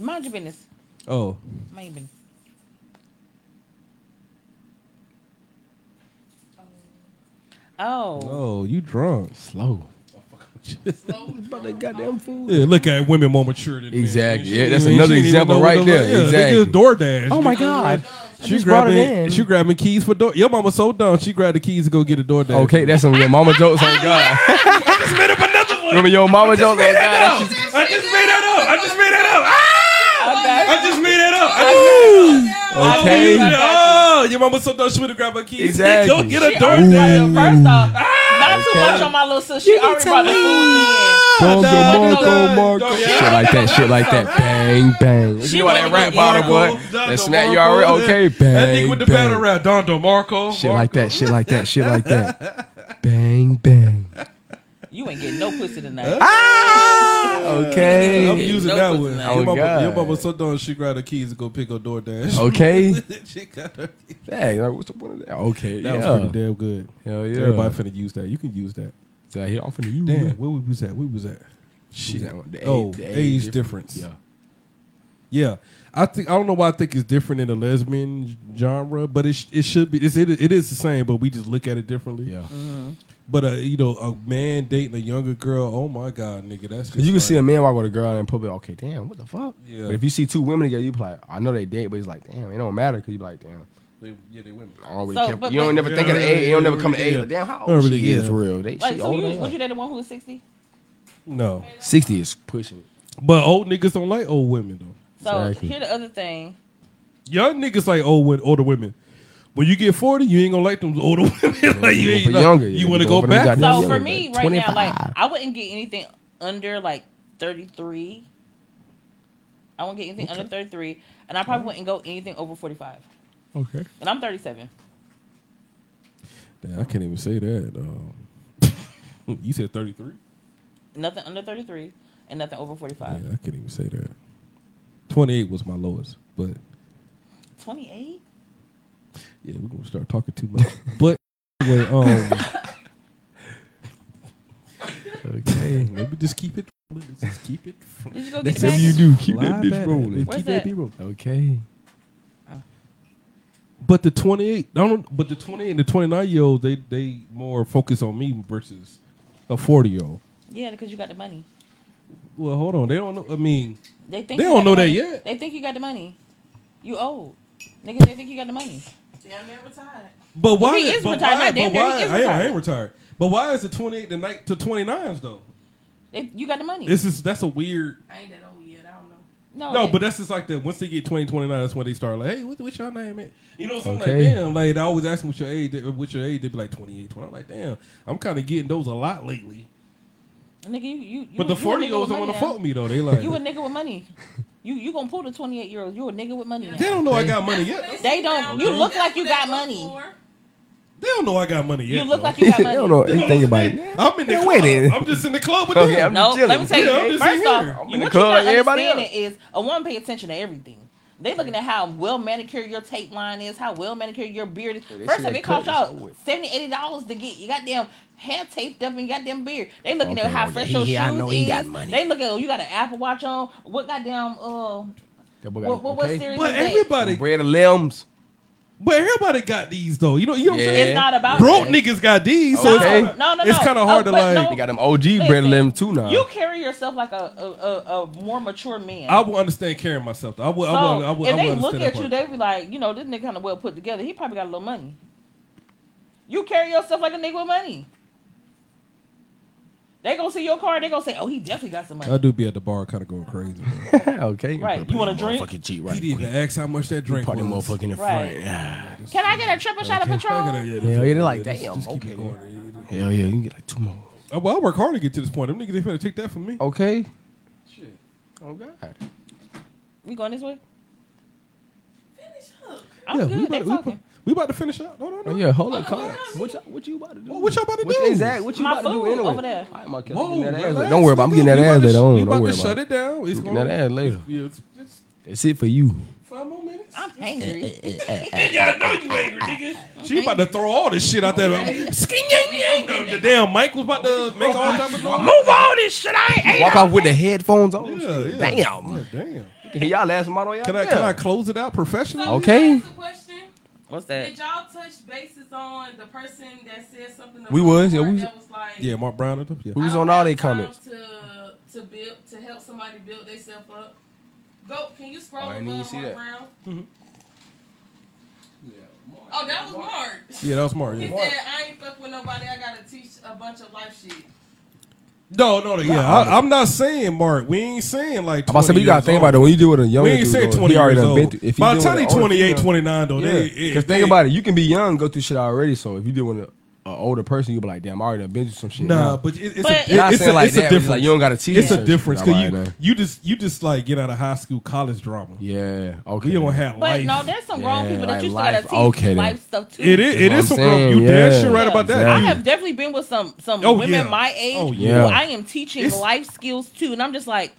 Speaker 4: Mind your business.
Speaker 2: Oh,
Speaker 4: Mind your business. Oh.
Speaker 2: oh, you drunk? Slow.
Speaker 5: About that goddamn food.
Speaker 2: Yeah, look at women more mature than men.
Speaker 5: Exactly.
Speaker 2: She
Speaker 5: Yeah, that's
Speaker 2: didn't-
Speaker 5: another
Speaker 2: she didn't even
Speaker 5: example
Speaker 2: know what
Speaker 5: right
Speaker 2: to
Speaker 5: there.
Speaker 2: look- yeah,
Speaker 5: Exactly.
Speaker 2: They did DoorDash.
Speaker 5: Oh my God. I
Speaker 2: She
Speaker 5: just brought it
Speaker 2: grabbing,
Speaker 5: in.
Speaker 2: she grabbing keys for door. Your mama so dumb. She grabbed the keys to go get a DoorDash.
Speaker 5: Okay, that's some your mama jokes on God. Remember your mama jokes on God?
Speaker 2: I just made that up. I just made that up. Ah!
Speaker 4: I
Speaker 2: just made that up. I just made
Speaker 5: Okay.
Speaker 2: that up. Oh, your mama so dumb. She would have grabbed her keys.
Speaker 5: Exactly.
Speaker 2: Go get a
Speaker 5: She-
Speaker 2: DoorDash.
Speaker 4: First off, not too much on my little sister. She already brought the food
Speaker 5: Bongo,
Speaker 4: no,
Speaker 5: Marco, Marco. Shit like that, shit like that. Bang, bang.
Speaker 4: She
Speaker 5: You know that
Speaker 4: wanna
Speaker 5: rap
Speaker 4: get
Speaker 5: bottle boy?
Speaker 2: Don
Speaker 5: That snap you
Speaker 2: DeMarco,
Speaker 5: already?
Speaker 2: that-
Speaker 5: Okay,
Speaker 2: That nigga
Speaker 5: bang,
Speaker 2: with the battle
Speaker 5: bang.
Speaker 2: rap, Don DeMarco.
Speaker 5: Shit like that, shit like that, shit like that. Bang, bang.
Speaker 4: You ain't getting no pussy tonight.
Speaker 5: Okay.
Speaker 2: I'm using
Speaker 5: No
Speaker 2: that
Speaker 5: pussy
Speaker 2: one.
Speaker 5: now.
Speaker 2: your,
Speaker 5: Oh,
Speaker 2: mama,
Speaker 5: God.
Speaker 2: your mama so done, she grabbed her keys to go pick up DoorDash.
Speaker 5: Okay.
Speaker 2: <laughs> she got her keys.
Speaker 5: Dang, like, what's the point of that? Okay,
Speaker 2: That
Speaker 5: yeah.
Speaker 2: was pretty damn good.
Speaker 5: Hell yeah.
Speaker 2: Everybody finna use that. You can use that.
Speaker 5: Did I hit off of you?
Speaker 2: Damn, where we was at? Where we was at? Shit.
Speaker 5: Mm-hmm. that one? The age-
Speaker 2: oh,
Speaker 5: the
Speaker 2: age,
Speaker 5: age
Speaker 2: difference.
Speaker 5: difference.
Speaker 2: Yeah. Yeah. I think I don't know why I think it's different in the lesbian genre, but it sh- it should be it's, it is- it is the same, but we just look at it differently. Yeah.
Speaker 5: Mhm.
Speaker 2: But uh, you know, a man dating a younger girl, oh my god, nigga, that's
Speaker 5: Cause you can see a man walk with a girl and in public, okay, damn, what the fuck?
Speaker 2: Yeah.
Speaker 5: But if you see two women together, you be like, I know they date, but it's like, damn, it don't matter, cause you be like, damn.
Speaker 2: They, yeah, they women.
Speaker 5: I always
Speaker 4: So,
Speaker 5: kept,
Speaker 4: but-
Speaker 5: you don't
Speaker 4: but-
Speaker 5: never think of the
Speaker 2: Yeah,
Speaker 5: age. You don't never come to
Speaker 2: yeah.
Speaker 5: age. like, Damn, how
Speaker 2: Don't
Speaker 5: old
Speaker 2: really
Speaker 5: she is
Speaker 2: get it.
Speaker 5: for real? They
Speaker 4: Like,
Speaker 5: she
Speaker 4: so
Speaker 5: older
Speaker 4: you,
Speaker 5: than
Speaker 4: would
Speaker 5: us.
Speaker 4: you date the one who was 60?
Speaker 2: No.
Speaker 5: Sixty is pushing.
Speaker 4: <laughs>
Speaker 5: it.
Speaker 2: But old niggas don't like old women though.
Speaker 4: So, here the other thing.
Speaker 2: Young niggas like old wom- older women. When you get forty, you ain't gonna like them older <laughs> women. like you
Speaker 5: you
Speaker 2: ain't
Speaker 5: for
Speaker 2: no-
Speaker 5: younger, yeah,
Speaker 2: You want to
Speaker 5: you
Speaker 2: go
Speaker 5: going for them
Speaker 2: back?
Speaker 5: goddamn
Speaker 4: So,
Speaker 5: Yeah,
Speaker 4: for
Speaker 5: like
Speaker 4: me, right now, like, I wouldn't get anything under like 33. I wouldn't get anything under 33. And I probably wouldn't go anything over 45.
Speaker 2: Okay.
Speaker 4: And I'm 37.
Speaker 2: Damn, I can't even say that. Um, <laughs> you said thirty three.
Speaker 4: Nothing under 33 and nothing over 45.
Speaker 2: Yeah, I can't even say that. Twenty eight was my lowest, but
Speaker 4: 28?
Speaker 2: yeah, we're gonna start talking too much. <laughs> but anyway, um, <laughs> okay, let me just keep it. Let's just keep it.
Speaker 4: Did you go
Speaker 2: That's
Speaker 4: get
Speaker 2: what
Speaker 4: back?
Speaker 2: you do. Keep
Speaker 5: Fly
Speaker 2: that bitch
Speaker 5: back.
Speaker 2: rolling.
Speaker 4: Where's
Speaker 2: Keep that
Speaker 4: that?
Speaker 2: bitch rolling. Ah.
Speaker 5: Okay.
Speaker 2: But the 28, I don't, but the 28 and the 29 year old, they they more focus on me versus a 40 year old.
Speaker 4: Yeah, because you got the money.
Speaker 2: Well, hold on. They don't know. I mean,
Speaker 4: They think
Speaker 2: They
Speaker 4: you
Speaker 2: don't
Speaker 4: got the
Speaker 2: know that
Speaker 4: money.
Speaker 2: yet.
Speaker 4: They think you got the money. You old. Niggas, they think you got the money.
Speaker 3: Damn near retired.
Speaker 2: but why?
Speaker 4: He is
Speaker 2: but
Speaker 4: retired.
Speaker 2: why-
Speaker 4: Not damn
Speaker 2: but
Speaker 4: near, he
Speaker 2: why-
Speaker 4: is
Speaker 2: I am, I
Speaker 4: retired.
Speaker 2: am retired. But why is the 28 the night to 29s though?
Speaker 4: They, you got the money.
Speaker 2: This is that's a weird.
Speaker 3: I ain't that old yet. I don't know.
Speaker 4: no,
Speaker 2: no,
Speaker 4: they-
Speaker 2: but that's just like that. Once they get 20, 29, that's when they start like, hey, what, what's your name? Man? You know, something
Speaker 5: Okay.
Speaker 2: like damn. Like I always ask them what your age, they- what your age. They be like 28, 20. I'm like, damn. I'm kind of getting those a lot lately.
Speaker 4: Nigga, you, you, you
Speaker 2: But the
Speaker 4: you a nigga
Speaker 2: 40 year olds
Speaker 4: with
Speaker 2: don't
Speaker 4: money
Speaker 2: want to
Speaker 4: now.
Speaker 2: fuck me though. They like
Speaker 4: You a nigga with money. You you gonna pull the twenty eight year old. You a nigga with money. Now.
Speaker 2: They don't know I got money yet.
Speaker 4: They don't. You look like you got money.
Speaker 2: They don't know I got money yet.
Speaker 4: You look like
Speaker 6: you got They money. don't know anything about it.
Speaker 2: I'm in the
Speaker 6: Man,
Speaker 2: club.
Speaker 6: wait a minute.
Speaker 2: I'm just in the club with
Speaker 6: Okay,
Speaker 2: them.
Speaker 6: I'm just
Speaker 4: No, let me tell you.
Speaker 2: Yeah, I'm just
Speaker 4: first
Speaker 2: in
Speaker 4: off,
Speaker 2: here.
Speaker 4: what you gotta understand is a woman pay attention to everything. They looking at how well manicured your tape line is, how well manicured your beard is.
Speaker 19: they see
Speaker 4: First off,
Speaker 19: that
Speaker 4: it cost
Speaker 19: cut,
Speaker 4: y'all 70 dollars to get your goddamn hair taped up and goddamn beard. They looking at
Speaker 19: Okay,
Speaker 4: how
Speaker 19: okay.
Speaker 4: fresh
Speaker 19: He-
Speaker 4: your
Speaker 19: he- I
Speaker 4: shoes
Speaker 19: know he
Speaker 4: is.
Speaker 19: got money.
Speaker 4: They looking at oh, you got an Apple Watch on. What goddamn uh What- what- what series
Speaker 2: But
Speaker 4: is that?
Speaker 2: everybody
Speaker 5: bread and limbs.
Speaker 2: But everybody got these though. You know, you know what I'm
Speaker 5: Yeah.
Speaker 2: saying?
Speaker 4: It's not about
Speaker 2: broke
Speaker 4: that.
Speaker 2: niggas got these. So
Speaker 5: Okay.
Speaker 2: it's,
Speaker 4: No, no,
Speaker 2: it's
Speaker 4: no.
Speaker 2: kind of hard to
Speaker 4: Oh, but
Speaker 2: like.
Speaker 4: no-
Speaker 5: They got them OG bread and limb too now. <laughs>
Speaker 4: You carry yourself like a a, a, a more mature man.
Speaker 2: Uh, I will understand carrying myself. Though. I will.
Speaker 4: so
Speaker 2: I will. I will.
Speaker 4: if
Speaker 2: I will
Speaker 4: they
Speaker 2: understand
Speaker 4: look at
Speaker 2: that
Speaker 4: you,
Speaker 2: part.
Speaker 4: they be like, you know, this nigga kind of well put together. He probably got a little money. You carry yourself like a nigga with money. They gonna see your car. They gonna say, oh, he definitely got some money.
Speaker 2: I do be at the bar, kind of going crazy.
Speaker 5: okay.
Speaker 4: Right. You want a drink?
Speaker 2: Fucking cheat right. <laughs> He didn't even ask how much that drink was. motherfucking
Speaker 5: in
Speaker 4: Right. Can I get a triple shot of Patron?
Speaker 5: Hell yeah, they like
Speaker 2: Just-
Speaker 5: damn.
Speaker 2: just keep
Speaker 5: Okay.
Speaker 2: it going.
Speaker 5: Hell yeah, you can get like two more.
Speaker 2: Oh, well, I work hard to get to this point. Them niggas, they finna take that from me.
Speaker 5: Okay.
Speaker 4: Oh God. We going this way? I'm
Speaker 2: Yeah,
Speaker 4: good.
Speaker 2: we
Speaker 4: They
Speaker 2: about, to, we,
Speaker 4: talking.
Speaker 2: about- we about to finish up. No, no, no.
Speaker 5: Oh, yeah, hold up,
Speaker 2: What,
Speaker 5: Connor. What, y'all- what you about to do?
Speaker 2: what y'all about to
Speaker 5: What-
Speaker 2: do?
Speaker 5: exactly, what you
Speaker 4: My
Speaker 5: about to do
Speaker 4: food
Speaker 5: anyway?
Speaker 4: over there.
Speaker 5: Whoa,
Speaker 2: Whoa,
Speaker 5: that ass
Speaker 2: relax,
Speaker 5: later. Don't worry about. I'm
Speaker 2: nigga.
Speaker 5: getting that
Speaker 2: We
Speaker 5: ass
Speaker 2: about to-
Speaker 5: later
Speaker 2: We
Speaker 5: on. Don't
Speaker 2: about
Speaker 5: worry
Speaker 2: to
Speaker 5: about.
Speaker 2: shut it down. It's
Speaker 5: You getting that
Speaker 2: gonna-
Speaker 5: ass later.
Speaker 2: Yeah, it's- it's-
Speaker 5: That's it for you.
Speaker 2: Five more minutes.
Speaker 4: I'm angry.
Speaker 2: I know you angry, nigga. She about to throw all this shit out there. Like, Skin yang yang. The damn mic was about to make all type of noise.
Speaker 5: Move
Speaker 4: on this shit. I ain't
Speaker 5: Walk off with the headphones on.
Speaker 2: Yeah, yeah.
Speaker 5: Damn.
Speaker 2: Yeah, damn.
Speaker 5: Hey, y'all last model. Y'all
Speaker 2: Can I,
Speaker 5: yeah.
Speaker 2: can I close it out professionally?
Speaker 5: Okay.
Speaker 3: Question.
Speaker 4: What's
Speaker 3: Did y'all touch bases on the person that said something?
Speaker 5: We
Speaker 3: about
Speaker 5: was, yeah,
Speaker 3: Mark
Speaker 5: we was-
Speaker 3: that was like,
Speaker 2: Yeah, Mark Brown. and them, Yeah.
Speaker 5: We was on all they comments.
Speaker 3: to to build to help somebody build themselves up. Go, can you scroll
Speaker 5: Oh, I
Speaker 3: above
Speaker 5: didn't even
Speaker 3: Mark
Speaker 5: see that.
Speaker 3: Brown?
Speaker 4: Mm-hmm.
Speaker 3: Oh, that was Mark. <laughs>
Speaker 2: Yeah, that was Mark,
Speaker 3: He
Speaker 2: yeah.
Speaker 3: said, "I ain't fuck with nobody. I gotta teach a bunch of life shit."
Speaker 2: No, no, no. Yeah, I, I'm not saying Mark. We ain't saying like.
Speaker 6: I'm about to say,
Speaker 2: 20
Speaker 6: but you gotta
Speaker 2: years
Speaker 6: think
Speaker 2: old.
Speaker 6: about it. When you do it with a younger
Speaker 2: we ain't
Speaker 6: dude,
Speaker 2: saying
Speaker 6: though,
Speaker 2: 20
Speaker 6: he already
Speaker 2: years
Speaker 6: done
Speaker 2: old.
Speaker 6: been through- if he
Speaker 2: By
Speaker 6: do
Speaker 2: the
Speaker 6: it
Speaker 2: time
Speaker 6: with
Speaker 2: they
Speaker 6: an older
Speaker 2: 28,
Speaker 6: female-
Speaker 2: 29, though,
Speaker 6: Yeah.
Speaker 2: they, it,
Speaker 6: 'Cause
Speaker 2: they-
Speaker 6: think about it. You can be young, go through shit already. So if you do it with an older person, you'll be like, damn, I already done been through some shit.
Speaker 2: Nah,
Speaker 6: now.
Speaker 2: but it, it's
Speaker 6: Not
Speaker 2: a, it- it's,
Speaker 6: saying
Speaker 2: a,
Speaker 6: like
Speaker 2: it's
Speaker 6: that,
Speaker 2: a
Speaker 6: but
Speaker 2: difference.
Speaker 6: Like, you don't gotta teach.
Speaker 2: It's
Speaker 6: them
Speaker 2: a
Speaker 6: shit.
Speaker 2: difference
Speaker 6: Nah,
Speaker 2: because
Speaker 6: I
Speaker 2: you
Speaker 6: know.
Speaker 2: you just you just like get out of high school college drama.
Speaker 6: Yeah, okay.
Speaker 2: We don't have
Speaker 4: But
Speaker 2: life.
Speaker 4: no, there's some grown
Speaker 6: Yeah,
Speaker 4: people
Speaker 6: like
Speaker 4: that you still
Speaker 6: life.
Speaker 4: gotta teach
Speaker 6: Okay, then.
Speaker 4: life stuff too.
Speaker 2: It is. It
Speaker 6: That's
Speaker 2: is some
Speaker 6: what I'm
Speaker 2: girl. You
Speaker 6: saying,
Speaker 2: damn
Speaker 6: yeah.
Speaker 2: sure right about that.
Speaker 4: I have definitely been with some some
Speaker 2: Oh,
Speaker 4: women
Speaker 2: yeah.
Speaker 4: my age.
Speaker 2: Oh,
Speaker 4: who
Speaker 2: yeah.
Speaker 4: I am teaching
Speaker 2: It's-
Speaker 4: life skills too, and I'm just like,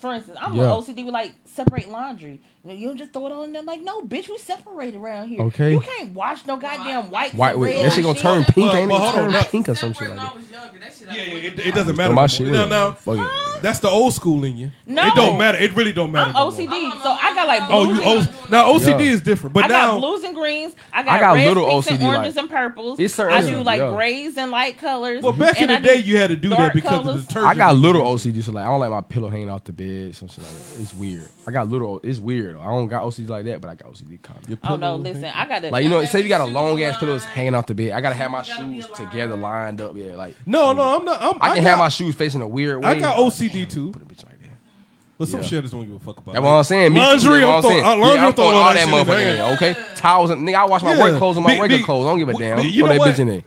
Speaker 4: for instance, I'm
Speaker 2: Yeah.
Speaker 4: an OCD with like separate laundry. You, know, you don't just throw it on and I'm like, no, bitch, we separate around here.
Speaker 6: Okay.
Speaker 4: You can't wash no goddamn white.
Speaker 6: White, wait,
Speaker 4: red
Speaker 6: that shit gonna
Speaker 4: shit.
Speaker 6: turn pink. ain't
Speaker 2: Well,
Speaker 6: it?
Speaker 2: hold on,
Speaker 6: Turn
Speaker 2: no.
Speaker 6: pink or some shit like that.
Speaker 2: It, it doesn't matter.
Speaker 6: my
Speaker 2: no
Speaker 6: shit
Speaker 2: more. No,
Speaker 6: is.
Speaker 2: no.
Speaker 6: Fuck it.
Speaker 2: That's the old school in you.
Speaker 4: No.
Speaker 2: It don't matter. It really don't matter.
Speaker 4: I'm
Speaker 2: no more.
Speaker 4: OCD, so I got like
Speaker 2: Oh, you
Speaker 4: blues and-
Speaker 2: o- now OCD
Speaker 5: Yeah.
Speaker 2: is different, but
Speaker 4: I got
Speaker 2: now
Speaker 4: blues and greens. I got,
Speaker 2: I got
Speaker 4: reds,
Speaker 2: little
Speaker 4: pinks, and
Speaker 2: OCD, like-
Speaker 4: oranges and purples.
Speaker 5: It's certain
Speaker 4: I do
Speaker 5: shit,
Speaker 4: like
Speaker 5: yeah.
Speaker 4: grays and light colors.
Speaker 2: Well, back in
Speaker 4: and
Speaker 2: the
Speaker 4: I
Speaker 2: day, you had to do
Speaker 4: dark
Speaker 2: that because
Speaker 4: colors.
Speaker 2: of the detergent.
Speaker 5: I got little OCD, so like I don't like my pillow hanging off the bed, some shit like that. It's weird. I got little, it's weird. I don't got OCD like that, but I got OCD kind of.
Speaker 2: <laughs>
Speaker 4: Oh no! Listen, I got to
Speaker 5: Like you know, say you got a long ass pillow that's hanging off the bed. I gotta have my shoes together, lined up. Yeah, like
Speaker 2: No, no, I'm not. I'm,
Speaker 5: I can
Speaker 2: got,
Speaker 5: have my shoes facing a weird way.
Speaker 2: I got OCD too. But some
Speaker 5: Yeah.
Speaker 2: shit I just don't give a fuck about.
Speaker 5: That's what I'm saying. Me too,
Speaker 2: Laundry,
Speaker 5: that's what
Speaker 2: I'm throwing
Speaker 5: I'm saying.
Speaker 2: uh, laundry,
Speaker 5: yeah, I'm throwing all that
Speaker 2: shit in
Speaker 5: motherfucker in
Speaker 2: there.
Speaker 5: there. Okay, towels. And, nigga, I wash my
Speaker 2: Yeah.
Speaker 5: work clothes and my
Speaker 2: Be-
Speaker 5: regular
Speaker 2: be-
Speaker 5: clothes. I don't give a damn.
Speaker 2: You
Speaker 5: Put
Speaker 2: know
Speaker 5: that
Speaker 2: what?
Speaker 5: bitch in there.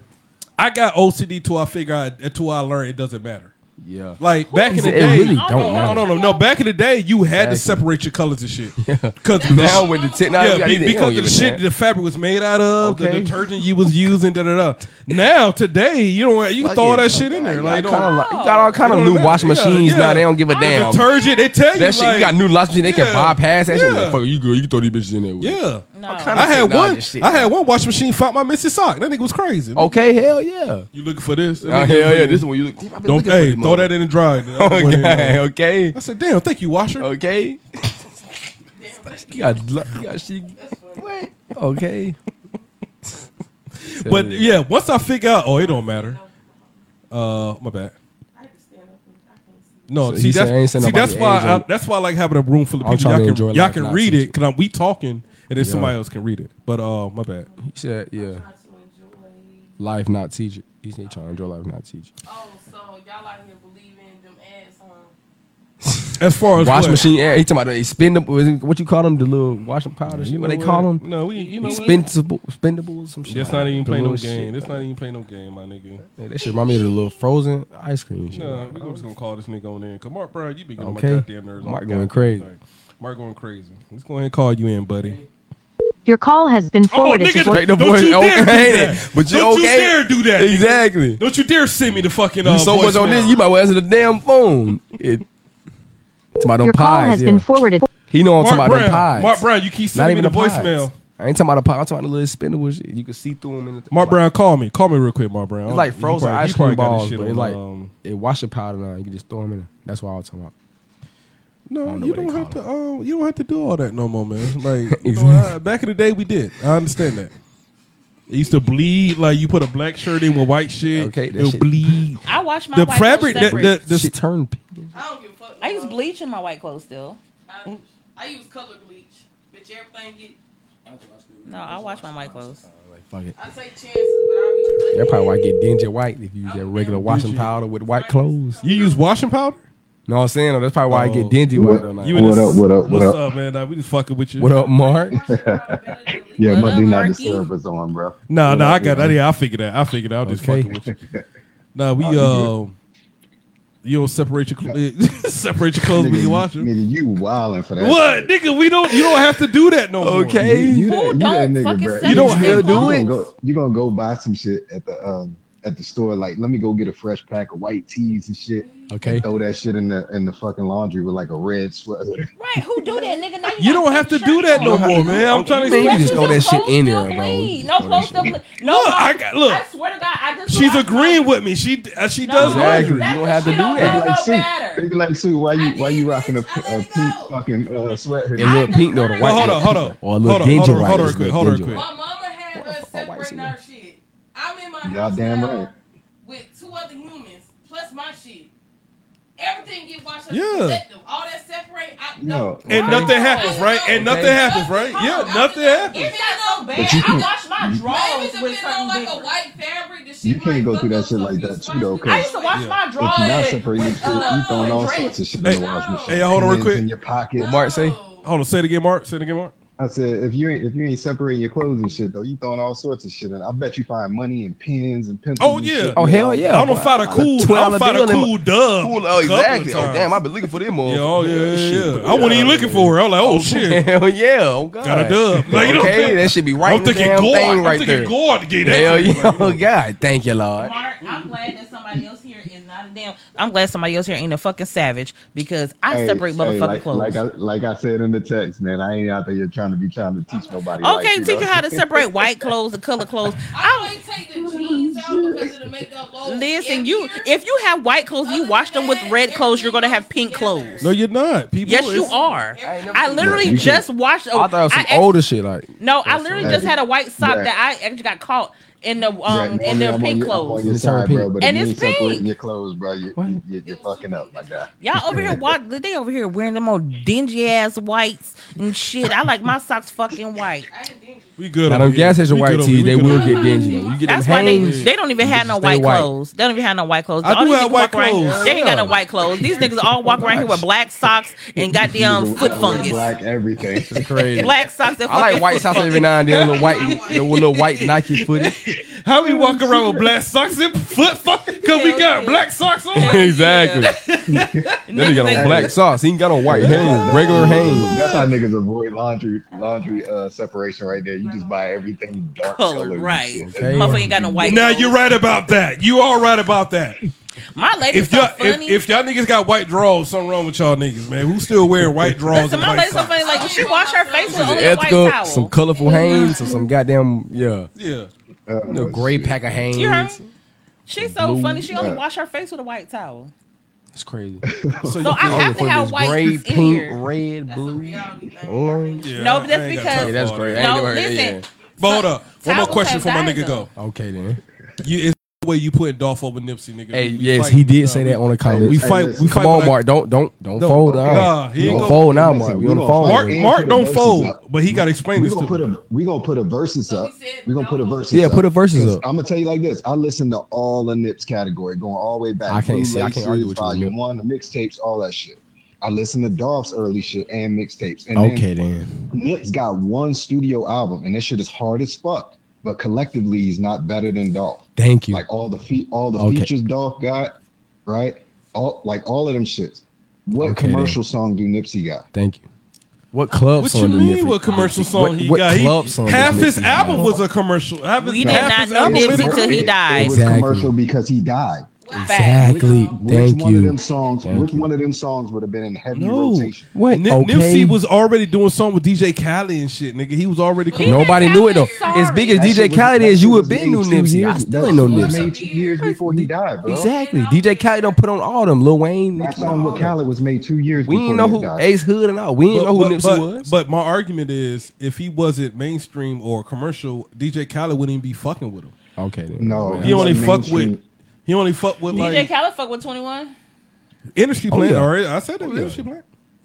Speaker 2: I got OCD till I figure out until I learn it doesn't matter.
Speaker 5: Yeah.
Speaker 2: Like back in the
Speaker 5: It
Speaker 2: day,
Speaker 5: really don't
Speaker 2: No,
Speaker 5: matter.
Speaker 2: no, no, no. Back in the day, you had
Speaker 5: Exactly.
Speaker 2: to separate your colors and shit. Because
Speaker 5: Now with the technology,
Speaker 2: yeah,
Speaker 5: I
Speaker 2: be-
Speaker 5: need to- I don't
Speaker 2: because of
Speaker 5: give
Speaker 2: the
Speaker 5: a
Speaker 2: shit
Speaker 5: damn.
Speaker 2: the fabric was made out of, the
Speaker 5: Okay.
Speaker 2: detergent you was using, da da da. Now today, you know what? You can
Speaker 5: Fuck
Speaker 2: throw
Speaker 5: it.
Speaker 2: all that shit in there. Like,
Speaker 5: Like,
Speaker 2: don't-
Speaker 5: kinda like- you got all kind of new washing machines now. They don't give a damn.
Speaker 2: Detergent, they tell you
Speaker 5: That shit,
Speaker 2: like-
Speaker 5: you got new washing machine. They can bypass that shit.
Speaker 2: Yeah.
Speaker 5: Like, fuck, you good. You can throw these bitches in there. With it.
Speaker 2: Yeah.
Speaker 5: <laughs> What kind
Speaker 2: I
Speaker 5: of
Speaker 2: had
Speaker 5: technology
Speaker 2: one.
Speaker 5: shit?
Speaker 2: I had one washing machine found my missing sock. That nigga was crazy.
Speaker 5: Okay, hell yeah.
Speaker 2: You looking for this?
Speaker 5: Oh, hell yeah, this Oh, one you look- Damn, I've been
Speaker 2: Don't
Speaker 5: looking for
Speaker 2: hey,
Speaker 5: this
Speaker 2: throw
Speaker 5: motherfucker.
Speaker 6: <laughs>
Speaker 2: that in the
Speaker 5: <laughs>
Speaker 2: dryer.
Speaker 5: Okay, okay.
Speaker 2: I said, damn, thank you,
Speaker 6: <laughs>
Speaker 2: washer.
Speaker 5: Okay. You got, lu- you got she. Okay.
Speaker 2: But yeah, once I figure out, oh, it don't matter. Uh, my bad. No,
Speaker 6: So
Speaker 2: see
Speaker 6: he said, I ain't
Speaker 2: that's
Speaker 6: saying
Speaker 2: see
Speaker 6: nobody
Speaker 2: that's why
Speaker 6: age
Speaker 2: I,
Speaker 6: on-
Speaker 2: that's why I like having a room full of
Speaker 6: I'm
Speaker 2: people.
Speaker 6: trying to
Speaker 2: Y'all
Speaker 6: enjoy
Speaker 2: can, y'all
Speaker 6: life,
Speaker 2: can
Speaker 6: not
Speaker 2: read
Speaker 6: teach
Speaker 2: it because we talking and then
Speaker 6: Yeah.
Speaker 2: somebody else can read it. But uh, my bad. <laughs>
Speaker 6: He said, yeah. Life not teach it. He said, trying to enjoy life not teach it.
Speaker 3: Oh, so y'all out here believing them ads, huh?
Speaker 2: As far as
Speaker 6: Wash
Speaker 2: what?
Speaker 6: machine air. He talking about they spend them. was it- What you call them? The little washing powder shit.
Speaker 2: You
Speaker 6: What
Speaker 2: know
Speaker 6: they call
Speaker 2: what?
Speaker 6: them?
Speaker 2: No, we you know what?
Speaker 6: Spendable, spendable, some shit.
Speaker 2: That's
Speaker 6: like
Speaker 2: not
Speaker 6: that.
Speaker 2: even
Speaker 6: The
Speaker 2: playing no
Speaker 6: little
Speaker 2: game.
Speaker 6: shit.
Speaker 2: That's not even playing no game, my nigga.
Speaker 6: Yeah, That shit remind me of the little frozen ice cream. Shit.
Speaker 2: No, we're just gonna call this nigga on in. Cause Mark Brown, you be getting on
Speaker 6: Okay.
Speaker 2: my goddamn nerves. all
Speaker 6: Mark
Speaker 2: the
Speaker 6: going
Speaker 2: goddamn
Speaker 6: crazy.
Speaker 2: thing. Mark going crazy. Let's go ahead and call you in, buddy.
Speaker 19: Your call has been forwarded
Speaker 2: nigga,
Speaker 19: to voice-
Speaker 2: don't you dare
Speaker 5: okay,
Speaker 2: do that.
Speaker 5: <laughs> but you
Speaker 2: don't you
Speaker 5: okay?
Speaker 2: dare do that. nigga.
Speaker 5: Exactly.
Speaker 2: Don't you dare send me the fucking. Uh,
Speaker 5: You so much
Speaker 2: voicemail.
Speaker 5: on this, you might well answer the damn phone. It, it's about them
Speaker 19: Your call
Speaker 5: pies,
Speaker 19: has
Speaker 5: yeah.
Speaker 19: been forwarded.
Speaker 5: He know I'm
Speaker 19: Mark
Speaker 5: talking about them
Speaker 19: Brown.
Speaker 5: pies.
Speaker 19: Mark Brown, you keep
Speaker 5: Not
Speaker 19: sending me
Speaker 5: even
Speaker 19: the
Speaker 5: pies.
Speaker 19: voicemail.
Speaker 5: I ain't talking about the pie. I'm talking about the little spindle shit. You can see through them. In the
Speaker 2: Mark Brown, call me. Call me real quick, Mark Brown.
Speaker 5: It's like
Speaker 2: You
Speaker 5: frozen
Speaker 2: probably- you
Speaker 5: ice
Speaker 2: probably
Speaker 5: cream
Speaker 2: got this
Speaker 5: balls,
Speaker 2: shit
Speaker 5: but
Speaker 2: on,
Speaker 5: it like
Speaker 2: um,
Speaker 5: it washer powder now. You can just throw them in. There. That's what I was talking about.
Speaker 2: No,
Speaker 5: don't know
Speaker 2: you
Speaker 5: what they
Speaker 2: don't have to. Um, you don't have to do all that no more, <laughs> man. Like you know, I- back in the day, we did. I understand that. It used to bleed like you put a black shirt in with white shit. Okay,
Speaker 5: that
Speaker 2: it'll
Speaker 5: shit-
Speaker 2: bleed.
Speaker 4: I wash my
Speaker 2: the
Speaker 4: white
Speaker 2: fabric.
Speaker 4: clothes
Speaker 2: The, the,
Speaker 4: separate.
Speaker 2: the
Speaker 5: Shit turned
Speaker 4: I use bleach in my white clothes still. I,
Speaker 3: I use color bleach. Bitch, everything get.
Speaker 4: No, I wash my white clothes.
Speaker 5: <laughs> Fuck it.
Speaker 3: I take chances, but I be.
Speaker 5: That probably why I get dingy white if you
Speaker 2: Ah,
Speaker 5: use that regular washing powder with white clothes.
Speaker 2: You use washing powder?
Speaker 5: No, I'm saying though, that's probably why I
Speaker 2: Oh.
Speaker 5: get dingy white.
Speaker 20: What,
Speaker 5: though, like-
Speaker 20: what up? What up? What
Speaker 2: What's
Speaker 20: up?
Speaker 2: up, man? Nah, we just fucking with <laughs> you.
Speaker 5: What up, Mark?
Speaker 20: Yeah,
Speaker 2: What
Speaker 20: my
Speaker 2: up,
Speaker 20: do not
Speaker 2: Marky?
Speaker 20: disturb us on, bro.
Speaker 2: No,
Speaker 20: What
Speaker 2: no,
Speaker 20: up,
Speaker 2: I got
Speaker 20: what
Speaker 2: that.
Speaker 20: up?
Speaker 2: Yeah, I figured that. I figured out. I'm just
Speaker 20: Okay.
Speaker 2: fucking with
Speaker 5: <laughs>
Speaker 2: you. Nah, we
Speaker 20: Oh,
Speaker 2: um, you don't separate your cl- <laughs> separate your clothes when you wash them.
Speaker 20: <laughs> Nigga, you wildin' for that.
Speaker 2: What, nigga? We don't. You don't have to do that no more.
Speaker 20: Okay. You, you, that- you that nigga,
Speaker 2: fucking
Speaker 20: bro.
Speaker 2: sell You don't their have to do
Speaker 20: You
Speaker 2: it.
Speaker 20: gonna go- You gonna go buy some shit at the um at the store. Like, let me go get a fresh pack of white tees and shit.
Speaker 5: Okay.
Speaker 20: throw that shit in the in the fucking laundry with like a red sweater.
Speaker 4: Right? Who do that, nigga? Now
Speaker 2: You don't have to do that no more, man. I'm trying to
Speaker 5: Man, you
Speaker 2: explain-
Speaker 5: just throw that shit in there,
Speaker 4: you
Speaker 5: bro.
Speaker 4: clean. No clothes still clean. No,
Speaker 2: Look, I got- look.
Speaker 4: I swear to God, I just.
Speaker 2: She's agreeing with me. She uh, she does
Speaker 20: Exactly.
Speaker 2: laundry.
Speaker 20: You
Speaker 5: don't have to
Speaker 20: do
Speaker 4: that.
Speaker 20: Like,
Speaker 4: no
Speaker 20: Sue,
Speaker 4: matter.
Speaker 20: they be like, Sue, why you why you rocking a, p- a pink fucking uh, sweater?
Speaker 5: It look pink though. The white.
Speaker 20: Well, hold on,
Speaker 5: look-
Speaker 20: hold on.
Speaker 5: Or a
Speaker 20: Hold
Speaker 5: little
Speaker 20: on,
Speaker 5: dingy
Speaker 20: hold on,
Speaker 5: white.
Speaker 20: hold
Speaker 5: It
Speaker 20: on
Speaker 5: was
Speaker 20: quick,
Speaker 5: good
Speaker 20: hold on
Speaker 5: dingy
Speaker 20: quick.
Speaker 5: white.
Speaker 3: My mama had us separating our shit. I'm in my
Speaker 20: Y'all
Speaker 3: house
Speaker 20: damn
Speaker 3: now
Speaker 20: right.
Speaker 3: with two other humans plus my shit. Everything get washed up.
Speaker 2: Yeah.
Speaker 3: collective. All that separate. I,
Speaker 20: No.
Speaker 2: And
Speaker 20: okay.
Speaker 2: nothing happens, right? And nothing
Speaker 20: Okay.
Speaker 2: happens, right? Yeah, nothing happens.
Speaker 3: If y'all so bad,
Speaker 20: But you
Speaker 3: I
Speaker 20: can-
Speaker 3: wash my
Speaker 20: you-
Speaker 3: drawers with something like a white fabric. The shit
Speaker 20: You can't go through that shit like that too though. 'cause
Speaker 3: I used to wash my
Speaker 20: If you're not
Speaker 3: drawers
Speaker 20: separating your shit, you throwing all sorts of shit in the washing machine.
Speaker 2: Hey, hold on real
Speaker 20: Pins
Speaker 2: quick.
Speaker 20: In your pocket.
Speaker 2: Mark say. Hold on. Say it again, Mark. Say it again, Mark.
Speaker 20: I said, if you ain't if you ain't separating your clothes and shit though, you throwing all sorts of shit in. I bet you find money and pins and pencils.
Speaker 2: Oh,
Speaker 20: and
Speaker 2: yeah.
Speaker 20: shit.
Speaker 2: Oh, hell yeah. I don't find a cool- I don't find a cool dub
Speaker 5: Cool,
Speaker 2: couple
Speaker 5: oh,
Speaker 2: of
Speaker 5: exactly. Oh,
Speaker 2: times.
Speaker 5: damn, I've been looking for them motherfuckers.
Speaker 2: Yeah, oh, yeah,
Speaker 5: Shit.
Speaker 2: yeah, yeah. I wasn't even looking
Speaker 5: <laughs>
Speaker 2: for her. I was like, oh, shit.
Speaker 5: Hell yeah. Oh, God.
Speaker 2: Got a dub. Like, you know what I'm
Speaker 5: okay,
Speaker 2: saying?
Speaker 5: that should be right
Speaker 2: I'm
Speaker 5: in the
Speaker 2: thinking
Speaker 5: damn
Speaker 2: God.
Speaker 5: thing
Speaker 2: I'm
Speaker 5: right
Speaker 2: thinking
Speaker 5: there.
Speaker 2: God gave that
Speaker 5: Hell
Speaker 2: to me.
Speaker 5: yeah. Oh, God. Thank you, Lord.
Speaker 4: Mark, I'm glad that somebody else here is not a damn. I'm glad somebody else here ain't a fucking savage because I
Speaker 20: Hey,
Speaker 4: separate
Speaker 20: hey,
Speaker 4: motherfucking
Speaker 20: like,
Speaker 4: clothes.
Speaker 20: Like I, like I said in the text, man, I ain't out there trying to be trying to teach nobody.
Speaker 4: Okay,
Speaker 20: like,
Speaker 4: teach you
Speaker 20: know?
Speaker 4: how to
Speaker 20: <laughs>
Speaker 4: separate white clothes and color clothes.
Speaker 3: I always take the jeans out because it'll make the low.
Speaker 4: Listen, you if you have white clothes, you wash them with red clothes, you're gonna have pink clothes.
Speaker 2: No, you're not. People.
Speaker 4: Yes, you
Speaker 2: it's-
Speaker 4: are. I literally
Speaker 5: You should-
Speaker 4: just washed.
Speaker 2: Oh,
Speaker 4: A,
Speaker 5: I thought it was some
Speaker 4: act-
Speaker 5: older shit. Like,
Speaker 4: No, I literally
Speaker 5: right.
Speaker 4: just had a white sock
Speaker 5: Right.
Speaker 4: that I actually got caught in the
Speaker 20: Zach,
Speaker 4: um
Speaker 20: normally
Speaker 4: in their
Speaker 20: I'm on
Speaker 4: pink
Speaker 20: your- I'm on your
Speaker 4: clothes.
Speaker 20: side, bro, but if
Speaker 4: And
Speaker 20: you
Speaker 4: it's
Speaker 20: ain't separating
Speaker 4: pink.
Speaker 20: your clothes, bro, you, you, you, you're fucking up, my guy.
Speaker 4: Y'all over here, walk, they over here wearing them old dingy ass whites and shit. I like my socks fucking white.
Speaker 2: We good.
Speaker 5: Now,
Speaker 2: over
Speaker 5: them
Speaker 2: here.
Speaker 5: gas station
Speaker 2: We
Speaker 5: white
Speaker 2: good over
Speaker 5: tees,
Speaker 2: here.
Speaker 5: they
Speaker 2: We good
Speaker 5: will
Speaker 2: over
Speaker 5: get
Speaker 2: here.
Speaker 5: dingy, though. You get
Speaker 4: That's
Speaker 5: them
Speaker 4: why they,
Speaker 5: hangs.
Speaker 4: they don't even have no
Speaker 5: stay
Speaker 4: white,
Speaker 5: white.
Speaker 4: clothes. They don't even have no white clothes.
Speaker 5: I
Speaker 4: all
Speaker 5: do
Speaker 4: these
Speaker 5: have
Speaker 4: niggas
Speaker 5: white
Speaker 4: walk around-
Speaker 5: clothes.
Speaker 4: They ain't got no
Speaker 5: Yeah.
Speaker 4: white clothes. These niggas all walk around here with black socks and goddamn foot fungus.
Speaker 20: Black everything.
Speaker 5: Crazy.
Speaker 4: Black socks and
Speaker 5: I like
Speaker 4: fucking
Speaker 5: white
Speaker 4: foot
Speaker 5: socks
Speaker 4: fungus.
Speaker 5: every now and then. Little white, the little white Nike footy.
Speaker 2: How we walk around with black socks and foot fuck? Cause we got black socks on.
Speaker 5: <laughs> exactly. then he got on black socks. He ain't got on white hands, regular hands.
Speaker 20: That's how niggas avoid laundry laundry uh, separation right there. You just buy everything dark
Speaker 4: Color,
Speaker 20: colored.
Speaker 4: right. Motherfucker ain't got no white
Speaker 2: Now
Speaker 4: clothes.
Speaker 2: you're right about that. You are right about that.
Speaker 4: My ladies
Speaker 2: If y'all
Speaker 4: so
Speaker 2: if,
Speaker 4: funny.
Speaker 2: if y'all niggas got white drawers, something wrong with y'all niggas, man. Who's still wearing white drawers
Speaker 4: so
Speaker 2: and
Speaker 4: my
Speaker 2: white
Speaker 4: ladies so
Speaker 2: socks?
Speaker 4: funny. Like, did she wash her face with
Speaker 5: Some
Speaker 4: only a white
Speaker 5: ethical,
Speaker 4: towel?
Speaker 5: some colorful hands, or some goddamn yeah,
Speaker 2: yeah,
Speaker 5: no gray pack of hands.
Speaker 4: You heard? She's so
Speaker 5: Mm-hmm. Blue.
Speaker 4: funny. She only
Speaker 5: Yeah.
Speaker 4: wash her face with a white towel.
Speaker 2: <laughs>
Speaker 5: It's crazy.
Speaker 4: So I have to have white
Speaker 5: gray,
Speaker 4: in
Speaker 5: pink,
Speaker 4: here.
Speaker 5: red, blue, orange.
Speaker 4: No, but that's because-
Speaker 5: Yeah, that's great. I ain't
Speaker 4: No,
Speaker 5: never heard-
Speaker 4: listen.
Speaker 5: yeah.
Speaker 2: But hold up, one more
Speaker 4: Towels
Speaker 2: question
Speaker 4: have
Speaker 2: for my
Speaker 4: dyes
Speaker 2: nigga.
Speaker 4: on
Speaker 2: Go.
Speaker 5: Okay then.
Speaker 2: You, it's the way you put Dolph over Nipsey, nigga.
Speaker 5: Hey,
Speaker 2: We- we
Speaker 5: yes,
Speaker 2: fighting,
Speaker 5: he did
Speaker 2: uh,
Speaker 5: say that on the
Speaker 2: Hey,
Speaker 5: comment.
Speaker 2: we fight- we
Speaker 5: Come
Speaker 2: fight
Speaker 5: on,
Speaker 2: like-
Speaker 5: Mark. Don't don't don't
Speaker 2: No,
Speaker 5: fold
Speaker 2: okay.
Speaker 5: now.
Speaker 2: Nah, he ain't
Speaker 5: don't
Speaker 2: gonna-
Speaker 5: fold now,
Speaker 2: Listen,
Speaker 5: Mark.
Speaker 2: we
Speaker 5: We on the
Speaker 2: gonna
Speaker 5: phone.
Speaker 2: fight. Mark- Mark don't fold. But he gotta explain
Speaker 20: we
Speaker 2: this
Speaker 20: gonna
Speaker 2: to
Speaker 20: put a we gonna put a versus up. We gonna put a versus.
Speaker 5: Yeah, put a versus up.
Speaker 20: I'm gonna tell you like this. I listen to all the Nips category, going all the way back.
Speaker 5: I can't see- I can't argue with you,
Speaker 20: Volume
Speaker 5: Nip.
Speaker 20: one, the mixtapes, all that shit. I listen to Dolph's early shit and mixtapes. And
Speaker 5: Okay then.
Speaker 20: Nip's got one studio album, and that shit is hard as fuck. But collectively, he's not better than Dolph.
Speaker 5: Thank you.
Speaker 20: Like all the fe- all the
Speaker 5: Okay.
Speaker 20: features Dolph got, right? All like all of them shits. What
Speaker 5: Okay,
Speaker 20: commercial song do Nipsey got?
Speaker 5: Thank you. What club
Speaker 2: What
Speaker 5: song
Speaker 2: you
Speaker 5: do
Speaker 2: mean?
Speaker 5: have?
Speaker 2: What commercial
Speaker 5: What-
Speaker 2: song he
Speaker 5: what
Speaker 2: got? He-
Speaker 5: club song does
Speaker 2: half his
Speaker 5: Nipsey
Speaker 2: album
Speaker 5: have?
Speaker 2: was a commercial. Half his,
Speaker 4: We did
Speaker 2: half
Speaker 4: not
Speaker 2: his
Speaker 4: know
Speaker 2: album
Speaker 4: Nipsey
Speaker 2: was a-
Speaker 4: till he died.
Speaker 20: It was
Speaker 5: Exactly.
Speaker 20: commercial because he died.
Speaker 5: Exactly.
Speaker 20: Which
Speaker 5: Thank
Speaker 20: one of
Speaker 5: you.
Speaker 20: them songs?
Speaker 5: Thank
Speaker 20: which one of them songs would have been in heavy
Speaker 2: No,
Speaker 20: rotation?
Speaker 5: What?
Speaker 2: Nip-
Speaker 5: Okay.
Speaker 2: Nipsey was already doing something with DJ Khaled and shit, nigga. He was already coming.
Speaker 5: Nobody knew it though. As big as
Speaker 20: That
Speaker 5: DJ
Speaker 20: shit was-
Speaker 5: Khaled
Speaker 20: that
Speaker 5: is,
Speaker 20: shit
Speaker 5: you would
Speaker 20: was
Speaker 5: been
Speaker 20: made
Speaker 5: new
Speaker 20: two
Speaker 5: Nipsey.
Speaker 20: years-
Speaker 5: I
Speaker 20: that
Speaker 5: still ain't no
Speaker 20: shit was Made
Speaker 5: Nipsey.
Speaker 20: two years before he died, bro.
Speaker 5: Exactly. DJ Khaled don't put on all them Lil Wayne.
Speaker 20: That song with Khaled was made two years.
Speaker 5: We
Speaker 20: before
Speaker 5: didn't know
Speaker 20: he
Speaker 5: who
Speaker 20: died.
Speaker 5: Ace Hood and all. We didn't know who Nipsey
Speaker 2: but,
Speaker 5: was.
Speaker 2: But my argument is, if he wasn't mainstream or commercial, DJ Khaled wouldn't even be fucking with him.
Speaker 5: Okay.
Speaker 20: No,
Speaker 2: he only fuck with. He only fuck with
Speaker 4: DJ
Speaker 2: like
Speaker 4: Khaled fuck with 21.
Speaker 2: industry
Speaker 20: Oh,
Speaker 2: plan.
Speaker 20: yeah.
Speaker 2: All right, I said it. was
Speaker 20: yeah.
Speaker 2: Industry plan.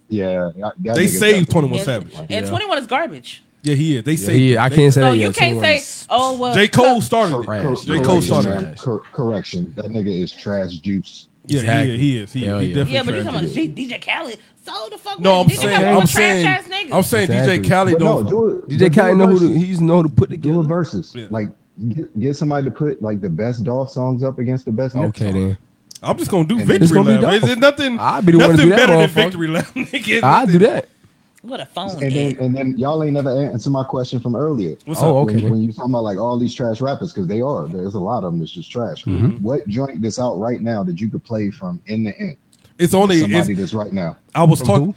Speaker 20: Yeah, that- that
Speaker 2: They
Speaker 20: nigga
Speaker 2: saved
Speaker 20: definitely-
Speaker 2: Twenty One
Speaker 4: And-
Speaker 2: Savage.
Speaker 4: And
Speaker 2: Yeah.
Speaker 4: 21 is garbage.
Speaker 2: yeah, he is. They saved.
Speaker 5: he is. I
Speaker 2: they-
Speaker 5: can't say
Speaker 4: So
Speaker 5: that
Speaker 4: you
Speaker 5: yet.
Speaker 4: can't say, oh, well.
Speaker 2: J Cole started
Speaker 20: Cor- cor-
Speaker 2: it. J Cole
Speaker 20: correction,
Speaker 2: started it.
Speaker 20: man. Cor- correction. That nigga is trash juice.
Speaker 2: Yeah,
Speaker 5: Exactly.
Speaker 2: he is. He is. He,
Speaker 5: Hell
Speaker 2: he
Speaker 5: yeah.
Speaker 2: definitely.
Speaker 4: Yeah, but you
Speaker 2: trash.
Speaker 4: talking about G- DJ Khaled. So the fuck
Speaker 2: No, I'm
Speaker 4: with it. DJ
Speaker 2: saying,
Speaker 4: Khaled
Speaker 2: I'm
Speaker 4: was a
Speaker 2: saying,
Speaker 4: trash ass nigga.
Speaker 2: I'm saying DJ
Speaker 5: Exactly.
Speaker 2: Khaled
Speaker 20: But no,
Speaker 2: don't.
Speaker 20: do it.
Speaker 5: DJ
Speaker 20: but do
Speaker 5: Khaled
Speaker 20: it
Speaker 5: know who
Speaker 20: versus.
Speaker 5: to, he's know who to put
Speaker 20: Do it
Speaker 5: together.
Speaker 20: versus. Like, get, get somebody to put like the best Dolph songs up against the best. Nip
Speaker 5: Okay
Speaker 20: songs.
Speaker 5: then.
Speaker 2: I'm just gonna do
Speaker 5: And
Speaker 2: victory
Speaker 5: it's gonna be
Speaker 2: lap.
Speaker 5: dope.
Speaker 2: There's nothing.
Speaker 5: I'll be the one to
Speaker 2: nothing
Speaker 5: do that,
Speaker 2: better than
Speaker 5: motherfucker.
Speaker 2: victory lap. <laughs> nigga.
Speaker 5: I do that.
Speaker 4: What a phone.
Speaker 20: And then,
Speaker 4: nigga.
Speaker 20: and then y'all ain't never answer my question from earlier.
Speaker 2: What's
Speaker 5: Oh, up?
Speaker 20: When-
Speaker 5: okay.
Speaker 20: When, you talking about like all these trash rappers, because they are. There's a lot of them that's just trash.
Speaker 5: Mhm.
Speaker 2: Mm-hmm.
Speaker 20: What joint that's out right now that you could play from in the end?
Speaker 2: It's only.
Speaker 20: Somebody
Speaker 2: It's,
Speaker 20: that's right now.
Speaker 2: I was
Speaker 5: From
Speaker 2: talking.
Speaker 5: who?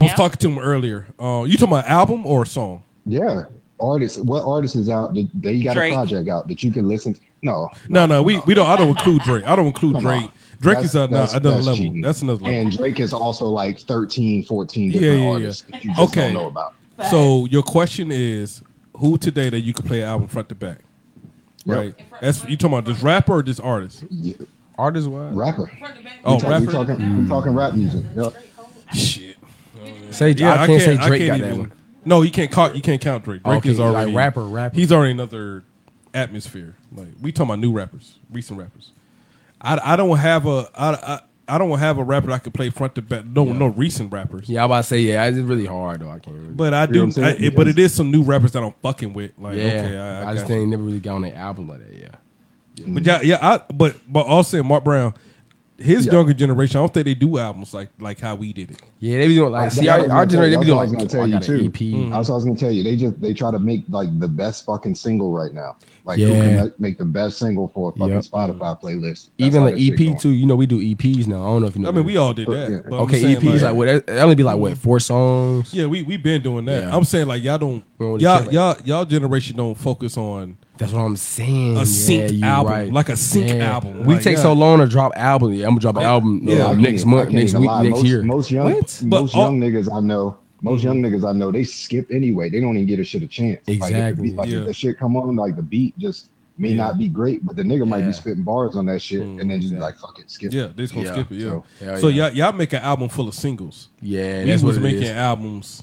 Speaker 2: I was talking to him earlier. Uh, you talking about album or song?
Speaker 20: Yeah. Artists. What artist is out? That they got
Speaker 4: Drake.
Speaker 20: a project out that you can listen. To? No.
Speaker 2: No, no, we, we don't. I don't include Drake. I don't include
Speaker 20: Come
Speaker 2: Drake.
Speaker 20: on.
Speaker 2: Drake
Speaker 20: That's-
Speaker 2: is another,
Speaker 20: that's-
Speaker 2: another
Speaker 20: that's
Speaker 2: level.
Speaker 20: cheating.
Speaker 2: That's another level.
Speaker 20: And Drake is also like 13, 14
Speaker 2: Yeah,
Speaker 20: different
Speaker 2: yeah, yeah.
Speaker 20: artists that you just
Speaker 2: Okay.
Speaker 20: don't know about.
Speaker 2: So your question is, who today that you could play an album front to back,
Speaker 20: Yep.
Speaker 2: right? That's you talking about this rapper or this artist?
Speaker 20: Yeah.
Speaker 5: Artist wise.
Speaker 20: Rapper.
Speaker 2: Oh,
Speaker 20: we talk, we
Speaker 2: rapper?
Speaker 20: talking, we talking rap music. Yep.
Speaker 2: Shit.
Speaker 5: Say
Speaker 2: Yeah,
Speaker 5: I can't say Drake got that
Speaker 2: even-
Speaker 5: one.
Speaker 2: No, you can't call you can't count Drake. Drake
Speaker 5: Okay,
Speaker 2: is
Speaker 5: like
Speaker 2: already
Speaker 5: rapper, rapper.
Speaker 2: He's already another atmosphere. Like we talking about new rappers, recent rappers. I, I don't have a I, I I don't have a rapper I could play front to back. No no recent rappers.
Speaker 5: Yeah, I about to say yeah. It's really hard though. I can't. Really.
Speaker 2: But I
Speaker 20: know
Speaker 2: do.
Speaker 20: what I'm
Speaker 2: I,
Speaker 20: saying?
Speaker 2: it, but it is some new rappers that I'm fucking with. Like
Speaker 5: yeah,
Speaker 2: okay, I, I,
Speaker 5: just
Speaker 2: got you.
Speaker 5: ain't never really got on an album like that. Yeah.
Speaker 2: But yeah, yeah. I, but but also Mark Brown, his
Speaker 20: Yeah.
Speaker 2: younger generation. I don't think they do albums like like how we did it.
Speaker 5: Yeah, they be doing like
Speaker 20: That's
Speaker 5: Oh, see
Speaker 20: what I
Speaker 5: our,
Speaker 20: was
Speaker 5: our
Speaker 20: gonna tell you.
Speaker 5: generation. They be
Speaker 20: That's what I
Speaker 5: doing like
Speaker 20: was gonna
Speaker 5: I got an EP.
Speaker 20: tell you too. That's what I was gonna tell you. They just they try to make like the best fucking single right now. Like who
Speaker 5: Yeah.
Speaker 20: can ma- make the best single for a fucking
Speaker 5: Yep.
Speaker 20: Spotify playlist? That's
Speaker 5: Even
Speaker 20: how
Speaker 5: like
Speaker 20: that shit going.
Speaker 5: EP too. You know we do EPs now. I don't know if you know.
Speaker 2: I mean, we all did
Speaker 20: But,
Speaker 2: that.
Speaker 20: yeah.
Speaker 2: but I'm
Speaker 5: okay.
Speaker 2: saying,
Speaker 5: EPs like what? That that only be like what four songs.
Speaker 2: Yeah, we we been doing that.
Speaker 5: Yeah.
Speaker 2: I'm saying like y'all don't
Speaker 5: We don't
Speaker 2: y'all
Speaker 5: really care, like-
Speaker 2: y'all y'all generation don't focus on
Speaker 5: That's what I'm saying.
Speaker 2: A
Speaker 5: yeah,
Speaker 2: sync
Speaker 5: you
Speaker 2: album,
Speaker 5: right.
Speaker 2: like a sync
Speaker 5: Yeah.
Speaker 2: album.
Speaker 5: We
Speaker 2: Like,
Speaker 5: take
Speaker 2: yeah.
Speaker 5: so long to drop album. Yeah, I'm gonna drop an album
Speaker 2: Yeah,
Speaker 5: uh,
Speaker 20: I
Speaker 5: next
Speaker 20: can't- I
Speaker 5: month,
Speaker 20: can't
Speaker 5: next
Speaker 20: even
Speaker 5: week,
Speaker 20: lie.
Speaker 5: next
Speaker 20: most,
Speaker 5: year.
Speaker 20: Most young,
Speaker 5: What? uh,
Speaker 2: But
Speaker 20: most
Speaker 2: all-
Speaker 20: young niggas I know, most young niggas I know, they skip anyway. They don't even get a shit a chance. Like, if the,
Speaker 5: Exactly.
Speaker 20: beat- like,
Speaker 2: Yeah.
Speaker 20: if the shit come on, like the beat just may
Speaker 2: Yeah.
Speaker 20: not be great, but the nigga might
Speaker 5: Yeah.
Speaker 20: be spitting bars on that shit, and then just be
Speaker 5: exactly.
Speaker 20: like fuck it, skip. it.
Speaker 2: yeah they just gonna
Speaker 5: Yeah.
Speaker 2: skip it yeah.
Speaker 20: So-
Speaker 5: Hell
Speaker 2: so
Speaker 5: Oh, yeah.
Speaker 2: y'all y'all make an album full of singles.
Speaker 5: Yeah,
Speaker 2: we
Speaker 5: that's what
Speaker 2: was
Speaker 5: it
Speaker 2: making
Speaker 5: is.
Speaker 2: albums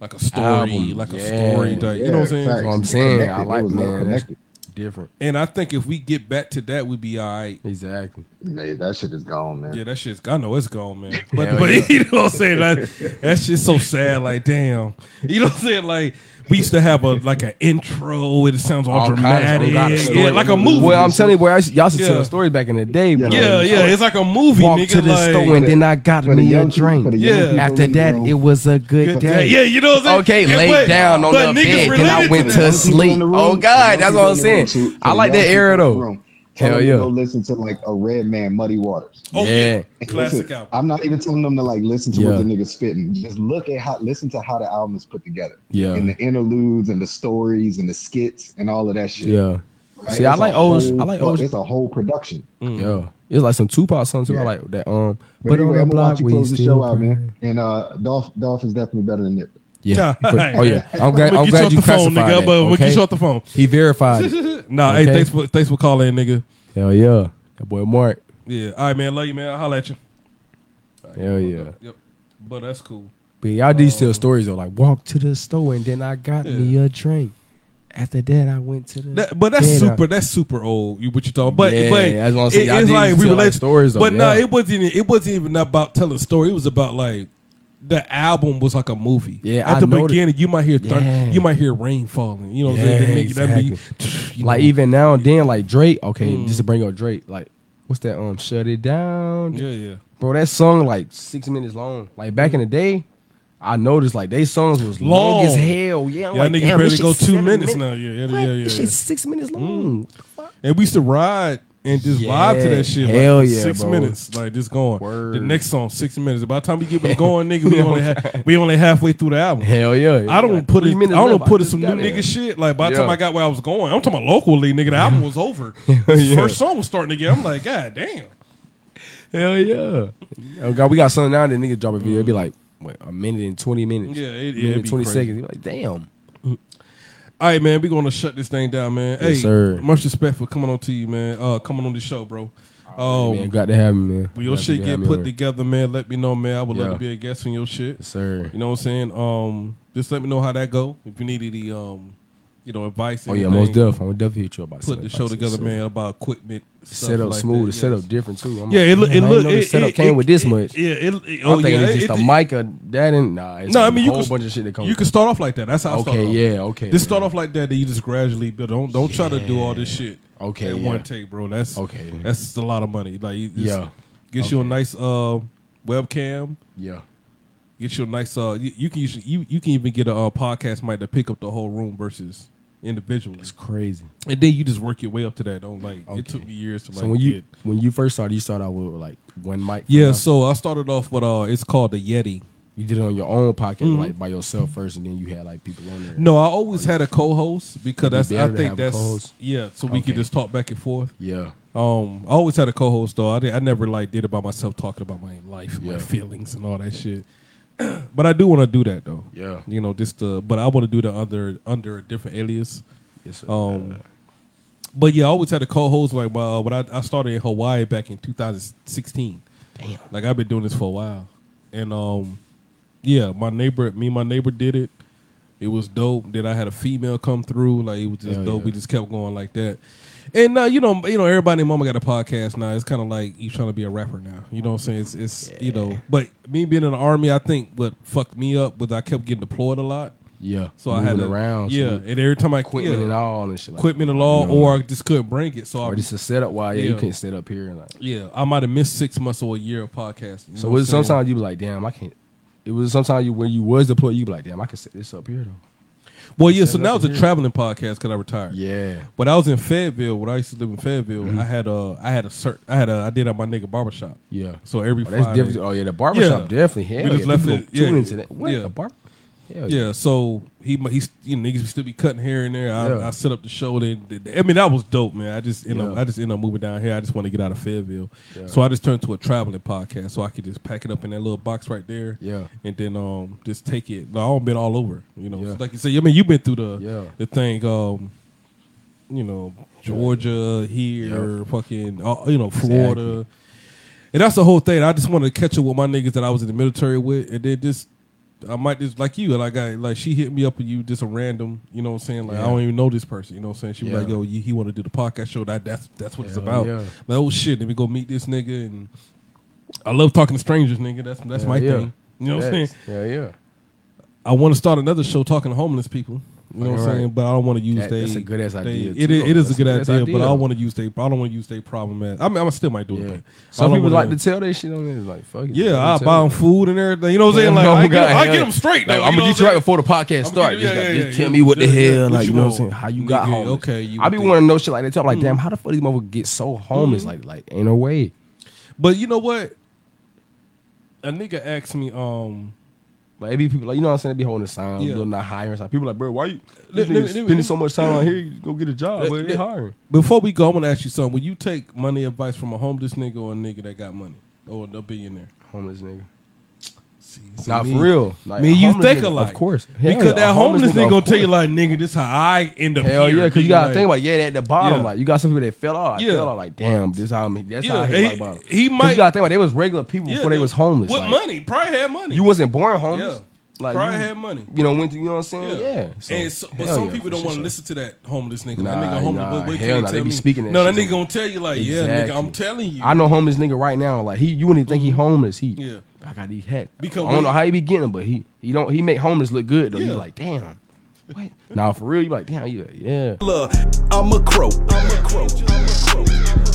Speaker 2: like a story,
Speaker 5: Album,
Speaker 2: like a
Speaker 5: yeah.
Speaker 2: story. Like, you know what I'm saying?
Speaker 20: facts.
Speaker 5: That's what I'm saying. I
Speaker 20: Connected. It
Speaker 5: like
Speaker 20: was more
Speaker 5: man. That's
Speaker 20: connected.
Speaker 5: different.
Speaker 2: And I think if we get back to that, we'd be all right.
Speaker 5: Exactly.
Speaker 20: Yeah, that shit is gone, man.
Speaker 2: Yeah, that shit's. I know it's gone, man. But
Speaker 5: Hell
Speaker 2: but <laughs>
Speaker 5: yeah.
Speaker 2: you know what I'm saying? That that shit's so sad. Like damn, you know what I'm saying? Like we used to have a like an intro. It sounds all,
Speaker 5: All kinds
Speaker 2: dramatic.
Speaker 5: of- all kinds of
Speaker 2: yeah,
Speaker 5: stories.
Speaker 2: like a movie.
Speaker 5: Well, I'm telling you, boy, I used- y'all used to
Speaker 2: Yeah.
Speaker 5: tell stories back in the day. bro.
Speaker 2: yeah, yeah, it's like a movie.
Speaker 5: Walked
Speaker 2: nigga,
Speaker 5: to the
Speaker 2: like,
Speaker 5: store and then I got
Speaker 20: For the
Speaker 5: me a
Speaker 20: young people- for
Speaker 5: drink.
Speaker 20: the young
Speaker 2: Yeah.
Speaker 20: people
Speaker 5: After
Speaker 20: in the
Speaker 5: that,
Speaker 20: room.
Speaker 5: it was a good
Speaker 2: yeah,
Speaker 5: day.
Speaker 2: yeah, you know what I'm
Speaker 5: Okay,
Speaker 2: saying? And
Speaker 5: lay
Speaker 2: but-
Speaker 5: down on
Speaker 2: but
Speaker 5: the
Speaker 2: niggas
Speaker 5: bed, then I
Speaker 2: related
Speaker 5: went
Speaker 2: that.
Speaker 5: to
Speaker 20: Young people
Speaker 5: sleep.
Speaker 20: in the room.
Speaker 5: Oh, God, that's
Speaker 20: Young
Speaker 5: what I'm
Speaker 20: people in the
Speaker 5: saying.
Speaker 20: room. To- to
Speaker 5: I
Speaker 20: the
Speaker 5: like
Speaker 20: young
Speaker 5: that era,
Speaker 20: people in the
Speaker 5: though.
Speaker 20: room. Tell
Speaker 5: Hell
Speaker 20: them to
Speaker 5: yeah.
Speaker 20: Go listen to like a Red Man, Muddy Waters. <laughs>
Speaker 2: Oh, yeah.
Speaker 5: Yeah.
Speaker 2: Classic
Speaker 20: Listen,
Speaker 2: album.
Speaker 20: I'm not even telling them to like listen to
Speaker 5: Yeah.
Speaker 20: what the niggas spitting. Just look at how listen to how the album is put together.
Speaker 5: Yeah.
Speaker 20: And the interludes and the stories and the skits and all of that shit.
Speaker 5: Yeah.
Speaker 20: Right?
Speaker 5: See, I
Speaker 20: It's a
Speaker 5: like old- I like
Speaker 20: whole-
Speaker 5: old-
Speaker 20: It's a whole production.
Speaker 5: Yeah. It's like some Tupac song too. I
Speaker 20: Yeah.
Speaker 5: like that. Um,
Speaker 20: But, anyway,
Speaker 5: on
Speaker 20: I'm
Speaker 5: the
Speaker 20: gonna watch
Speaker 5: block,
Speaker 20: you
Speaker 5: we
Speaker 20: close the show
Speaker 5: still
Speaker 20: out,
Speaker 5: cry.
Speaker 20: man. And uh, Dolph, Dolph is definitely better than Nip.
Speaker 5: Yeah. But-
Speaker 2: <laughs>
Speaker 5: oh yeah. I'm glad.
Speaker 2: I'ma get you
Speaker 5: I'm glad
Speaker 2: off
Speaker 5: you
Speaker 2: the phone,
Speaker 5: classified
Speaker 2: nigga.
Speaker 5: that,
Speaker 2: But we get
Speaker 5: okay?
Speaker 2: you off the phone.
Speaker 5: He
Speaker 2: <laughs>
Speaker 5: verified. it.
Speaker 2: Nah, hey,
Speaker 5: Okay.
Speaker 2: thanks for thanks for calling, nigga.
Speaker 5: Hell yeah. That boy Mark.
Speaker 2: Yeah, all right, man. Love you, man. I'll holler at you.
Speaker 5: Hell yeah.
Speaker 2: Yep, but that's cool.
Speaker 5: But y'all do
Speaker 2: Um,
Speaker 5: still stories though, like walk to the store and then I got me a drink. After that, I went to the.
Speaker 2: That, but that's
Speaker 5: Yeah, nah.
Speaker 2: super. That's super old. You what you talking? But
Speaker 5: Yeah,
Speaker 2: but
Speaker 5: that's what I'm
Speaker 2: it-
Speaker 5: saying. Y'all
Speaker 2: it's
Speaker 5: did
Speaker 2: like
Speaker 5: used to
Speaker 2: we
Speaker 5: tell, like,
Speaker 2: relate
Speaker 5: stories, though.
Speaker 2: But no,
Speaker 5: Yeah.
Speaker 2: it wasn't. even- It wasn't even about telling a story. It was about like the album was like a movie.
Speaker 5: Yeah,
Speaker 2: at
Speaker 5: I
Speaker 2: the
Speaker 5: know that-
Speaker 2: beginning you might hear thun-
Speaker 5: Yeah.
Speaker 2: you might hear rain falling. You know, what I'm
Speaker 5: Yeah,
Speaker 2: saying? They make it- that'd be- <sniffs> you
Speaker 5: like
Speaker 2: know.
Speaker 5: even now and then, like Drake. Okay,
Speaker 2: Mm.
Speaker 5: just to bring up Drake, like what's that? Um, shut it down,
Speaker 2: yeah, yeah.
Speaker 5: bro. That song like six minutes long. Like back in the day, I noticed like they songs was long,
Speaker 2: Long.
Speaker 5: as hell. Yeah,
Speaker 2: Y'all
Speaker 5: I'm
Speaker 2: niggas
Speaker 5: like, damn, this
Speaker 2: barely
Speaker 5: shit
Speaker 2: go two
Speaker 5: seven
Speaker 2: minutes now. Yeah, yeah,
Speaker 5: What?
Speaker 2: yeah, yeah,
Speaker 5: This
Speaker 2: yeah. Mm.
Speaker 5: shit six minutes long.
Speaker 2: And we used to ride and just vibe to
Speaker 5: Yeah,
Speaker 2: that shit.
Speaker 5: hell
Speaker 2: like,
Speaker 5: yeah,
Speaker 2: six
Speaker 5: bro.
Speaker 2: minutes, like just going. The
Speaker 5: Word.
Speaker 2: next song, six minutes. By the time we get it going, nigga,
Speaker 5: <laughs>
Speaker 2: we only ha- we only halfway through the album.
Speaker 5: Hell yeah!
Speaker 2: I don't put it. I
Speaker 5: minutes
Speaker 2: don't
Speaker 5: left. I
Speaker 2: put it
Speaker 5: just
Speaker 2: some new
Speaker 5: got
Speaker 2: nigga
Speaker 5: it.
Speaker 2: shit. Like by the
Speaker 5: Yeah.
Speaker 2: time I got where I was going, I'm talking about locally, nigga. The
Speaker 5: <laughs>
Speaker 2: album was over.
Speaker 5: Yeah.
Speaker 2: First song was starting to get. I'm like, god damn.
Speaker 5: Hell yeah! Oh God, we got something now. That nigga drop a video. It'd be like what, a minute and twenty minutes.
Speaker 2: Yeah, it- yeah,
Speaker 5: Minute
Speaker 2: it'd
Speaker 5: and
Speaker 2: be
Speaker 5: twenty
Speaker 2: crazy.
Speaker 5: seconds. You're like, damn.
Speaker 2: All right, man. We're gonna shut this thing down, man.
Speaker 5: Yes,
Speaker 2: hey,
Speaker 5: sir.
Speaker 2: much respect for coming on to you, man. Uh, coming on the show, bro. Oh,
Speaker 5: man, glad to have you, man.
Speaker 2: When your
Speaker 5: Glad to
Speaker 2: shit
Speaker 5: have
Speaker 2: get
Speaker 5: me
Speaker 2: put
Speaker 5: on.
Speaker 2: together, man, let me know, man. I would love
Speaker 5: Yeah.
Speaker 2: to be a guest on your shit,
Speaker 5: sir.
Speaker 2: You know what I'm saying? Um, just let me know how that go. If you need any, um, you know, advice.
Speaker 5: Oh yeah,
Speaker 2: anything,
Speaker 5: most definitely. I'm gonna definitely hit you about
Speaker 2: Put the
Speaker 5: something
Speaker 2: show
Speaker 5: about
Speaker 2: together,
Speaker 5: some
Speaker 2: man. About equipment, stuff
Speaker 5: Set up
Speaker 2: like
Speaker 5: smooth.
Speaker 2: That,
Speaker 5: The
Speaker 2: yes.
Speaker 5: setup different too. I'm
Speaker 2: yeah,
Speaker 5: like,
Speaker 2: it look. It
Speaker 5: man, I
Speaker 2: look.
Speaker 5: didn't know the
Speaker 2: It,
Speaker 5: setup
Speaker 2: it-
Speaker 5: came
Speaker 2: it-
Speaker 5: with this much.
Speaker 2: Yeah. It, it-
Speaker 5: I'm
Speaker 2: oh
Speaker 5: thinking
Speaker 2: yeah.
Speaker 5: it's just
Speaker 2: it-
Speaker 5: a mic or that and nah. It's
Speaker 2: no,
Speaker 5: like
Speaker 2: I mean
Speaker 5: a
Speaker 2: you
Speaker 5: whole
Speaker 2: can,
Speaker 5: bunch of shit that comes.
Speaker 2: You can start off like that. That's how. I start
Speaker 5: Okay,
Speaker 2: off.
Speaker 5: yeah, okay,
Speaker 2: Just start off like that. Then you just gradually build. Don't don't try to do all this shit.
Speaker 5: Okay,
Speaker 2: at
Speaker 5: yeah.
Speaker 2: one take, bro. That's
Speaker 5: Okay.
Speaker 2: That's a lot of money. Like you just
Speaker 5: Yeah.
Speaker 2: Get you a nice uh, webcam.
Speaker 5: Yeah.
Speaker 2: Get you a nice. Uh, you, you can usually you, you can even get a uh, podcast mic to pick up the whole room versus individually. It's
Speaker 5: crazy.
Speaker 2: And then you just work your way up to that. Don't like it took me years to like.
Speaker 5: So when you
Speaker 2: get-
Speaker 5: when you first started, you started out with like one mic.
Speaker 2: yeah, so I started off with uh, it's called the Yeti.
Speaker 5: You did it on your own podcast,
Speaker 2: Mhm.
Speaker 5: like by yourself first, and then you had like people on there.
Speaker 2: No, I always had a co-host because
Speaker 5: It'd be
Speaker 2: that's I
Speaker 5: better to
Speaker 2: think
Speaker 5: have a
Speaker 2: that's
Speaker 5: co-host.
Speaker 2: yeah. So we could just talk back and forth.
Speaker 5: Yeah.
Speaker 2: Um, I always had a co-host though. I, did, I never like did it by myself talking about my life, my
Speaker 5: Yeah.
Speaker 2: feelings, and all that shit. <clears throat> but I do want to do that though.
Speaker 5: Yeah.
Speaker 2: You know, just uh, but I want to do the other under a different alias.
Speaker 5: Yes, sir.
Speaker 2: Um. But yeah, I always had a co-host like my, uh, when I, I started in Hawaii back in 2016. Damn. Like I've been doing this for a while, and um, yeah, my neighbor, me and my neighbor did it. It was dope. Then I had a female come through. Like it was just
Speaker 5: Hell
Speaker 2: dope.
Speaker 5: yeah.
Speaker 2: We just kept going like that. And uh, you know, you know, everybody, and mama got a podcast now. It's kind of like you trying to be a rapper now. You know what I'm saying? It's, it's you know. But me being in the army, I think what fucked me up was I kept getting deployed a lot.
Speaker 5: Yeah.
Speaker 2: So I had
Speaker 5: Moving
Speaker 2: to-
Speaker 5: around, so
Speaker 2: Yeah,
Speaker 5: you-
Speaker 2: and every time I
Speaker 5: equipment
Speaker 2: yeah,
Speaker 5: and all and shit like
Speaker 2: equipment
Speaker 5: that,
Speaker 2: and all,
Speaker 5: you know?
Speaker 2: or I just couldn't bring it. So I
Speaker 5: Or just a setup why yeah, you can't set up here and like.
Speaker 2: Yeah, I might have missed six months or a year of podcasting. you know
Speaker 5: So
Speaker 2: what
Speaker 5: was
Speaker 2: I'm saying?
Speaker 5: sometimes you be like, damn, I can't. It was sometimes you when you was deployed, you be like, damn, I can set this up here though.
Speaker 2: Well, yeah.
Speaker 5: Set
Speaker 2: So
Speaker 5: it
Speaker 2: now
Speaker 5: up
Speaker 2: it's a
Speaker 5: here.
Speaker 2: traveling podcast because I retired.
Speaker 5: Yeah.
Speaker 2: When I was in Fayetteville, when I used to live in Fayetteville,
Speaker 5: Mhm.
Speaker 2: I had a, I had a cert, I had a, I did at my nigga barbershop.
Speaker 5: Yeah.
Speaker 2: So every
Speaker 5: Oh, that's
Speaker 2: Friday-
Speaker 5: different. Oh, yeah, the barbershop, definitely. Hell
Speaker 2: we just
Speaker 5: yeah,
Speaker 2: left
Speaker 5: people
Speaker 2: it. Yeah.
Speaker 5: tune into that. What,
Speaker 2: Yeah.
Speaker 5: the barber-
Speaker 2: Yeah.
Speaker 5: Hell yeah.
Speaker 2: So he, mu- he's, you know, niggas still be cutting hair in there. I,
Speaker 5: Yeah.
Speaker 2: I set up the show. Then I mean that was dope, man. I just, you know,
Speaker 5: Yeah.
Speaker 2: I just end up moving down here. I just want to get out of Fayetteville.
Speaker 5: Yeah.
Speaker 2: So I just turned to a traveling podcast, so I could just pack it up in that little box right there.
Speaker 5: Yeah.
Speaker 2: And then um, just take it. Like, I've been all over. You know, like you say. I mean, you've been through the the thing. Um, you know, Georgia here, fucking, uh, you know, Florida. And that's the whole thing. I just wanted to catch up with my niggas that I was in the military with, and then just I might just like you, like I like she hit me up and you just a random, you know what I'm saying? Like I
Speaker 5: Yeah.
Speaker 2: don't even know this person, you know what I'm saying? She was
Speaker 5: Yeah.
Speaker 2: like, yo, you, he want to do the podcast show. That that's that's what it's
Speaker 5: Hell
Speaker 2: about.
Speaker 5: yeah.
Speaker 2: Like oh shit, let me go meet this nigga. And I love talking to strangers, nigga. That's that's
Speaker 5: Hell
Speaker 2: my
Speaker 5: yeah.
Speaker 2: thing. You know what I'm saying?
Speaker 5: Facts. Hell yeah.
Speaker 2: I want to start another show talking to homeless people. You know what I'm
Speaker 5: Right.
Speaker 2: saying? But I don't want to use
Speaker 5: That-
Speaker 2: they.
Speaker 5: that's a good-ass
Speaker 2: they-
Speaker 5: idea,
Speaker 2: It
Speaker 5: too.
Speaker 2: is, it is a
Speaker 5: That's
Speaker 2: good
Speaker 5: a good-ass
Speaker 2: idea, but I
Speaker 5: idea.
Speaker 2: want to use they. I don't want to use they problem as. I mean, I still might do it. but
Speaker 5: Some
Speaker 2: all I
Speaker 5: people
Speaker 2: wanna-
Speaker 5: like to tell their shit on there. Like, fuck it.
Speaker 2: Yeah,
Speaker 5: let me
Speaker 2: I
Speaker 5: tell
Speaker 2: buy
Speaker 5: it.
Speaker 2: them food and everything. You know what I'm saying? Like,
Speaker 5: Oh,
Speaker 2: I,
Speaker 5: God,
Speaker 2: get, I
Speaker 5: hell
Speaker 2: get
Speaker 5: yeah.
Speaker 2: them straight.
Speaker 5: Like,
Speaker 2: though,
Speaker 5: I'm
Speaker 2: you know
Speaker 5: gonna get
Speaker 2: what
Speaker 5: you right
Speaker 2: saying?
Speaker 5: before the podcast
Speaker 2: I'ma
Speaker 5: starts.
Speaker 2: get- yeah,
Speaker 5: Just, gotta-
Speaker 2: yeah,
Speaker 5: just
Speaker 2: yeah,
Speaker 5: tell
Speaker 2: yeah.
Speaker 5: me what the
Speaker 2: Just- yeah,
Speaker 5: hell,
Speaker 2: what
Speaker 5: like,
Speaker 2: you
Speaker 5: you know what
Speaker 2: want?
Speaker 5: I'm saying? How you got
Speaker 2: Nigga,
Speaker 5: homeless?
Speaker 2: okay, you
Speaker 5: I be
Speaker 2: would think.
Speaker 5: wanting to know shit like that. too. I'm like, damn, how the fuck these motherfuckers get so homeless?
Speaker 2: Mhm.
Speaker 5: Like, like, ain't no way.
Speaker 2: But you know what? A nigga asked me, um,
Speaker 5: Like, it be people like, you know what I'm saying? They be holding signs,
Speaker 2: Yeah.
Speaker 5: little not hiring. Like, people like, bro, why you
Speaker 2: Let- let-
Speaker 5: this nigga
Speaker 2: let me-
Speaker 5: spending so much time out here? You go get a job,
Speaker 2: Let-
Speaker 5: but they
Speaker 2: let-
Speaker 5: hiring.
Speaker 2: Before we go, I'm gonna ask you something. Would you take money advice from a homeless nigga or a nigga that got money or a billionaire?
Speaker 5: Homeless nigga.
Speaker 2: See,
Speaker 5: Not for real.
Speaker 2: Me
Speaker 5: Like,
Speaker 2: me, and you
Speaker 5: homeless
Speaker 2: think
Speaker 5: nigga,
Speaker 2: a
Speaker 5: of
Speaker 2: lot,
Speaker 5: course. Hell
Speaker 2: because
Speaker 5: yeah,
Speaker 2: that
Speaker 5: a
Speaker 2: homeless,
Speaker 5: homeless nigga,
Speaker 2: nigga gonna
Speaker 5: of
Speaker 2: tell you like, nigga, this how I end up.
Speaker 5: Hell
Speaker 2: here.
Speaker 5: yeah, because you gotta
Speaker 2: Like,
Speaker 5: think like, yeah, at the bottom,
Speaker 2: Yeah.
Speaker 5: like you got some people that fell off,
Speaker 2: Yeah.
Speaker 5: fell off, like damn, this how I mean, that's how
Speaker 2: Yeah,
Speaker 5: I hit
Speaker 2: he-
Speaker 5: my bottom.
Speaker 2: he
Speaker 5: 'Cause
Speaker 2: might-
Speaker 5: you gotta think like they was regular people
Speaker 2: Yeah,
Speaker 5: before they was homeless.
Speaker 2: What
Speaker 5: like,
Speaker 2: money? Probably had money.
Speaker 5: You wasn't born homeless.
Speaker 2: Yeah.
Speaker 5: Like
Speaker 2: Probably
Speaker 5: you-
Speaker 2: had money.
Speaker 5: You know, went to you know what I'm saying? Yeah.
Speaker 2: and so, but
Speaker 5: hell
Speaker 2: some
Speaker 5: yeah,
Speaker 2: people
Speaker 5: for
Speaker 2: don't want to
Speaker 5: sure.
Speaker 2: listen to that homeless nigga.
Speaker 5: Nah,
Speaker 2: that nigga homeless.
Speaker 5: nah,
Speaker 2: what- what can
Speaker 5: hell
Speaker 2: you
Speaker 5: nah,
Speaker 2: tell
Speaker 5: they be
Speaker 2: me?
Speaker 5: speaking that
Speaker 2: No, that
Speaker 5: shit
Speaker 2: nigga
Speaker 5: to me.
Speaker 2: gonna tell you like, yeah, nigga,
Speaker 5: Exactly.
Speaker 2: I'm telling you. Mm-hmm.
Speaker 5: I know homeless nigga right now. Like he, you wouldn't think he homeless. He,
Speaker 2: Yeah.
Speaker 5: I got these hat.
Speaker 2: Because
Speaker 5: I
Speaker 2: when-
Speaker 5: don't know how he be getting, 'em, but he, he don't, he make homeless look good though.
Speaker 21: Yeah.
Speaker 5: You like, damn, what? Nah, for real, you like, damn, you, yeah.
Speaker 21: Look, I'm a crow. I'm a crow. I'm a crow.